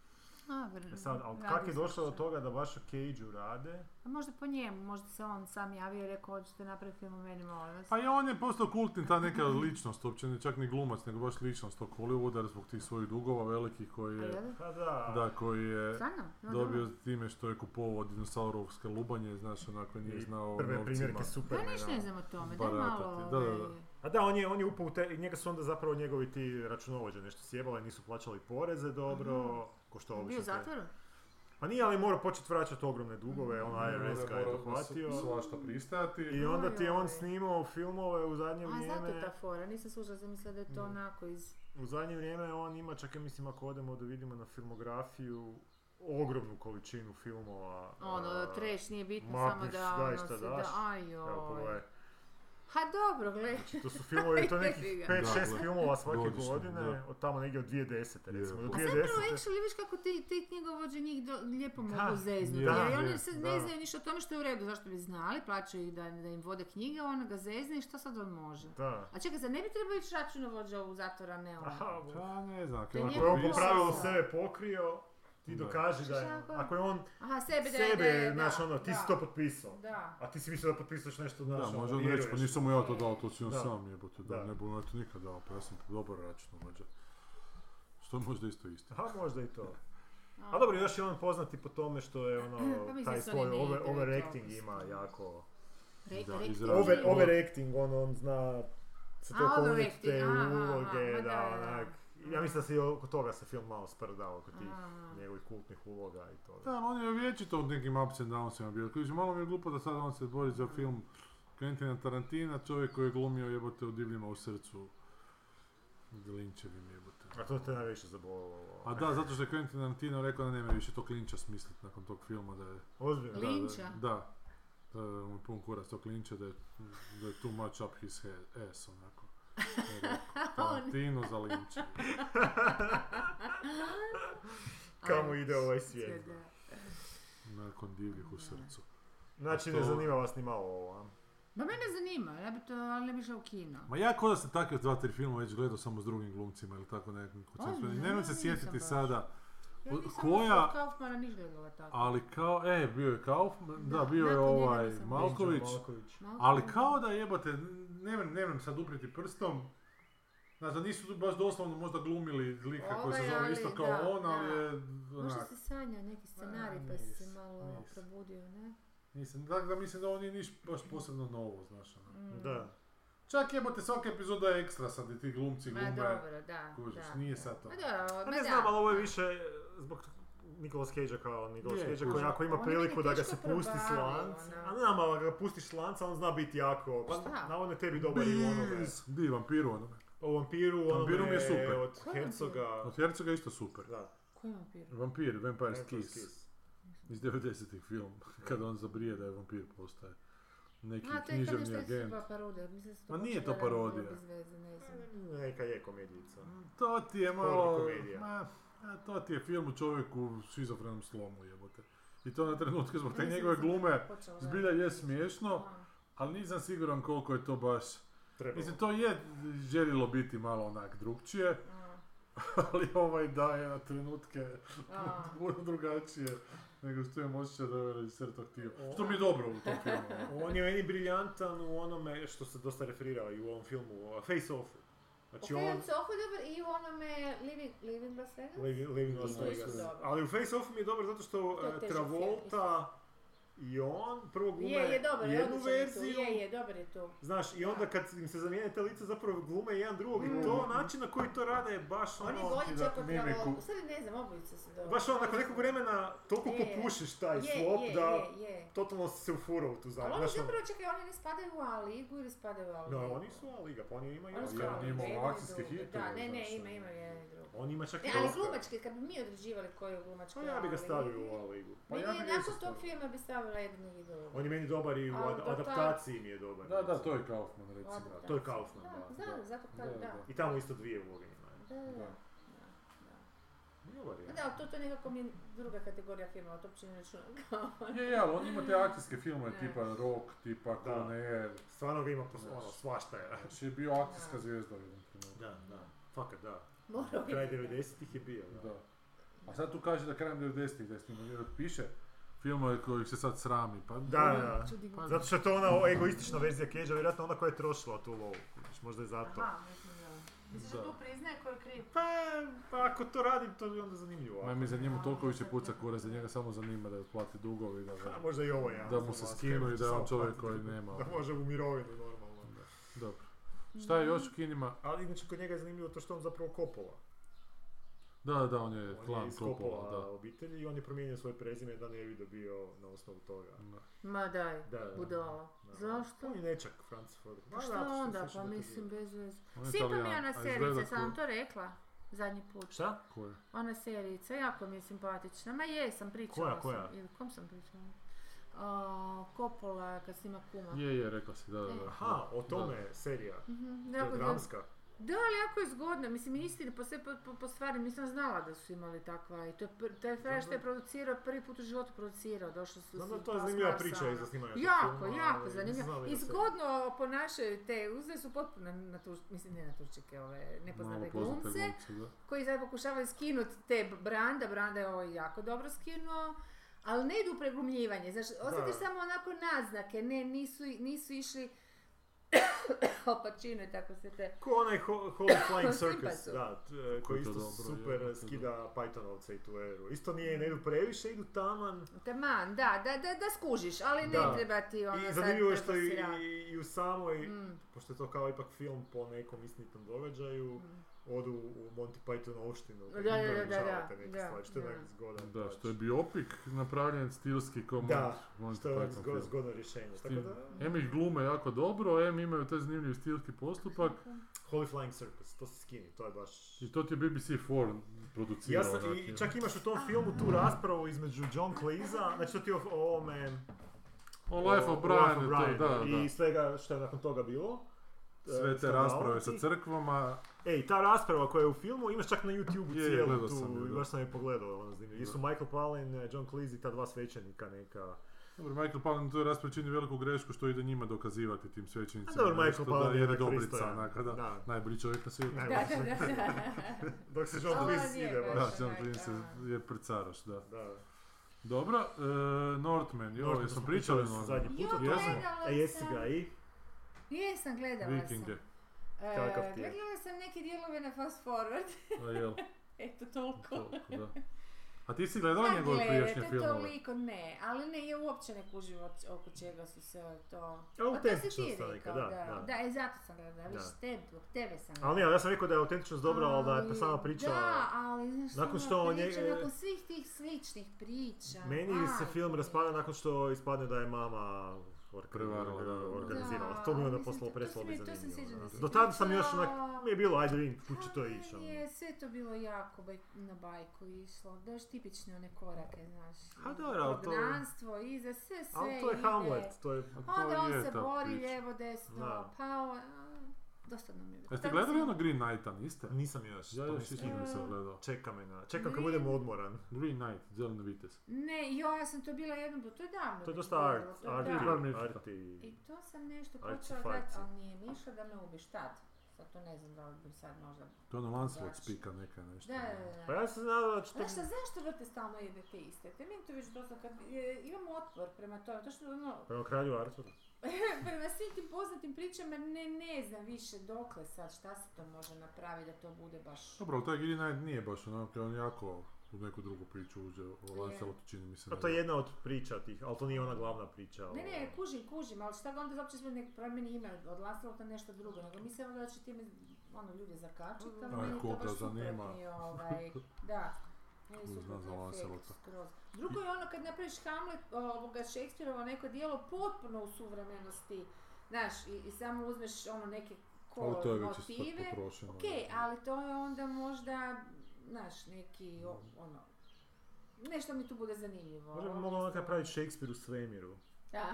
[SPEAKER 5] A, vr-
[SPEAKER 4] E sad, ali
[SPEAKER 5] Mhm. radi
[SPEAKER 4] kako je
[SPEAKER 5] se
[SPEAKER 4] došlo do
[SPEAKER 5] što.
[SPEAKER 4] toga da baš o Cage-u rade?
[SPEAKER 5] A Pa možda po njemu, možda se on sam javio i rekao, hoćete napraviti film o meni, molim vas.
[SPEAKER 3] Pa i on je postao kultni ta neka ličnost, uopće ne čak ni glumac, nego baš ličnost tog Hollywooda zbog tih svojih dugova velikih koji
[SPEAKER 5] A je
[SPEAKER 3] je,
[SPEAKER 5] li?
[SPEAKER 4] Pa da,
[SPEAKER 3] da, koji je
[SPEAKER 5] Stvarno? Ima
[SPEAKER 3] dobio
[SPEAKER 5] drugo?
[SPEAKER 3] s time što je kupovao dinosaurovske lubanje, znaš, onako nije
[SPEAKER 4] i
[SPEAKER 3] znao o
[SPEAKER 4] prve
[SPEAKER 3] novcima.
[SPEAKER 4] primjerke Supermana.
[SPEAKER 5] Pa niš ne znam o tome, daj
[SPEAKER 3] Baratati,
[SPEAKER 5] malo...
[SPEAKER 3] da, da,
[SPEAKER 5] ovaj,
[SPEAKER 3] da.
[SPEAKER 4] A da, on je, on je upao u te, njega su onda zapravo njegovi ti računovođe nešto sjebali, nisu plaćali poreze dobro, ko što
[SPEAKER 5] Mhm. Bio
[SPEAKER 4] obično.
[SPEAKER 5] u
[SPEAKER 4] te-
[SPEAKER 5] zatvoru?
[SPEAKER 4] Pa nije, ali mora početi vraćati ogromne dugove,
[SPEAKER 5] Mhm.
[SPEAKER 4] ono, on IRS ga je dohvatio.
[SPEAKER 3] Svašta pristajati.
[SPEAKER 4] I onda ti je
[SPEAKER 5] Ajoj.
[SPEAKER 4] on snimao filmove u zadnje
[SPEAKER 5] A zato je
[SPEAKER 4] vrijeme.
[SPEAKER 5] ta fora, nisam slušala, sam mislila da je to
[SPEAKER 4] Mm.
[SPEAKER 5] onako iz...
[SPEAKER 4] U zadnje vrijeme on ima, čak i mislim ako odemo da vidimo na filmografiju, ogromnu količinu filmova.
[SPEAKER 5] Ono,
[SPEAKER 4] a,
[SPEAKER 5] treš, nije bitno,
[SPEAKER 4] ma,
[SPEAKER 5] samo
[SPEAKER 4] piš,
[SPEAKER 5] da
[SPEAKER 4] Pa, daj,
[SPEAKER 5] ono
[SPEAKER 4] šta
[SPEAKER 5] se
[SPEAKER 4] daš?
[SPEAKER 5] da...
[SPEAKER 4] Evo
[SPEAKER 5] Ajoj.
[SPEAKER 4] pogledaj,
[SPEAKER 5] Ha dobro, gle.
[SPEAKER 4] znači to su filmovi, to je nekih
[SPEAKER 5] Jebi ga.
[SPEAKER 4] 5-6
[SPEAKER 3] Dakle,
[SPEAKER 4] filmova svake
[SPEAKER 3] godišnje,
[SPEAKER 4] godine,
[SPEAKER 3] da. Pa
[SPEAKER 4] od tamo negdje od 2010. recimo, do
[SPEAKER 3] Jebu.
[SPEAKER 5] A zapravo
[SPEAKER 4] 2010.
[SPEAKER 5] actually, vidiš kako ti, ti knjigovođe njih do, lijepo
[SPEAKER 4] Da,
[SPEAKER 5] mogu zeznuti.
[SPEAKER 3] da,
[SPEAKER 5] jer
[SPEAKER 3] je,
[SPEAKER 5] oni se
[SPEAKER 4] da.
[SPEAKER 5] ne znaju ništa o tome što je u redu, zašto bi znali, plaćaju ih da, da im vode knjige, on ga zezne i šta sad on može.
[SPEAKER 4] Da.
[SPEAKER 5] A čekaj, zar ne bi trebao ići računovođa u zatvor, a ne on?
[SPEAKER 4] Aha,
[SPEAKER 3] Pa ne znam,
[SPEAKER 5] Ono, To je
[SPEAKER 4] ako
[SPEAKER 3] onako
[SPEAKER 4] je on
[SPEAKER 5] Njegov
[SPEAKER 4] po
[SPEAKER 3] pisao-
[SPEAKER 4] pravilu
[SPEAKER 5] posao.
[SPEAKER 4] sebe pokrio, ti
[SPEAKER 3] Da.
[SPEAKER 4] dokaži da je,
[SPEAKER 5] Šta ako-
[SPEAKER 4] ako je on
[SPEAKER 5] Aha, sebe da je- da
[SPEAKER 4] sebe,
[SPEAKER 5] je-
[SPEAKER 4] znaš
[SPEAKER 5] da,
[SPEAKER 4] ono, ti
[SPEAKER 5] da.
[SPEAKER 4] si to potpisao.
[SPEAKER 5] Da.
[SPEAKER 4] A ti si mislio da potpisaš nešto, znaš,
[SPEAKER 3] Da,
[SPEAKER 4] ono,
[SPEAKER 3] može on reći, pa
[SPEAKER 4] vjeruješ.
[SPEAKER 3] nisam mu ja to dao, to si on
[SPEAKER 4] Da.
[SPEAKER 3] sam jebote, da,
[SPEAKER 4] Da.
[SPEAKER 3] ne budem ja to nikad dao, pa ja sam dobar računovođa. Što je možda isto isto.
[SPEAKER 4] Aha, možda i to.
[SPEAKER 5] A.
[SPEAKER 4] A dobro, još je on poznat i po tome što je ono,
[SPEAKER 5] Pa mislim
[SPEAKER 4] taj
[SPEAKER 5] da su oni
[SPEAKER 4] svoj
[SPEAKER 5] ne
[SPEAKER 4] over,
[SPEAKER 5] igraju
[SPEAKER 4] overacting
[SPEAKER 5] to,
[SPEAKER 4] ima
[SPEAKER 5] mislim.
[SPEAKER 4] jako.
[SPEAKER 5] Re-
[SPEAKER 3] Da,
[SPEAKER 5] rekti-
[SPEAKER 3] izraz-
[SPEAKER 4] Over,
[SPEAKER 3] Ovo-
[SPEAKER 4] overacting, on, on zna se
[SPEAKER 5] A,
[SPEAKER 4] to
[SPEAKER 5] overacting,
[SPEAKER 4] te
[SPEAKER 5] aha, aha,
[SPEAKER 4] uloge,
[SPEAKER 5] ma
[SPEAKER 4] da,
[SPEAKER 5] da, da, da.
[SPEAKER 4] onak. Ja mislim da se i oko toga se film malo sprdao, oko tih
[SPEAKER 5] Aha.
[SPEAKER 4] njegovih kultnih uloga i toga.
[SPEAKER 3] Da, ali on je vječito u nekim ups and downsima bio. Kliže, malo mi je glupo da sad on se bori za film Quentina Tarantina, čovjek koji je glumio jebote u divljima u srcu. Linčevim jebote.
[SPEAKER 4] A to te najviše zabolilo.
[SPEAKER 3] A Pa da, zato što je Quentin Tarantino rekao da nema više tog linča smislit nakon tog filma da je...
[SPEAKER 4] Ozbiljno.
[SPEAKER 3] Da, da,
[SPEAKER 5] Linča?
[SPEAKER 3] Da. Da, da mu je ono pun kurac tog linča da je, da je too much up his head, ass onako. Je rekao, "Pa, Tarantino za linča.
[SPEAKER 4] Kamo ide ovaj
[SPEAKER 5] Sve,
[SPEAKER 4] svijet.
[SPEAKER 5] da.
[SPEAKER 3] Nakon divljih u srcu.
[SPEAKER 4] Znači,
[SPEAKER 3] A
[SPEAKER 4] ne
[SPEAKER 3] to-
[SPEAKER 4] zanima vas ni malo ovo, a?
[SPEAKER 5] Ma mene zanima, ja bi to, ali ne bi išla u kino.
[SPEAKER 3] Ma ja kod da sam takve dva, tri filma već gledao samo s drugim glumcima ili tako nekim
[SPEAKER 5] Ozbiljno,
[SPEAKER 3] konceptom. Nemoj
[SPEAKER 5] ja
[SPEAKER 3] se
[SPEAKER 5] nisam
[SPEAKER 3] sjetiti
[SPEAKER 5] baš.
[SPEAKER 3] sada,
[SPEAKER 5] Ja
[SPEAKER 3] O-
[SPEAKER 5] nisam
[SPEAKER 3] koja-
[SPEAKER 5] od Kaufmana niš gledala tako.
[SPEAKER 3] ali kao, e, bio je Kaufman, da, bio je
[SPEAKER 5] nakon njega
[SPEAKER 3] ovaj
[SPEAKER 5] nisam gledala.
[SPEAKER 3] Malković,
[SPEAKER 4] Ninja Malković.
[SPEAKER 5] Malo
[SPEAKER 3] ali
[SPEAKER 5] prije.
[SPEAKER 3] kao da jebote, ne vrem, ne vrem sad upriti prstom, znači da nisu tu baš doslovno možda glumili lika koji se
[SPEAKER 5] Ovaj,
[SPEAKER 3] zove
[SPEAKER 5] ali
[SPEAKER 3] isto kao
[SPEAKER 5] da,
[SPEAKER 3] on, ali
[SPEAKER 5] da.
[SPEAKER 3] je,
[SPEAKER 5] Možda
[SPEAKER 3] onak,
[SPEAKER 5] si sanjao neki scenarij pa si se
[SPEAKER 4] nis-
[SPEAKER 5] malo
[SPEAKER 4] nis.
[SPEAKER 5] probudio, ne?
[SPEAKER 3] nisam, tako da mislim da ovo nije niš baš posebno novo, znaš, ono.
[SPEAKER 5] Mm.
[SPEAKER 4] Da.
[SPEAKER 3] Čak jebote, svaka epizoda je ekstra sad i ti glumci
[SPEAKER 5] Ma
[SPEAKER 3] glume,
[SPEAKER 5] dobro, da,
[SPEAKER 3] kužiš,
[SPEAKER 5] da.
[SPEAKER 3] nije sad to.
[SPEAKER 5] Ma dobro,
[SPEAKER 4] Pa
[SPEAKER 5] ma
[SPEAKER 4] ne
[SPEAKER 5] da.
[SPEAKER 4] znam, ali ovo je više e, zbog Nikolas Cage-a kao Nikolas
[SPEAKER 3] Je,
[SPEAKER 4] Cage-a koji
[SPEAKER 3] kužim.
[SPEAKER 4] ako
[SPEAKER 5] On
[SPEAKER 4] ima
[SPEAKER 5] je
[SPEAKER 4] priliku
[SPEAKER 5] meni
[SPEAKER 4] da ga se
[SPEAKER 5] teško
[SPEAKER 4] pusti s
[SPEAKER 5] probavio,
[SPEAKER 4] lanca,
[SPEAKER 5] ono.
[SPEAKER 4] a znam, ali ako ga pustiš s lanca, on zna biti jako,
[SPEAKER 5] Pa da.
[SPEAKER 4] na on je tebi dobar i u onome.
[SPEAKER 3] Biz, Di, vampiru onome.
[SPEAKER 4] O vampiru, ono
[SPEAKER 3] Vampiru mi je super.
[SPEAKER 4] od
[SPEAKER 5] Ko je
[SPEAKER 4] Herzoga,
[SPEAKER 3] Od Hercega isto super.
[SPEAKER 4] da,
[SPEAKER 5] Ko je vampir?
[SPEAKER 3] Vampir, Vampire's
[SPEAKER 4] Herzogs
[SPEAKER 3] Kiss,
[SPEAKER 4] Kiss.
[SPEAKER 3] iz 90-ih film, kad on zabrije da je vampir postaje neki
[SPEAKER 5] A, to je kad
[SPEAKER 3] književni
[SPEAKER 5] nešto je
[SPEAKER 3] agent.
[SPEAKER 5] super parodija, mislim da se to
[SPEAKER 3] Ma nije
[SPEAKER 5] počelo
[SPEAKER 3] to
[SPEAKER 5] da je bilo
[SPEAKER 3] parodija.
[SPEAKER 5] bez veze, ne znam.
[SPEAKER 4] Mm, Neka je komedijica.
[SPEAKER 3] To ti je
[SPEAKER 4] Horror
[SPEAKER 3] malo...
[SPEAKER 4] komedija.
[SPEAKER 3] Ma, a to ti je film u čovjeku u šizofrenom slomu jebote. I to na trenutke zbog te
[SPEAKER 5] Ja mislim
[SPEAKER 3] njegove
[SPEAKER 5] da sam
[SPEAKER 3] glume
[SPEAKER 5] počela gledati.
[SPEAKER 3] zbilja je smiješno,
[SPEAKER 5] A.
[SPEAKER 3] ali nisam siguran koliko je to baš...
[SPEAKER 4] Treba.
[SPEAKER 3] Mislim, to je želilo biti malo onak drugčije,
[SPEAKER 5] A.
[SPEAKER 1] Mm.
[SPEAKER 3] ali ovaj daje na trenutke
[SPEAKER 5] A.
[SPEAKER 3] puno drugačije nego što je osjećaj da je ovaj režiser to htio. Što mi je dobro u tom filmu. ono.
[SPEAKER 4] On je meni briljantan u onome što se dosta referirao i u ovom filmu, a, Face Offu. Znači
[SPEAKER 5] Ok,
[SPEAKER 4] on,
[SPEAKER 5] on se ofu dobar i u onome Living, Living Las Vegas?
[SPEAKER 4] Living, Living Las
[SPEAKER 5] Isto
[SPEAKER 4] Vegas.
[SPEAKER 5] dobro.
[SPEAKER 4] Ali u Face Offu mi je dobar zato što
[SPEAKER 5] To je
[SPEAKER 4] eh,
[SPEAKER 5] teži
[SPEAKER 4] Travolta i on prvo glume
[SPEAKER 5] Je, je dobar, je
[SPEAKER 4] jednu
[SPEAKER 5] odličan je tu,
[SPEAKER 4] verziju.
[SPEAKER 5] je, je, dobar je tu.
[SPEAKER 4] Znaš, i onda kad im se zamijene te lice zapravo glume jedan drugog i to način na koji to rade je baš
[SPEAKER 5] On je
[SPEAKER 4] ono...
[SPEAKER 5] bolji čak od
[SPEAKER 3] Mm. mimiku.
[SPEAKER 5] Travolta, sad ne znam, obojica su dobro.
[SPEAKER 4] Baš ono, nakon nekog vremena toliko
[SPEAKER 5] Je, je.
[SPEAKER 4] popušiš taj
[SPEAKER 5] Je,
[SPEAKER 4] slop
[SPEAKER 5] je,
[SPEAKER 4] da
[SPEAKER 5] je, je.
[SPEAKER 4] totalno si se ufurao u tu
[SPEAKER 5] Ali
[SPEAKER 4] zajednicu.
[SPEAKER 5] oni
[SPEAKER 4] Znaš, ono,
[SPEAKER 5] zapravo, čekaj, oni ne spadaju u A ligu ili spadaju u A ligu?
[SPEAKER 4] Da, oni su A-liga, pa oni imaju
[SPEAKER 5] Oni su
[SPEAKER 3] Ja
[SPEAKER 5] A
[SPEAKER 3] nije imao
[SPEAKER 5] liga, jedno i
[SPEAKER 3] akcijske
[SPEAKER 5] drugo.
[SPEAKER 3] hitove,
[SPEAKER 5] Da, ne, ne,
[SPEAKER 4] ono.
[SPEAKER 3] znaš,
[SPEAKER 5] ima, ima jedan i drugo.
[SPEAKER 4] Oni njima čak
[SPEAKER 1] Ne,
[SPEAKER 4] i
[SPEAKER 1] ali
[SPEAKER 4] Oscar.
[SPEAKER 1] glumačke, kad bi mi određivali koji je glumačka...
[SPEAKER 4] Pa ja bi ga stavio u ovu ligu. Pa ja bi ga isto
[SPEAKER 1] nakon tog
[SPEAKER 4] stavio.
[SPEAKER 1] filma bi stavila jednog i drugog.
[SPEAKER 4] On je meni dobar i u
[SPEAKER 1] Ali
[SPEAKER 4] ad-
[SPEAKER 1] da taj-
[SPEAKER 4] adaptaciji mi je dobar.
[SPEAKER 3] Da, da, to je Kaufman recimo.
[SPEAKER 1] Odlično.
[SPEAKER 4] To je Kaufman,
[SPEAKER 1] Da,
[SPEAKER 4] da.
[SPEAKER 1] znam, zato
[SPEAKER 3] Da,
[SPEAKER 1] kao, da.
[SPEAKER 3] da.
[SPEAKER 4] I tamo isto dvije uloge ima.
[SPEAKER 1] Da, da, da.
[SPEAKER 3] Da.
[SPEAKER 4] Dobar je.
[SPEAKER 1] Ma Da, ali to, to nekako mi je druga kategorija filmova, to uopće ne računam kao
[SPEAKER 3] Je, je, ali on ima te akcijske filme
[SPEAKER 1] Ne.
[SPEAKER 3] tipa Rock, tipa
[SPEAKER 4] Da.
[SPEAKER 3] Con Air.
[SPEAKER 4] Stvarno ga ima pos- ono, svašta je.
[SPEAKER 3] Znači je bio akcijska
[SPEAKER 1] Da.
[SPEAKER 3] zvijezda u jednom trenutku.
[SPEAKER 4] Da, da. Fakat, da.
[SPEAKER 1] morao bi.
[SPEAKER 4] Kraj 90-ih je bio, da.
[SPEAKER 3] Da. A sad tu kaže da krajem 90-ih da je snimljen, piše filmove kojih se sad srami, pa...
[SPEAKER 4] Da, da.
[SPEAKER 5] Čudim.
[SPEAKER 4] Pa, Zato što je to ona o- egoistična verzija Cage-a, vjerojatno ona koja je trošila tu lovu. kužiš, Možda je zato.
[SPEAKER 5] Aha, mislim da.
[SPEAKER 3] Misliš da Da. tu
[SPEAKER 5] priznaje ko je kriv?
[SPEAKER 4] Pa, pa ako to radim, to je onda zanimljivo.
[SPEAKER 3] Ma mi za njemu toliko više puca kurac, da njega samo zanima da otplati dugovi, da,
[SPEAKER 4] A
[SPEAKER 3] ga,
[SPEAKER 4] možda i ovo je. znači,
[SPEAKER 3] da mu se skinu i da je on čovjek koji nema.
[SPEAKER 4] Da može u mirovinu normalno.
[SPEAKER 3] Dobro. Šta je još u kinima?
[SPEAKER 4] Ali inače kod njega je zanimljivo to što on zapravo kopova.
[SPEAKER 3] Da, da, on je
[SPEAKER 4] On je
[SPEAKER 3] klan
[SPEAKER 4] iz
[SPEAKER 3] Kopova,
[SPEAKER 4] kopova
[SPEAKER 3] da.
[SPEAKER 4] obitelji i on je promijenio svoje prezime da ne bi dobio na osnovu toga.
[SPEAKER 3] Da.
[SPEAKER 5] Ma daj,
[SPEAKER 4] Da, da, da.
[SPEAKER 5] budala.
[SPEAKER 4] Da.
[SPEAKER 5] Zašto?
[SPEAKER 4] On je nečak, Franz Ford.
[SPEAKER 5] Pa šta
[SPEAKER 4] zato što
[SPEAKER 5] onda,
[SPEAKER 4] slično
[SPEAKER 5] pa
[SPEAKER 4] da to
[SPEAKER 5] mislim bez veze.
[SPEAKER 3] On je
[SPEAKER 5] Sipa mi
[SPEAKER 3] Talijan,
[SPEAKER 5] ona
[SPEAKER 3] a izgleda
[SPEAKER 5] serijica, sam vam
[SPEAKER 3] ko-
[SPEAKER 5] to rekla zadnji put.
[SPEAKER 4] Šta?
[SPEAKER 3] ko je?
[SPEAKER 5] Ona serijica, jako mi je simpatična. Ma jesam, pričala
[SPEAKER 4] Koja, koja?
[SPEAKER 5] sam. Ili kom sam pričala? A, Coppola, kad snima kuma.
[SPEAKER 3] Je, je, rekla si, da, da, da.
[SPEAKER 4] Aha, o tome je serija.
[SPEAKER 5] Mhm,
[SPEAKER 4] To je
[SPEAKER 5] jako dobro.
[SPEAKER 4] dramska.
[SPEAKER 5] Da, ali jako je zgodno. Mislim, istina, po, sve, po, po, po stvari nisam znala da su imali takva. I to je, pr- taj frajer što je producirao, prvi put u životu producirao. Došli su
[SPEAKER 4] Znam
[SPEAKER 5] si
[SPEAKER 4] da to je
[SPEAKER 5] pas
[SPEAKER 4] zanimljiva
[SPEAKER 5] Marsa,
[SPEAKER 4] priča
[SPEAKER 5] ono.
[SPEAKER 4] iza snimanja tog
[SPEAKER 5] Jako,
[SPEAKER 4] filma,
[SPEAKER 5] jako
[SPEAKER 4] ali nisam
[SPEAKER 5] zanimljivo.
[SPEAKER 4] znao
[SPEAKER 5] I
[SPEAKER 4] da se-
[SPEAKER 5] zgodno ponašaju te, uzeli su potpuno na tuš, mislim ne na turčike, ove
[SPEAKER 3] Malo
[SPEAKER 5] nepoznate
[SPEAKER 3] poznate
[SPEAKER 5] E, glumce,
[SPEAKER 3] glumce, da.
[SPEAKER 5] koji sad pokušavaju skinuti te Branda, Branda je ovo jako dobro skinuo, ali ne idu u preglumljivanje, znaš, osjetiš samo onako naznake, ne, nisu, nisu išli opačine, tako se te...
[SPEAKER 4] Ko onaj ho- Holy Flying
[SPEAKER 5] Svim
[SPEAKER 4] Circus,
[SPEAKER 5] pacu.
[SPEAKER 4] da, t- e,
[SPEAKER 3] Kako
[SPEAKER 4] koji
[SPEAKER 3] je to
[SPEAKER 4] isto
[SPEAKER 3] dobro,
[SPEAKER 4] super
[SPEAKER 3] je, kako je
[SPEAKER 4] skida Pythonovce i tu eru. Isto nije, ne idu previše, idu taman.
[SPEAKER 5] Taman, da, da, da, da skužiš, ali ne
[SPEAKER 4] Da.
[SPEAKER 5] treba ti ono
[SPEAKER 4] I
[SPEAKER 5] sad
[SPEAKER 4] zanimljivo je što i,
[SPEAKER 5] prepasirati.
[SPEAKER 4] i- i u samoj,
[SPEAKER 5] Mm.
[SPEAKER 4] pošto je to kao ipak film po nekom istinitom događaju, odu u Monty Python oštinu.
[SPEAKER 5] Mm. Da, da, da, da, da,
[SPEAKER 4] neke
[SPEAKER 5] da,
[SPEAKER 4] stvari, što je
[SPEAKER 5] da.
[SPEAKER 4] onak zgodan.
[SPEAKER 3] Da,
[SPEAKER 4] način.
[SPEAKER 3] što je biopik napravljen stilski kao
[SPEAKER 4] Da,
[SPEAKER 3] Monty
[SPEAKER 4] što je onak
[SPEAKER 3] Python
[SPEAKER 4] zgo-
[SPEAKER 3] film.
[SPEAKER 4] zgodno rješenje. Tako
[SPEAKER 3] Stil-
[SPEAKER 4] da,
[SPEAKER 3] Em ih glume jako dobro, em imaju taj zanimljiv stilski postupak
[SPEAKER 4] Holy Flying Circus, to se skini, to je baš...
[SPEAKER 3] i to ti je BBC4 producirao.
[SPEAKER 4] Ja sam, i- i
[SPEAKER 3] onak,
[SPEAKER 4] čak imaš u tom filmu tu raspravu između John Cleese-a, znači to ti je o o ovome...
[SPEAKER 3] O Life of
[SPEAKER 4] o Life
[SPEAKER 3] Brian, je
[SPEAKER 4] of
[SPEAKER 3] to,
[SPEAKER 4] Brian
[SPEAKER 3] da, da.
[SPEAKER 4] I e, svega što je nakon toga bilo.
[SPEAKER 3] Sve te
[SPEAKER 4] skandala
[SPEAKER 3] rasprave sa
[SPEAKER 4] ti.
[SPEAKER 3] crkvama,
[SPEAKER 4] Ej, ta rasprava koja je u filmu, imaš čak na YouTube
[SPEAKER 3] Je,
[SPEAKER 4] cijelu
[SPEAKER 3] gledao
[SPEAKER 4] tu,
[SPEAKER 3] sam ju, da.
[SPEAKER 4] baš sam je pogledao, ono zanimljivo. Gdje su Michael Palin, eh, John Cleese i ta dva svećenika neka.
[SPEAKER 3] Dobro, Michael Palin tu raspravi čini veliku grešku što ide njima dokazivati tim
[SPEAKER 4] A
[SPEAKER 3] svećenicima.
[SPEAKER 4] dobro,
[SPEAKER 3] nešto
[SPEAKER 4] Michael Palin
[SPEAKER 3] da
[SPEAKER 4] je
[SPEAKER 3] je
[SPEAKER 4] onak
[SPEAKER 3] dobrica,
[SPEAKER 4] pristojan.
[SPEAKER 3] onaka, da.
[SPEAKER 4] Da.
[SPEAKER 3] Najbolji čovjek na svijetu.
[SPEAKER 4] Najbolji.
[SPEAKER 1] Da, da, da, da.
[SPEAKER 4] Dok se John
[SPEAKER 1] Ali
[SPEAKER 4] Cleese
[SPEAKER 1] nije
[SPEAKER 4] ide
[SPEAKER 1] baš.
[SPEAKER 4] baš.
[SPEAKER 3] Da,
[SPEAKER 1] Baš
[SPEAKER 3] John
[SPEAKER 1] onak,
[SPEAKER 3] Cleese
[SPEAKER 1] da.
[SPEAKER 3] je- je prcaroš, da.
[SPEAKER 4] Da.
[SPEAKER 3] Dobro, e, Northman, joj,
[SPEAKER 4] Northman
[SPEAKER 3] jesmo
[SPEAKER 4] smo pričali
[SPEAKER 3] pričali o Northmanu?
[SPEAKER 4] zadnji put o tome.
[SPEAKER 3] Jesmo.
[SPEAKER 5] gledala
[SPEAKER 4] E, jesi
[SPEAKER 5] sam.
[SPEAKER 4] ga i?
[SPEAKER 5] Jesam, gledala
[SPEAKER 3] Vikinge,
[SPEAKER 5] sam. E,
[SPEAKER 4] Kakav ti je?
[SPEAKER 5] gledala sam neke dijelove na Fast Forward,
[SPEAKER 3] a jel,
[SPEAKER 5] eto toliko.
[SPEAKER 3] toliko, da. A ti si gledala
[SPEAKER 5] Pa
[SPEAKER 3] njegove
[SPEAKER 5] gledajte,
[SPEAKER 3] prijašnje filmove?
[SPEAKER 5] toliko ne, ali ne, ja uopće ne kužim od- oko čega su se to...
[SPEAKER 4] A
[SPEAKER 5] Pa to si
[SPEAKER 4] autentičnost
[SPEAKER 5] ti
[SPEAKER 4] sam
[SPEAKER 5] rekao,
[SPEAKER 4] rekao,
[SPEAKER 5] da.
[SPEAKER 4] da, da.
[SPEAKER 5] Da, e, zato sam gledala, viš,
[SPEAKER 4] Da.
[SPEAKER 5] tebe, zbog tebe sam
[SPEAKER 4] Ali ne, ali ja sam rekao da je autentičnost dobra, ali da je pa
[SPEAKER 5] Ali,
[SPEAKER 4] sama priča...
[SPEAKER 5] Da, ali znaš šta,
[SPEAKER 4] Nakon
[SPEAKER 5] ona
[SPEAKER 4] što on je-
[SPEAKER 5] priča, nakon svih tih sličnih priča.
[SPEAKER 4] Meni se
[SPEAKER 5] majke.
[SPEAKER 4] film raspada nakon što ispadne da je mama orka-
[SPEAKER 3] Prevarila, da, da.
[SPEAKER 4] organizirala.
[SPEAKER 5] Da,
[SPEAKER 4] To mi je onda
[SPEAKER 5] mislim,
[SPEAKER 4] poslalo
[SPEAKER 5] to- to
[SPEAKER 4] preslabo
[SPEAKER 5] si mi-
[SPEAKER 4] i
[SPEAKER 5] to sam sjećam da
[SPEAKER 4] zanimljivo.
[SPEAKER 5] si Pa
[SPEAKER 4] da. Do tada sam još
[SPEAKER 5] pričala.
[SPEAKER 4] onak, mi je bilo, ajde vidim kući to
[SPEAKER 5] A,
[SPEAKER 4] je išao.
[SPEAKER 5] Je, sve to bilo jako baj- na bajku išlo. Daš tipične one korake, znaš.
[SPEAKER 4] Ha, dobro, ali to je-
[SPEAKER 5] Prognanstvo, iza, sve, sve
[SPEAKER 4] Ali to je
[SPEAKER 5] ide.
[SPEAKER 4] Hamlet, to je...
[SPEAKER 3] To
[SPEAKER 5] Onda on
[SPEAKER 3] je
[SPEAKER 5] se
[SPEAKER 3] ta
[SPEAKER 5] bori
[SPEAKER 3] priča.
[SPEAKER 5] lijevo, desno,
[SPEAKER 4] Da.
[SPEAKER 5] pa on... a, Dosadno mi je bilo.
[SPEAKER 3] Jeste
[SPEAKER 5] Tako
[SPEAKER 3] gledali
[SPEAKER 5] sam-
[SPEAKER 3] ono Green Knighta, niste?
[SPEAKER 4] Nisam još,
[SPEAKER 3] Ja
[SPEAKER 4] to mi
[SPEAKER 3] još
[SPEAKER 4] se
[SPEAKER 3] isto
[SPEAKER 4] čini.
[SPEAKER 3] nisam gledao.
[SPEAKER 4] Čeka me na... Čekam kad
[SPEAKER 5] Ne.
[SPEAKER 4] budem odmoran.
[SPEAKER 3] Green Knight, zeleni vitez.
[SPEAKER 5] Ne, jo, ja sam to bila jednom, to je davno.
[SPEAKER 4] To je
[SPEAKER 5] već
[SPEAKER 4] dosta art,
[SPEAKER 5] bilo, to je
[SPEAKER 4] art,
[SPEAKER 5] davno.
[SPEAKER 3] Stvarno je
[SPEAKER 4] arti.
[SPEAKER 5] I to sam nešto
[SPEAKER 4] Artsy
[SPEAKER 5] počela gledati,
[SPEAKER 4] fartsy.
[SPEAKER 5] ali nije mi išlo da me ubiš tad. Sad to ne znam da li bi sad možda...
[SPEAKER 3] To je ono Lancelot spika neka nešto.
[SPEAKER 5] Da, da,
[SPEAKER 4] Pa
[SPEAKER 5] da.
[SPEAKER 4] ja sam znao da ću to...
[SPEAKER 5] Znaš šta, zašto vrte stalno jedne te iste? Te meni to već dosta kad e, imam otpor prema tome, to što ono,
[SPEAKER 4] Prema pa kralju Arturu.
[SPEAKER 5] prema svim tim poznatim pričama ne, ne znam više dokle sad šta se to može napraviti da to bude baš...
[SPEAKER 3] Dobro, ali taj Green Knight nije baš onak, on jako u neku drugu priču uđe o Lancelotu, čini mi se.
[SPEAKER 4] Pa to je jedna od priča tih, ali to nije ona glavna priča. ovaj.
[SPEAKER 5] Ne, ne,
[SPEAKER 4] ovo.
[SPEAKER 5] kužim, kužim, ali šta ga onda zaopće sve nek promijeni ime od Lancelota na nešto drugo, nego mislim da će time ono, ljude zakačiti, ali
[SPEAKER 3] Aj,
[SPEAKER 5] meni je to
[SPEAKER 3] koga
[SPEAKER 5] baš
[SPEAKER 3] zanima.
[SPEAKER 5] suprotni, ovaj, da. Meni
[SPEAKER 3] Ko
[SPEAKER 5] su
[SPEAKER 3] zna za Lancelota.
[SPEAKER 5] skroz. Drugo je ono kad napraviš Hamlet, ovoga Shakespeareovo neko dijelo potpuno u suvremenosti, znaš, i, i samo uzmeš ono neke ko
[SPEAKER 3] Ali to je već isto
[SPEAKER 5] motive,
[SPEAKER 3] potrošeno.
[SPEAKER 5] ok, ali to je onda možda
[SPEAKER 1] znaš, neki, o- ono, nešto mi tu bude zanimljivo.
[SPEAKER 4] Možda bi
[SPEAKER 1] Ovo,
[SPEAKER 4] mogla
[SPEAKER 1] ono,
[SPEAKER 4] onak napraviti Shakespeare u svemiru.
[SPEAKER 1] Da,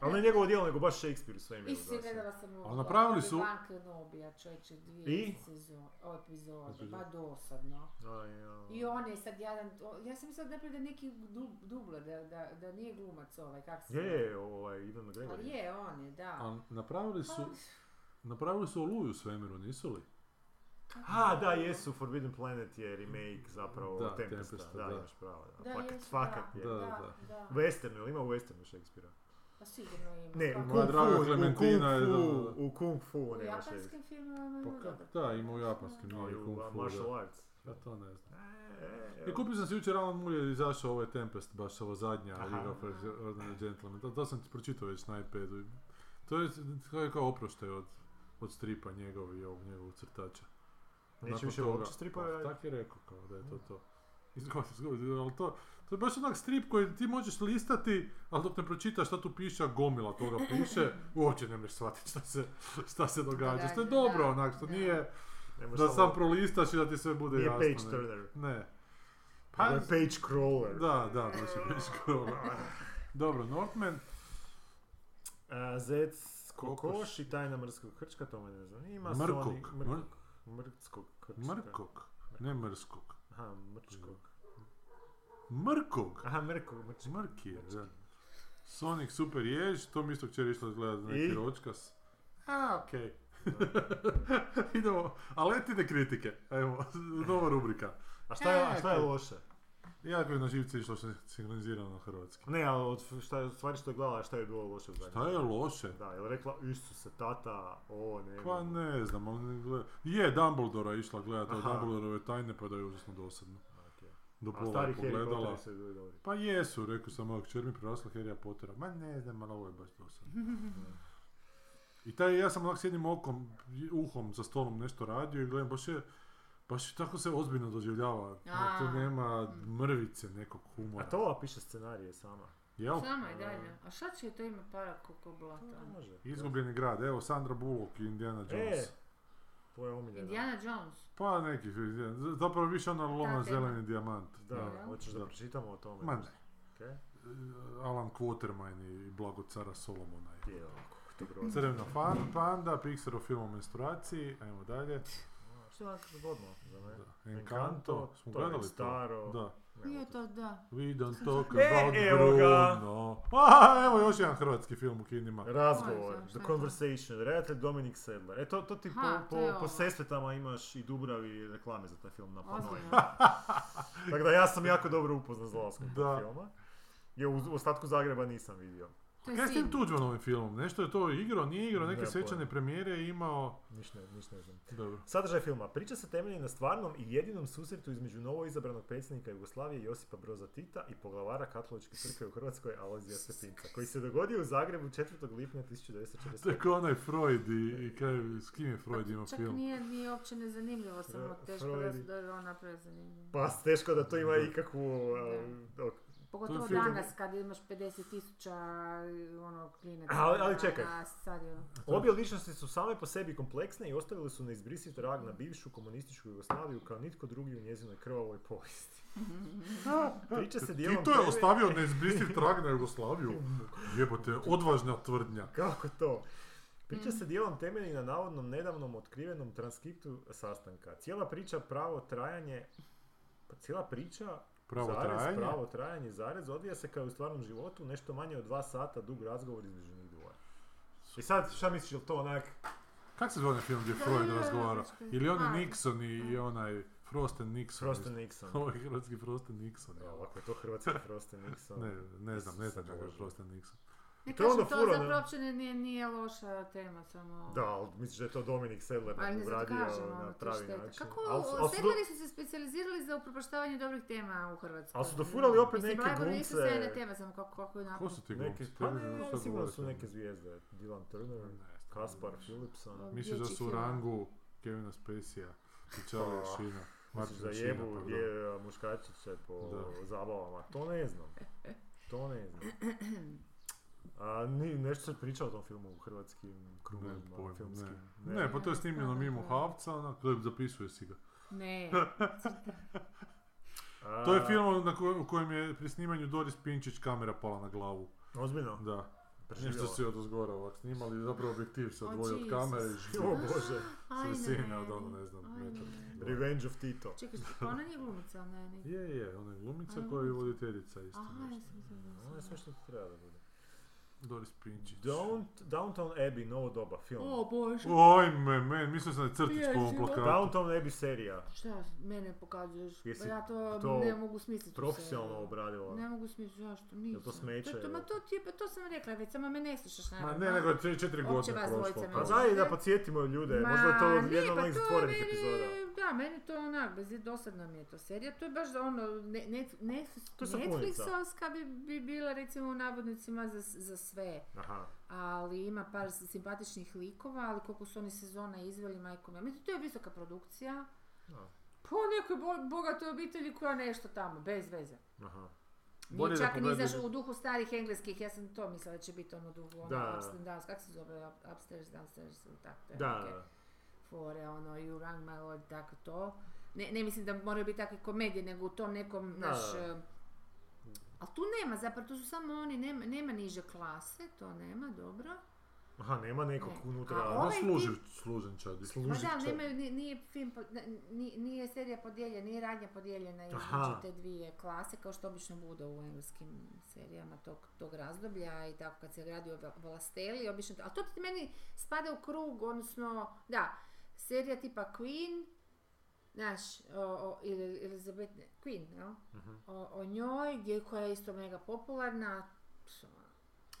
[SPEAKER 4] Ali ne njegovo djelo, nego baš Shakespeare u svemiru.
[SPEAKER 1] i si
[SPEAKER 4] da se-
[SPEAKER 1] gledala sam ovo.
[SPEAKER 3] Ali napravili
[SPEAKER 1] Obi-
[SPEAKER 3] su-
[SPEAKER 1] Obi-Wan Kenobija, čovječe,
[SPEAKER 4] I?
[SPEAKER 1] dvije sezone, epizode, ba dosadno.
[SPEAKER 4] Aj, ja.
[SPEAKER 1] I on je sad jadan, o, ja sam mislila da je napravio da je neki du- dubler, da, da, da nije glumac ovaj, kak se...
[SPEAKER 4] Je, je, ovaj, Ivan
[SPEAKER 1] zove.
[SPEAKER 4] McGregor.
[SPEAKER 1] Ali
[SPEAKER 4] je.
[SPEAKER 1] je, on je, da.
[SPEAKER 3] A napravili su,
[SPEAKER 4] Pa-
[SPEAKER 3] napravili su oluju u svemiru, nisu li?
[SPEAKER 4] A, da, jesu, Forbidden Planet je remake zapravo
[SPEAKER 3] Da,
[SPEAKER 4] Tempesta,
[SPEAKER 3] Tempesta,
[SPEAKER 4] da,
[SPEAKER 3] da.
[SPEAKER 4] imaš pravo. Da,
[SPEAKER 1] Da,
[SPEAKER 4] fakat,
[SPEAKER 1] jesu,
[SPEAKER 4] fakat
[SPEAKER 1] da.
[SPEAKER 4] je.
[SPEAKER 3] Da, da,
[SPEAKER 1] da, da.
[SPEAKER 4] Western, jel ima u westernu Shakespearea?
[SPEAKER 1] Pa sigurno ima.
[SPEAKER 4] Ne, u
[SPEAKER 1] svakako.
[SPEAKER 4] kung
[SPEAKER 3] Moja draga
[SPEAKER 4] fu, u kung
[SPEAKER 3] Klementina je, da,
[SPEAKER 4] fu,
[SPEAKER 3] da.
[SPEAKER 4] u kung fu
[SPEAKER 1] U
[SPEAKER 4] nema Shakespeare.
[SPEAKER 1] japanskim filmovima ima
[SPEAKER 3] Pa ka-
[SPEAKER 1] dobro.
[SPEAKER 3] da, ima u japanskim
[SPEAKER 4] No, i
[SPEAKER 3] mnogi kung
[SPEAKER 4] Mm, u a,
[SPEAKER 3] fu, da.
[SPEAKER 4] martial arts.
[SPEAKER 3] Ja to ne znam.
[SPEAKER 4] E, e,
[SPEAKER 3] I
[SPEAKER 4] evo.
[SPEAKER 3] kupio sam si jučer Alan Moore je izašao ovaj Tempest, baš ova zadnja
[SPEAKER 4] Aha.
[SPEAKER 3] Liga for Ordinary Gentlemen. To, to sam ti pročitao već na iPadu. i To je, to je kao oproštaj od, od stripa njegov i ovog njegovog crtača.
[SPEAKER 4] Neće
[SPEAKER 3] Pa Nakon
[SPEAKER 4] više
[SPEAKER 3] toga-
[SPEAKER 4] uopće stripove
[SPEAKER 3] Pa,
[SPEAKER 4] raditi.
[SPEAKER 3] tak je rekao kao da je to to. Izgleda, izgleda, ali to, to je baš onak strip koji ti možeš listati, ali dok ne pročitaš šta tu piše, a gomila toga piše, uopće ne možeš shvatiti šta se, šta
[SPEAKER 4] Pa
[SPEAKER 3] se događa. Što je
[SPEAKER 1] Događa,
[SPEAKER 3] dobro,
[SPEAKER 1] da,
[SPEAKER 3] onak, što
[SPEAKER 1] da.
[SPEAKER 3] nije
[SPEAKER 4] Ne može
[SPEAKER 3] da
[SPEAKER 4] samo-
[SPEAKER 3] sam prolistaš i da ti sve bude
[SPEAKER 4] Nije
[SPEAKER 3] jasno.
[SPEAKER 4] page
[SPEAKER 3] ne.
[SPEAKER 4] turner.
[SPEAKER 3] Ne.
[SPEAKER 4] Pa, page crawler.
[SPEAKER 3] Da, da, to će biti skoro. Dobro, Northman,
[SPEAKER 4] A, Zec,
[SPEAKER 3] Kokoš.
[SPEAKER 4] kokoš i tajna mrskog krčka, to me ne zanima.
[SPEAKER 3] Mrkog,
[SPEAKER 4] Sonic- mrk-
[SPEAKER 3] mrk-
[SPEAKER 4] Mrkskog krčka.
[SPEAKER 3] Mrkog, ne Mrskog.
[SPEAKER 4] Aha, mrčkog.
[SPEAKER 3] Mrkog!
[SPEAKER 4] Aha, mrkog, mrčkog.
[SPEAKER 3] Mrki je, da. Sonic Super Jež, to mi isto čer išlo gledat neki
[SPEAKER 4] I?
[SPEAKER 3] ročkas. A, okej. Idemo, a letite kritike. Evo, nova rubrika.
[SPEAKER 4] A šta je,
[SPEAKER 3] E,
[SPEAKER 4] a šta je
[SPEAKER 3] okej.
[SPEAKER 4] loše?
[SPEAKER 3] Jako je na živci išlo što je sinhronizirano hrvatski.
[SPEAKER 4] Ne, ali od šta je, stvari što je gledala, šta je bilo loše u zadnjem?
[SPEAKER 3] Šta je loše?
[SPEAKER 4] Da, je rekla, Isuse, tata, ovo, ne.
[SPEAKER 3] Pa
[SPEAKER 4] mogu."
[SPEAKER 3] ne znam, ali ne gleda- Je, Dumbledora išla gledat, od
[SPEAKER 4] Aha.
[SPEAKER 3] Dumbledorove tajne, pa da je užasno dosadno.
[SPEAKER 4] Okej.
[SPEAKER 3] Do
[SPEAKER 4] A
[SPEAKER 3] pola
[SPEAKER 4] stari
[SPEAKER 3] je
[SPEAKER 4] Harry
[SPEAKER 3] pogledala.
[SPEAKER 4] Potter su bili dobri.
[SPEAKER 3] Pa jesu, rekao sam, ovak kćer mi prerasla Harrya Pottera. Ma ne znam, ali ovo je baš dosadno. I taj, ja sam onak s jednim okom, uhom za stolom nešto radio i gledam, baš je, baš je tako se ozbiljno doživljava. Ono,
[SPEAKER 1] A.
[SPEAKER 3] Tu nema mrvice nekog humora.
[SPEAKER 4] A to ova piše scenarije sama.
[SPEAKER 3] Jel?
[SPEAKER 5] Sama je dalje. A šta će to ima para koliko
[SPEAKER 4] To
[SPEAKER 5] blata?
[SPEAKER 4] može.
[SPEAKER 3] Izgubljeni grad, evo Sandra Bullock i Indiana Jones.
[SPEAKER 4] E, tvoja omiljena.
[SPEAKER 5] Indiana Jones.
[SPEAKER 3] Pa neki, zapravo više ona lona
[SPEAKER 5] tema.
[SPEAKER 3] zeleni dijamant.
[SPEAKER 4] Da, hoćeš da pročitamo o tome?
[SPEAKER 3] Ma ne.
[SPEAKER 4] Okej.
[SPEAKER 3] Alan Quatermain i blago cara Solomona je.
[SPEAKER 4] Jel, kako to grozno.
[SPEAKER 3] Crvena fan- panda, Pixar o filmu o menstruaciji, ajmo dalje.
[SPEAKER 4] Što je onako zgodno za mene?
[SPEAKER 3] Da. Encanto, smo
[SPEAKER 4] to je
[SPEAKER 3] gledali to.
[SPEAKER 4] staro.
[SPEAKER 3] Da.
[SPEAKER 4] Pa
[SPEAKER 5] Nije to da.
[SPEAKER 3] We don't talk
[SPEAKER 4] E,
[SPEAKER 3] about
[SPEAKER 4] evo ga.
[SPEAKER 3] Bruno. A, evo još jedan hrvatski film u kinima.
[SPEAKER 4] Razgovor,
[SPEAKER 5] Ajde, šta
[SPEAKER 4] The
[SPEAKER 5] je to?
[SPEAKER 4] Conversation, redatelj Dominik Sedler. E to, to ti
[SPEAKER 5] Ha,
[SPEAKER 4] po,
[SPEAKER 5] to je ono.
[SPEAKER 4] po,
[SPEAKER 5] ovo.
[SPEAKER 4] po Sesvetama imaš i Dubravi reklame za taj film na panojima.
[SPEAKER 5] Ozbiljno.
[SPEAKER 4] Tako da ja sam jako dobro upoznan s dolaskom
[SPEAKER 3] Da.
[SPEAKER 4] tog filma. Je u, u ostatku Zagreba nisam vidio.
[SPEAKER 5] To
[SPEAKER 3] Kaj
[SPEAKER 5] je
[SPEAKER 3] s tim
[SPEAKER 5] sin.
[SPEAKER 3] Tuđmanovim filmom? Nešto je to igrao, nije igrao, neke
[SPEAKER 4] Nemam
[SPEAKER 3] svečane
[SPEAKER 4] pojma.
[SPEAKER 3] premijere je imao...
[SPEAKER 4] Ništa ne, niš ne znam.
[SPEAKER 3] Dobro.
[SPEAKER 4] Sadržaj filma. Priča se temelji na stvarnom i jedinom susretu između novoizabranog predsjednika Jugoslavije Josipa Broza Tita i poglavara katoličke crkve u Hrvatskoj Alojzija Stepinca, koji se dogodio u Zagrebu 4. lipnja
[SPEAKER 3] To
[SPEAKER 4] 1945.
[SPEAKER 3] je kao onaj Freud i, i kaj, s kim je Freud imao
[SPEAKER 5] Čak
[SPEAKER 3] film?
[SPEAKER 5] nije, nije uopće nezanimljivo, samo
[SPEAKER 4] Da,
[SPEAKER 5] teško da,
[SPEAKER 4] Freud.
[SPEAKER 5] da je on napravio zanimljivo.
[SPEAKER 4] Pa teško da to ima ikakvu... em, ok.
[SPEAKER 5] Pogotovo
[SPEAKER 3] film-
[SPEAKER 5] danas kad imaš 50 tisuća ono, klinaca.
[SPEAKER 4] Ali- ali
[SPEAKER 5] na-
[SPEAKER 4] čekaj.
[SPEAKER 5] na stadionu.
[SPEAKER 4] Obje ličnosti su same po sebi kompleksne i ostavile su neizbrisiv trag na bivšu komunističku Jugoslaviju kao nitko drugi u njezinoj krvavoj povijesti. Priča se dijelom...
[SPEAKER 3] Tito je
[SPEAKER 4] temelji-
[SPEAKER 3] ostavio neizbrisiv trag na Jugoslaviju. Jebote, odvažna tvrdnja.
[SPEAKER 4] Kako to? Priča
[SPEAKER 3] Mm.
[SPEAKER 4] se dijelom temelji na navodnom nedavnom otkrivenom transkriptu sastanka. Cijela priča pravo trajanje pa cijela priča
[SPEAKER 3] Pravo
[SPEAKER 4] zarez,
[SPEAKER 3] trajanje.
[SPEAKER 4] pravo trajanje zarez odvija se kao i u stvarnom životu nešto manje od dva sata dug razgovor između njih dvoje. I sad šta misliš, je li to onak
[SPEAKER 3] Kak se zove onaj film gdje
[SPEAKER 5] Da,
[SPEAKER 3] Freud
[SPEAKER 5] da, da,
[SPEAKER 3] razgovara?
[SPEAKER 5] da, da.
[SPEAKER 3] Ili onaj
[SPEAKER 5] A.
[SPEAKER 3] Nixon i, i onaj Frosten Nixon.
[SPEAKER 4] Frosten Nixon?
[SPEAKER 3] Ovo je hrvatski Frosten Nixon.
[SPEAKER 4] Evo,
[SPEAKER 3] jel?
[SPEAKER 4] Ako je to hrvatski Frosten Nixon.
[SPEAKER 3] Ne, ne znam, ne znam
[SPEAKER 4] Isuse
[SPEAKER 3] kako je
[SPEAKER 4] Bože.
[SPEAKER 3] Frosten Nixon.
[SPEAKER 5] Ne
[SPEAKER 4] To je ono
[SPEAKER 5] kažem, to
[SPEAKER 4] fura, ne?
[SPEAKER 5] zapravo uopće ne- nije, nije loša tema, samo...
[SPEAKER 4] Da, ali misliš da je to Dominik Sedler
[SPEAKER 5] Ali Pa ne zato
[SPEAKER 4] obradio
[SPEAKER 5] kažem, ono,
[SPEAKER 4] na
[SPEAKER 5] to je
[SPEAKER 4] pravi
[SPEAKER 5] šteta.
[SPEAKER 4] način.
[SPEAKER 5] Kako,
[SPEAKER 4] Ali su- ali su do-
[SPEAKER 5] sedlari su se specijalizirali za upropaštavanje dobrih tema u Hrvatskoj.
[SPEAKER 4] Ali su dofurali opet
[SPEAKER 5] Mislim,
[SPEAKER 4] neke
[SPEAKER 5] Bleiburg nisu sve
[SPEAKER 4] glumce.
[SPEAKER 5] jedne tema, samo kako, kako je
[SPEAKER 3] Ko
[SPEAKER 5] napravljeno.
[SPEAKER 3] su ti
[SPEAKER 4] Neke,
[SPEAKER 3] glumci?
[SPEAKER 4] pa
[SPEAKER 3] Te ne
[SPEAKER 4] ne,
[SPEAKER 3] znam
[SPEAKER 4] ne,
[SPEAKER 3] šta
[SPEAKER 4] sigurno
[SPEAKER 3] govoriš,
[SPEAKER 4] su
[SPEAKER 3] ne.
[SPEAKER 4] neke zvijezde. Dylan Turner,
[SPEAKER 3] Ne znam.
[SPEAKER 4] Kaspar Philipson.
[SPEAKER 3] Misliš da
[SPEAKER 5] Dječji
[SPEAKER 3] su u
[SPEAKER 5] film.
[SPEAKER 3] rangu Kevina Spacey-a i Charlie
[SPEAKER 4] Pa,
[SPEAKER 3] Sheena.
[SPEAKER 4] Misliš da
[SPEAKER 3] Martina
[SPEAKER 4] jebu
[SPEAKER 3] Sheena, pardon.
[SPEAKER 4] je muškačiće po
[SPEAKER 3] pa Da.
[SPEAKER 4] zabavama. To ne znam. To ne znam. A, ni, nešto se priča o tom filmu u hrvatskim
[SPEAKER 3] Nemam
[SPEAKER 4] krugovima
[SPEAKER 3] pojma, pa,
[SPEAKER 4] filmskim.
[SPEAKER 3] Ne, pa to je snimljeno mimo Havca, onak, ono, zapisuje si ga.
[SPEAKER 5] Ne,
[SPEAKER 4] A,
[SPEAKER 3] To je film ono, na kojem, u kojem je pri snimanju Doris Pinčić kamera pala na glavu.
[SPEAKER 4] Ozbiljno?
[SPEAKER 3] Da. Nešto
[SPEAKER 4] Preživjela.
[SPEAKER 3] se od uzgora ovak snimali, zapravo objektiv se
[SPEAKER 5] O,
[SPEAKER 3] odvojio od
[SPEAKER 5] Jesus.
[SPEAKER 3] kamere i
[SPEAKER 4] O bože,
[SPEAKER 3] s
[SPEAKER 5] aj
[SPEAKER 3] visine
[SPEAKER 5] ne.
[SPEAKER 3] od ono, ne znam,
[SPEAKER 5] Aj, ne.
[SPEAKER 3] metar.
[SPEAKER 4] Revenge of Tito.
[SPEAKER 5] Čekaj, što- pa ona nije glumica, ona je neka.
[SPEAKER 3] Je, je, ona je glumica
[SPEAKER 5] Aj,
[SPEAKER 3] koja je
[SPEAKER 5] glumica.
[SPEAKER 3] voditeljica isto
[SPEAKER 5] Aha, ja
[SPEAKER 3] nešto.
[SPEAKER 5] sam
[SPEAKER 4] Ovo Ono je sve što
[SPEAKER 5] mislila
[SPEAKER 4] ti treba da bude.
[SPEAKER 3] Doris Pinčić.
[SPEAKER 4] Don't, Downton Abbey, novo doba,
[SPEAKER 5] da
[SPEAKER 4] film.
[SPEAKER 5] O Bože.
[SPEAKER 3] Oj me, me, mislio sam da je crtić po ovom
[SPEAKER 5] Jezivo.
[SPEAKER 3] plakatu.
[SPEAKER 4] Downton Abbey serija.
[SPEAKER 5] Šta mene pokazuješ? Pa
[SPEAKER 4] Jesi
[SPEAKER 5] ja to,
[SPEAKER 4] to
[SPEAKER 5] ne mogu smisliti.
[SPEAKER 4] Profesionalno obradila.
[SPEAKER 5] Ne mogu smisliti zašto, nisam.
[SPEAKER 4] smeće
[SPEAKER 5] To, to, ma
[SPEAKER 4] ili?
[SPEAKER 5] to ti je, pa to sam rekla već, samo me ne slušaš
[SPEAKER 3] Ma
[SPEAKER 5] naravno.
[SPEAKER 3] ne, nego je četiri- četiri
[SPEAKER 5] Uopće
[SPEAKER 3] godine
[SPEAKER 5] vas
[SPEAKER 3] prošlo.
[SPEAKER 5] dvojica ne
[SPEAKER 4] Pa
[SPEAKER 3] Pa
[SPEAKER 5] znam.
[SPEAKER 4] daj da podsjetimo ljude, možda je to
[SPEAKER 5] ne,
[SPEAKER 4] jedna od
[SPEAKER 5] pa
[SPEAKER 4] onih
[SPEAKER 5] to je
[SPEAKER 4] zatvorenih
[SPEAKER 5] meni-
[SPEAKER 4] epizoda.
[SPEAKER 5] Da, meni to onak, bez dosadna mi je to serija. To je baš za ono, ne, ne, ne,
[SPEAKER 4] To je sapunica.
[SPEAKER 5] Netflixovska bi, bi bila recimo u navodnicima za, za sve.
[SPEAKER 4] Aha.
[SPEAKER 5] Ali ima par simpatičnih likova, ali koliko su oni sezona izveli, majko mila. Mislim, to je visoka produkcija.
[SPEAKER 4] Da.
[SPEAKER 5] Po nekoj bo- bogatoj obitelji koja nešto tamo, bez veze.
[SPEAKER 4] Aha.
[SPEAKER 5] Nije
[SPEAKER 3] Bolje da
[SPEAKER 5] čak ni
[SPEAKER 3] pogledaj-
[SPEAKER 5] izašao u duhu starih engleskih, ja sam to mislila da će biti ono u duhu, ono,
[SPEAKER 4] Da.
[SPEAKER 5] ups and downs, kako se zove, up- upstairs, downstairs, ili tako, te neke
[SPEAKER 4] Da,
[SPEAKER 5] fore, ono, you rang my lord, tako to. Ne, ne mislim da moraju biti takve komedije, nego u tom nekom,
[SPEAKER 4] Da,
[SPEAKER 5] naš...
[SPEAKER 4] da, da.
[SPEAKER 5] Ali tu nema, zapravo tu su samo oni, nema, nema niže klase, to nema, dobro.
[SPEAKER 4] aha, nema nekog
[SPEAKER 5] Ne. A
[SPEAKER 4] unutra. ono
[SPEAKER 5] on-
[SPEAKER 3] Ona
[SPEAKER 5] Ovaj
[SPEAKER 3] služi, služenčadi.
[SPEAKER 5] Ma
[SPEAKER 4] Služi-
[SPEAKER 5] da, ali
[SPEAKER 4] čak.
[SPEAKER 5] nemaju, ni- nije, film, po- ne- ni- nije serija podijeljena, nije radnja podijeljena
[SPEAKER 4] Aha.
[SPEAKER 5] između te dvije klase, kao što obično bude u engleskim serijama tog, tog razdoblja i tako kad se radi o Val- Valasteli, obično to, ali to ti meni spada u krug, odnosno, da, serija tipa Queen, znaš, o, o, ili Elizabeth, Queen, jel?
[SPEAKER 4] Mhm.
[SPEAKER 5] o, o njoj, gdje, koja je isto mega popularna, pš, ono,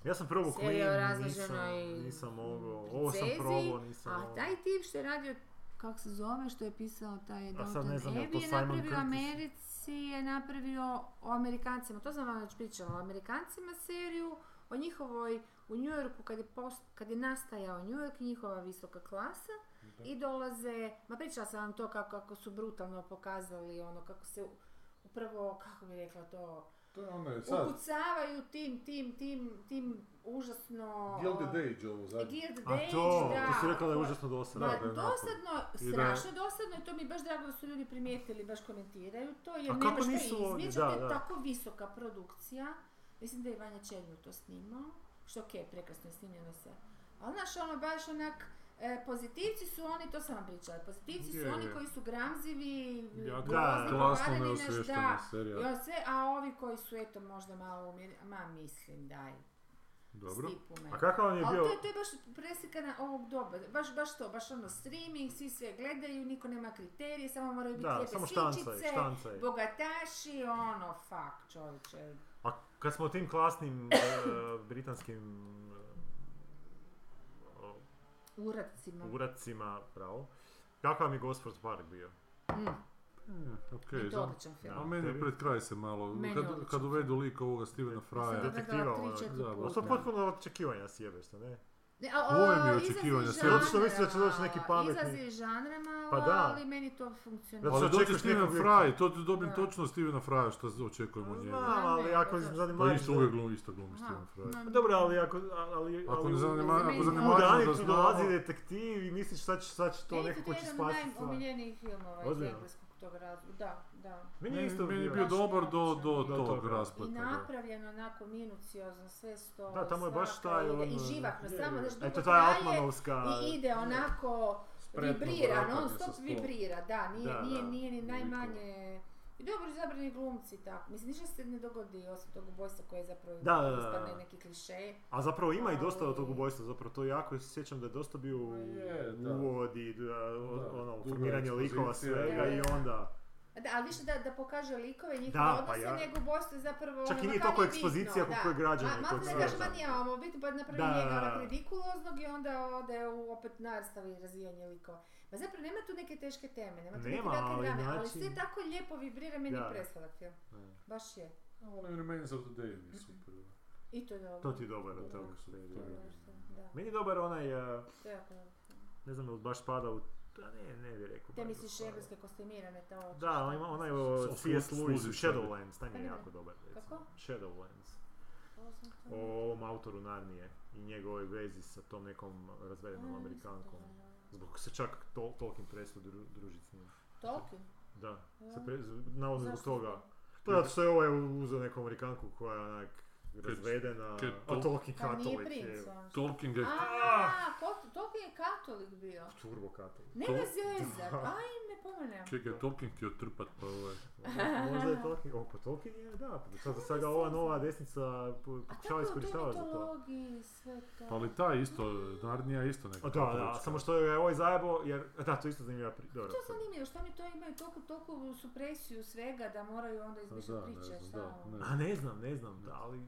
[SPEAKER 4] Ja sam probao
[SPEAKER 5] Serija o
[SPEAKER 4] Queen, nisam,
[SPEAKER 5] razloženoj
[SPEAKER 4] nisam mogao. Ovo sam
[SPEAKER 5] princezi,
[SPEAKER 4] probao, nisam
[SPEAKER 5] A
[SPEAKER 4] mogao.
[SPEAKER 5] taj tip što je radio, kako se zove, što je pisao taj
[SPEAKER 4] A sad
[SPEAKER 5] Downton
[SPEAKER 4] Pa ne znam, je li to
[SPEAKER 5] Abbey je
[SPEAKER 4] Simon
[SPEAKER 5] napravio
[SPEAKER 4] Curtis?
[SPEAKER 5] Americi, je napravio o Amerikancima, to sam vam već pričala, o Amerikancima seriju, o njihovoj, u New Yorku kad je, post, kad je nastajao New York, njihova visoka klasa, i dolaze, ma pričala sam vam to kako, kako su brutalno pokazali, ono, kako se u- upravo, kako bi rekla to,
[SPEAKER 3] To je ono je sad,
[SPEAKER 5] ukucavaju tim, tim, tim, tim užasno...
[SPEAKER 3] Gilded
[SPEAKER 5] o,
[SPEAKER 3] Age ovo zadnje.
[SPEAKER 5] Geared
[SPEAKER 4] A
[SPEAKER 5] Age,
[SPEAKER 4] to,
[SPEAKER 5] da.
[SPEAKER 4] to si rekla da je
[SPEAKER 5] ko-
[SPEAKER 4] užasno
[SPEAKER 5] Ma,
[SPEAKER 4] dosadno.
[SPEAKER 3] da je napolje.
[SPEAKER 5] dosadno,
[SPEAKER 3] I da-
[SPEAKER 5] strašno dosadno i to mi je baš drago da su ljudi primijetili, baš komentiraju to, jer
[SPEAKER 4] A
[SPEAKER 5] nema
[SPEAKER 4] kako
[SPEAKER 5] što
[SPEAKER 4] nisu oni,
[SPEAKER 5] izbjeći,
[SPEAKER 4] da,
[SPEAKER 5] to je
[SPEAKER 4] da.
[SPEAKER 5] tako visoka produkcija. Mislim da je Vanja Černju to snimao, što ok, prekrasno je snimljeno sve. Ali znaš, ono baš onak, e, pozitivci su oni, to sam vam pričala, pozitivci su
[SPEAKER 3] Je,
[SPEAKER 5] oni
[SPEAKER 3] je.
[SPEAKER 5] koji su gramzivi,
[SPEAKER 4] Da,
[SPEAKER 3] Jako glasno
[SPEAKER 5] pokvareni, znaš,
[SPEAKER 3] neosvještena serija.
[SPEAKER 5] Jo, sve, a ovi koji su eto možda malo umjeri, ma mislim daj,
[SPEAKER 3] Dobro.
[SPEAKER 5] stipu me.
[SPEAKER 4] A kakav on je
[SPEAKER 5] Ali
[SPEAKER 4] bio?
[SPEAKER 5] to je, to je baš preslikana ovog doba, baš, baš to, baš ono streaming, svi sve gledaju, niko nema kriterije, samo moraju biti
[SPEAKER 4] Da,
[SPEAKER 5] lijepe
[SPEAKER 4] samo štancaj,
[SPEAKER 5] sličice,
[SPEAKER 4] štancaj.
[SPEAKER 5] bogataši, ono, fuck čovječe.
[SPEAKER 4] A kad smo o tim klasnim e, britanskim e, o,
[SPEAKER 5] Uracima.
[SPEAKER 4] uracima, bravo, kakav mi je Gosford Park bio?
[SPEAKER 3] E, okej,
[SPEAKER 5] I Mm, to
[SPEAKER 3] za-
[SPEAKER 5] odličan film.
[SPEAKER 4] Da.
[SPEAKER 3] A meni
[SPEAKER 4] Tebi?
[SPEAKER 3] pred kraj se malo,
[SPEAKER 5] Meni
[SPEAKER 3] kad,
[SPEAKER 5] odlično.
[SPEAKER 3] kad uvedu lika ovoga Stevena
[SPEAKER 5] Sam
[SPEAKER 3] Fraja.
[SPEAKER 5] ga gledala
[SPEAKER 4] detektiva,
[SPEAKER 5] tri, četiri
[SPEAKER 3] da,
[SPEAKER 4] Pa
[SPEAKER 5] puta.
[SPEAKER 4] to je potpuno očekivanja sjebeš se, ne?
[SPEAKER 5] Ne, a- a-
[SPEAKER 3] Koje mi je
[SPEAKER 5] izlazi
[SPEAKER 3] očekivanje,
[SPEAKER 5] iz
[SPEAKER 3] sve- Zato
[SPEAKER 4] što mislim da će doći neki
[SPEAKER 5] žanra,
[SPEAKER 4] pametni-
[SPEAKER 5] Izlazi iz žanra malo,
[SPEAKER 4] Pa da.
[SPEAKER 5] ali meni to funkcionira.
[SPEAKER 4] Zato
[SPEAKER 3] Ali
[SPEAKER 4] što
[SPEAKER 3] dođe
[SPEAKER 4] očekuješ
[SPEAKER 3] Steven
[SPEAKER 4] nekog
[SPEAKER 3] Fry, to dobijem
[SPEAKER 5] Da.
[SPEAKER 3] točno Stevena Fraja što očekujem od njega.
[SPEAKER 4] Znam, ali
[SPEAKER 5] Ne,
[SPEAKER 4] ako
[SPEAKER 5] ne, zato što-
[SPEAKER 3] Pa
[SPEAKER 4] zanimljivo...
[SPEAKER 3] isto uvijek glumi, isto glumi
[SPEAKER 5] Aha,
[SPEAKER 3] Steven Fry.
[SPEAKER 5] ma-
[SPEAKER 4] Pa Dobro, ali ako... Ali,
[SPEAKER 3] Ako
[SPEAKER 4] ali
[SPEAKER 3] ne
[SPEAKER 4] u-
[SPEAKER 3] zanima,
[SPEAKER 5] meni-
[SPEAKER 3] ako
[SPEAKER 5] u
[SPEAKER 4] u
[SPEAKER 3] zanemarimo da
[SPEAKER 4] Dani tu dolazi
[SPEAKER 3] znamo...
[SPEAKER 4] detektiv i misliš sad će, sad će to
[SPEAKER 5] Meni
[SPEAKER 4] nekako
[SPEAKER 5] to
[SPEAKER 4] će
[SPEAKER 5] jedan od
[SPEAKER 4] spasiti stvar.
[SPEAKER 5] najomiljenijih filmova iz
[SPEAKER 4] Ozbiljno?
[SPEAKER 5] engleskog tog razloga. Da, da.
[SPEAKER 4] Meni je
[SPEAKER 3] Meni
[SPEAKER 4] isto
[SPEAKER 3] meni je bio
[SPEAKER 5] Baš
[SPEAKER 3] dobar do,
[SPEAKER 5] odličan.
[SPEAKER 3] do
[SPEAKER 4] Do
[SPEAKER 3] tog
[SPEAKER 4] toga.
[SPEAKER 5] I
[SPEAKER 3] raspleta. da.
[SPEAKER 5] napravljeno onako minuciozno, sve sto.
[SPEAKER 4] Da, tamo je baš taj...
[SPEAKER 5] I
[SPEAKER 4] ono-
[SPEAKER 5] živahno, samo znaš dugo
[SPEAKER 4] Eto, taj ono,
[SPEAKER 5] traje
[SPEAKER 4] Altmanovska...
[SPEAKER 5] i ide onako,
[SPEAKER 3] Spretno
[SPEAKER 5] vibrira,
[SPEAKER 3] brakanje
[SPEAKER 5] non
[SPEAKER 3] sa
[SPEAKER 5] stop
[SPEAKER 3] stolom.
[SPEAKER 5] vibrira, da, nije,
[SPEAKER 4] Da,
[SPEAKER 5] nije,
[SPEAKER 4] da,
[SPEAKER 5] nije ni
[SPEAKER 3] uvijek
[SPEAKER 5] najmanje... I dobro izabrani glumci, tako. Mislim, ništa se ne dogodi osim tog ubojstva koje je zapravo
[SPEAKER 4] Da, da, da, da.
[SPEAKER 5] ispadne neki kliše.
[SPEAKER 4] A zapravo ima i dosta od tog
[SPEAKER 5] Ali-
[SPEAKER 4] ubojstva, zapravo to jako se sjećam da je dosta bio
[SPEAKER 3] Ma je, da.
[SPEAKER 4] uvod i da, o-
[SPEAKER 3] Da,
[SPEAKER 4] ono,
[SPEAKER 3] duga
[SPEAKER 4] formiranje likova
[SPEAKER 3] ekspozicija.
[SPEAKER 4] svega
[SPEAKER 5] Da,
[SPEAKER 4] i
[SPEAKER 5] da, da.
[SPEAKER 4] onda...
[SPEAKER 5] A Da, ali više da, da pokaže likove i njihove
[SPEAKER 4] Da, pa
[SPEAKER 5] odnose,
[SPEAKER 4] ja-
[SPEAKER 5] nego ubojstvo je zapravo...
[SPEAKER 4] Čak i
[SPEAKER 5] ono,
[SPEAKER 4] nije
[SPEAKER 5] ma kao
[SPEAKER 4] toliko
[SPEAKER 5] bitno,
[SPEAKER 4] ekspozicija koliko
[SPEAKER 5] da.
[SPEAKER 4] je građana
[SPEAKER 5] Ma-
[SPEAKER 4] tog
[SPEAKER 5] Ma,
[SPEAKER 4] svega.
[SPEAKER 5] ne kažeš, ma nije ovo biti, pa napravi
[SPEAKER 4] Da,
[SPEAKER 5] njega
[SPEAKER 4] da, da.
[SPEAKER 5] onak ridikuloznog i onda ode u, opet nastavi razvijanje likova. Ma zapravo nema tu neke teške teme, nema tu
[SPEAKER 4] Nema,
[SPEAKER 5] neke velike
[SPEAKER 4] ali
[SPEAKER 5] drame, ali
[SPEAKER 4] način-
[SPEAKER 5] sve tako lijepo vibrira, meni
[SPEAKER 4] Da.
[SPEAKER 5] je presladak film.
[SPEAKER 4] E,
[SPEAKER 5] Baš je.
[SPEAKER 3] Onaj Remains of the Day mi je super.
[SPEAKER 5] I to je dobro.
[SPEAKER 4] To ti je dobar od
[SPEAKER 3] Da,
[SPEAKER 4] tog
[SPEAKER 3] to su-
[SPEAKER 4] perioda.
[SPEAKER 3] to je-
[SPEAKER 5] Da,
[SPEAKER 4] Meni je dobar onaj, e,
[SPEAKER 5] to je jako dobro.
[SPEAKER 4] ne znam, je li baš spada u... Da ne, ne bi rekao.
[SPEAKER 5] Te
[SPEAKER 4] baš da
[SPEAKER 5] misliš
[SPEAKER 4] spada.
[SPEAKER 5] engleske kostimirane, to oči,
[SPEAKER 4] Da,
[SPEAKER 5] šta?
[SPEAKER 4] on ima onaj
[SPEAKER 3] S-
[SPEAKER 4] o
[SPEAKER 3] o
[SPEAKER 4] C.S.
[SPEAKER 3] slu-
[SPEAKER 4] Lewis,
[SPEAKER 3] sluzi,
[SPEAKER 4] Shadowlands, taj mi je
[SPEAKER 5] Pa ne.
[SPEAKER 4] jako dobar. recimo.
[SPEAKER 5] Kako?
[SPEAKER 4] Shadowlands.
[SPEAKER 5] To sam
[SPEAKER 4] O
[SPEAKER 5] to-
[SPEAKER 4] ovom autoru Narnije i njegovoj vezi sa tom nekom
[SPEAKER 5] A,
[SPEAKER 4] razvedenom
[SPEAKER 5] nisam
[SPEAKER 4] Amerikankom.
[SPEAKER 5] to gledala.
[SPEAKER 4] Zbog se čak tol, tolkim preslu družiti s njim.
[SPEAKER 1] Tolkien?
[SPEAKER 4] Da,
[SPEAKER 1] Ja.
[SPEAKER 4] se pre, navodno zbog
[SPEAKER 1] Zašto?
[SPEAKER 4] toga. Pa zato što je ovaj uzeo neku Amerikanku koja je onak razvedena,
[SPEAKER 3] kad
[SPEAKER 4] a
[SPEAKER 3] to-
[SPEAKER 4] toliki
[SPEAKER 1] Pa nije
[SPEAKER 4] katolik je.
[SPEAKER 1] princ on.
[SPEAKER 3] Tolkien ga je
[SPEAKER 1] A, ko- Tolkien je katolik bio.
[SPEAKER 4] Turbo katolik.
[SPEAKER 1] Nema zezat, ajme pomene.
[SPEAKER 3] Čekaj, je Tolkien htio trpat pa ovaj...
[SPEAKER 4] Možda- Možda je Tolkien, o pa Tolkien je, da, pa sad, sad ga ova nova desnica po-
[SPEAKER 1] A
[SPEAKER 4] pokušava
[SPEAKER 1] tako je to
[SPEAKER 4] iskoristavati za to.
[SPEAKER 1] mitologiji i sve to.
[SPEAKER 3] Pa ali ta isto, Narnija je isto neka
[SPEAKER 4] A Pa da, da,
[SPEAKER 3] katolička.
[SPEAKER 4] samo što je ovaj zajebo, jer, da, to je isto zanimljiva pri...
[SPEAKER 1] Pa
[SPEAKER 4] Dobro,
[SPEAKER 1] To je zanimljivo, što oni to imaju toliko, toliko supresiju svega da moraju onda
[SPEAKER 3] Pa
[SPEAKER 1] izmišljati
[SPEAKER 3] da, ne
[SPEAKER 1] priče. ono?
[SPEAKER 3] znam, da,
[SPEAKER 5] ono.
[SPEAKER 1] samo.
[SPEAKER 3] ne.
[SPEAKER 4] A ne znam, ne znam, da, ali...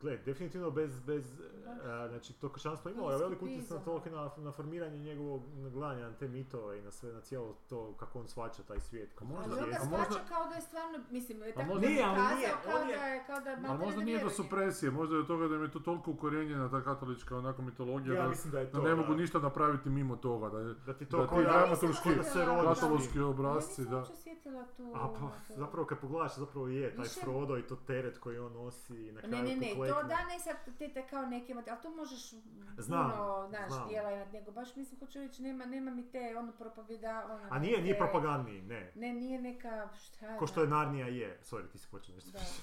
[SPEAKER 4] Gle, definitivno bez, bez, a, znači to kršćanstvo imalo je
[SPEAKER 1] Iskupizam.
[SPEAKER 4] velik utjecaj na Tolkiena, na, na formiranje njegovog gledanja na te mitove i na sve, na cijelo to kako on svaća taj svijet. kako
[SPEAKER 3] možda-
[SPEAKER 1] Ali
[SPEAKER 4] on
[SPEAKER 1] on ga
[SPEAKER 3] a
[SPEAKER 4] svijest.
[SPEAKER 3] možda-
[SPEAKER 1] shvaća kao da je stvarno, mislim, je tako
[SPEAKER 3] možda-
[SPEAKER 1] ga
[SPEAKER 4] Ne, ali
[SPEAKER 1] prikazao
[SPEAKER 4] nije,
[SPEAKER 1] kao
[SPEAKER 4] on je-
[SPEAKER 1] da je, kao da
[SPEAKER 3] Ali
[SPEAKER 1] maltene
[SPEAKER 3] možda
[SPEAKER 1] ne
[SPEAKER 3] nije do
[SPEAKER 1] vjeruje.
[SPEAKER 3] supresije, možda je od toga da im je to toliko ukorijenjena ta katolička onako mitologija
[SPEAKER 4] Ja
[SPEAKER 3] da,
[SPEAKER 4] mislim da je
[SPEAKER 3] da
[SPEAKER 4] to,
[SPEAKER 3] ne mogu
[SPEAKER 4] da.
[SPEAKER 3] ništa napraviti mimo toga. Da je
[SPEAKER 4] Da ti to
[SPEAKER 3] da ti
[SPEAKER 4] koji
[SPEAKER 1] Ja
[SPEAKER 3] dramaturški,
[SPEAKER 1] nisam
[SPEAKER 4] se
[SPEAKER 1] shvatila,
[SPEAKER 4] rodiš.
[SPEAKER 1] da.
[SPEAKER 3] katolički obrazci,
[SPEAKER 1] Ja
[SPEAKER 3] da.
[SPEAKER 1] nisam uopće sjetila tu... ono,
[SPEAKER 4] A pa,
[SPEAKER 1] to.
[SPEAKER 4] zapravo kad pogledaš, zapravo je taj
[SPEAKER 1] Više-
[SPEAKER 4] Frodo i to teret koji on nosi i na
[SPEAKER 1] Ne,
[SPEAKER 4] kraju
[SPEAKER 1] ne, ne,
[SPEAKER 4] poklekne.
[SPEAKER 1] to da ne sad te, te kao neke, mate- ali to možeš
[SPEAKER 4] Znam,
[SPEAKER 1] puno, znaš,
[SPEAKER 4] znam.
[SPEAKER 1] dijela imat, nego baš mislim, hoću reći, nema, nema mi te, ono, propovjeda, ono...
[SPEAKER 4] A nije, nije
[SPEAKER 1] te-
[SPEAKER 4] propagandni, ne.
[SPEAKER 1] Ne, nije neka, šta ja
[SPEAKER 4] Ko što je
[SPEAKER 1] znam.
[SPEAKER 4] Narnija je, sorry, ti si počeo nešto
[SPEAKER 1] Da.
[SPEAKER 4] pričati.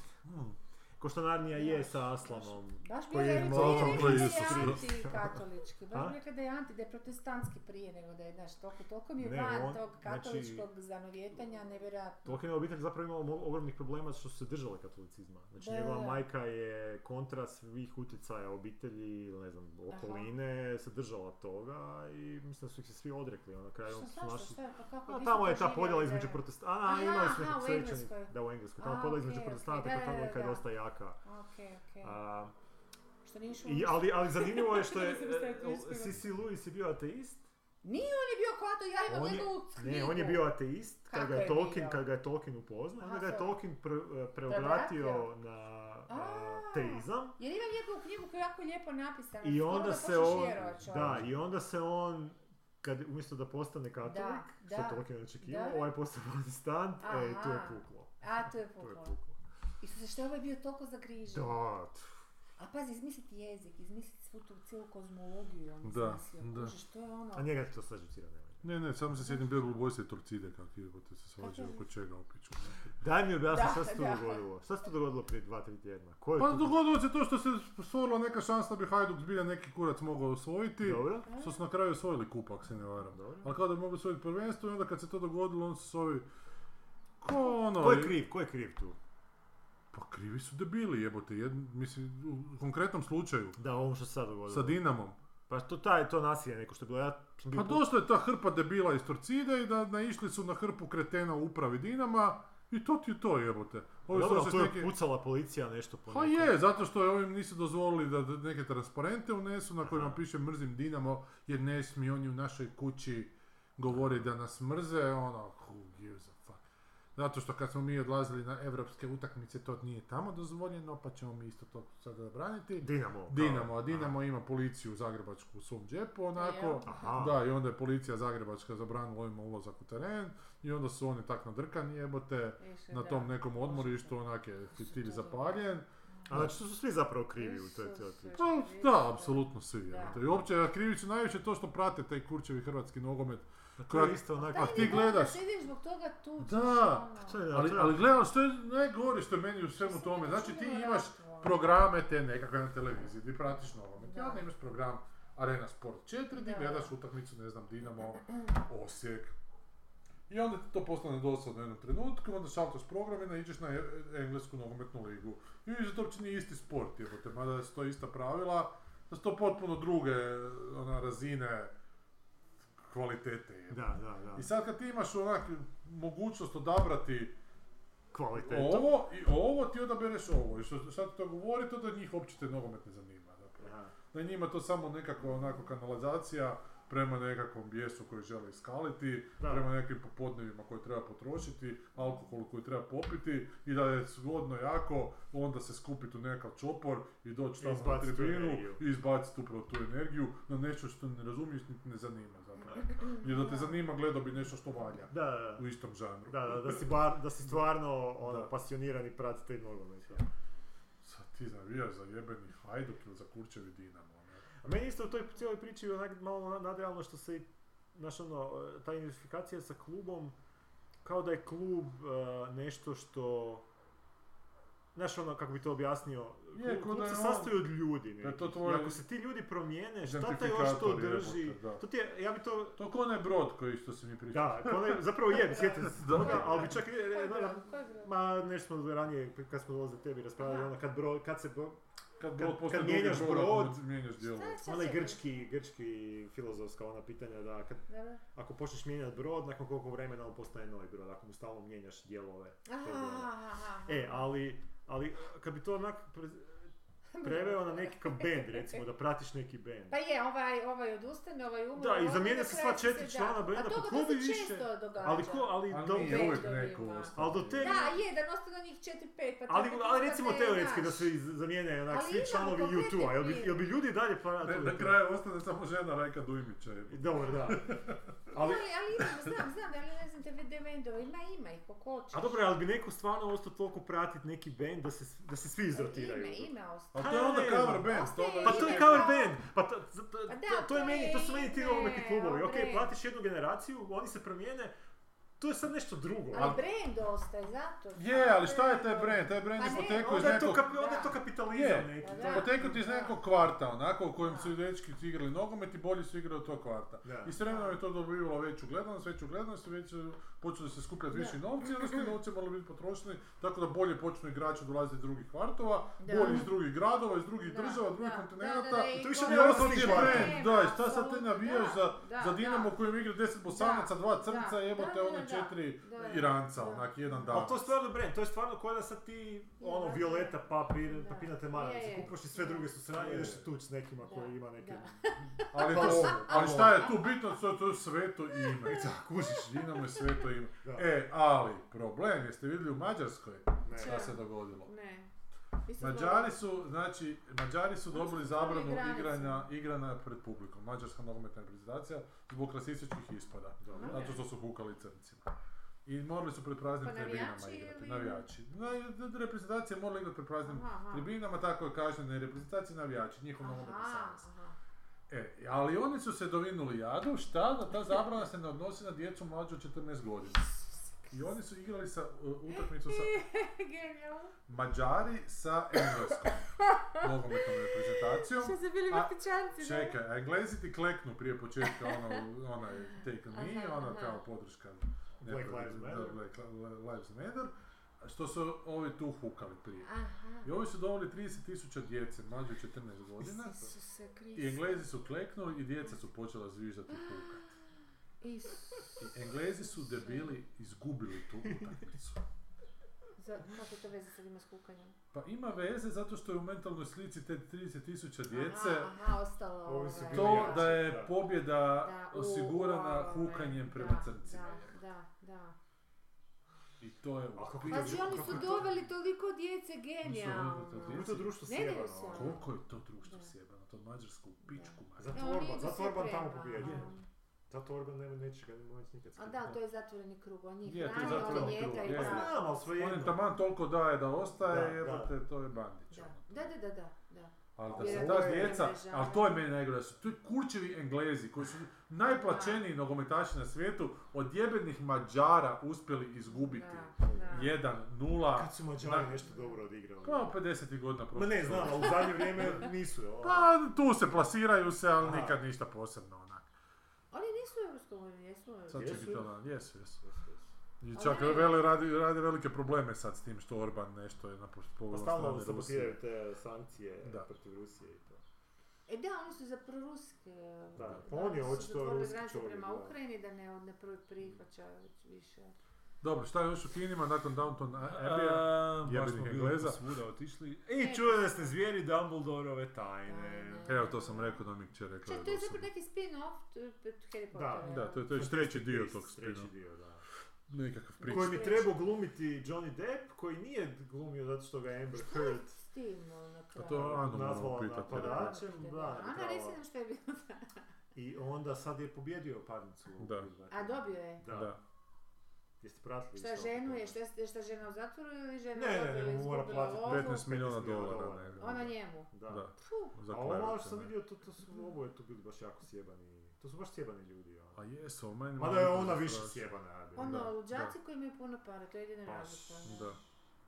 [SPEAKER 4] Ko što Narnija je
[SPEAKER 1] Još,
[SPEAKER 4] sa Aslanom.
[SPEAKER 1] Baš bi
[SPEAKER 4] Koji je
[SPEAKER 1] rekla,
[SPEAKER 4] mlad,
[SPEAKER 1] rekla
[SPEAKER 3] koji
[SPEAKER 1] da
[SPEAKER 3] je
[SPEAKER 1] je
[SPEAKER 3] Isus Hristos.
[SPEAKER 1] antikatolički,
[SPEAKER 4] A?
[SPEAKER 1] baš bi rekla da je anti, da je protestantski prije nego da je, znaš, toliko, toliko mi je
[SPEAKER 4] Ne, on-
[SPEAKER 1] van tog
[SPEAKER 4] znači-
[SPEAKER 1] katoličkog zanovijetanja, nevjerojatno.
[SPEAKER 4] Tolkienova obitelj zapravo imala mo- ogromnih problema što su se držale katolicizma. Znači
[SPEAKER 1] Da,
[SPEAKER 4] njegova
[SPEAKER 1] da.
[SPEAKER 4] majka je kontra svih utjecaja obitelji ili ne znam, okoline, se držala toga i mislim da su ih se svi odrekli. Ono, na kraju
[SPEAKER 1] Šta,
[SPEAKER 4] su
[SPEAKER 1] šta, šta,
[SPEAKER 4] našli
[SPEAKER 1] šta, pa kako?
[SPEAKER 4] A
[SPEAKER 1] gdje
[SPEAKER 4] tamo
[SPEAKER 1] su
[SPEAKER 4] je ta
[SPEAKER 1] doživjeli
[SPEAKER 4] podjela
[SPEAKER 1] da
[SPEAKER 4] između
[SPEAKER 1] je-
[SPEAKER 4] protestanta, a
[SPEAKER 1] Aha,
[SPEAKER 4] imali su
[SPEAKER 1] aha,
[SPEAKER 4] neki
[SPEAKER 1] u
[SPEAKER 4] svećeni,
[SPEAKER 1] Engleskoj.
[SPEAKER 4] da u Engleskoj, tamo
[SPEAKER 1] A,
[SPEAKER 4] podjela
[SPEAKER 1] okej,
[SPEAKER 4] između
[SPEAKER 1] okej,
[SPEAKER 4] protestanta
[SPEAKER 1] da,
[SPEAKER 4] i
[SPEAKER 1] da,
[SPEAKER 4] katolika je
[SPEAKER 1] da.
[SPEAKER 4] dosta jaka.
[SPEAKER 1] Okej, okej.
[SPEAKER 4] A,
[SPEAKER 1] Što nije išao...
[SPEAKER 4] i, ali, ali zanimljivo je što je,
[SPEAKER 1] Nisam stavila tu
[SPEAKER 4] e,
[SPEAKER 1] iskreno.
[SPEAKER 4] C.C. Lewis je bio ateist,
[SPEAKER 1] On je bio kvato, ja imam
[SPEAKER 4] On je-
[SPEAKER 1] njegovu knjigu.
[SPEAKER 4] ne, on je bio ateist, kad
[SPEAKER 1] Kako
[SPEAKER 4] ga je
[SPEAKER 1] je
[SPEAKER 4] Tolkien,
[SPEAKER 1] bio?
[SPEAKER 4] kad ga je Tolkien upoznao,
[SPEAKER 1] Aha,
[SPEAKER 4] onda ga je
[SPEAKER 1] sad.
[SPEAKER 4] Tolkien pre- e, preobratio
[SPEAKER 1] Preobratio?
[SPEAKER 4] na
[SPEAKER 1] A.
[SPEAKER 4] e, teizam.
[SPEAKER 1] Jer imam njegovu knjigu koja je jako lijepo napisana.
[SPEAKER 4] I
[SPEAKER 1] skoro
[SPEAKER 4] onda
[SPEAKER 1] da
[SPEAKER 4] se
[SPEAKER 1] počneš
[SPEAKER 4] on,
[SPEAKER 1] vjerovat čovječe.
[SPEAKER 4] da, i onda se on, kad umjesto da postane katolik,
[SPEAKER 1] da,
[SPEAKER 4] što je Tolkien očekivao,
[SPEAKER 1] da.
[SPEAKER 4] ovaj postao protestant, e, i tu je
[SPEAKER 1] Aha.
[SPEAKER 4] puklo.
[SPEAKER 1] A, to je
[SPEAKER 4] Tu je
[SPEAKER 1] puklo.
[SPEAKER 4] puklo.
[SPEAKER 1] I su se što je ovaj bio toliko zagrižen.
[SPEAKER 4] Da, tf,
[SPEAKER 1] A pazi, izmisliti jezik, izmisliti svu tu cijelu kozmologiju, ono
[SPEAKER 3] Da,
[SPEAKER 1] smislio,
[SPEAKER 3] da.
[SPEAKER 1] kužiš, to je ono...
[SPEAKER 4] a njega to sve žucira, nemoj.
[SPEAKER 3] Ne, ne, samo se sjetim Bebel Boysa i Torcide kak je, te se svađaju oko čega opiču.
[SPEAKER 4] Daj mi objasni
[SPEAKER 1] Da,
[SPEAKER 4] šta se tu
[SPEAKER 1] da.
[SPEAKER 4] dogodilo. Šta se tu dogodilo prije dva, tri tjedna? Ko je
[SPEAKER 3] Pa
[SPEAKER 4] tu-
[SPEAKER 3] dogodilo se to što se stvorila neka šansa da bi Hajduk zbilja neki kurac mogao osvojiti.
[SPEAKER 4] Dobro?
[SPEAKER 3] Što su na kraju osvojili kup, ako se ne varam.
[SPEAKER 4] Dobro.
[SPEAKER 3] Ali kao da bi mogli osvojiti prvenstvo i onda kad se to dogodilo, on su se ovi... Ko ono...
[SPEAKER 4] Ko je kriv? Ko je kriv tu?
[SPEAKER 3] Pa krivi su debili jebote, jed, mislim, u konkretnom slučaju,
[SPEAKER 4] Da, ovo što se sad dogodilo.
[SPEAKER 3] sa Dinamom.
[SPEAKER 4] Pa to taj, to nasilje neko što je bilo. Ja sam bio
[SPEAKER 3] Pa
[SPEAKER 4] put-
[SPEAKER 3] došla je ta hrpa debila iz Torcide i da naišli su na hrpu kretena u upravi Dinama i to ti je to jebote. Ovi su
[SPEAKER 4] Dobro,
[SPEAKER 3] se
[SPEAKER 4] tu
[SPEAKER 3] s
[SPEAKER 4] je
[SPEAKER 3] nekim-
[SPEAKER 4] pucala policija nešto po
[SPEAKER 3] Pa
[SPEAKER 4] nekom.
[SPEAKER 3] je, zato što je ovim nisu dozvolili da d- neke transparente unesu na kojima piše mrzim Dinamo jer ne smiju oni u našoj kući govori da nas mrze, ono, who gives a fuck. Zato što kad smo mi odlazili na evropske utakmice, to nije tamo dozvoljeno, pa ćemo mi isto to sada zabraniti.
[SPEAKER 4] Dinamo. kao.
[SPEAKER 3] Dinamo, a Dinamo ima policiju zagrebačku u svom džepu, onako.
[SPEAKER 1] Jel?
[SPEAKER 4] Aha.
[SPEAKER 3] Da, i onda je policija zagrebačka zabranila ovima ulazak u teren i onda su oni tak nadrkani jebote
[SPEAKER 1] Više,
[SPEAKER 3] na
[SPEAKER 1] da.
[SPEAKER 3] tom nekom odmorištu, onak je fitilj zapaljen.
[SPEAKER 4] A znači tu su svi zapravo krivi u toj
[SPEAKER 1] Isuse.
[SPEAKER 4] cijeloj priči.
[SPEAKER 3] Pa,
[SPEAKER 1] Krivi
[SPEAKER 3] da,
[SPEAKER 1] su.
[SPEAKER 3] apsolutno svi.
[SPEAKER 1] Da.
[SPEAKER 3] jebote. I uopće, a krivi su najviše to što prate taj kurčevi hrvatski nogomet.
[SPEAKER 4] To je isto
[SPEAKER 1] Taj
[SPEAKER 4] onak...
[SPEAKER 3] a
[SPEAKER 1] mi
[SPEAKER 3] ti
[SPEAKER 1] je
[SPEAKER 3] gledaš.
[SPEAKER 1] Da ideš zbog toga ono. tu.
[SPEAKER 3] Da,
[SPEAKER 4] To je,
[SPEAKER 3] Ali,
[SPEAKER 4] to je-
[SPEAKER 3] ali gledam, što je najgore što je meni u svemu tome, znači ti imaš
[SPEAKER 1] ono.
[SPEAKER 3] programe te nekakve na televiziji, ti pratiš nogomet,
[SPEAKER 1] Da.
[SPEAKER 3] ja imaš program Arena Sport 4, ti
[SPEAKER 1] Da.
[SPEAKER 3] gledaš utakmicu, ne znam, Dinamo, Osijek. I onda ti to postane dosadno u jednom trenutku, onda šaltaš program i naiđeš na e- englesku nogometnu ligu. I vidiš da to uopće nije isti sport, jebote, mada su to ista pravila, da su to potpuno druge ona, razine kvalitete. jebote.
[SPEAKER 4] Da, da, da.
[SPEAKER 3] I sad kad ti imaš onak mogućnost odabrati
[SPEAKER 4] Kvalitetom.
[SPEAKER 3] ovo i ovo ti odabereš ovo. I što sad to govori, to da njih uopće te nogomet ne zanima. zapravo.
[SPEAKER 4] Aha.
[SPEAKER 3] Da je njima to samo nekakva onako kanalizacija prema nekakvom bijesu koji žele iskaliti,
[SPEAKER 4] Da.
[SPEAKER 3] prema nekim popodnevima koje treba potrošiti, alkoholu koji treba popiti i da je zgodno jako, onda se skupiti u nekakav čopor i doći tamo na
[SPEAKER 4] izbaciti tu
[SPEAKER 3] tribinu
[SPEAKER 4] energiju.
[SPEAKER 3] i izbaciti upravo tu energiju na nešto što ne razumiješ niti ne zanima zapravo. Jer da te zanima gledao bi nešto što valja
[SPEAKER 4] Da, da,
[SPEAKER 3] u istom žanru.
[SPEAKER 4] da. Da, da, si, bar, da si stvarno ono,
[SPEAKER 3] Da.
[SPEAKER 4] pasionirani pratitelj nogometa.
[SPEAKER 3] Sad ti navijaš za jebeni Hajduk ili za kurčevi Dinamo. ono.
[SPEAKER 4] A meni isto u toj cijeloj priči onak malo na- nadrealno što se, znaš ono, ta identifikacija e, sa klubom kao da je klub e, nešto što... Znaš ono, kako bi to objasnio,
[SPEAKER 3] Je,
[SPEAKER 4] klub,
[SPEAKER 3] ko da
[SPEAKER 4] klub
[SPEAKER 3] je
[SPEAKER 4] se
[SPEAKER 3] on-
[SPEAKER 4] sastoji od ljudi
[SPEAKER 3] Da je to
[SPEAKER 4] nekih.
[SPEAKER 3] tvoj
[SPEAKER 4] I ako se ti ljudi promijene, šta te još to
[SPEAKER 3] identifikator,
[SPEAKER 4] drži?
[SPEAKER 3] jebote, da.
[SPEAKER 4] To ti je, ja bi to...
[SPEAKER 3] To ko onaj brod koji što si mi pričao.
[SPEAKER 4] Da, ko onaj- zapravo je, sjetio se toga, ali bi čak...
[SPEAKER 1] Koji je
[SPEAKER 4] e,
[SPEAKER 1] brod?
[SPEAKER 4] da,
[SPEAKER 1] Koji je brod?
[SPEAKER 4] Ma, nešto smo ranije, kad smo dolazili tebi raspravljali,
[SPEAKER 1] Aha.
[SPEAKER 4] ono, kad, bro, kad se bro,
[SPEAKER 3] Kad
[SPEAKER 4] Kad-
[SPEAKER 3] brod postaje
[SPEAKER 4] kad
[SPEAKER 3] drugi
[SPEAKER 4] mijenjaš
[SPEAKER 3] brod,
[SPEAKER 4] brod-
[SPEAKER 3] onda mijenjaš djelo.
[SPEAKER 1] Šta je sad
[SPEAKER 4] onaj
[SPEAKER 1] čekaj?
[SPEAKER 4] Ono, grčki, grčki filozofska ona pitanja da kad,
[SPEAKER 1] Dobro.
[SPEAKER 4] ako počneš mijenjati brod, nakon koliko vremena on postaje novi brod, ako mu stalno mijenjaš dijelove.
[SPEAKER 1] Aha,
[SPEAKER 4] broda.
[SPEAKER 1] aha, aha.
[SPEAKER 4] E, ali, ali kad bi to onak pre- preveo na neki kao band, recimo, da pratiš neki band.
[SPEAKER 5] Pa je, ovaj, ovaj odustane, ovaj umre.
[SPEAKER 4] Da, i
[SPEAKER 5] ovaj
[SPEAKER 4] zamijene
[SPEAKER 5] na
[SPEAKER 4] se
[SPEAKER 5] kraju
[SPEAKER 4] sva
[SPEAKER 5] će se
[SPEAKER 4] četiri
[SPEAKER 5] da.
[SPEAKER 4] člana benda,
[SPEAKER 5] A to
[SPEAKER 4] pa
[SPEAKER 5] ga
[SPEAKER 4] ko
[SPEAKER 5] to
[SPEAKER 4] bi
[SPEAKER 5] se
[SPEAKER 4] više?
[SPEAKER 5] često događa.
[SPEAKER 4] Ali ko, ali,
[SPEAKER 3] Ali
[SPEAKER 4] do,
[SPEAKER 3] nije
[SPEAKER 1] do-
[SPEAKER 3] uvijek
[SPEAKER 1] do-
[SPEAKER 3] neko
[SPEAKER 1] ima.
[SPEAKER 3] ostane.
[SPEAKER 4] ali do te...
[SPEAKER 5] Da, je, da ostane onih 4-5, pa
[SPEAKER 4] Ali,
[SPEAKER 5] tako
[SPEAKER 4] ali
[SPEAKER 5] ti
[SPEAKER 4] recimo
[SPEAKER 5] ostane,
[SPEAKER 4] teoretski da
[SPEAKER 5] znaš.
[SPEAKER 4] se iz- zamijene onak
[SPEAKER 5] Ali
[SPEAKER 4] svi
[SPEAKER 5] ima
[SPEAKER 4] članovi
[SPEAKER 5] kompletni
[SPEAKER 4] U2-a, jel bi,
[SPEAKER 5] film.
[SPEAKER 4] jel bi ljudi dalje pa...
[SPEAKER 3] Ne, na kraju ostane samo žena Rajka Dujmića. jebote.
[SPEAKER 4] Dobro, da. Ali,
[SPEAKER 5] Ali, ali imamo, znam, znam, ali ne znam te VD vendova, ima, ima ih, koliko hoćeš.
[SPEAKER 4] a dobro, ali bi neko stvarno ostao toliko pratit neki band da se, da se svi izrotiraju.
[SPEAKER 5] Ime, ime ostaje.
[SPEAKER 3] A to je onda
[SPEAKER 4] ne, ne,
[SPEAKER 3] cover band, to
[SPEAKER 5] ostaje
[SPEAKER 4] Pa
[SPEAKER 3] da-
[SPEAKER 4] to je
[SPEAKER 5] Ime,
[SPEAKER 4] cover
[SPEAKER 5] da.
[SPEAKER 4] band, pa to, to,
[SPEAKER 5] Pa da,
[SPEAKER 4] to- to je
[SPEAKER 5] to
[SPEAKER 4] meni, to su
[SPEAKER 5] je
[SPEAKER 4] meni ti
[SPEAKER 5] ime,
[SPEAKER 4] neki klubovi, ok,
[SPEAKER 5] dobre.
[SPEAKER 4] platiš jednu generaciju, oni se promijene, to je sad nešto drugo.
[SPEAKER 5] Ali brand ostaje, zato.
[SPEAKER 3] Je, ali šta je taj brand? Taj brand
[SPEAKER 5] Pa
[SPEAKER 3] je
[SPEAKER 5] ne,
[SPEAKER 3] potekao iz
[SPEAKER 4] onda, je to,
[SPEAKER 3] nekog...
[SPEAKER 4] kap, onda je to
[SPEAKER 5] Da.
[SPEAKER 4] kapitalizam
[SPEAKER 3] Je,
[SPEAKER 4] neki.
[SPEAKER 5] Pa
[SPEAKER 4] to-
[SPEAKER 5] da.
[SPEAKER 3] potekao ti iz
[SPEAKER 5] Da.
[SPEAKER 3] nekog kvarta, onako, u kojem su dečki igrali nogomet i bolji su igrali od tog kvarta.
[SPEAKER 4] Da.
[SPEAKER 3] I s vremenom je to dobivalo veću gledanost, veću gledanost, već su počeli se skupljati
[SPEAKER 1] Da.
[SPEAKER 3] više novci, onda su ti novci morali biti potrošeni, tako da bolje počnu igrači dolaziti iz drugih kvartova,
[SPEAKER 1] Da.
[SPEAKER 3] bolji iz drugih gradova, iz drugih
[SPEAKER 1] Da,
[SPEAKER 3] država, drugih
[SPEAKER 1] da,
[SPEAKER 3] kontinenata.
[SPEAKER 1] da, da, i
[SPEAKER 4] To više
[SPEAKER 1] ko-
[SPEAKER 3] I
[SPEAKER 4] nema
[SPEAKER 3] ostao ti
[SPEAKER 4] smisla.
[SPEAKER 3] je
[SPEAKER 4] Nema,
[SPEAKER 3] brand, da, i šta sad te
[SPEAKER 1] apsolutno,
[SPEAKER 3] navijaš
[SPEAKER 1] da,
[SPEAKER 3] za,
[SPEAKER 1] da,
[SPEAKER 3] za
[SPEAKER 1] da.
[SPEAKER 3] Dinamo kojem igra 10 bosanaca, dva crnca,
[SPEAKER 1] da,
[SPEAKER 3] jebote,
[SPEAKER 1] da, da,
[SPEAKER 3] one
[SPEAKER 1] da,
[SPEAKER 3] četiri
[SPEAKER 1] da,
[SPEAKER 3] Iranca,
[SPEAKER 1] da.
[SPEAKER 3] onak, jedan dan.
[SPEAKER 4] Ali to je stvarno brand, to je stvarno kao da sad ti, ono,
[SPEAKER 1] da.
[SPEAKER 4] violeta, papir,
[SPEAKER 1] Da.
[SPEAKER 4] papirnate
[SPEAKER 1] Je,
[SPEAKER 4] maramice,
[SPEAKER 1] je.
[SPEAKER 4] kupaš i sve druge su sranje, ideš se tuć s nekima koji
[SPEAKER 1] Da,
[SPEAKER 4] ima neke...
[SPEAKER 3] Ali,
[SPEAKER 4] Pa
[SPEAKER 3] to,
[SPEAKER 4] se-
[SPEAKER 3] ali šta je tu bitno, to, to je sveto ime. I tako, kužiš, Dinamo je sveto ime.
[SPEAKER 4] Da.
[SPEAKER 3] E, ali, problem, jeste vidjeli u Mađarskoj
[SPEAKER 4] Ne.
[SPEAKER 3] šta se dogodilo?
[SPEAKER 1] Ne. Mislim,
[SPEAKER 3] Mađari su, znači, Mađari su dobili
[SPEAKER 1] Znači,
[SPEAKER 3] zabranu
[SPEAKER 1] granicu.
[SPEAKER 3] igranja, igranja pred publikom. Mađarska nogometna reprezentacija zbog rasističkih ispada.
[SPEAKER 4] Dobro.
[SPEAKER 3] Zato što su kukali crncima. I morali su pred praznim
[SPEAKER 1] Pa
[SPEAKER 3] tribinama
[SPEAKER 1] navijači
[SPEAKER 3] igrati,
[SPEAKER 1] ili-
[SPEAKER 3] navijači. Na, reprezentacija je morala igrati pred praznim
[SPEAKER 1] Aha, aha.
[SPEAKER 3] tribinama, tako je kažnjena i reprezentacija i navijači, njihov nogometni
[SPEAKER 1] Aha,
[SPEAKER 3] savez.
[SPEAKER 1] aha.
[SPEAKER 3] E, ali oni su se dovinuli jadu, šta? Da ta zabrana se ne odnosi na djecu mlađu od 14 godina. I oni su igrali sa uh, utakmicu sa
[SPEAKER 1] Genijalno.
[SPEAKER 3] Mađari sa engleskom nogometnom reprezentacijom.
[SPEAKER 1] Što su bili
[SPEAKER 3] A,
[SPEAKER 1] vrtićanci, ne?
[SPEAKER 3] Čekaj, a Englezi ti kleknu prije početka ono, onaj take me,
[SPEAKER 1] Aha,
[SPEAKER 3] ono
[SPEAKER 1] aha.
[SPEAKER 3] kao podrška.
[SPEAKER 4] Black
[SPEAKER 3] nekoj-
[SPEAKER 4] Lives Matter.
[SPEAKER 3] da, Black Li- Lives Matter. Što su ovi tu hukali prije.
[SPEAKER 1] Aha.
[SPEAKER 3] I ovi su doveli 30.000 djece mlađe od 14 godina.
[SPEAKER 1] Isuse Kriste.
[SPEAKER 3] I Englezi su kleknuli i djeca su počela zviždati i kukat.
[SPEAKER 1] Isus.
[SPEAKER 3] I Englezi su debili izgubili tu utakmicu.
[SPEAKER 1] Za, kako to veze sad ima s kukanjem?
[SPEAKER 3] Pa ima veze zato što je u mentalnoj slici te 30.000 djece
[SPEAKER 1] Aha, aha ostalo
[SPEAKER 4] Ovi su
[SPEAKER 1] ovaj,
[SPEAKER 4] bili
[SPEAKER 3] to
[SPEAKER 4] jači.
[SPEAKER 3] da je
[SPEAKER 4] Da.
[SPEAKER 3] pobjeda
[SPEAKER 1] da, u-
[SPEAKER 3] osigurana
[SPEAKER 1] u-
[SPEAKER 3] hukanjem
[SPEAKER 1] da,
[SPEAKER 3] prema crncima.
[SPEAKER 1] Da, da, da.
[SPEAKER 3] I to je...
[SPEAKER 4] A kako
[SPEAKER 5] Znači
[SPEAKER 4] to-
[SPEAKER 5] oni
[SPEAKER 4] kako
[SPEAKER 5] su
[SPEAKER 4] je to-
[SPEAKER 5] doveli toliko djece
[SPEAKER 3] Oni
[SPEAKER 5] genijalno.
[SPEAKER 3] su doveli to
[SPEAKER 4] kako je to društvo
[SPEAKER 5] Ne daju
[SPEAKER 4] sjebano,
[SPEAKER 5] se
[SPEAKER 4] ono.
[SPEAKER 5] ono.
[SPEAKER 3] Koliko je to društvo
[SPEAKER 1] Da.
[SPEAKER 3] sjebano, to mađarsko u pičku
[SPEAKER 4] Za
[SPEAKER 5] E, oni
[SPEAKER 4] Orban,
[SPEAKER 5] idu
[SPEAKER 4] zato
[SPEAKER 5] sve
[SPEAKER 4] Orban tamo
[SPEAKER 5] prema,
[SPEAKER 4] pobjeđuje.
[SPEAKER 5] ono.
[SPEAKER 4] Zato Orban nema nečega, nema već nikad
[SPEAKER 5] A
[SPEAKER 4] skriva.
[SPEAKER 5] da, to je zatvoreni krug, on njih
[SPEAKER 3] Je, to je
[SPEAKER 5] hrani, on
[SPEAKER 3] zatvoreni
[SPEAKER 5] njega
[SPEAKER 3] krug,
[SPEAKER 5] i
[SPEAKER 3] je.
[SPEAKER 4] Pa
[SPEAKER 5] da.
[SPEAKER 4] znam, ali
[SPEAKER 3] On
[SPEAKER 4] svejedno.
[SPEAKER 3] im taman toliko daje da
[SPEAKER 4] Da,
[SPEAKER 3] ostaje,
[SPEAKER 4] da.
[SPEAKER 3] jebote, to je Bandić. ono.
[SPEAKER 5] Da, da, da, da, da.
[SPEAKER 3] Ali da
[SPEAKER 5] Jer
[SPEAKER 3] se
[SPEAKER 5] je
[SPEAKER 3] ta
[SPEAKER 5] ovo je
[SPEAKER 3] djeca,
[SPEAKER 5] Engležan.
[SPEAKER 3] ali to je meni najgore, da su tu kurčevi Englezi koji su najplaćeniji nogometaši na svijetu od jebenih Mađara uspjeli izgubiti.
[SPEAKER 1] Da, da.
[SPEAKER 3] 1-0,
[SPEAKER 4] Kad su Mađari
[SPEAKER 3] Da.
[SPEAKER 4] nešto dobro odigrali.
[SPEAKER 3] pa 50 godina
[SPEAKER 4] Ma
[SPEAKER 3] prošlo.
[SPEAKER 4] ne, znam, ali u zadnje vrijeme nisu, jel?
[SPEAKER 3] Pa tu se plasiraju se, ali
[SPEAKER 4] Aha.
[SPEAKER 3] nikad ništa posebno onak.
[SPEAKER 1] Oni nisu u Europskoj uniji, jesu u
[SPEAKER 3] Sad
[SPEAKER 1] Europskoj
[SPEAKER 3] će
[SPEAKER 4] Jesu?
[SPEAKER 3] biti ona- jesu, jesu. I
[SPEAKER 1] Ali
[SPEAKER 3] čak
[SPEAKER 1] ne.
[SPEAKER 3] vele radi, radi velike probleme sad s tim što Orban nešto je na po- po
[SPEAKER 4] Pa
[SPEAKER 3] strani
[SPEAKER 4] stalno
[SPEAKER 3] Rusije.
[SPEAKER 4] sabotiraju te sankcije
[SPEAKER 3] Da.
[SPEAKER 4] protiv Rusije i to.
[SPEAKER 5] E da, oni su za proruske.
[SPEAKER 4] Da, pa on je
[SPEAKER 5] oni su
[SPEAKER 4] očito
[SPEAKER 5] zatvorili
[SPEAKER 4] ruski
[SPEAKER 5] granice
[SPEAKER 4] čovjek,
[SPEAKER 5] prema
[SPEAKER 4] da.
[SPEAKER 5] Ukrajini da ne, ne prvi prihvaća već više.
[SPEAKER 3] Dobro, šta je još u kinima nakon Downton Abbey?
[SPEAKER 4] Eee,
[SPEAKER 3] jebenih Engleza.
[SPEAKER 4] svuda otišli. I čuvene ste zvijeri Dumbledorove tajne.
[SPEAKER 5] Tajne.
[SPEAKER 3] Evo to sam rekao da mi kćer rekla.
[SPEAKER 5] Čak,
[SPEAKER 3] da
[SPEAKER 5] to je
[SPEAKER 3] dosad.
[SPEAKER 5] zapravo neki spin-off t- pred Harry Pottera.
[SPEAKER 3] Da, to je, to je već treći dio tog spina.
[SPEAKER 4] Treći dio, da.
[SPEAKER 3] Nekakav priča.
[SPEAKER 4] Koji mi trebao glumiti Johnny Depp, koji nije glumio zato što ga je Amber Heard
[SPEAKER 5] S tim, ono,
[SPEAKER 3] A
[SPEAKER 5] kao.
[SPEAKER 3] to Anu moramo
[SPEAKER 4] nazvala
[SPEAKER 3] pitati.
[SPEAKER 4] napadačem. Da,
[SPEAKER 5] Ana, reci nam što je bilo.
[SPEAKER 4] I onda sad je pobjedio parnicu.
[SPEAKER 3] Da.
[SPEAKER 5] A dobio je.
[SPEAKER 4] Da.
[SPEAKER 3] Da.
[SPEAKER 4] Jeste pratili?
[SPEAKER 5] Šta
[SPEAKER 4] isto
[SPEAKER 5] ženu
[SPEAKER 4] to?
[SPEAKER 5] je, šta, šta žena u zatvoru ili žena
[SPEAKER 4] Ne,
[SPEAKER 5] u
[SPEAKER 4] ne,
[SPEAKER 5] zatvoru
[SPEAKER 4] ne,
[SPEAKER 5] ili
[SPEAKER 4] mora
[SPEAKER 5] izgubila
[SPEAKER 4] platiti
[SPEAKER 5] lovu?
[SPEAKER 3] 15 milijuna
[SPEAKER 4] milijuna
[SPEAKER 3] dolara.
[SPEAKER 4] dolara.
[SPEAKER 3] ne,
[SPEAKER 5] Ona Ono njemu.
[SPEAKER 4] Da.
[SPEAKER 3] Da.
[SPEAKER 5] Puh.
[SPEAKER 3] Za
[SPEAKER 4] A ovo malo što
[SPEAKER 3] klevetu,
[SPEAKER 4] sam
[SPEAKER 3] ne.
[SPEAKER 4] vidio, to, to su, oboje tu bili baš jako sjebani. To su baš sjebani ljudi, ono.
[SPEAKER 3] A jesu, ali meni...
[SPEAKER 4] Mada
[SPEAKER 3] malo
[SPEAKER 4] je
[SPEAKER 3] to
[SPEAKER 4] ona više
[SPEAKER 3] zastrašuje.
[SPEAKER 4] sjebana, ajde.
[SPEAKER 5] Ono,
[SPEAKER 3] Da,
[SPEAKER 5] luđaci koji imaju puno para, to je jedina
[SPEAKER 4] Pa,
[SPEAKER 5] razlika. da.
[SPEAKER 3] Da.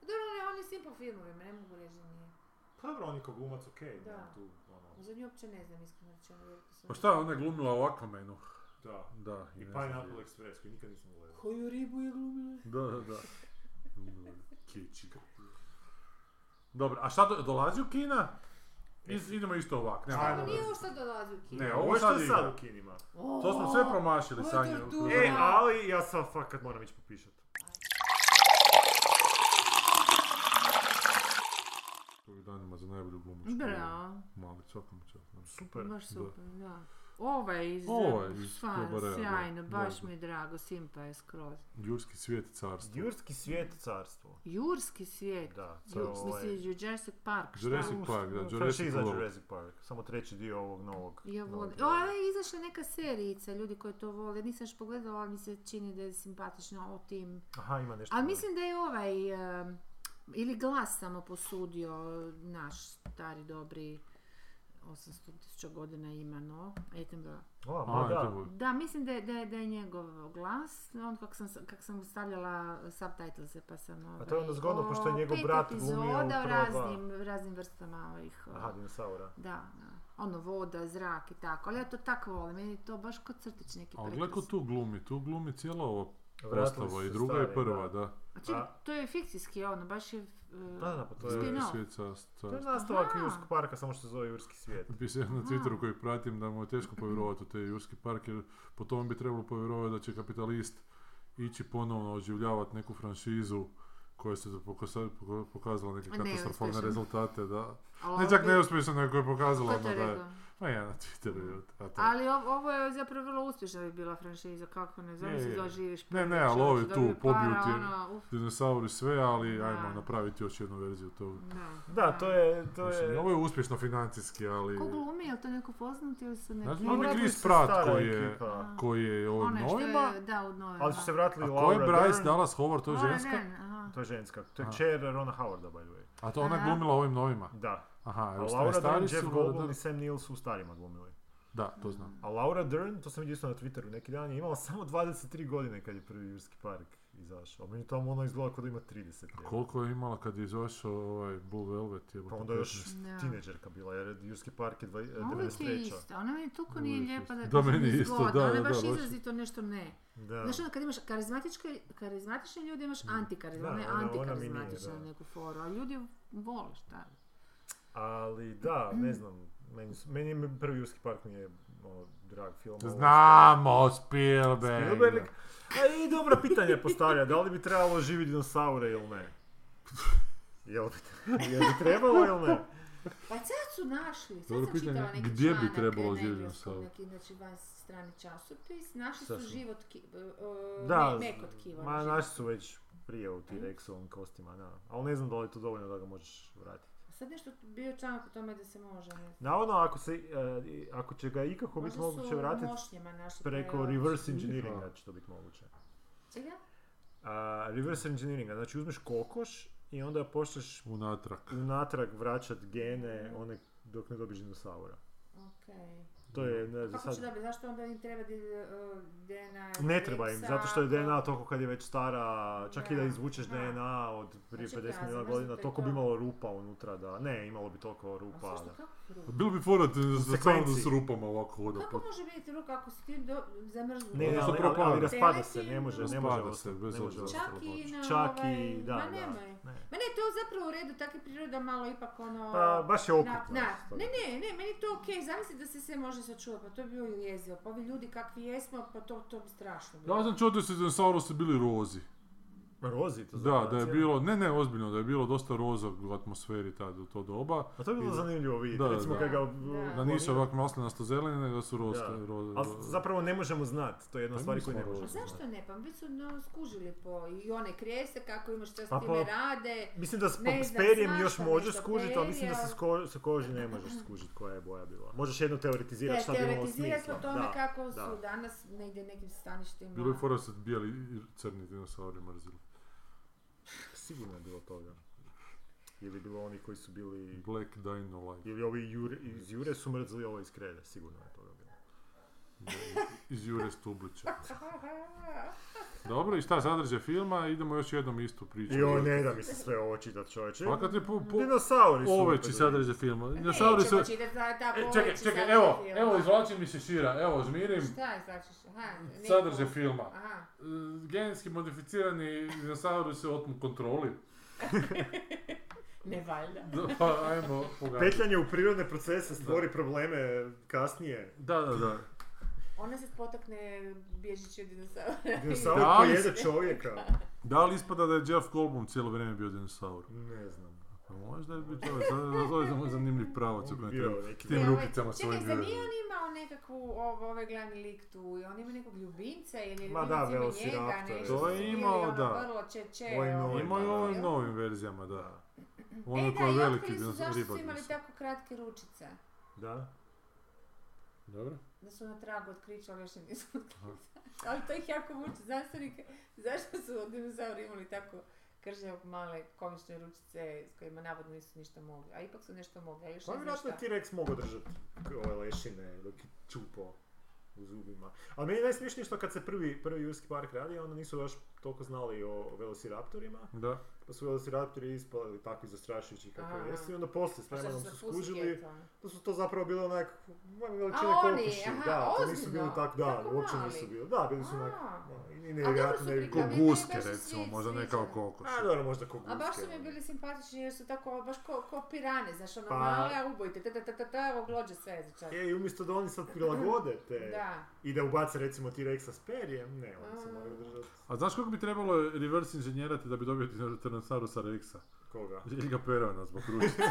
[SPEAKER 5] Dobro, ne, on je svim po filmovima, ne mogu reći da nije.
[SPEAKER 4] Pa dobro, on je kao glumac, okej,
[SPEAKER 5] Da.
[SPEAKER 4] nema tu, ono,
[SPEAKER 5] Za nju uopće ne znam, iskreno rečeno. jer sam-
[SPEAKER 3] Pa šta, ona je glumila u Aquamanu.
[SPEAKER 4] da.
[SPEAKER 3] Da.
[SPEAKER 4] I
[SPEAKER 3] ne znam
[SPEAKER 4] Pineapple
[SPEAKER 3] gdje.
[SPEAKER 4] Express, koji nikad nisam gledao.
[SPEAKER 5] Koju ribu je glumila?
[SPEAKER 3] Da, da, da. Kiči. Dobro, a šta do, dolazi u Kina? Iz, idemo isto ovak. nema
[SPEAKER 4] Ajmo,
[SPEAKER 5] Ovo
[SPEAKER 3] veze.
[SPEAKER 5] nije ovo što dolazi u kino.
[SPEAKER 3] Ne,
[SPEAKER 4] Ovo je što je sad
[SPEAKER 3] igra.
[SPEAKER 4] u kinima.
[SPEAKER 3] To smo sve promašili,
[SPEAKER 5] ovo je
[SPEAKER 3] Sanje.
[SPEAKER 5] tortura.
[SPEAKER 4] E, ali ja sam fakat moram ići popišat.
[SPEAKER 3] Ovih danima za najbolju glumu.
[SPEAKER 5] Bravo.
[SPEAKER 3] Mali, čakam, čakam.
[SPEAKER 4] Super.
[SPEAKER 5] Baš
[SPEAKER 3] Da.
[SPEAKER 5] super, da. Ovo je iz,
[SPEAKER 3] Ovo je iz
[SPEAKER 5] fan,
[SPEAKER 3] Klobarea, da.
[SPEAKER 5] sjajno, baš
[SPEAKER 3] Da.
[SPEAKER 5] mi je drago, simpa je skroz.
[SPEAKER 3] Jurski svijet carstvo.
[SPEAKER 4] Jurski svijet carstvo.
[SPEAKER 5] Jurski svijet.
[SPEAKER 4] Da, to je
[SPEAKER 5] Ju,
[SPEAKER 4] ovaj-
[SPEAKER 5] misli, Jurassic Park, šta?
[SPEAKER 3] Jurassic Park, da, Jurassic
[SPEAKER 4] Franšiza
[SPEAKER 3] World.
[SPEAKER 4] Jurassic Park, samo treći dio ovog novog.
[SPEAKER 5] Ja volim.
[SPEAKER 4] novog
[SPEAKER 5] O,
[SPEAKER 4] dijela.
[SPEAKER 5] a, je izašla neka serijica, ljudi koji to vole. Nisam još pogledala, ali mi se čini da je simpatična o tim.
[SPEAKER 4] Aha, ima nešto.
[SPEAKER 5] Ali
[SPEAKER 4] novo.
[SPEAKER 5] mislim da je ovaj, em, ili glas samo posudio naš stari dobri 800 tisuća godina ima, no, Attenborough.
[SPEAKER 4] O, ma
[SPEAKER 3] A,
[SPEAKER 4] da.
[SPEAKER 3] to
[SPEAKER 5] Da, mislim da je, da je, da je njegov glas, on kako sam, kak sam stavljala subtitlese pa sam...
[SPEAKER 4] A to je onda zgodno,
[SPEAKER 5] ovaj,
[SPEAKER 4] pošto je
[SPEAKER 5] o
[SPEAKER 4] njegov
[SPEAKER 5] pet
[SPEAKER 4] brat glumio u
[SPEAKER 5] epizoda o
[SPEAKER 4] prva dva.
[SPEAKER 5] raznim, raznim vrstama ovih...
[SPEAKER 4] Aha,
[SPEAKER 5] o,
[SPEAKER 4] dinosaura.
[SPEAKER 5] Da, da. Ono, voda, zrak i tako, ali ja to tako volim, meni je to baš kod crtić neki
[SPEAKER 3] Ali gle ko
[SPEAKER 5] pretres.
[SPEAKER 3] tu glumi, tu glumi cijela ova
[SPEAKER 4] Vratili su
[SPEAKER 3] postava i
[SPEAKER 4] se
[SPEAKER 3] druga i
[SPEAKER 4] stari,
[SPEAKER 3] prva,
[SPEAKER 4] da.
[SPEAKER 3] da.
[SPEAKER 5] A čekaj,
[SPEAKER 4] A-
[SPEAKER 5] to je fikcijski, ono, baš je...
[SPEAKER 4] Da, da, pa to je...
[SPEAKER 5] Spin-
[SPEAKER 3] Jurski
[SPEAKER 5] Spin-off.
[SPEAKER 3] svijet carstvo.
[SPEAKER 4] To je nastavak
[SPEAKER 5] Aha.
[SPEAKER 4] Jurskog parka, samo što se zove Jurski svijet.
[SPEAKER 3] Pisao na
[SPEAKER 5] Aha.
[SPEAKER 3] Twitteru koji pratim da mu je teško povjerovati u te Jurski park jer po tom bi trebalo povjerovati da će kapitalist ići ponovno oživljavati neku franšizu koja se pokosa- poko- pokazala neke katastrofalne
[SPEAKER 5] Neuspješno.
[SPEAKER 3] rezultate, da.
[SPEAKER 5] Ali
[SPEAKER 3] Ne
[SPEAKER 5] ovo
[SPEAKER 3] čak
[SPEAKER 5] je-
[SPEAKER 3] neuspješno, nego je
[SPEAKER 5] Ko
[SPEAKER 3] pokazala
[SPEAKER 5] je
[SPEAKER 3] ono
[SPEAKER 5] to
[SPEAKER 3] da je...
[SPEAKER 5] rekao?
[SPEAKER 3] Ma ja na Twitteru, evo, a to.
[SPEAKER 5] Ali ov- ovo je zapravo vrlo uspješna bi bila franšiza, kako ne
[SPEAKER 3] Je,
[SPEAKER 5] zove se
[SPEAKER 3] je.
[SPEAKER 5] zove živiš.
[SPEAKER 3] Ne, ne,
[SPEAKER 5] proljeće,
[SPEAKER 3] ali ovi
[SPEAKER 5] ono,
[SPEAKER 3] tu
[SPEAKER 5] dobiju
[SPEAKER 3] pobiju
[SPEAKER 5] para,
[SPEAKER 3] ti-
[SPEAKER 5] ono, uf,
[SPEAKER 3] Dinosauri sve, ali
[SPEAKER 5] Da.
[SPEAKER 3] ajmo napraviti još jednu verziju toga.
[SPEAKER 5] Da,
[SPEAKER 4] Da, to je... To
[SPEAKER 3] Mislim,
[SPEAKER 4] je...
[SPEAKER 3] ovo je uspješno financijski, ali...
[SPEAKER 5] Ko glumi, je li to neko poznat ili su neki...
[SPEAKER 3] Znaš,
[SPEAKER 4] Ma,
[SPEAKER 3] on je
[SPEAKER 4] vratili
[SPEAKER 3] Chris
[SPEAKER 4] su
[SPEAKER 3] Pratt
[SPEAKER 4] stara
[SPEAKER 3] koji je,
[SPEAKER 4] ekipa.
[SPEAKER 5] A.
[SPEAKER 3] koji je ovim
[SPEAKER 5] Ona ono što
[SPEAKER 3] novima,
[SPEAKER 5] je, da, u novima.
[SPEAKER 4] Ali su se vratili
[SPEAKER 3] a ko je
[SPEAKER 4] Laura
[SPEAKER 3] Bryce
[SPEAKER 4] Dern.
[SPEAKER 3] Dallas Howard, to je
[SPEAKER 5] Ona,
[SPEAKER 3] ženska?
[SPEAKER 5] ne, aha.
[SPEAKER 4] To je ženska. To je
[SPEAKER 3] A.
[SPEAKER 4] čer Rona Howarda, by the way.
[SPEAKER 3] A to ona je
[SPEAKER 5] Aha.
[SPEAKER 3] glumila ovim novima.
[SPEAKER 4] Da.
[SPEAKER 3] Aha,
[SPEAKER 4] A
[SPEAKER 3] jer
[SPEAKER 4] Laura
[SPEAKER 3] stari,
[SPEAKER 4] Dern,
[SPEAKER 3] stari su...
[SPEAKER 4] Jeff
[SPEAKER 3] Da,
[SPEAKER 4] Goldblum i Sam Neill su u starima glumili.
[SPEAKER 3] da, to znam.
[SPEAKER 4] A Laura Dern, to sam vidio isto na Twitteru neki dan, je imala samo 23 godine kad je prvi Jurski park izašao. Meni tamo ono izgleda kao da ima 30. je.
[SPEAKER 3] A koliko je imala kad je izašao ovaj Blue Velvet? Je,
[SPEAKER 4] Pa onda je još
[SPEAKER 5] Da.
[SPEAKER 4] tineđerka bila, jer Jurski park je dva- eh,
[SPEAKER 5] A Uvijek je
[SPEAKER 4] 93.
[SPEAKER 5] isto, ona meni toliko nije
[SPEAKER 3] Uvijek je
[SPEAKER 5] lijepa da
[SPEAKER 3] isto. Da,
[SPEAKER 5] mi je
[SPEAKER 3] meni isto,
[SPEAKER 5] zgodna,
[SPEAKER 3] da,
[SPEAKER 5] ona je
[SPEAKER 3] da,
[SPEAKER 5] baš
[SPEAKER 3] da, baš.
[SPEAKER 5] izrazito nešto ne.
[SPEAKER 4] Da.
[SPEAKER 5] Znaš ono kad imaš karizmatičke, karizmatične ljude imaš
[SPEAKER 3] Mm.
[SPEAKER 5] antikarizmatične,
[SPEAKER 4] Da,
[SPEAKER 5] ne
[SPEAKER 4] ona- ona mi nije,
[SPEAKER 5] antikarizmatične
[SPEAKER 4] da.
[SPEAKER 5] neku foru, a ljudi vole šta.
[SPEAKER 4] Ali da, ne znam, meni, su- meni je prvi Jurski park mi je ono, drag film. ali-
[SPEAKER 3] Znamo, Spielberg!
[SPEAKER 4] Spielberg. A i dobro pitanje postavlja, da li bi trebalo živjeti dinosaure ili ne? Jel bi, jel bi trebalo ili ne?
[SPEAKER 5] Pa sad su našli, sad
[SPEAKER 3] Dobro
[SPEAKER 5] sam
[SPEAKER 3] pitanje,
[SPEAKER 5] čitala neki
[SPEAKER 3] gdje bi
[SPEAKER 5] članak,
[SPEAKER 3] trebalo
[SPEAKER 5] e, na
[SPEAKER 3] živjeti
[SPEAKER 5] engleskom,
[SPEAKER 3] dinosaur?
[SPEAKER 5] Neki, znači, van strani časopis, našli
[SPEAKER 4] Šta
[SPEAKER 5] su
[SPEAKER 4] su?
[SPEAKER 5] život ki, uh,
[SPEAKER 4] Da,
[SPEAKER 5] mek od kiva.
[SPEAKER 4] ma
[SPEAKER 5] ono
[SPEAKER 4] naši
[SPEAKER 5] život.
[SPEAKER 4] su već prije u T-Rexovom kostima, da. Ali ne znam da li je to dovoljno da ga možeš vratiti.
[SPEAKER 5] Sad nešto bio članak o tome da se može, ne znam.
[SPEAKER 4] Navodno, ako, se, e, i- ako Pa će ga ikako biti
[SPEAKER 5] Možda
[SPEAKER 4] moguće
[SPEAKER 5] su u
[SPEAKER 4] vratiti
[SPEAKER 5] mošnjama našli. pa je
[SPEAKER 4] preko
[SPEAKER 5] ovo-
[SPEAKER 4] reverse
[SPEAKER 3] Smiha.
[SPEAKER 4] engineeringa će to biti moguće.
[SPEAKER 5] Čega?
[SPEAKER 4] A, reverse engineeringa, znači uzmeš kokoš i onda pošleš
[SPEAKER 3] Unatrag.
[SPEAKER 4] unatrag vraćat gene one dok ne dobiš dinosaura.
[SPEAKER 5] Okej.
[SPEAKER 4] To je, ne znam,
[SPEAKER 5] Kako će
[SPEAKER 4] sad...
[SPEAKER 5] dobiti, zašto onda im treba di- uh, DNA?
[SPEAKER 4] Ne treba im,
[SPEAKER 5] Rexa,
[SPEAKER 4] zato što je DNA
[SPEAKER 5] ako-
[SPEAKER 4] toliko kad je već stara, čak i da
[SPEAKER 5] ono? Da,
[SPEAKER 4] izvučeš
[SPEAKER 5] da.
[SPEAKER 4] DNA od prije
[SPEAKER 5] Znači,
[SPEAKER 4] 50
[SPEAKER 5] ja
[SPEAKER 4] milijuna
[SPEAKER 5] znam,
[SPEAKER 4] godina,
[SPEAKER 5] zato je
[SPEAKER 4] toliko bi
[SPEAKER 5] to.
[SPEAKER 4] imalo rupa unutra da, ne, imalo bi toliko
[SPEAKER 5] A
[SPEAKER 4] rupa
[SPEAKER 5] Pa zašto
[SPEAKER 4] da.
[SPEAKER 5] kako ruka?
[SPEAKER 3] Bilo bi forat za samo da s
[SPEAKER 4] sekvenciji.
[SPEAKER 3] rupama ovako hodao.
[SPEAKER 5] Kako može biti ruka ako si ti do, Pa zamrznuo?
[SPEAKER 4] Ne,
[SPEAKER 3] Odnosno
[SPEAKER 4] ali, ali,
[SPEAKER 3] propada.
[SPEAKER 4] ali raspada se,
[SPEAKER 5] Teleki,
[SPEAKER 4] ne može, ne
[SPEAKER 3] Raspada
[SPEAKER 4] može
[SPEAKER 3] se,
[SPEAKER 4] ostati,
[SPEAKER 3] bez
[SPEAKER 4] ne može
[SPEAKER 3] obzira.
[SPEAKER 4] ostati.
[SPEAKER 5] Čak i na
[SPEAKER 4] Čak
[SPEAKER 5] ovaj,
[SPEAKER 4] i, da,
[SPEAKER 5] ma
[SPEAKER 4] da.
[SPEAKER 5] nemoj.
[SPEAKER 4] Ne.
[SPEAKER 5] Ma ne, to je zapravo u redu, tak je priroda malo ipak ono...
[SPEAKER 4] Pa baš je
[SPEAKER 5] na,
[SPEAKER 4] okrutno.
[SPEAKER 5] na,
[SPEAKER 4] stvarno.
[SPEAKER 5] ne, ne, ne, meni je to okej, zamisli da se sve može sačuvati, pa to bi bilo jezivo, pa ovi ljudi kakvi jesmo, pa to, to bi strašno bilo.
[SPEAKER 3] Ja sam čuo da su dinosaurusi bili rozi.
[SPEAKER 4] Rozi to zove,
[SPEAKER 3] Da, da je
[SPEAKER 4] cijelo.
[SPEAKER 3] bilo, ne ne, ozbiljno, da je bilo dosta roza u atmosferi tad u to doba.
[SPEAKER 4] A to je bilo
[SPEAKER 3] Da.
[SPEAKER 4] zanimljivo vidjeti,
[SPEAKER 3] Da, da,
[SPEAKER 4] recimo
[SPEAKER 3] da.
[SPEAKER 4] kad ga...
[SPEAKER 5] Da.
[SPEAKER 3] Da nisu ovako maslinasto zelene, nego da su roz,
[SPEAKER 4] Da.
[SPEAKER 3] roz-
[SPEAKER 4] Ali zapravo ne možemo znat, to je jedna
[SPEAKER 3] Pa
[SPEAKER 4] stvar koju
[SPEAKER 3] nismo
[SPEAKER 4] ne možemo
[SPEAKER 5] A
[SPEAKER 3] roze.
[SPEAKER 4] znat.
[SPEAKER 5] zašto ne? Pa vi su no, skužili po i one krijese, kako imaš što s
[SPEAKER 4] Pa,
[SPEAKER 5] time
[SPEAKER 4] pa-
[SPEAKER 5] rade.
[SPEAKER 4] Mislim da s,
[SPEAKER 5] Ne
[SPEAKER 4] pa s
[SPEAKER 5] znam,
[SPEAKER 4] perjem
[SPEAKER 5] svašta
[SPEAKER 4] još možeš
[SPEAKER 5] nešto,
[SPEAKER 4] skužiti, ali mislim da
[SPEAKER 5] perje,
[SPEAKER 4] se s, ko, sa koži ne možeš skužiti koja je boja bila. Možeš jedno teoretizirati
[SPEAKER 5] Te,
[SPEAKER 4] šta bi imalo
[SPEAKER 5] teoretizira
[SPEAKER 4] smisla.
[SPEAKER 5] smo o tome
[SPEAKER 4] Da.
[SPEAKER 5] kako su
[SPEAKER 4] da.
[SPEAKER 5] danas negdje nekim staništima.
[SPEAKER 3] Bilo je fora da su bijeli i crni dinosauri mrzili.
[SPEAKER 4] Sigurno je bilo toga. Ili bilo oni koji su bili...
[SPEAKER 3] Black Dino Light.
[SPEAKER 4] Ili ovi jure, iz Jure su mrzli ovo iz Krede, sigurno je toga bilo.
[SPEAKER 3] Iz Jure Stublića. Dobro, i šta sadržaj filma, idemo još jednom istu priču.
[SPEAKER 4] Jo, ne da mi se sve ovo čitat čoveče.
[SPEAKER 3] Fakat je Pa po, po,
[SPEAKER 4] Dinosauri su...
[SPEAKER 3] oveći
[SPEAKER 4] opet
[SPEAKER 3] sadržaj filma. Dinosauri
[SPEAKER 5] Dinosauri
[SPEAKER 3] su...
[SPEAKER 5] su... Čitati, ta, ta
[SPEAKER 3] E, čekaj,
[SPEAKER 5] poveći
[SPEAKER 3] čekaj,
[SPEAKER 5] sadržaj
[SPEAKER 3] evo,
[SPEAKER 5] filma.
[SPEAKER 3] evo, izvlačim mi se šira, evo, žmirim.
[SPEAKER 5] Šta je znači? Aha, ne-
[SPEAKER 3] Sadržaj filma.
[SPEAKER 5] Aha.
[SPEAKER 3] E, Genetski modificirani dinosauri su otmu kontroli.
[SPEAKER 5] Ne valjda.
[SPEAKER 3] Da, pa, ajmo pogađati.
[SPEAKER 4] Petljanje u prirodne procese stvori probleme kasnije.
[SPEAKER 3] Da, da, da.
[SPEAKER 5] Ona se potakne bježići od dinosaura.
[SPEAKER 4] Dinosaur
[SPEAKER 3] Da, ali
[SPEAKER 4] pojede čovjeka.
[SPEAKER 3] Da li ispada da je Jeff Goldblum cijelo vrijeme bio dinosaur?
[SPEAKER 4] Ne znam.
[SPEAKER 3] Pa možda je bio to, sad da to je samo zanimljiv pravac u
[SPEAKER 4] On
[SPEAKER 3] kojem
[SPEAKER 4] bio
[SPEAKER 3] treba.
[SPEAKER 4] neki...
[SPEAKER 3] Ti- tim
[SPEAKER 5] E, ovaj,
[SPEAKER 3] rupicama svojim
[SPEAKER 5] Čekaj, zar nije
[SPEAKER 3] gledaju.
[SPEAKER 5] on imao nekakvu, ovo, ovaj glavni lik tu, i on ima nekog ljubimca ili
[SPEAKER 4] Ma
[SPEAKER 5] ljubimac
[SPEAKER 4] da,
[SPEAKER 5] ima njega,
[SPEAKER 4] Velociraptor.
[SPEAKER 5] nešto
[SPEAKER 3] To je
[SPEAKER 5] su bili,
[SPEAKER 3] imao,
[SPEAKER 5] ono,
[SPEAKER 3] da.
[SPEAKER 5] Vrlo čeče,
[SPEAKER 4] Ovaj novi,
[SPEAKER 3] Ima i u ovim
[SPEAKER 5] jel?
[SPEAKER 3] novim verzijama, da.
[SPEAKER 5] E
[SPEAKER 3] Ono
[SPEAKER 5] da,
[SPEAKER 3] koji
[SPEAKER 5] i
[SPEAKER 3] je veliki
[SPEAKER 5] otkrili su
[SPEAKER 3] dinosaur,
[SPEAKER 5] zašto su
[SPEAKER 3] ribar
[SPEAKER 5] imali
[SPEAKER 3] dinosaur.
[SPEAKER 5] tako kratke ručice.
[SPEAKER 4] Da.
[SPEAKER 3] Dobro.
[SPEAKER 5] Da su na tragu otkrića, ali još im nisu otkrili. Ali to ih jako muči znanstvenike. Zašto su dinozauri imali tako kržnjavog male komične ručice s kojima navodno nisu ništa mogli, a ipak su nešto mogli, a još
[SPEAKER 4] Pa
[SPEAKER 5] ne znam
[SPEAKER 4] vjerojatno
[SPEAKER 5] šta.
[SPEAKER 4] je T-Rex mogao držati ove lešine dok je čupao u zubima. Ali meni je najsmiješnije što kad se prvi, prvi Jurski park radi, onda nisu još toliko znali o velociraptorima,
[SPEAKER 3] Da.
[SPEAKER 4] pa su velociraptori ispali takvi zastrašujući kako
[SPEAKER 5] Aha.
[SPEAKER 4] jesu i onda poslije s
[SPEAKER 5] Pa šta
[SPEAKER 4] vremenom
[SPEAKER 5] za
[SPEAKER 4] su
[SPEAKER 5] pussycat,
[SPEAKER 4] skužili
[SPEAKER 5] ono?
[SPEAKER 4] da su to zapravo bilo onak ma, veličine
[SPEAKER 5] A, oni,
[SPEAKER 4] kokoši.
[SPEAKER 5] aha,
[SPEAKER 4] Da, to nisu
[SPEAKER 5] ozbiljno?
[SPEAKER 4] bili tako, da,
[SPEAKER 5] Tako
[SPEAKER 4] uopće
[SPEAKER 5] mali.
[SPEAKER 4] nisu bili. Da, bili su
[SPEAKER 5] ono. A.
[SPEAKER 4] onak, ma, i
[SPEAKER 5] dobro
[SPEAKER 4] nevjerojatno
[SPEAKER 5] su
[SPEAKER 4] ne
[SPEAKER 3] Ko
[SPEAKER 5] prikladni. meni je
[SPEAKER 3] guske
[SPEAKER 5] baš
[SPEAKER 3] recimo,
[SPEAKER 5] svi-
[SPEAKER 3] možda ne
[SPEAKER 5] sviđa.
[SPEAKER 3] kao kokoš.
[SPEAKER 4] A dobro, možda ko
[SPEAKER 5] A baš su
[SPEAKER 4] guske,
[SPEAKER 5] mi
[SPEAKER 4] ono.
[SPEAKER 5] bili simpatični jer su tako, baš ko, ko pirane, znaš, ono
[SPEAKER 4] Pa-
[SPEAKER 5] male, a ubojite, ta ta ta ta ta, evo glođe sve za čas.
[SPEAKER 4] E, i umjesto da oni sad prilagode te
[SPEAKER 5] Da.
[SPEAKER 4] i da ubace recimo T-Rexa s perjem, ne, oni se
[SPEAKER 5] Mm.
[SPEAKER 4] moraju držati
[SPEAKER 3] A znaš kako bi trebalo reverse inženjerati da bi dobio Tyrannosaurusa Rexa?
[SPEAKER 4] koga.
[SPEAKER 3] Ili ga pervana zbog ručice.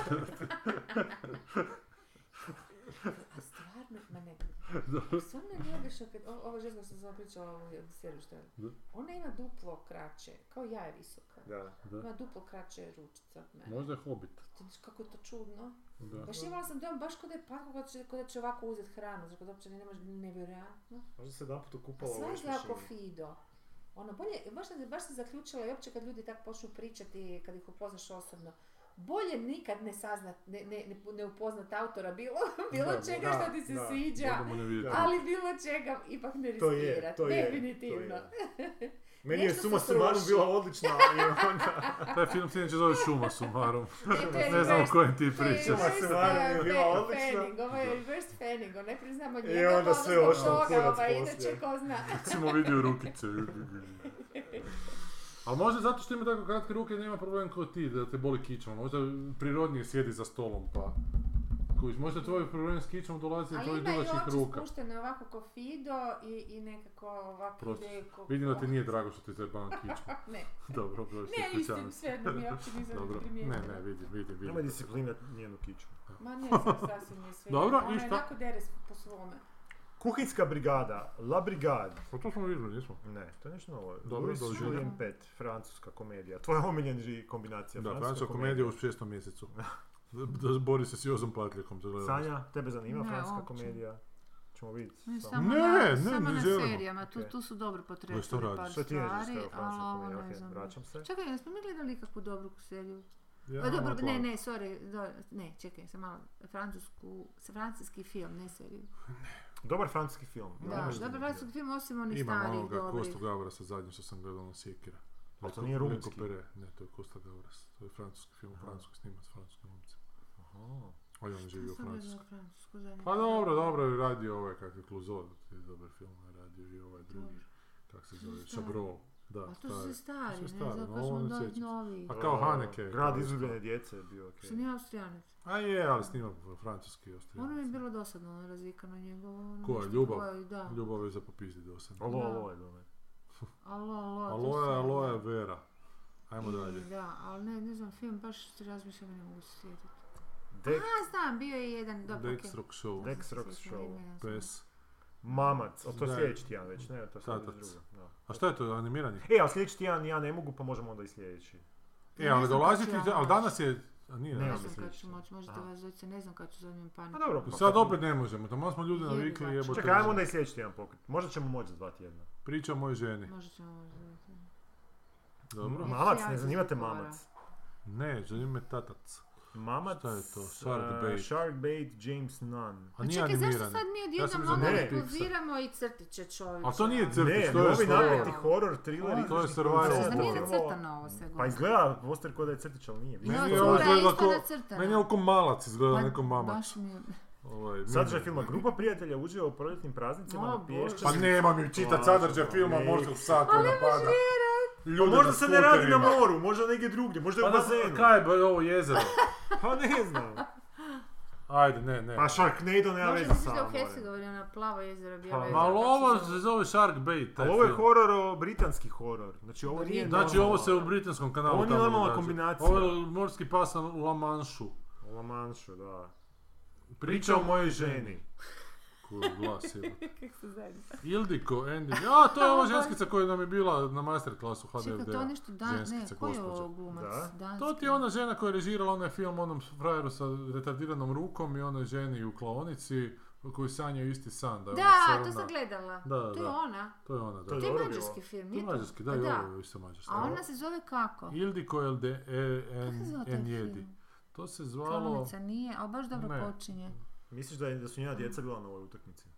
[SPEAKER 5] A stvarno, ma ne,
[SPEAKER 3] Da.
[SPEAKER 5] stvarno je logično kad, o- ova ženska sam samo pričala ovu seriju što
[SPEAKER 3] Da.
[SPEAKER 5] je. Ona ima duplo kraće, kao ja je visoka.
[SPEAKER 4] Da.
[SPEAKER 3] Da.
[SPEAKER 5] Ima duplo kraće ručica od mene.
[SPEAKER 3] Možda je hobbit.
[SPEAKER 5] Ti vidiš kako je to čudno.
[SPEAKER 3] Da.
[SPEAKER 5] Baš imala sam dojam, baš kod je patko, kod će, kod će ovako uzeti hranu, znači kod uopće ne može, nevjerojatno.
[SPEAKER 4] Možda se jedan put
[SPEAKER 5] A
[SPEAKER 4] okupala u
[SPEAKER 5] sve
[SPEAKER 4] ovoj
[SPEAKER 5] izgleda kao
[SPEAKER 4] šmišini.
[SPEAKER 5] Fido. Ono, bolje, baš, sam- baš sam zaključila i uopće kad ljudi tako počnu pričati, kad ih upoznaš osobno, bolje nikad ne saznat, ne, ne, ne, ne upoznat autora bilo, bilo
[SPEAKER 3] Da,
[SPEAKER 5] čega
[SPEAKER 4] da,
[SPEAKER 5] što ti se
[SPEAKER 4] da.
[SPEAKER 5] sviđa,
[SPEAKER 3] Možemo ne vidjeti.
[SPEAKER 5] ali bilo čega ipak ne
[SPEAKER 4] To je,
[SPEAKER 5] riskirat,
[SPEAKER 4] to je,
[SPEAKER 5] definitivno.
[SPEAKER 4] to je. Meni je
[SPEAKER 5] Nešto
[SPEAKER 4] suma
[SPEAKER 5] se
[SPEAKER 4] sumarum
[SPEAKER 5] sruši.
[SPEAKER 4] bila odlična i onda...
[SPEAKER 3] Taj film se inače zove Šuma sumarom.
[SPEAKER 5] E, to je
[SPEAKER 3] ne znam o
[SPEAKER 5] reverse-
[SPEAKER 3] kojem ti
[SPEAKER 5] to je
[SPEAKER 3] pričaš.
[SPEAKER 4] Šuma
[SPEAKER 5] reverse,
[SPEAKER 4] Sumarum je
[SPEAKER 5] uh,
[SPEAKER 4] bila
[SPEAKER 5] fa-
[SPEAKER 4] odlična.
[SPEAKER 5] fanning, ovo
[SPEAKER 3] Da.
[SPEAKER 5] je reverse fanning, ne priznamo njega,
[SPEAKER 4] onda
[SPEAKER 5] pa ono
[SPEAKER 4] sve
[SPEAKER 5] zbog
[SPEAKER 4] ošlo u
[SPEAKER 5] toga,
[SPEAKER 4] kurac
[SPEAKER 5] ovaj,
[SPEAKER 4] poslije.
[SPEAKER 5] inače ko zna.
[SPEAKER 3] Recimo vidio rukice. Ali možda zato što ima tako kratke ruke nema problem kao ti da te boli kičma. Možda prirodnije sjedi za stolom pa... Kužiš, možda tvoj problem s kičmom dolazi od
[SPEAKER 5] Ali
[SPEAKER 3] tvojih
[SPEAKER 5] ima i
[SPEAKER 3] dugačkih
[SPEAKER 5] oči
[SPEAKER 3] ruka.
[SPEAKER 5] spuštene ovako ko Fido i, i nekako ovako
[SPEAKER 3] Prosti.
[SPEAKER 5] ide ko...
[SPEAKER 3] Vidim da ti nije drago što ti zajebam kičmu.
[SPEAKER 5] Ne,
[SPEAKER 3] Dobro, oprosti,
[SPEAKER 5] ne
[SPEAKER 3] ispričavam
[SPEAKER 5] istim
[SPEAKER 3] se.
[SPEAKER 5] sve, jedno mi uopće nisam
[SPEAKER 3] Dobro,
[SPEAKER 5] ni
[SPEAKER 3] ne,
[SPEAKER 5] primijetila.
[SPEAKER 3] ne, vidim, vidim,
[SPEAKER 4] Nema
[SPEAKER 3] vidim.
[SPEAKER 4] disciplina njenu kiču.
[SPEAKER 5] Ma ne, sam sasvim nije sve.
[SPEAKER 3] Dobro,
[SPEAKER 5] Ona
[SPEAKER 3] i
[SPEAKER 5] je
[SPEAKER 3] šta?
[SPEAKER 5] tako deres po svome.
[SPEAKER 4] Kuhinska brigada, La Brigade.
[SPEAKER 3] Pa to smo vidjeli, nismo.
[SPEAKER 4] Ne, to je nešto novo.
[SPEAKER 3] Dobro,
[SPEAKER 4] Louis
[SPEAKER 3] doživljaj.
[SPEAKER 4] Julien Pet, francuska komedija. Tvoja omiljena ži- kombinacija.
[SPEAKER 3] Da, francuska komedija u šestom mjesecu. Da bori se s Jozom Patljakom. to gledam.
[SPEAKER 4] Sanja, tebe zanima
[SPEAKER 1] Ne,
[SPEAKER 4] francuska
[SPEAKER 1] uopće.
[SPEAKER 4] komedija? Ćemo vidjeti.
[SPEAKER 1] Ne,
[SPEAKER 4] samo.
[SPEAKER 1] samo
[SPEAKER 3] Pa, Ne,
[SPEAKER 1] na,
[SPEAKER 3] ne,
[SPEAKER 1] samo
[SPEAKER 3] ne
[SPEAKER 1] na
[SPEAKER 3] želimo.
[SPEAKER 1] serijama, tu,
[SPEAKER 4] Ok.
[SPEAKER 1] tu su dobro
[SPEAKER 3] Ma šta
[SPEAKER 1] potrebali par
[SPEAKER 3] radiš?
[SPEAKER 4] Što ti ne znaš što
[SPEAKER 1] stvari,
[SPEAKER 4] je
[SPEAKER 1] ali
[SPEAKER 4] francuska
[SPEAKER 1] ovo
[SPEAKER 4] komedija?
[SPEAKER 1] ne
[SPEAKER 4] Ok,
[SPEAKER 1] znam.
[SPEAKER 4] vraćam se.
[SPEAKER 1] Čekaj, jesmo mi gledali kakvu dobru seriju?
[SPEAKER 3] Ja
[SPEAKER 5] Pa
[SPEAKER 1] A, dobro,
[SPEAKER 3] nemam
[SPEAKER 1] ne,
[SPEAKER 3] plan.
[SPEAKER 1] ne, sorry, do, ne, čekaj, sam malo, francusku, s- francuski film, ne seriju.
[SPEAKER 4] Dobar francuski film.
[SPEAKER 1] Da,
[SPEAKER 3] ne
[SPEAKER 1] dobar
[SPEAKER 3] znam, da.
[SPEAKER 1] francuski film, osim onih
[SPEAKER 3] Imam
[SPEAKER 1] starih,
[SPEAKER 3] onoga
[SPEAKER 1] dobrih.
[SPEAKER 3] Kostu Gavrasa zadnje što sam gledao na Sjekira.
[SPEAKER 4] A to nije rumunjski?
[SPEAKER 3] Ne, to je Kosta Gavras. To je francuski film,
[SPEAKER 4] Aha.
[SPEAKER 3] francuski snima s francuskim momcem.
[SPEAKER 4] Aha.
[SPEAKER 3] Ali on živi u
[SPEAKER 1] Sam gledala
[SPEAKER 3] Francuskoj.
[SPEAKER 1] francusku zadnji
[SPEAKER 3] Pa
[SPEAKER 1] put.
[SPEAKER 3] dobro, dobro, je radio ovaj kakav Kluzor, je dobar film, je radio i ovaj drugi,
[SPEAKER 1] Dobro.
[SPEAKER 3] kak se zove,
[SPEAKER 1] Stari.
[SPEAKER 3] Chabrol. Da,
[SPEAKER 1] A Pa, to su se
[SPEAKER 3] stari.
[SPEAKER 1] stari,
[SPEAKER 3] To
[SPEAKER 1] ne,
[SPEAKER 3] su stari,
[SPEAKER 1] zato
[SPEAKER 3] no, ovo
[SPEAKER 1] smo
[SPEAKER 3] ne
[SPEAKER 1] dobiti
[SPEAKER 3] sjećam se. Pa,
[SPEAKER 1] novi.
[SPEAKER 3] A kao
[SPEAKER 4] O,
[SPEAKER 3] Haneke.
[SPEAKER 4] Grad
[SPEAKER 3] kao isto.
[SPEAKER 4] izgubljene djece je bio okej.
[SPEAKER 1] Što nije austrijanac.
[SPEAKER 3] A je, ali snima francuski ostaje.
[SPEAKER 1] Ono mi je bilo dosadno, ono razvikano njegovo. ono
[SPEAKER 3] Koja,
[SPEAKER 1] nešto
[SPEAKER 3] ljubav?
[SPEAKER 1] koje- Da.
[SPEAKER 3] Ljubav je za popizdi do sam.
[SPEAKER 4] Alo,
[SPEAKER 1] Da.
[SPEAKER 4] alo je dole.
[SPEAKER 1] Alo, alo. Pa to Mm.
[SPEAKER 3] Aloja,
[SPEAKER 1] sam-
[SPEAKER 3] aloja vera.
[SPEAKER 6] tamo dođe.
[SPEAKER 5] Da, ali ne, ne znam, film baš razmišljam ne mogu se sjetiti.
[SPEAKER 4] Dek,
[SPEAKER 5] A, znam, bio je jedan,
[SPEAKER 1] pa
[SPEAKER 5] dobro, okej.
[SPEAKER 3] Dex Rock Show.
[SPEAKER 4] Dex Rock Show.
[SPEAKER 3] Pes.
[SPEAKER 4] Mamac, ali to
[SPEAKER 3] Da.
[SPEAKER 4] sljedeći tjedan već, ne, to je sad već
[SPEAKER 3] Tatac.
[SPEAKER 4] drugo. Da.
[SPEAKER 3] A šta je to, animiranje?
[SPEAKER 4] E, ali sljedeći tjedan ja ne mogu, pa možemo onda i sljedeći.
[SPEAKER 3] E, ali
[SPEAKER 5] Ne znam
[SPEAKER 3] dolazi
[SPEAKER 5] kad
[SPEAKER 3] ti,
[SPEAKER 5] ću ja
[SPEAKER 3] ali
[SPEAKER 5] moći.
[SPEAKER 3] danas je... A nije,
[SPEAKER 4] Ne,
[SPEAKER 5] Ne
[SPEAKER 3] danas.
[SPEAKER 5] znam
[SPEAKER 4] mislim
[SPEAKER 5] kad
[SPEAKER 4] više.
[SPEAKER 5] ću moći, možete
[SPEAKER 4] Aha.
[SPEAKER 5] vas dvojice, ne znam kad ću zadnjem
[SPEAKER 4] Pa
[SPEAKER 5] paniku.
[SPEAKER 4] dobro, pa
[SPEAKER 3] Sad opet ne možemo, tamo smo ljudi
[SPEAKER 5] Jedva.
[SPEAKER 3] navikli jebote.
[SPEAKER 4] Čekaj, ajmo onda i sljedeći tjedan pokrit. Možda ćemo moći za dva tjedna.
[SPEAKER 3] Priča o mojoj ženi.
[SPEAKER 5] Možete ovo zadnje.
[SPEAKER 3] Dobro.
[SPEAKER 4] Mamac,
[SPEAKER 5] Ja
[SPEAKER 4] ne
[SPEAKER 5] ću
[SPEAKER 4] zanimate
[SPEAKER 5] se dogovarati.
[SPEAKER 4] mamac.
[SPEAKER 3] Ne, želim me tatac.
[SPEAKER 4] Mamac...
[SPEAKER 3] Šta je to?
[SPEAKER 4] eh,
[SPEAKER 3] Sharkbait.
[SPEAKER 4] Sharkbait, James Nunn.
[SPEAKER 3] A
[SPEAKER 5] A
[SPEAKER 3] nije
[SPEAKER 5] čekaj, zašto
[SPEAKER 3] animiranje.
[SPEAKER 5] sad mi
[SPEAKER 3] Ja sam
[SPEAKER 5] odjednom
[SPEAKER 3] za
[SPEAKER 5] ono
[SPEAKER 4] ne.
[SPEAKER 5] repoziramo i crtiće čovječe?
[SPEAKER 3] Ali to nije
[SPEAKER 5] crtiće.
[SPEAKER 3] crtić,
[SPEAKER 4] Ne,
[SPEAKER 3] to je
[SPEAKER 4] novi napreti
[SPEAKER 3] survival.
[SPEAKER 5] survival.
[SPEAKER 4] horror, thriller.
[SPEAKER 3] To je
[SPEAKER 4] izvršnih
[SPEAKER 3] survival
[SPEAKER 4] koncepata.
[SPEAKER 5] Zar nije
[SPEAKER 3] horror.
[SPEAKER 5] nacrtano ovo sve gore?
[SPEAKER 4] Pa izgleda poster kod da je crtić, ali nije.
[SPEAKER 5] No,
[SPEAKER 3] Meni je
[SPEAKER 5] cura
[SPEAKER 3] ovo
[SPEAKER 5] je
[SPEAKER 3] izgledalo
[SPEAKER 5] isto
[SPEAKER 3] ko-
[SPEAKER 5] nacrtana.
[SPEAKER 3] Meni je oko malac izgleda,
[SPEAKER 5] Pa,
[SPEAKER 3] neko mamac.
[SPEAKER 5] Baš mi je...
[SPEAKER 3] Ovaj,
[SPEAKER 4] Sadržaj
[SPEAKER 3] meni-
[SPEAKER 4] filma. Grupa prijatelja uživa u proljetnim praznicima
[SPEAKER 5] O,
[SPEAKER 4] na
[SPEAKER 5] Bože.
[SPEAKER 4] pješčanom
[SPEAKER 3] Pa nema mi čitat sadržaj filma
[SPEAKER 4] Ne.
[SPEAKER 3] morskog psa koji napada. Ljude
[SPEAKER 4] Pa Možda se ne radi na
[SPEAKER 3] skuterima.
[SPEAKER 4] moru, možda negdje drugdje, možda je
[SPEAKER 3] Pa
[SPEAKER 4] u
[SPEAKER 3] da,
[SPEAKER 4] bazenu.
[SPEAKER 3] kaj je ovo jezero?
[SPEAKER 4] Pa ne znam.
[SPEAKER 3] Ajde, ne, ne.
[SPEAKER 4] Pa Sharknado nema
[SPEAKER 5] Možda
[SPEAKER 4] veze
[SPEAKER 5] misliš
[SPEAKER 4] sa
[SPEAKER 5] da u
[SPEAKER 4] morem.
[SPEAKER 5] Hercegovini ona plavo jezero, bijelo
[SPEAKER 4] Pa,
[SPEAKER 5] jezero.
[SPEAKER 3] Ma ali
[SPEAKER 5] kako
[SPEAKER 3] ovo
[SPEAKER 5] se
[SPEAKER 3] se
[SPEAKER 5] zove?
[SPEAKER 3] zove Shark Bait, taj
[SPEAKER 4] Ali ovo je
[SPEAKER 3] film.
[SPEAKER 4] horor, o, britanski horor. Znači ovo nije
[SPEAKER 3] Znači
[SPEAKER 4] normalno.
[SPEAKER 3] ovo se u britanskom kanalu
[SPEAKER 4] Ovo nije
[SPEAKER 3] tamo
[SPEAKER 4] normalna
[SPEAKER 3] događa.
[SPEAKER 4] kombinacija.
[SPEAKER 3] Ovo je morski pas na La Manšu.
[SPEAKER 4] O La Manšu, da.
[SPEAKER 3] Priča o mojoj
[SPEAKER 4] Ženi.
[SPEAKER 3] Koji glas je.
[SPEAKER 5] Kako se zove?
[SPEAKER 3] Ildiko, Andy. A, to je ova ženskica koja nam je bila na masterclassu HDFD.
[SPEAKER 5] Čekaj, to je nešto dan... Ne,
[SPEAKER 3] Ženskica,
[SPEAKER 5] ko je
[SPEAKER 3] gospođa.
[SPEAKER 5] ovo glumac?
[SPEAKER 4] Da.
[SPEAKER 5] Danski.
[SPEAKER 3] To ti je ona žena koja je režirala onaj film onom frajeru sa retardiranom rukom i onoj ženi u klaonici koji sanja isti san. Da, je ona
[SPEAKER 5] Da, to
[SPEAKER 3] crna.
[SPEAKER 5] sam gledala.
[SPEAKER 3] Da, da,
[SPEAKER 5] To je
[SPEAKER 3] da.
[SPEAKER 5] ona.
[SPEAKER 3] To je ona, da.
[SPEAKER 4] To je
[SPEAKER 5] To je
[SPEAKER 4] dobro
[SPEAKER 5] mađarski
[SPEAKER 4] bilo.
[SPEAKER 5] film,
[SPEAKER 3] To je
[SPEAKER 5] nije to?
[SPEAKER 3] mađarski, da,
[SPEAKER 5] Pa
[SPEAKER 3] i ovo je isto mađarski.
[SPEAKER 5] A ona se zove kako?
[SPEAKER 3] Ildiko Elde, e,
[SPEAKER 5] Kako se
[SPEAKER 3] en,
[SPEAKER 5] zove taj
[SPEAKER 3] Enjedi.
[SPEAKER 5] film?
[SPEAKER 3] To se zvalo...
[SPEAKER 5] Klaonica nije, ali baš dobro
[SPEAKER 3] Ne.
[SPEAKER 5] počinje.
[SPEAKER 4] Misliš da, je, da su njena djeca bila na ovoj utakmici?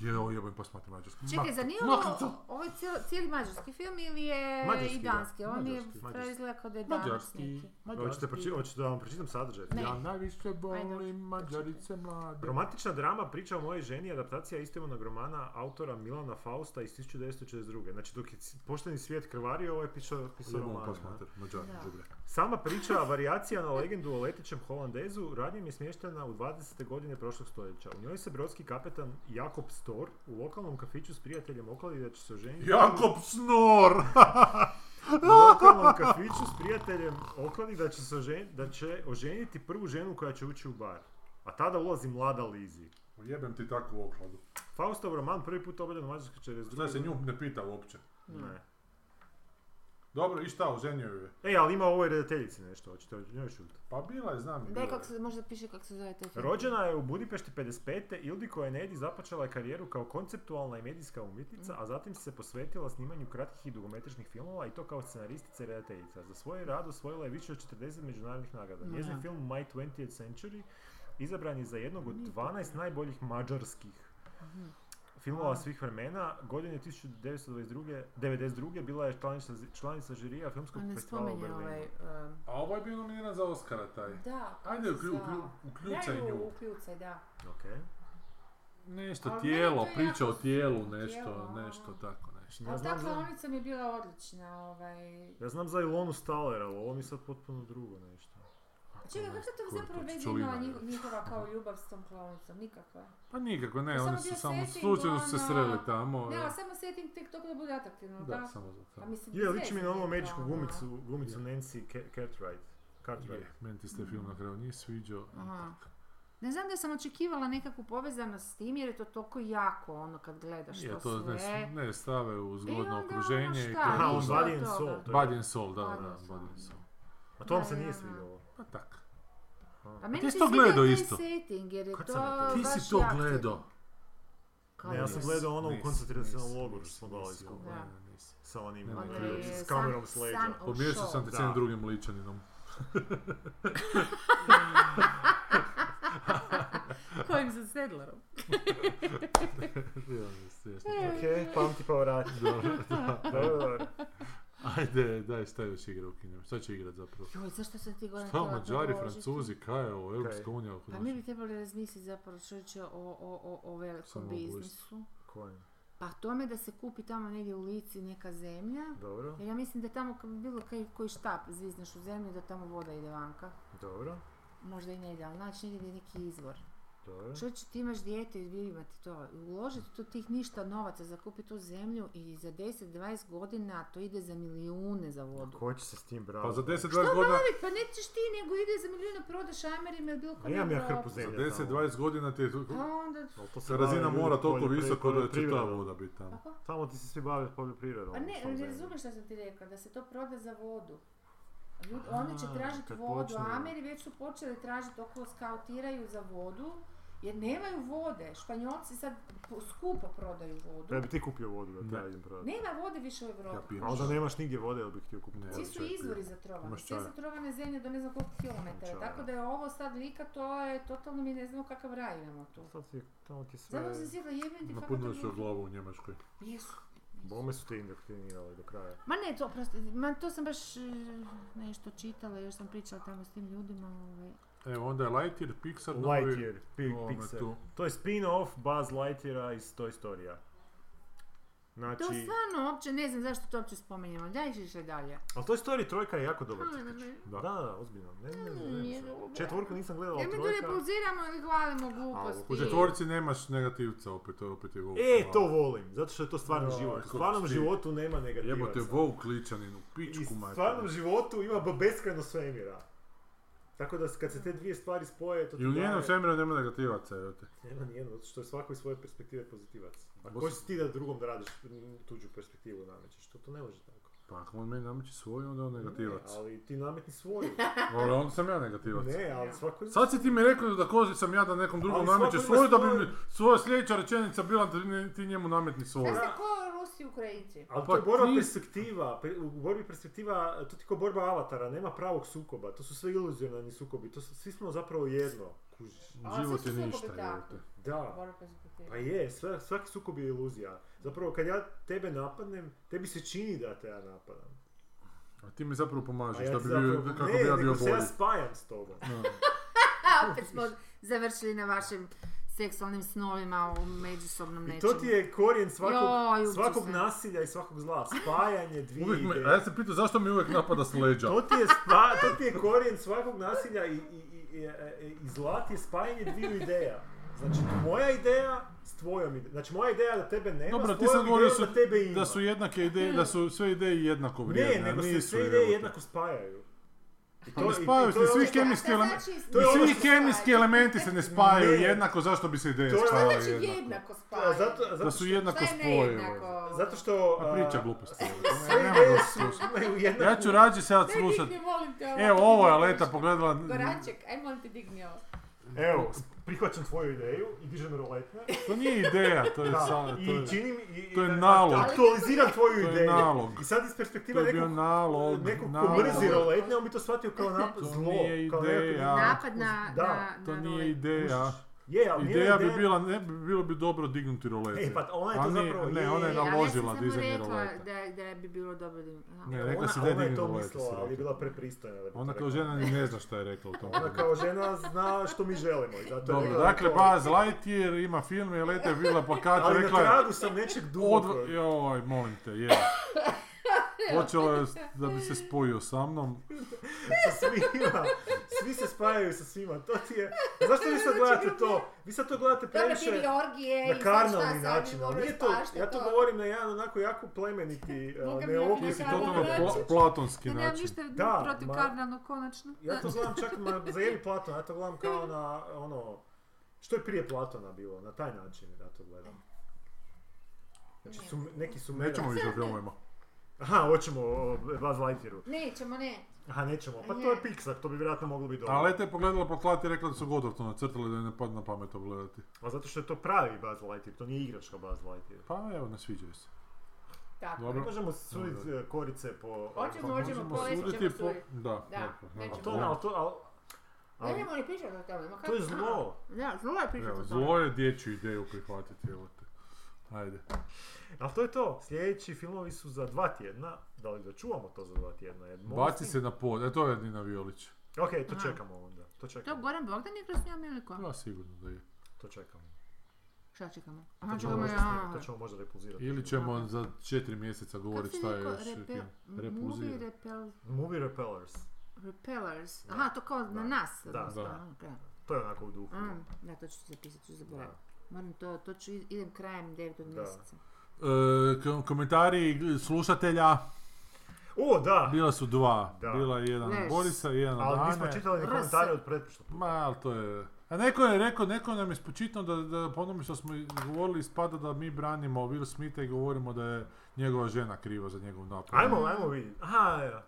[SPEAKER 3] Jeo, jebem pa smatram mađarski.
[SPEAKER 5] Čekaj,
[SPEAKER 3] Ma-
[SPEAKER 5] zar nije
[SPEAKER 3] maknite.
[SPEAKER 5] ovo, ovo je cijeli, cijeli mađarski film ili je
[SPEAKER 4] Mađarski,
[SPEAKER 5] i
[SPEAKER 4] da.
[SPEAKER 5] danski? Ovo mi je
[SPEAKER 4] Mađarski,
[SPEAKER 5] pravi
[SPEAKER 4] mađarski.
[SPEAKER 5] izgleda kao da je danas
[SPEAKER 3] Mađarski,
[SPEAKER 5] neki.
[SPEAKER 4] Hoćete, proči,
[SPEAKER 3] mađarski.
[SPEAKER 4] hoćete da vam pročitam sadržaj?
[SPEAKER 5] Ne.
[SPEAKER 3] Ja najviše
[SPEAKER 5] Ajde.
[SPEAKER 3] volim mađarice mlade.
[SPEAKER 4] Romantična drama priča o mojoj ženi, adaptacija istoimenog romana autora Milana Fausta iz 1942. Znači, dok je c- pošteni svijet krvario, ovo je pisao, pisao
[SPEAKER 3] Jebem
[SPEAKER 4] roman.
[SPEAKER 3] pa
[SPEAKER 4] da.
[SPEAKER 3] smatram, mađari,
[SPEAKER 5] Da.
[SPEAKER 3] đubre.
[SPEAKER 4] Sama priča, varijacija na legendu o letećem Holandezu, radnjem je smještena u 20. godine prošlog stoljeća. U njoj se brodski kapetan Jakob Stor u lokalnom kafiću s prijateljem okladi da će se oženiti...
[SPEAKER 3] Jakob Snor!
[SPEAKER 4] U lokalnom kafiću s prijateljem okladi da će, se ožen- da će oženiti prvu ženu koja će ući u bar. A tada ulazi mlada Lizi.
[SPEAKER 3] Jebem ti takvu okladu.
[SPEAKER 4] Faustov roman prvi put objavljen u Mađarskoj 42.
[SPEAKER 3] Šta se nju ne pita uopće.
[SPEAKER 4] Ne.
[SPEAKER 3] Dobro, i šta, oženio ju je.
[SPEAKER 4] E, ali ima ovoj redateljici nešto, hoćete o njoj čuti.
[SPEAKER 3] Pa bila je, znam. je
[SPEAKER 5] Daj
[SPEAKER 3] bila
[SPEAKER 5] kako se, možda piše kako se zove taj film.
[SPEAKER 4] Rođena je u Budimpešti 55. Ildiko Enedi započela je karijeru kao konceptualna i medijska umjetnica, a zatim se posvetila snimanju kratkih i dugometražnih filmova i to kao scenaristica i redateljica. Za svoj rad osvojila je više od 40 međunarodnih nagrada.
[SPEAKER 1] Ma
[SPEAKER 4] Njezin
[SPEAKER 1] da.
[SPEAKER 4] film My 20th Century izabran je za jednog od 12 najboljih mađarskih
[SPEAKER 1] Mhm.
[SPEAKER 4] filmova svih vremena. Godine 1992. 92. bila je članica, članica žirija filmskog
[SPEAKER 1] On ne
[SPEAKER 4] festivala u
[SPEAKER 1] spominje
[SPEAKER 4] Berlinu.
[SPEAKER 1] ovaj... um,
[SPEAKER 3] A ovo je bio nominiran za Oscara taj.
[SPEAKER 1] Da,
[SPEAKER 3] Ajde,
[SPEAKER 1] kako se
[SPEAKER 3] uklju-
[SPEAKER 1] zvao?
[SPEAKER 3] uklju- uključaj
[SPEAKER 1] Daj ju,
[SPEAKER 3] nju.
[SPEAKER 1] Uključaj, da.
[SPEAKER 4] Okej.
[SPEAKER 3] Nešto
[SPEAKER 1] Ali meni
[SPEAKER 3] tijelo,
[SPEAKER 1] to je
[SPEAKER 3] priča o
[SPEAKER 1] jako
[SPEAKER 3] tijelu,
[SPEAKER 1] slično,
[SPEAKER 3] nešto,
[SPEAKER 1] tijelo,
[SPEAKER 3] nešto
[SPEAKER 1] ono.
[SPEAKER 3] tako nešto.
[SPEAKER 4] Ja
[SPEAKER 1] Ali ta
[SPEAKER 4] znam za-
[SPEAKER 1] klaonica mi je bila odlična, ovaj...
[SPEAKER 4] Ja znam za Ilonu Staller, ali ovo mi je sad potpuno drugo nešto.
[SPEAKER 1] A Čekaj,
[SPEAKER 3] ono,
[SPEAKER 1] kako to
[SPEAKER 3] Kurta,
[SPEAKER 1] zapravo veze
[SPEAKER 3] čulina
[SPEAKER 1] imala
[SPEAKER 3] je.
[SPEAKER 1] njiho- njihova kao ljubav s tom klaonicom? Nikakva.
[SPEAKER 3] Pa nikako, ne,
[SPEAKER 1] To
[SPEAKER 3] oni
[SPEAKER 1] samo
[SPEAKER 3] su
[SPEAKER 1] bio
[SPEAKER 3] samo
[SPEAKER 1] setting,
[SPEAKER 3] slučajno su se
[SPEAKER 1] ono-
[SPEAKER 3] sreli tamo.
[SPEAKER 1] Ne,
[SPEAKER 3] e.
[SPEAKER 1] ali
[SPEAKER 5] Pa
[SPEAKER 1] samo setting tek toga da bude atraktivno, da?
[SPEAKER 3] Da, samo za
[SPEAKER 1] Pa
[SPEAKER 3] to.
[SPEAKER 1] mislim,
[SPEAKER 4] Je,
[SPEAKER 1] bez
[SPEAKER 4] liči mi
[SPEAKER 1] veze
[SPEAKER 4] na onu
[SPEAKER 1] je
[SPEAKER 4] američku
[SPEAKER 1] to, ono.
[SPEAKER 4] gumicu, gumicu Nancy Ca- Cartwright. Cartwright.
[SPEAKER 3] Je, meni ti se taj film na kraju nije sviđao.
[SPEAKER 5] Mm. Aha. Ne znam da sam očekivala nekakvu povezanost s tim jer je to toliko jako ono kad gledaš
[SPEAKER 3] Je,
[SPEAKER 5] to
[SPEAKER 3] to
[SPEAKER 5] sve.
[SPEAKER 3] ne, ne stave u
[SPEAKER 5] onda,
[SPEAKER 3] zgodno
[SPEAKER 5] ono,
[SPEAKER 3] okruženje. i
[SPEAKER 5] šta,
[SPEAKER 3] krenu-
[SPEAKER 4] Aha, on
[SPEAKER 5] ništa
[SPEAKER 4] Body
[SPEAKER 5] od
[SPEAKER 4] and
[SPEAKER 5] toga.
[SPEAKER 4] Soul. to je-
[SPEAKER 3] Body and Soul, da, da,
[SPEAKER 5] Body
[SPEAKER 3] da,
[SPEAKER 5] and Soul.
[SPEAKER 3] Body and Soul.
[SPEAKER 4] A to vam
[SPEAKER 5] Da,
[SPEAKER 4] se nije
[SPEAKER 5] ja,
[SPEAKER 4] svidjelo.
[SPEAKER 3] Pa tak.
[SPEAKER 5] A meni
[SPEAKER 3] ti
[SPEAKER 5] se
[SPEAKER 3] si to
[SPEAKER 5] svidio
[SPEAKER 3] gledao
[SPEAKER 5] taj
[SPEAKER 3] isto?
[SPEAKER 5] setting jer je
[SPEAKER 4] Kad
[SPEAKER 5] to
[SPEAKER 4] sam ja to-
[SPEAKER 3] Ti
[SPEAKER 5] baš
[SPEAKER 3] si to
[SPEAKER 5] jako-
[SPEAKER 3] gledao.
[SPEAKER 5] Kao
[SPEAKER 4] Ne, ja sam
[SPEAKER 5] da-
[SPEAKER 3] Nisi,
[SPEAKER 4] gledao ono u
[SPEAKER 3] nisi,
[SPEAKER 4] koncentracionom
[SPEAKER 3] nisi,
[SPEAKER 4] logoru
[SPEAKER 3] nisi,
[SPEAKER 4] smo gledali
[SPEAKER 3] nisi,
[SPEAKER 4] skupa.
[SPEAKER 3] ne,
[SPEAKER 5] Da.
[SPEAKER 3] ne, nisi.
[SPEAKER 4] Sa onim,
[SPEAKER 3] Ne, ne,
[SPEAKER 4] onim
[SPEAKER 5] Onda
[SPEAKER 3] ne,
[SPEAKER 4] drugim,
[SPEAKER 5] ono, je
[SPEAKER 4] s
[SPEAKER 5] Sun-
[SPEAKER 4] kamerom s leđa.
[SPEAKER 5] Sun of
[SPEAKER 3] Pomiješao sam
[SPEAKER 5] Show.
[SPEAKER 3] te
[SPEAKER 4] Da.
[SPEAKER 3] s jednim drugim ličaninom.
[SPEAKER 1] Kojim sam sedlarom.
[SPEAKER 4] Okej, pamti pa vrati. Dobro.
[SPEAKER 3] Ajde, daj, šta još igra u kinima? Šta će igrat zapravo?
[SPEAKER 5] Joj, zašto sam ti godina
[SPEAKER 3] Šta,
[SPEAKER 5] htjela
[SPEAKER 3] Mađari,
[SPEAKER 5] predložiti?
[SPEAKER 3] Francuzi, kaj je ovo, Europska
[SPEAKER 4] Kaj?
[SPEAKER 3] unija?
[SPEAKER 5] Pa mi bi trebali razmisliti zapravo čovječe o, o, o, o velikom
[SPEAKER 3] Samoubojstvo.
[SPEAKER 5] biznisu.
[SPEAKER 4] Koji?
[SPEAKER 5] Pa tome da se kupi tamo negdje u Lici neka zemlja.
[SPEAKER 4] Dobro,
[SPEAKER 5] Jer ja mislim da tamo k- bilo kaj, koji štap zvizneš u zemlju da tamo voda ide vanka.
[SPEAKER 4] dobro.
[SPEAKER 5] Možda i ne ide, ali znači negdje gdje je neki izvor.
[SPEAKER 4] Dobro.
[SPEAKER 5] Čovječe, ti imaš dijete i vi imate to. I Uložiti tu tih ništa novaca, zakupiti tu zemlju i za 10-20 godina to ide za milijune za vodu.
[SPEAKER 4] Ko će se s tim bravo?
[SPEAKER 3] Pa za 10-20
[SPEAKER 5] Što
[SPEAKER 3] godina,
[SPEAKER 5] novi, pa nećeš ti, nego ide za milijune, prodaš Amerima ili bilo ko
[SPEAKER 4] Nemam ja
[SPEAKER 5] nekog-
[SPEAKER 4] hrpu
[SPEAKER 3] za
[SPEAKER 4] zemlje. tamo.
[SPEAKER 3] 10-20 godina ti je tu-
[SPEAKER 5] Pa onda,
[SPEAKER 4] Ali to se
[SPEAKER 3] ta razina
[SPEAKER 4] bave ljudi
[SPEAKER 3] mora toliko
[SPEAKER 4] poljoprivredom,
[SPEAKER 3] visoko da će ta
[SPEAKER 4] poljoprivredom.
[SPEAKER 3] voda biti tamo.
[SPEAKER 5] kako?
[SPEAKER 4] Tamo ti se svi bave poljoprivredom.
[SPEAKER 5] Pa ne,
[SPEAKER 4] u svom
[SPEAKER 5] ali
[SPEAKER 4] zemlji.
[SPEAKER 5] razumiješ što sam ti rekla, da se to proda za vodu. Ljudi,
[SPEAKER 4] A,
[SPEAKER 5] oni će tražiti
[SPEAKER 4] kad
[SPEAKER 5] vodu,
[SPEAKER 4] počnu.
[SPEAKER 5] a Ameri već su počeli tražiti okolo skautiraju za vodu, jer nemaju vode. Španjolci sad po- skupo prodaju vodu.
[SPEAKER 4] Da bi ti kupio vodu da ti
[SPEAKER 3] Ne.
[SPEAKER 4] ja idem prodati.
[SPEAKER 5] Nema vode više u Europi.
[SPEAKER 3] Ja pijem.
[SPEAKER 4] A onda nemaš nigdje vode, jel bih htio kupiti
[SPEAKER 3] Ne.
[SPEAKER 4] vodu.
[SPEAKER 5] Svi
[SPEAKER 3] Čaj
[SPEAKER 5] su
[SPEAKER 3] pijem.
[SPEAKER 5] izvori zatrovani,
[SPEAKER 3] Imaš
[SPEAKER 5] sve
[SPEAKER 3] čaja?
[SPEAKER 5] zatrovane zemlje do ne znam koliko kilometara,
[SPEAKER 4] Čaja.
[SPEAKER 5] tako da je ovo sad lika, to je totalno mi ne znamo kakav raj imamo tu.
[SPEAKER 4] Sad ti, tamo ti sve...
[SPEAKER 5] Zato sam sjela jebim ti fakat
[SPEAKER 3] Napunili su joj
[SPEAKER 5] ono-
[SPEAKER 3] glavu u Njemačkoj.
[SPEAKER 5] Jesu.
[SPEAKER 4] Bome su te indoktrinirali do kraja.
[SPEAKER 5] Ma ne, to prosto, ma to sam baš e, nešto čitala, još sam pričala tamo s tim ljudima, ovaj,
[SPEAKER 3] Evo onda je Lightyear, Pixar, novi-
[SPEAKER 4] Lightyear, Pi-
[SPEAKER 3] ovome
[SPEAKER 4] Pixar.
[SPEAKER 3] tu.
[SPEAKER 4] To je spin-off Buzz Lightyeara iz Toy Storya. Znači,
[SPEAKER 5] To stvarno uopće ne znam zašto to uopće spominjemo. Daj će dalje.
[SPEAKER 4] ali Toy Story trojka je jako dobar.
[SPEAKER 5] Ajme, me.
[SPEAKER 4] Da, da, da, ozbiljno. Ne, ne, ne, ne,
[SPEAKER 5] Mm, Nije
[SPEAKER 4] ne.
[SPEAKER 5] dobro.
[SPEAKER 4] Četvorku nisam gledala,
[SPEAKER 5] Jel
[SPEAKER 4] ali
[SPEAKER 5] mi tu
[SPEAKER 4] trojka...
[SPEAKER 5] repulziramo ili hvalimo
[SPEAKER 3] U
[SPEAKER 5] gluposti?
[SPEAKER 3] četvorici nemaš negativca opet, to je opet je Vogue.
[SPEAKER 4] E, to volim, zato što je to stvarni
[SPEAKER 3] Joj,
[SPEAKER 4] život. U
[SPEAKER 3] kako
[SPEAKER 4] stvarnom
[SPEAKER 3] si.
[SPEAKER 4] životu nema negativaca.
[SPEAKER 3] Jebote, Vogue ličanin u
[SPEAKER 4] I
[SPEAKER 3] pičku
[SPEAKER 4] stvarnom
[SPEAKER 3] mater.
[SPEAKER 4] životu ima b- beskrajno svemira. Tako da kad se te dvije stvari spoje, to ti
[SPEAKER 3] I u njenom
[SPEAKER 4] daje-
[SPEAKER 3] svemiru nema negativaca, evo te.
[SPEAKER 4] Nema nijedno, zato što je svako iz svoje perspektive pozitivac. A
[SPEAKER 3] Bos-
[SPEAKER 4] ko si ti da drugom da radiš m, tuđu perspektivu namećeš? To, to ne može tako.
[SPEAKER 3] Pa ako on meni nameći svoj, onda je on negativac.
[SPEAKER 4] Ne, ali ti nametni svoju.
[SPEAKER 3] Ali onda sam ja negativac.
[SPEAKER 4] ne, ali svako...
[SPEAKER 3] Sad si ti mi rekao da kozi sam ja da nekom drugom
[SPEAKER 4] Ali svako
[SPEAKER 3] nameće
[SPEAKER 4] ima
[SPEAKER 3] svoju, da bi
[SPEAKER 4] svoju-
[SPEAKER 3] mi svoja sljedeća rečenica bila da ti- ti njemu nametni svoju.
[SPEAKER 5] Sad ste ko Rusi i Ukrajinci?
[SPEAKER 4] Ali
[SPEAKER 3] Pa
[SPEAKER 4] to je borba
[SPEAKER 3] ti-
[SPEAKER 4] perspektiva, Pe- u borbi perspektiva, to ti kao borba avatara, nema pravog sukoba, to su sve iluzionalni sukobi, to su- svi smo zapravo jedno, kužiš.
[SPEAKER 5] A,
[SPEAKER 3] Život
[SPEAKER 5] sve
[SPEAKER 3] je
[SPEAKER 5] su
[SPEAKER 3] ništa,
[SPEAKER 5] sukobi takvi.
[SPEAKER 3] jebote.
[SPEAKER 4] Da,
[SPEAKER 5] Borba perspektive.
[SPEAKER 4] pa je, sve- svaki sukob je iluzija. Zapravo kad ja tebe napadnem, tebi se čini da te ja napadam.
[SPEAKER 3] A ti mi zapravo pomažeš,
[SPEAKER 4] ja
[SPEAKER 3] da
[SPEAKER 4] ti
[SPEAKER 3] Znači, bi bio,
[SPEAKER 4] zapravo-
[SPEAKER 3] kako
[SPEAKER 4] ne,
[SPEAKER 3] bi ja
[SPEAKER 4] nego
[SPEAKER 3] bio
[SPEAKER 4] se
[SPEAKER 3] bolji.
[SPEAKER 4] ja spajam s tobom.
[SPEAKER 5] A, opet smo završili na vašim seksualnim snovima o međusobnom
[SPEAKER 4] I
[SPEAKER 5] nečemu.
[SPEAKER 4] to ti je korijen svakog,
[SPEAKER 5] Joj, uopće
[SPEAKER 4] svakog
[SPEAKER 5] se.
[SPEAKER 4] nasilja i svakog zla, spajanje dvije
[SPEAKER 3] Uvijek me, e,
[SPEAKER 4] ideje.
[SPEAKER 3] a ja se pitam zašto mi uvijek napada s leđa.
[SPEAKER 4] To ti, je spa, to ti je korijen svakog nasilja i, i, i, i, i zla ti je spajanje dviju ideja. Znači, moja ideja s tvojom idejom. Znači, moja ideja da tebe nema,
[SPEAKER 3] Dobro,
[SPEAKER 4] s
[SPEAKER 3] ti sad
[SPEAKER 4] tvojom
[SPEAKER 3] govorio
[SPEAKER 4] idejom
[SPEAKER 3] su,
[SPEAKER 4] da tebe ima.
[SPEAKER 3] da su jednake ideje, da su sve ideje jednako vrijedne,
[SPEAKER 4] ne,
[SPEAKER 3] a
[SPEAKER 4] nego se
[SPEAKER 3] nisu,
[SPEAKER 4] sve
[SPEAKER 3] jebote.
[SPEAKER 4] ideje jednako spajaju. I
[SPEAKER 3] Pa
[SPEAKER 4] to-
[SPEAKER 3] ne
[SPEAKER 4] i- i
[SPEAKER 3] spajaju
[SPEAKER 4] to
[SPEAKER 3] se,
[SPEAKER 4] je ono
[SPEAKER 3] svi
[SPEAKER 4] što-
[SPEAKER 3] kemijski
[SPEAKER 5] A šta
[SPEAKER 3] elementi.
[SPEAKER 5] znači-
[SPEAKER 4] To je ono
[SPEAKER 3] Svi
[SPEAKER 4] što
[SPEAKER 3] kemijski elementi se ne spajaju
[SPEAKER 4] Ne.
[SPEAKER 3] jednako, zašto bi se ideje
[SPEAKER 4] To je-
[SPEAKER 3] spajale
[SPEAKER 4] Što
[SPEAKER 5] Znači
[SPEAKER 3] jednako?
[SPEAKER 5] jednako spajanje.
[SPEAKER 4] A Pa, zato, zato,
[SPEAKER 3] Pa, Da su jednako
[SPEAKER 5] Šta je nejednako?
[SPEAKER 3] spojene.
[SPEAKER 4] zato što...
[SPEAKER 3] A priča
[SPEAKER 4] a,
[SPEAKER 3] gluposti.
[SPEAKER 4] Sve
[SPEAKER 3] Ne
[SPEAKER 4] ideje
[SPEAKER 3] mogu
[SPEAKER 4] su imaju jednaku...
[SPEAKER 3] Ja ću rađe sad
[SPEAKER 5] Daj,
[SPEAKER 3] slušat.
[SPEAKER 5] digni, molim te,
[SPEAKER 3] Evo, ovo je Aleta pogledala.
[SPEAKER 5] Goranček, aj molim te digni ovo.
[SPEAKER 4] Evo, prihvaćam tvoju ideju i dižem roletne.
[SPEAKER 3] To nije ideja, to je
[SPEAKER 4] Da,
[SPEAKER 3] E, sad, to
[SPEAKER 4] i
[SPEAKER 3] je,
[SPEAKER 4] činim... I,
[SPEAKER 3] to je
[SPEAKER 4] i-
[SPEAKER 3] nalog.
[SPEAKER 4] Aktualiziram tvoju
[SPEAKER 3] To je
[SPEAKER 4] ideju.
[SPEAKER 3] nalog.
[SPEAKER 4] I sad iz
[SPEAKER 3] to
[SPEAKER 4] perspektive
[SPEAKER 3] je bio
[SPEAKER 4] nekog
[SPEAKER 3] nalog.
[SPEAKER 4] Neko ko
[SPEAKER 3] nalog.
[SPEAKER 4] mrzi roletne, on bi to shvatio kao nap-
[SPEAKER 3] To
[SPEAKER 4] zlo.
[SPEAKER 3] nije
[SPEAKER 4] kao nekako-
[SPEAKER 3] ideja.
[SPEAKER 5] Napad na,
[SPEAKER 4] Da,
[SPEAKER 5] na,
[SPEAKER 3] To
[SPEAKER 5] na
[SPEAKER 3] nije
[SPEAKER 5] rolet.
[SPEAKER 3] ideja.
[SPEAKER 4] Je, ali nije
[SPEAKER 3] Ideja bi bila, ne bi bilo bi dobro dignuti rolete.
[SPEAKER 4] E, pa ona je
[SPEAKER 3] A
[SPEAKER 4] to
[SPEAKER 3] nije-
[SPEAKER 4] zapravo
[SPEAKER 3] Ne,
[SPEAKER 4] je-
[SPEAKER 3] ona je
[SPEAKER 4] Ali ja
[SPEAKER 5] E, Ali
[SPEAKER 3] naložila
[SPEAKER 5] ja sam
[SPEAKER 3] dizanje
[SPEAKER 5] samo rekla
[SPEAKER 3] roleta.
[SPEAKER 5] da, da bi bilo dobro da im- aha.
[SPEAKER 3] Ne,
[SPEAKER 4] Ona,
[SPEAKER 3] rekla si da
[SPEAKER 4] ona je
[SPEAKER 3] digni
[SPEAKER 4] to
[SPEAKER 3] rolete.
[SPEAKER 4] mislila,
[SPEAKER 3] si
[SPEAKER 4] ali je
[SPEAKER 3] rekla.
[SPEAKER 4] bila prepristojna. da bi to
[SPEAKER 3] Ona kao
[SPEAKER 4] rekla.
[SPEAKER 3] žena ni ne zna šta je rekla u tom
[SPEAKER 4] Ona
[SPEAKER 3] trenutku.
[SPEAKER 4] kao žena zna što mi želimo i zato je
[SPEAKER 3] Dobro,
[SPEAKER 4] bila
[SPEAKER 3] dakle,
[SPEAKER 4] to.
[SPEAKER 3] Buzz Lightyear ima film i lete bila plakat,
[SPEAKER 4] Ali na
[SPEAKER 3] rekla je...
[SPEAKER 4] tragu sam nečeg duboko.
[SPEAKER 3] Odv... Joj, molim te, je. Počela je s- da bi se spojio sa mnom.
[SPEAKER 4] sa svima. Svi se spajaju sa svima. To ti je... Zašto vi sad gledate to? Vi sad to gledate
[SPEAKER 5] Dobro,
[SPEAKER 4] previše...
[SPEAKER 5] Znači, bili orgije
[SPEAKER 4] na
[SPEAKER 5] i
[SPEAKER 4] karnalni
[SPEAKER 5] svašta, sad bi
[SPEAKER 4] način, ali
[SPEAKER 5] mogli
[SPEAKER 4] nije to,
[SPEAKER 5] svašta
[SPEAKER 4] ja to govorim na jedan onako jako plemeniti, uh, a,
[SPEAKER 5] Boga mi,
[SPEAKER 4] neobičan-
[SPEAKER 5] ja
[SPEAKER 3] Ti
[SPEAKER 5] bi
[SPEAKER 3] si
[SPEAKER 5] Na
[SPEAKER 3] totalno
[SPEAKER 5] način.
[SPEAKER 3] pla- platonski
[SPEAKER 5] Ja nemam
[SPEAKER 3] način.
[SPEAKER 5] ništa
[SPEAKER 4] Da,
[SPEAKER 5] protiv
[SPEAKER 4] ma-
[SPEAKER 5] karnalnog, konačno.
[SPEAKER 4] Ja to gledam čak, ma, zajebi Platona, ja to gledam kao na, ono, što je prije Platona bilo, na taj način ja to gledam. Znači, su, neki su mera-
[SPEAKER 3] Nećemo više o filmovima.
[SPEAKER 4] Aha, hoćemo o Buzz Lightyearu.
[SPEAKER 5] Nećemo, ne.
[SPEAKER 4] Aha, nećemo, pa to je Pixar, to bi vjerojatno moglo biti dobro.
[SPEAKER 3] A Leta je pogledala plakat i rekla da su Godov to nacrtali da je ne padne na pamet to gledati.
[SPEAKER 4] A zato što je to pravi Buzz Lightyear, to nije igračka Buzz Lightyear.
[SPEAKER 3] Pa evo, ne sviđaju se.
[SPEAKER 5] Tako.
[SPEAKER 3] Dobro.
[SPEAKER 4] Možemo suditi
[SPEAKER 3] Dobro.
[SPEAKER 4] e, korice po...
[SPEAKER 5] Hoćemo,
[SPEAKER 4] po-
[SPEAKER 5] hoćemo, povesti ćemo
[SPEAKER 3] suditi po...
[SPEAKER 5] suditi.
[SPEAKER 3] Da,
[SPEAKER 5] Da,
[SPEAKER 3] dobro,
[SPEAKER 4] A
[SPEAKER 5] nećemo.
[SPEAKER 4] to, al to, al, al-
[SPEAKER 5] Nemojmo ni pričati o tome. ma
[SPEAKER 4] to je
[SPEAKER 5] kako-
[SPEAKER 4] zlo.
[SPEAKER 5] Da, zlo je pričati
[SPEAKER 3] Evo,
[SPEAKER 5] o
[SPEAKER 3] zlo
[SPEAKER 5] tome.
[SPEAKER 3] je dječju ideju prihvatiti, evo te. Ajde.
[SPEAKER 4] Ali to je to, sljedeći filmovi su za dva tjedna, da li da čuvamo to za dva tjedna? Jer možda
[SPEAKER 3] Baci
[SPEAKER 4] stignu.
[SPEAKER 3] se na pod, e to je Nina Violić.
[SPEAKER 4] Ok, to
[SPEAKER 5] Aha.
[SPEAKER 4] čekamo onda. To
[SPEAKER 5] To
[SPEAKER 4] čekamo.
[SPEAKER 5] Goran Bogdan je kroz njom ili ko?
[SPEAKER 3] Ja sigurno da je.
[SPEAKER 4] To čekamo.
[SPEAKER 5] Šta čekamo?
[SPEAKER 4] To
[SPEAKER 5] Aha,
[SPEAKER 4] ćemo,
[SPEAKER 5] čekamo
[SPEAKER 4] možda,
[SPEAKER 5] ja.
[SPEAKER 4] snimiti, to ćemo možda repulzirati.
[SPEAKER 3] Ili ćemo za četiri mjeseca
[SPEAKER 5] Kako
[SPEAKER 3] govoriti
[SPEAKER 5] si
[SPEAKER 3] šta je
[SPEAKER 5] rekao?
[SPEAKER 3] još
[SPEAKER 5] Repel... Movie
[SPEAKER 3] repulzira.
[SPEAKER 5] repel...
[SPEAKER 4] Movie Repellers.
[SPEAKER 5] repellers.
[SPEAKER 4] Da.
[SPEAKER 5] Aha, to kao na
[SPEAKER 4] Da.
[SPEAKER 5] nas.
[SPEAKER 4] Da,
[SPEAKER 5] odnosno,
[SPEAKER 3] da.
[SPEAKER 5] aha, ok.
[SPEAKER 4] To je onako u duhu.
[SPEAKER 1] Mm, da, to ću si zapisati, ću zaboraviti. Moram to, to ću, idem krajem 9.
[SPEAKER 4] Da.
[SPEAKER 1] mjeseca.
[SPEAKER 3] E, kom- komentari slušatelja,
[SPEAKER 4] O, da!
[SPEAKER 3] bila su dva.
[SPEAKER 4] Da.
[SPEAKER 3] Bila je jedan od
[SPEAKER 1] Yes.
[SPEAKER 3] Borisa i jedan od
[SPEAKER 4] Ali
[SPEAKER 3] Ane.
[SPEAKER 4] nismo čitali ni
[SPEAKER 1] Rs.
[SPEAKER 4] komentare od pretprošlog.
[SPEAKER 3] Ma, ali to je... A neko je rekao, neko nam je spočitno da, da po onome što smo govorili ispada da mi branimo Will Smitha i govorimo da je njegova žena kriva za njegov napad.
[SPEAKER 4] Ajmo, ajmo vidjeti. Aha, ja.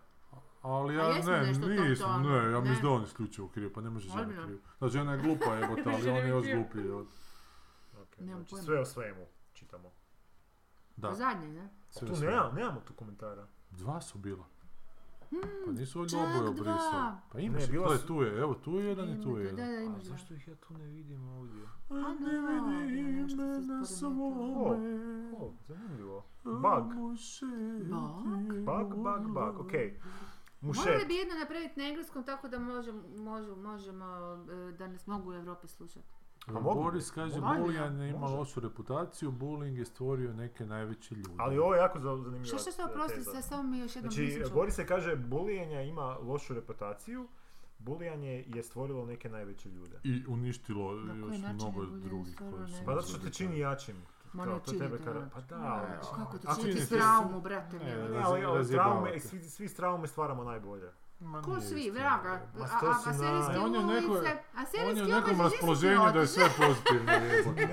[SPEAKER 3] Ali
[SPEAKER 1] A
[SPEAKER 3] ja
[SPEAKER 1] jesmo
[SPEAKER 3] ne,
[SPEAKER 1] nešto u tom
[SPEAKER 3] nisam,
[SPEAKER 1] tonu,
[SPEAKER 3] ne,
[SPEAKER 1] ne?
[SPEAKER 3] ja mislim da je on isključivo kriv, pa ne može žena
[SPEAKER 1] Ozbiljno?
[SPEAKER 3] kriv. Da, žena je glupa jebote, ali on
[SPEAKER 1] Žena
[SPEAKER 3] je
[SPEAKER 1] je
[SPEAKER 3] još
[SPEAKER 1] kriva.
[SPEAKER 3] gluplji. od-
[SPEAKER 4] Ok,
[SPEAKER 1] Nemam
[SPEAKER 4] znači,
[SPEAKER 1] pojma.
[SPEAKER 4] sve o svemu čitamo.
[SPEAKER 3] Da,
[SPEAKER 1] Zadnje, ne?
[SPEAKER 3] sve
[SPEAKER 4] tu
[SPEAKER 3] sve.
[SPEAKER 4] nema, nemamo tu komentara.
[SPEAKER 3] Dva su bila. Pa nisu ovdje
[SPEAKER 1] Hmm, čak
[SPEAKER 3] oboje
[SPEAKER 1] dva.
[SPEAKER 3] obrisali. Pa imaš
[SPEAKER 4] Ne,
[SPEAKER 3] ih,
[SPEAKER 4] bila
[SPEAKER 3] gle,
[SPEAKER 4] su-
[SPEAKER 3] tu je, evo tu je jedan i tu
[SPEAKER 1] Ima
[SPEAKER 3] je
[SPEAKER 1] to, Da,
[SPEAKER 3] jedan. Pa
[SPEAKER 1] da, imaš dva.
[SPEAKER 4] ih ja tu ne vidim ovdje?
[SPEAKER 3] Ne
[SPEAKER 1] dobro,
[SPEAKER 3] vidi
[SPEAKER 1] nešto se
[SPEAKER 3] mene
[SPEAKER 1] ispod
[SPEAKER 3] svome,
[SPEAKER 4] O, zanimljivo. Bug.
[SPEAKER 3] mušeti
[SPEAKER 1] Bug?
[SPEAKER 4] Bug, bug, bug, okej.
[SPEAKER 5] Morali
[SPEAKER 4] Mušet.
[SPEAKER 5] bi jedno napraviti na engleskom tako da možem- možu- možemo, e, da nas mogu u Europi slušati.
[SPEAKER 4] A mogu bi.
[SPEAKER 3] Boris kaže,
[SPEAKER 1] Može,
[SPEAKER 3] Bulijan je imao
[SPEAKER 4] može.
[SPEAKER 3] lošu reputaciju, Buling je stvorio neke najveće ljude.
[SPEAKER 4] Ali ovo je jako za- zanimljiva
[SPEAKER 5] Što, što, što,
[SPEAKER 4] teza.
[SPEAKER 5] oprosti se, samo mi još jednom
[SPEAKER 4] Znači,
[SPEAKER 5] nisam čula.
[SPEAKER 4] Boris se kaže, bulijanja ima lošu reputaciju, bulijanje je stvorilo neke najveće ljude.
[SPEAKER 3] I uništilo
[SPEAKER 5] Na koji
[SPEAKER 3] još
[SPEAKER 5] način je
[SPEAKER 3] mnogo
[SPEAKER 5] Bulijan
[SPEAKER 3] drugih
[SPEAKER 5] stvarno
[SPEAKER 3] koji su...
[SPEAKER 5] najveći?
[SPEAKER 4] Pa zato što te čini jačim.
[SPEAKER 5] Ma ne
[SPEAKER 4] Kao, to
[SPEAKER 5] čini
[SPEAKER 4] tebe
[SPEAKER 5] te
[SPEAKER 4] kara-
[SPEAKER 5] jači.
[SPEAKER 4] Pa da,
[SPEAKER 1] Da,
[SPEAKER 4] ali-
[SPEAKER 5] Kako to
[SPEAKER 3] Ako
[SPEAKER 5] čini ti
[SPEAKER 3] nisi-
[SPEAKER 5] s traumu, brate?
[SPEAKER 3] Ne,
[SPEAKER 5] mili?
[SPEAKER 3] ne,
[SPEAKER 4] Ne, ali ali
[SPEAKER 3] Razjebavate.
[SPEAKER 4] traume, svi, svi s traume stvaramo najbolje.
[SPEAKER 3] Ma
[SPEAKER 5] Ko
[SPEAKER 3] nije
[SPEAKER 5] svi,
[SPEAKER 3] istina.
[SPEAKER 5] vraga?
[SPEAKER 4] Ma
[SPEAKER 5] A,
[SPEAKER 4] to
[SPEAKER 5] a,
[SPEAKER 4] su
[SPEAKER 5] a serijski
[SPEAKER 3] naj- On je u nekoj-
[SPEAKER 5] ulice? A
[SPEAKER 3] On je u
[SPEAKER 5] serijski
[SPEAKER 3] nekom
[SPEAKER 5] ulice, nisu
[SPEAKER 3] raspoloženju da je sve pozitivno. jebote.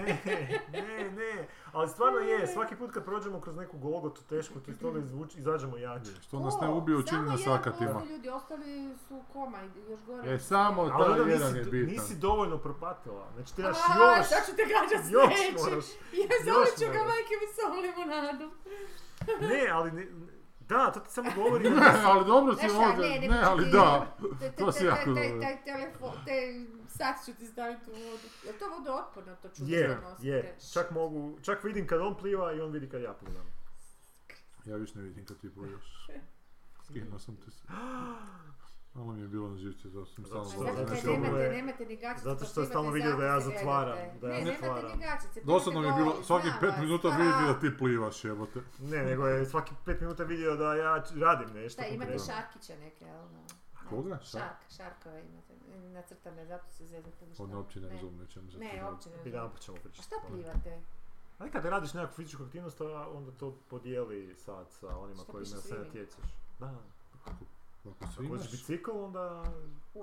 [SPEAKER 4] Ne, ne, ne, ali stvarno je, svaki put kad prođemo kroz neku golgotu tešku, to iz toga izvuč, izađemo jači.
[SPEAKER 3] Što nas ne ubije, učini nas sakatima.
[SPEAKER 5] Samo 1% ljudi, ostali su koma i još gore.
[SPEAKER 3] E, samo
[SPEAKER 4] Ali
[SPEAKER 3] taj
[SPEAKER 4] onda
[SPEAKER 3] jedan je
[SPEAKER 4] nisi,
[SPEAKER 3] bitan.
[SPEAKER 4] nisi dovoljno propatila, znači trebaš
[SPEAKER 5] A,
[SPEAKER 4] još,
[SPEAKER 5] sad ću te gađat s
[SPEAKER 4] još
[SPEAKER 5] nečim.
[SPEAKER 4] moraš.
[SPEAKER 5] Ja
[SPEAKER 4] još
[SPEAKER 5] zolit ću ga
[SPEAKER 4] moraš.
[SPEAKER 5] majke mi s ovom limonadom.
[SPEAKER 4] Ne, ali ne, da, to ti samo govori da
[SPEAKER 3] Ne, ali dobro si
[SPEAKER 5] Znaš šta,
[SPEAKER 3] ovoga,
[SPEAKER 5] ne, nego
[SPEAKER 3] ne,
[SPEAKER 5] ću
[SPEAKER 3] ali
[SPEAKER 5] ti-
[SPEAKER 3] da.
[SPEAKER 5] Te-
[SPEAKER 3] To
[SPEAKER 5] te-
[SPEAKER 3] si jako
[SPEAKER 5] te- te-
[SPEAKER 3] dobro.
[SPEAKER 5] Taj telefon, te sad ću ti staviti u vodu. Je to vodootporno to čudo
[SPEAKER 4] Je,
[SPEAKER 5] što nosite?
[SPEAKER 4] je, čak mogu, čak vidim kad on pliva i on vidi kad ja plivam.
[SPEAKER 3] Ja više ne vidim kad ti bojaš. Skinuo sam ti se. Malo mi je bilo na živce, zato sam
[SPEAKER 4] Zato
[SPEAKER 3] stalno
[SPEAKER 5] A
[SPEAKER 4] što-
[SPEAKER 3] gledao
[SPEAKER 5] zato
[SPEAKER 4] znači,
[SPEAKER 5] kaj
[SPEAKER 3] nešto
[SPEAKER 4] ovo
[SPEAKER 5] nemate,
[SPEAKER 4] je-
[SPEAKER 5] nemate ni gačice.
[SPEAKER 4] zato
[SPEAKER 5] pa
[SPEAKER 4] što je
[SPEAKER 5] snimate
[SPEAKER 4] stalno vidio da ja
[SPEAKER 5] zapise,
[SPEAKER 4] zatvaram,
[SPEAKER 5] gledate.
[SPEAKER 4] da ja
[SPEAKER 5] ne, nemate
[SPEAKER 4] zatvaram.
[SPEAKER 5] ni gačice.
[SPEAKER 3] Dosadno mi je
[SPEAKER 5] budete
[SPEAKER 3] bilo
[SPEAKER 5] goli,
[SPEAKER 3] svakih
[SPEAKER 5] znam
[SPEAKER 3] pet
[SPEAKER 5] vas,
[SPEAKER 3] minuta
[SPEAKER 5] pa.
[SPEAKER 3] vidjeti da ti plivaš, jebote.
[SPEAKER 4] Ne, nego je svaki pet minuta vidio da ja č- radim nešto
[SPEAKER 5] Šta, imate
[SPEAKER 4] konkretno.
[SPEAKER 5] šarkiće neke, jel? ono?
[SPEAKER 3] Koga? Šta?
[SPEAKER 5] Šark, šarkove imate. Nacrtane, zato se zezate. ili šta?
[SPEAKER 3] On uopće ne
[SPEAKER 5] Ne.
[SPEAKER 3] razume o čemu se tu
[SPEAKER 5] Ne,
[SPEAKER 3] radi.
[SPEAKER 5] uopće ne
[SPEAKER 4] I
[SPEAKER 5] razumijem.
[SPEAKER 4] dan ćemo pričati.
[SPEAKER 5] A šta plivate?
[SPEAKER 4] Ali kad radiš nekakvu fizičku aktivnost, a onda to podijeli sad sa onima
[SPEAKER 5] Šta
[SPEAKER 4] kojima
[SPEAKER 5] piše
[SPEAKER 4] se
[SPEAKER 5] svimi?
[SPEAKER 4] natječeš. Da.
[SPEAKER 3] Ako
[SPEAKER 4] Ako
[SPEAKER 3] svi
[SPEAKER 4] hoćeš
[SPEAKER 3] imaš...
[SPEAKER 4] bicikl, onda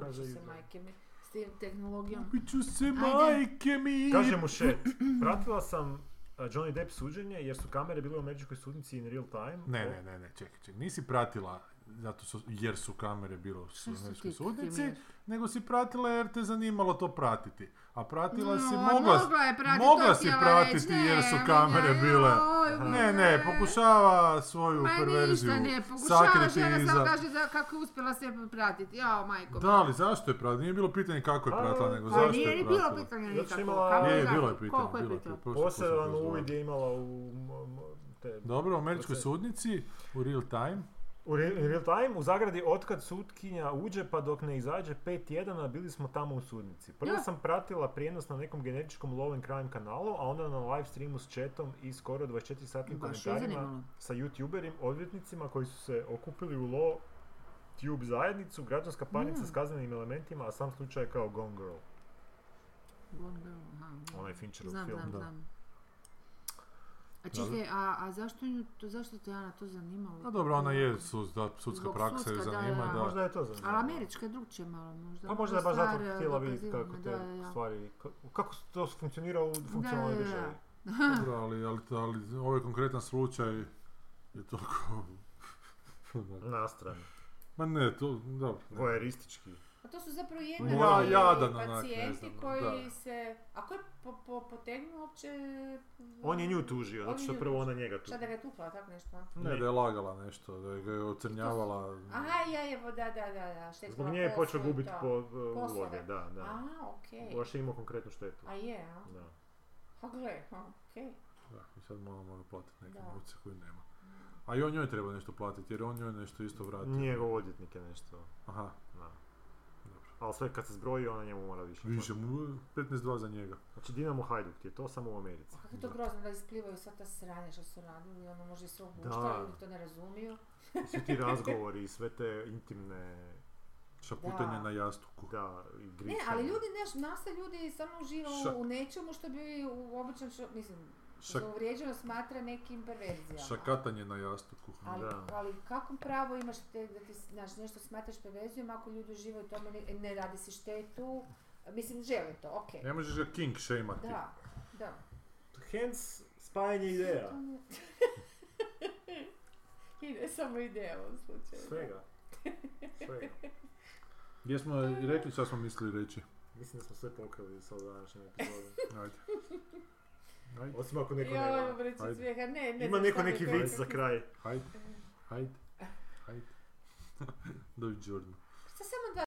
[SPEAKER 4] kaže
[SPEAKER 5] Uči se
[SPEAKER 4] idu.
[SPEAKER 5] majke mi s tim tehnologijom.
[SPEAKER 3] Biću se
[SPEAKER 5] majke
[SPEAKER 3] mi!
[SPEAKER 4] Kaže mu šet, pratila sam a, Johnny Depp suđenje jer su kamere bile u američkoj sudnici in real time.
[SPEAKER 3] Ne, ne, ne, ne, čekaj, čekaj. Nisi pratila zato su, jer su kamere bile u slovenskoj
[SPEAKER 1] ti
[SPEAKER 3] sudnici,
[SPEAKER 1] krimiješ?
[SPEAKER 3] nego si pratila jer te zanimalo to pratiti. A pratila si,
[SPEAKER 5] No,
[SPEAKER 3] mogla,
[SPEAKER 5] mogla je pratiti,
[SPEAKER 3] mogla
[SPEAKER 5] to
[SPEAKER 3] si
[SPEAKER 5] htjela
[SPEAKER 3] pratiti
[SPEAKER 5] reći,
[SPEAKER 3] jer su
[SPEAKER 5] ne,
[SPEAKER 3] kamere
[SPEAKER 5] ne,
[SPEAKER 3] bile.
[SPEAKER 5] oj,
[SPEAKER 3] Ne, ne, pokušava svoju
[SPEAKER 5] Ma
[SPEAKER 3] perverziju
[SPEAKER 5] ništa ne, pokušava
[SPEAKER 3] sakriti
[SPEAKER 5] žena samo
[SPEAKER 3] iza...
[SPEAKER 5] kaže za, kako je uspjela sve pratiti. Jao, majko.
[SPEAKER 3] Da, ali zašto je pratila? Nije bilo pitanje kako je
[SPEAKER 4] Pa,
[SPEAKER 3] pratila, nego
[SPEAKER 4] pa
[SPEAKER 5] Pa
[SPEAKER 3] zašto
[SPEAKER 5] nije
[SPEAKER 3] je
[SPEAKER 5] ni bilo
[SPEAKER 3] pratila.
[SPEAKER 5] pitanja
[SPEAKER 4] Zato što
[SPEAKER 5] nikako.
[SPEAKER 4] imala-
[SPEAKER 5] kako
[SPEAKER 4] pitanje,
[SPEAKER 3] Je,
[SPEAKER 5] zašto,
[SPEAKER 3] bilo je pitanje,
[SPEAKER 5] Koliko je
[SPEAKER 3] bilo je
[SPEAKER 5] pitanje?
[SPEAKER 3] pitanje. Prošli put sam
[SPEAKER 4] Poseban
[SPEAKER 3] razgovarao.
[SPEAKER 4] uvid je imala u... mo- mo- te-
[SPEAKER 3] Dobro, u američkoj
[SPEAKER 4] Proces.
[SPEAKER 3] sudnici, u real time,
[SPEAKER 4] U re- real time, u zagradi otkad sutkinja uđe pa dok ne izađe pet tjedana bili smo tamo u sudnici. Prvo
[SPEAKER 5] Ja.
[SPEAKER 4] sam pratila prijenos na nekom generičkom Love and Crime kanalu, a onda na live streamu s chatom i skoro 24 satnim
[SPEAKER 1] Baš je
[SPEAKER 4] komentarima
[SPEAKER 1] zanimalo.
[SPEAKER 4] sa youtuberim, odvjetnicima koji su se okupili u Law Tube zajednicu, građanska
[SPEAKER 5] Mm.
[SPEAKER 4] parnica s kaznenim elementima, a sam slučaj je kao Gone Girl,
[SPEAKER 1] Gone Girl, aha.
[SPEAKER 4] onaj Fincherov
[SPEAKER 1] Znam,
[SPEAKER 4] film.
[SPEAKER 1] znam,
[SPEAKER 3] da.
[SPEAKER 1] znam.
[SPEAKER 5] A čekaj, a, a zašto, nju, to, zašto te Ana to zanimalo?
[SPEAKER 3] a Pa dobro, ona je sud, da, sudska
[SPEAKER 5] Zbog
[SPEAKER 3] praksa ju
[SPEAKER 5] sudska, da,
[SPEAKER 3] zanima, da.
[SPEAKER 5] da.
[SPEAKER 4] Pa Možda je to zanimljivo.
[SPEAKER 5] Ali američka je drugčija malo možda.
[SPEAKER 4] Pa možda je baš zato
[SPEAKER 5] Stvar, e,
[SPEAKER 4] htjela vidjeti kako
[SPEAKER 5] dokazivanja,
[SPEAKER 4] te
[SPEAKER 5] da, da, da.
[SPEAKER 4] stvari, ka- kako to funkcionira u funkcionalnoj
[SPEAKER 5] da, da.
[SPEAKER 4] državi.
[SPEAKER 3] Dobro, ali, ali, ali ovaj konkretan slučaj je toliko...
[SPEAKER 4] Na stranu.
[SPEAKER 3] Ma ne, to, dobro. ne.
[SPEAKER 4] Vojeristički.
[SPEAKER 5] A Pa to su zapravo jednaki
[SPEAKER 3] Ja- jadan onak, ne
[SPEAKER 5] pacijenti
[SPEAKER 3] znam,
[SPEAKER 5] koji
[SPEAKER 3] da.
[SPEAKER 5] se... A ko je po, po, potegnuo uopće...
[SPEAKER 4] On je nju tužio, zato
[SPEAKER 5] On je
[SPEAKER 4] što
[SPEAKER 5] nju
[SPEAKER 4] prvo ona njega tuži.
[SPEAKER 5] Šta da ga je tukla, tak nešto?
[SPEAKER 4] Mm.
[SPEAKER 3] Ne, da je lagala nešto, da ga je ocrnjavala.
[SPEAKER 5] Aha, ja je, da, da, da, da. Štetila
[SPEAKER 4] Zbog nje je
[SPEAKER 5] poslu
[SPEAKER 4] počeo
[SPEAKER 5] i
[SPEAKER 4] gubiti
[SPEAKER 5] to.
[SPEAKER 4] po,
[SPEAKER 5] Poslove.
[SPEAKER 4] uloge, da, da.
[SPEAKER 5] A, okej.
[SPEAKER 4] Baš je imao konkretnu štetu.
[SPEAKER 5] A je, a?
[SPEAKER 4] Da.
[SPEAKER 5] Pa gle, a, okej.
[SPEAKER 3] Da, I sad malo mora platiti neke
[SPEAKER 5] Da.
[SPEAKER 3] novce koje nema. A i on njoj treba nešto platiti, jer on njoj nešto isto vrati.
[SPEAKER 4] Njegov odvjetnik je nešto,
[SPEAKER 3] Aha,
[SPEAKER 4] da.
[SPEAKER 3] Dobro.
[SPEAKER 4] Ali sve kad se zbroji, ona njemu mora više.
[SPEAKER 3] više mu, 15-2 za njega.
[SPEAKER 4] Znači Dinamo Hajduk ti je to samo u Americi.
[SPEAKER 5] pa Kako je to grozno da isplivaju sva ta sranja što su radili, ono možda i sve obuštali,
[SPEAKER 4] Da.
[SPEAKER 5] ljudi to ne razumiju.
[SPEAKER 4] Svi ti razgovori i sve te intimne
[SPEAKER 3] šaputanje
[SPEAKER 5] Da.
[SPEAKER 3] na jastuku.
[SPEAKER 4] Da, i
[SPEAKER 5] Ne,
[SPEAKER 4] gričanje.
[SPEAKER 5] ali ljudi, neš, masa ljudi samo uživa
[SPEAKER 3] Šak.
[SPEAKER 5] u nečemu što bi u običnom, šo- mislim,
[SPEAKER 3] Šak-
[SPEAKER 5] što uvrijeđeno smatra nekim perverzijama.
[SPEAKER 3] Šakatanje na jastuku.
[SPEAKER 5] Ali,
[SPEAKER 4] Da.
[SPEAKER 5] ali kako pravo imaš te, da ti znaš, nešto smatraš perverzijom ako ljudi uživaju u tome, ne, ne radi si štetu, mislim, žele to, okej.
[SPEAKER 3] Ne možeš ga king šejmati.
[SPEAKER 5] Da, da.
[SPEAKER 4] Hence, spajanje ideja.
[SPEAKER 5] Ide samo ideja u ovom slučaju.
[SPEAKER 4] Svega. Svega.
[SPEAKER 3] Gdje smo rekli šta smo mislili reći?
[SPEAKER 4] Mislim da smo sve pokrili sa ovom današnjom epizodom.
[SPEAKER 3] Ajde. Ajde,
[SPEAKER 4] Osim ako neko
[SPEAKER 5] Ja
[SPEAKER 4] nema.
[SPEAKER 5] ovo reći
[SPEAKER 3] Ajde.
[SPEAKER 5] smijeha, ne, ne.
[SPEAKER 4] Ima
[SPEAKER 5] znam
[SPEAKER 4] neko
[SPEAKER 5] šta bi
[SPEAKER 4] neki
[SPEAKER 5] to-
[SPEAKER 4] vic za kraj.
[SPEAKER 3] ajde, ajde, ajde. Dovi Jordan.
[SPEAKER 5] Šta samo da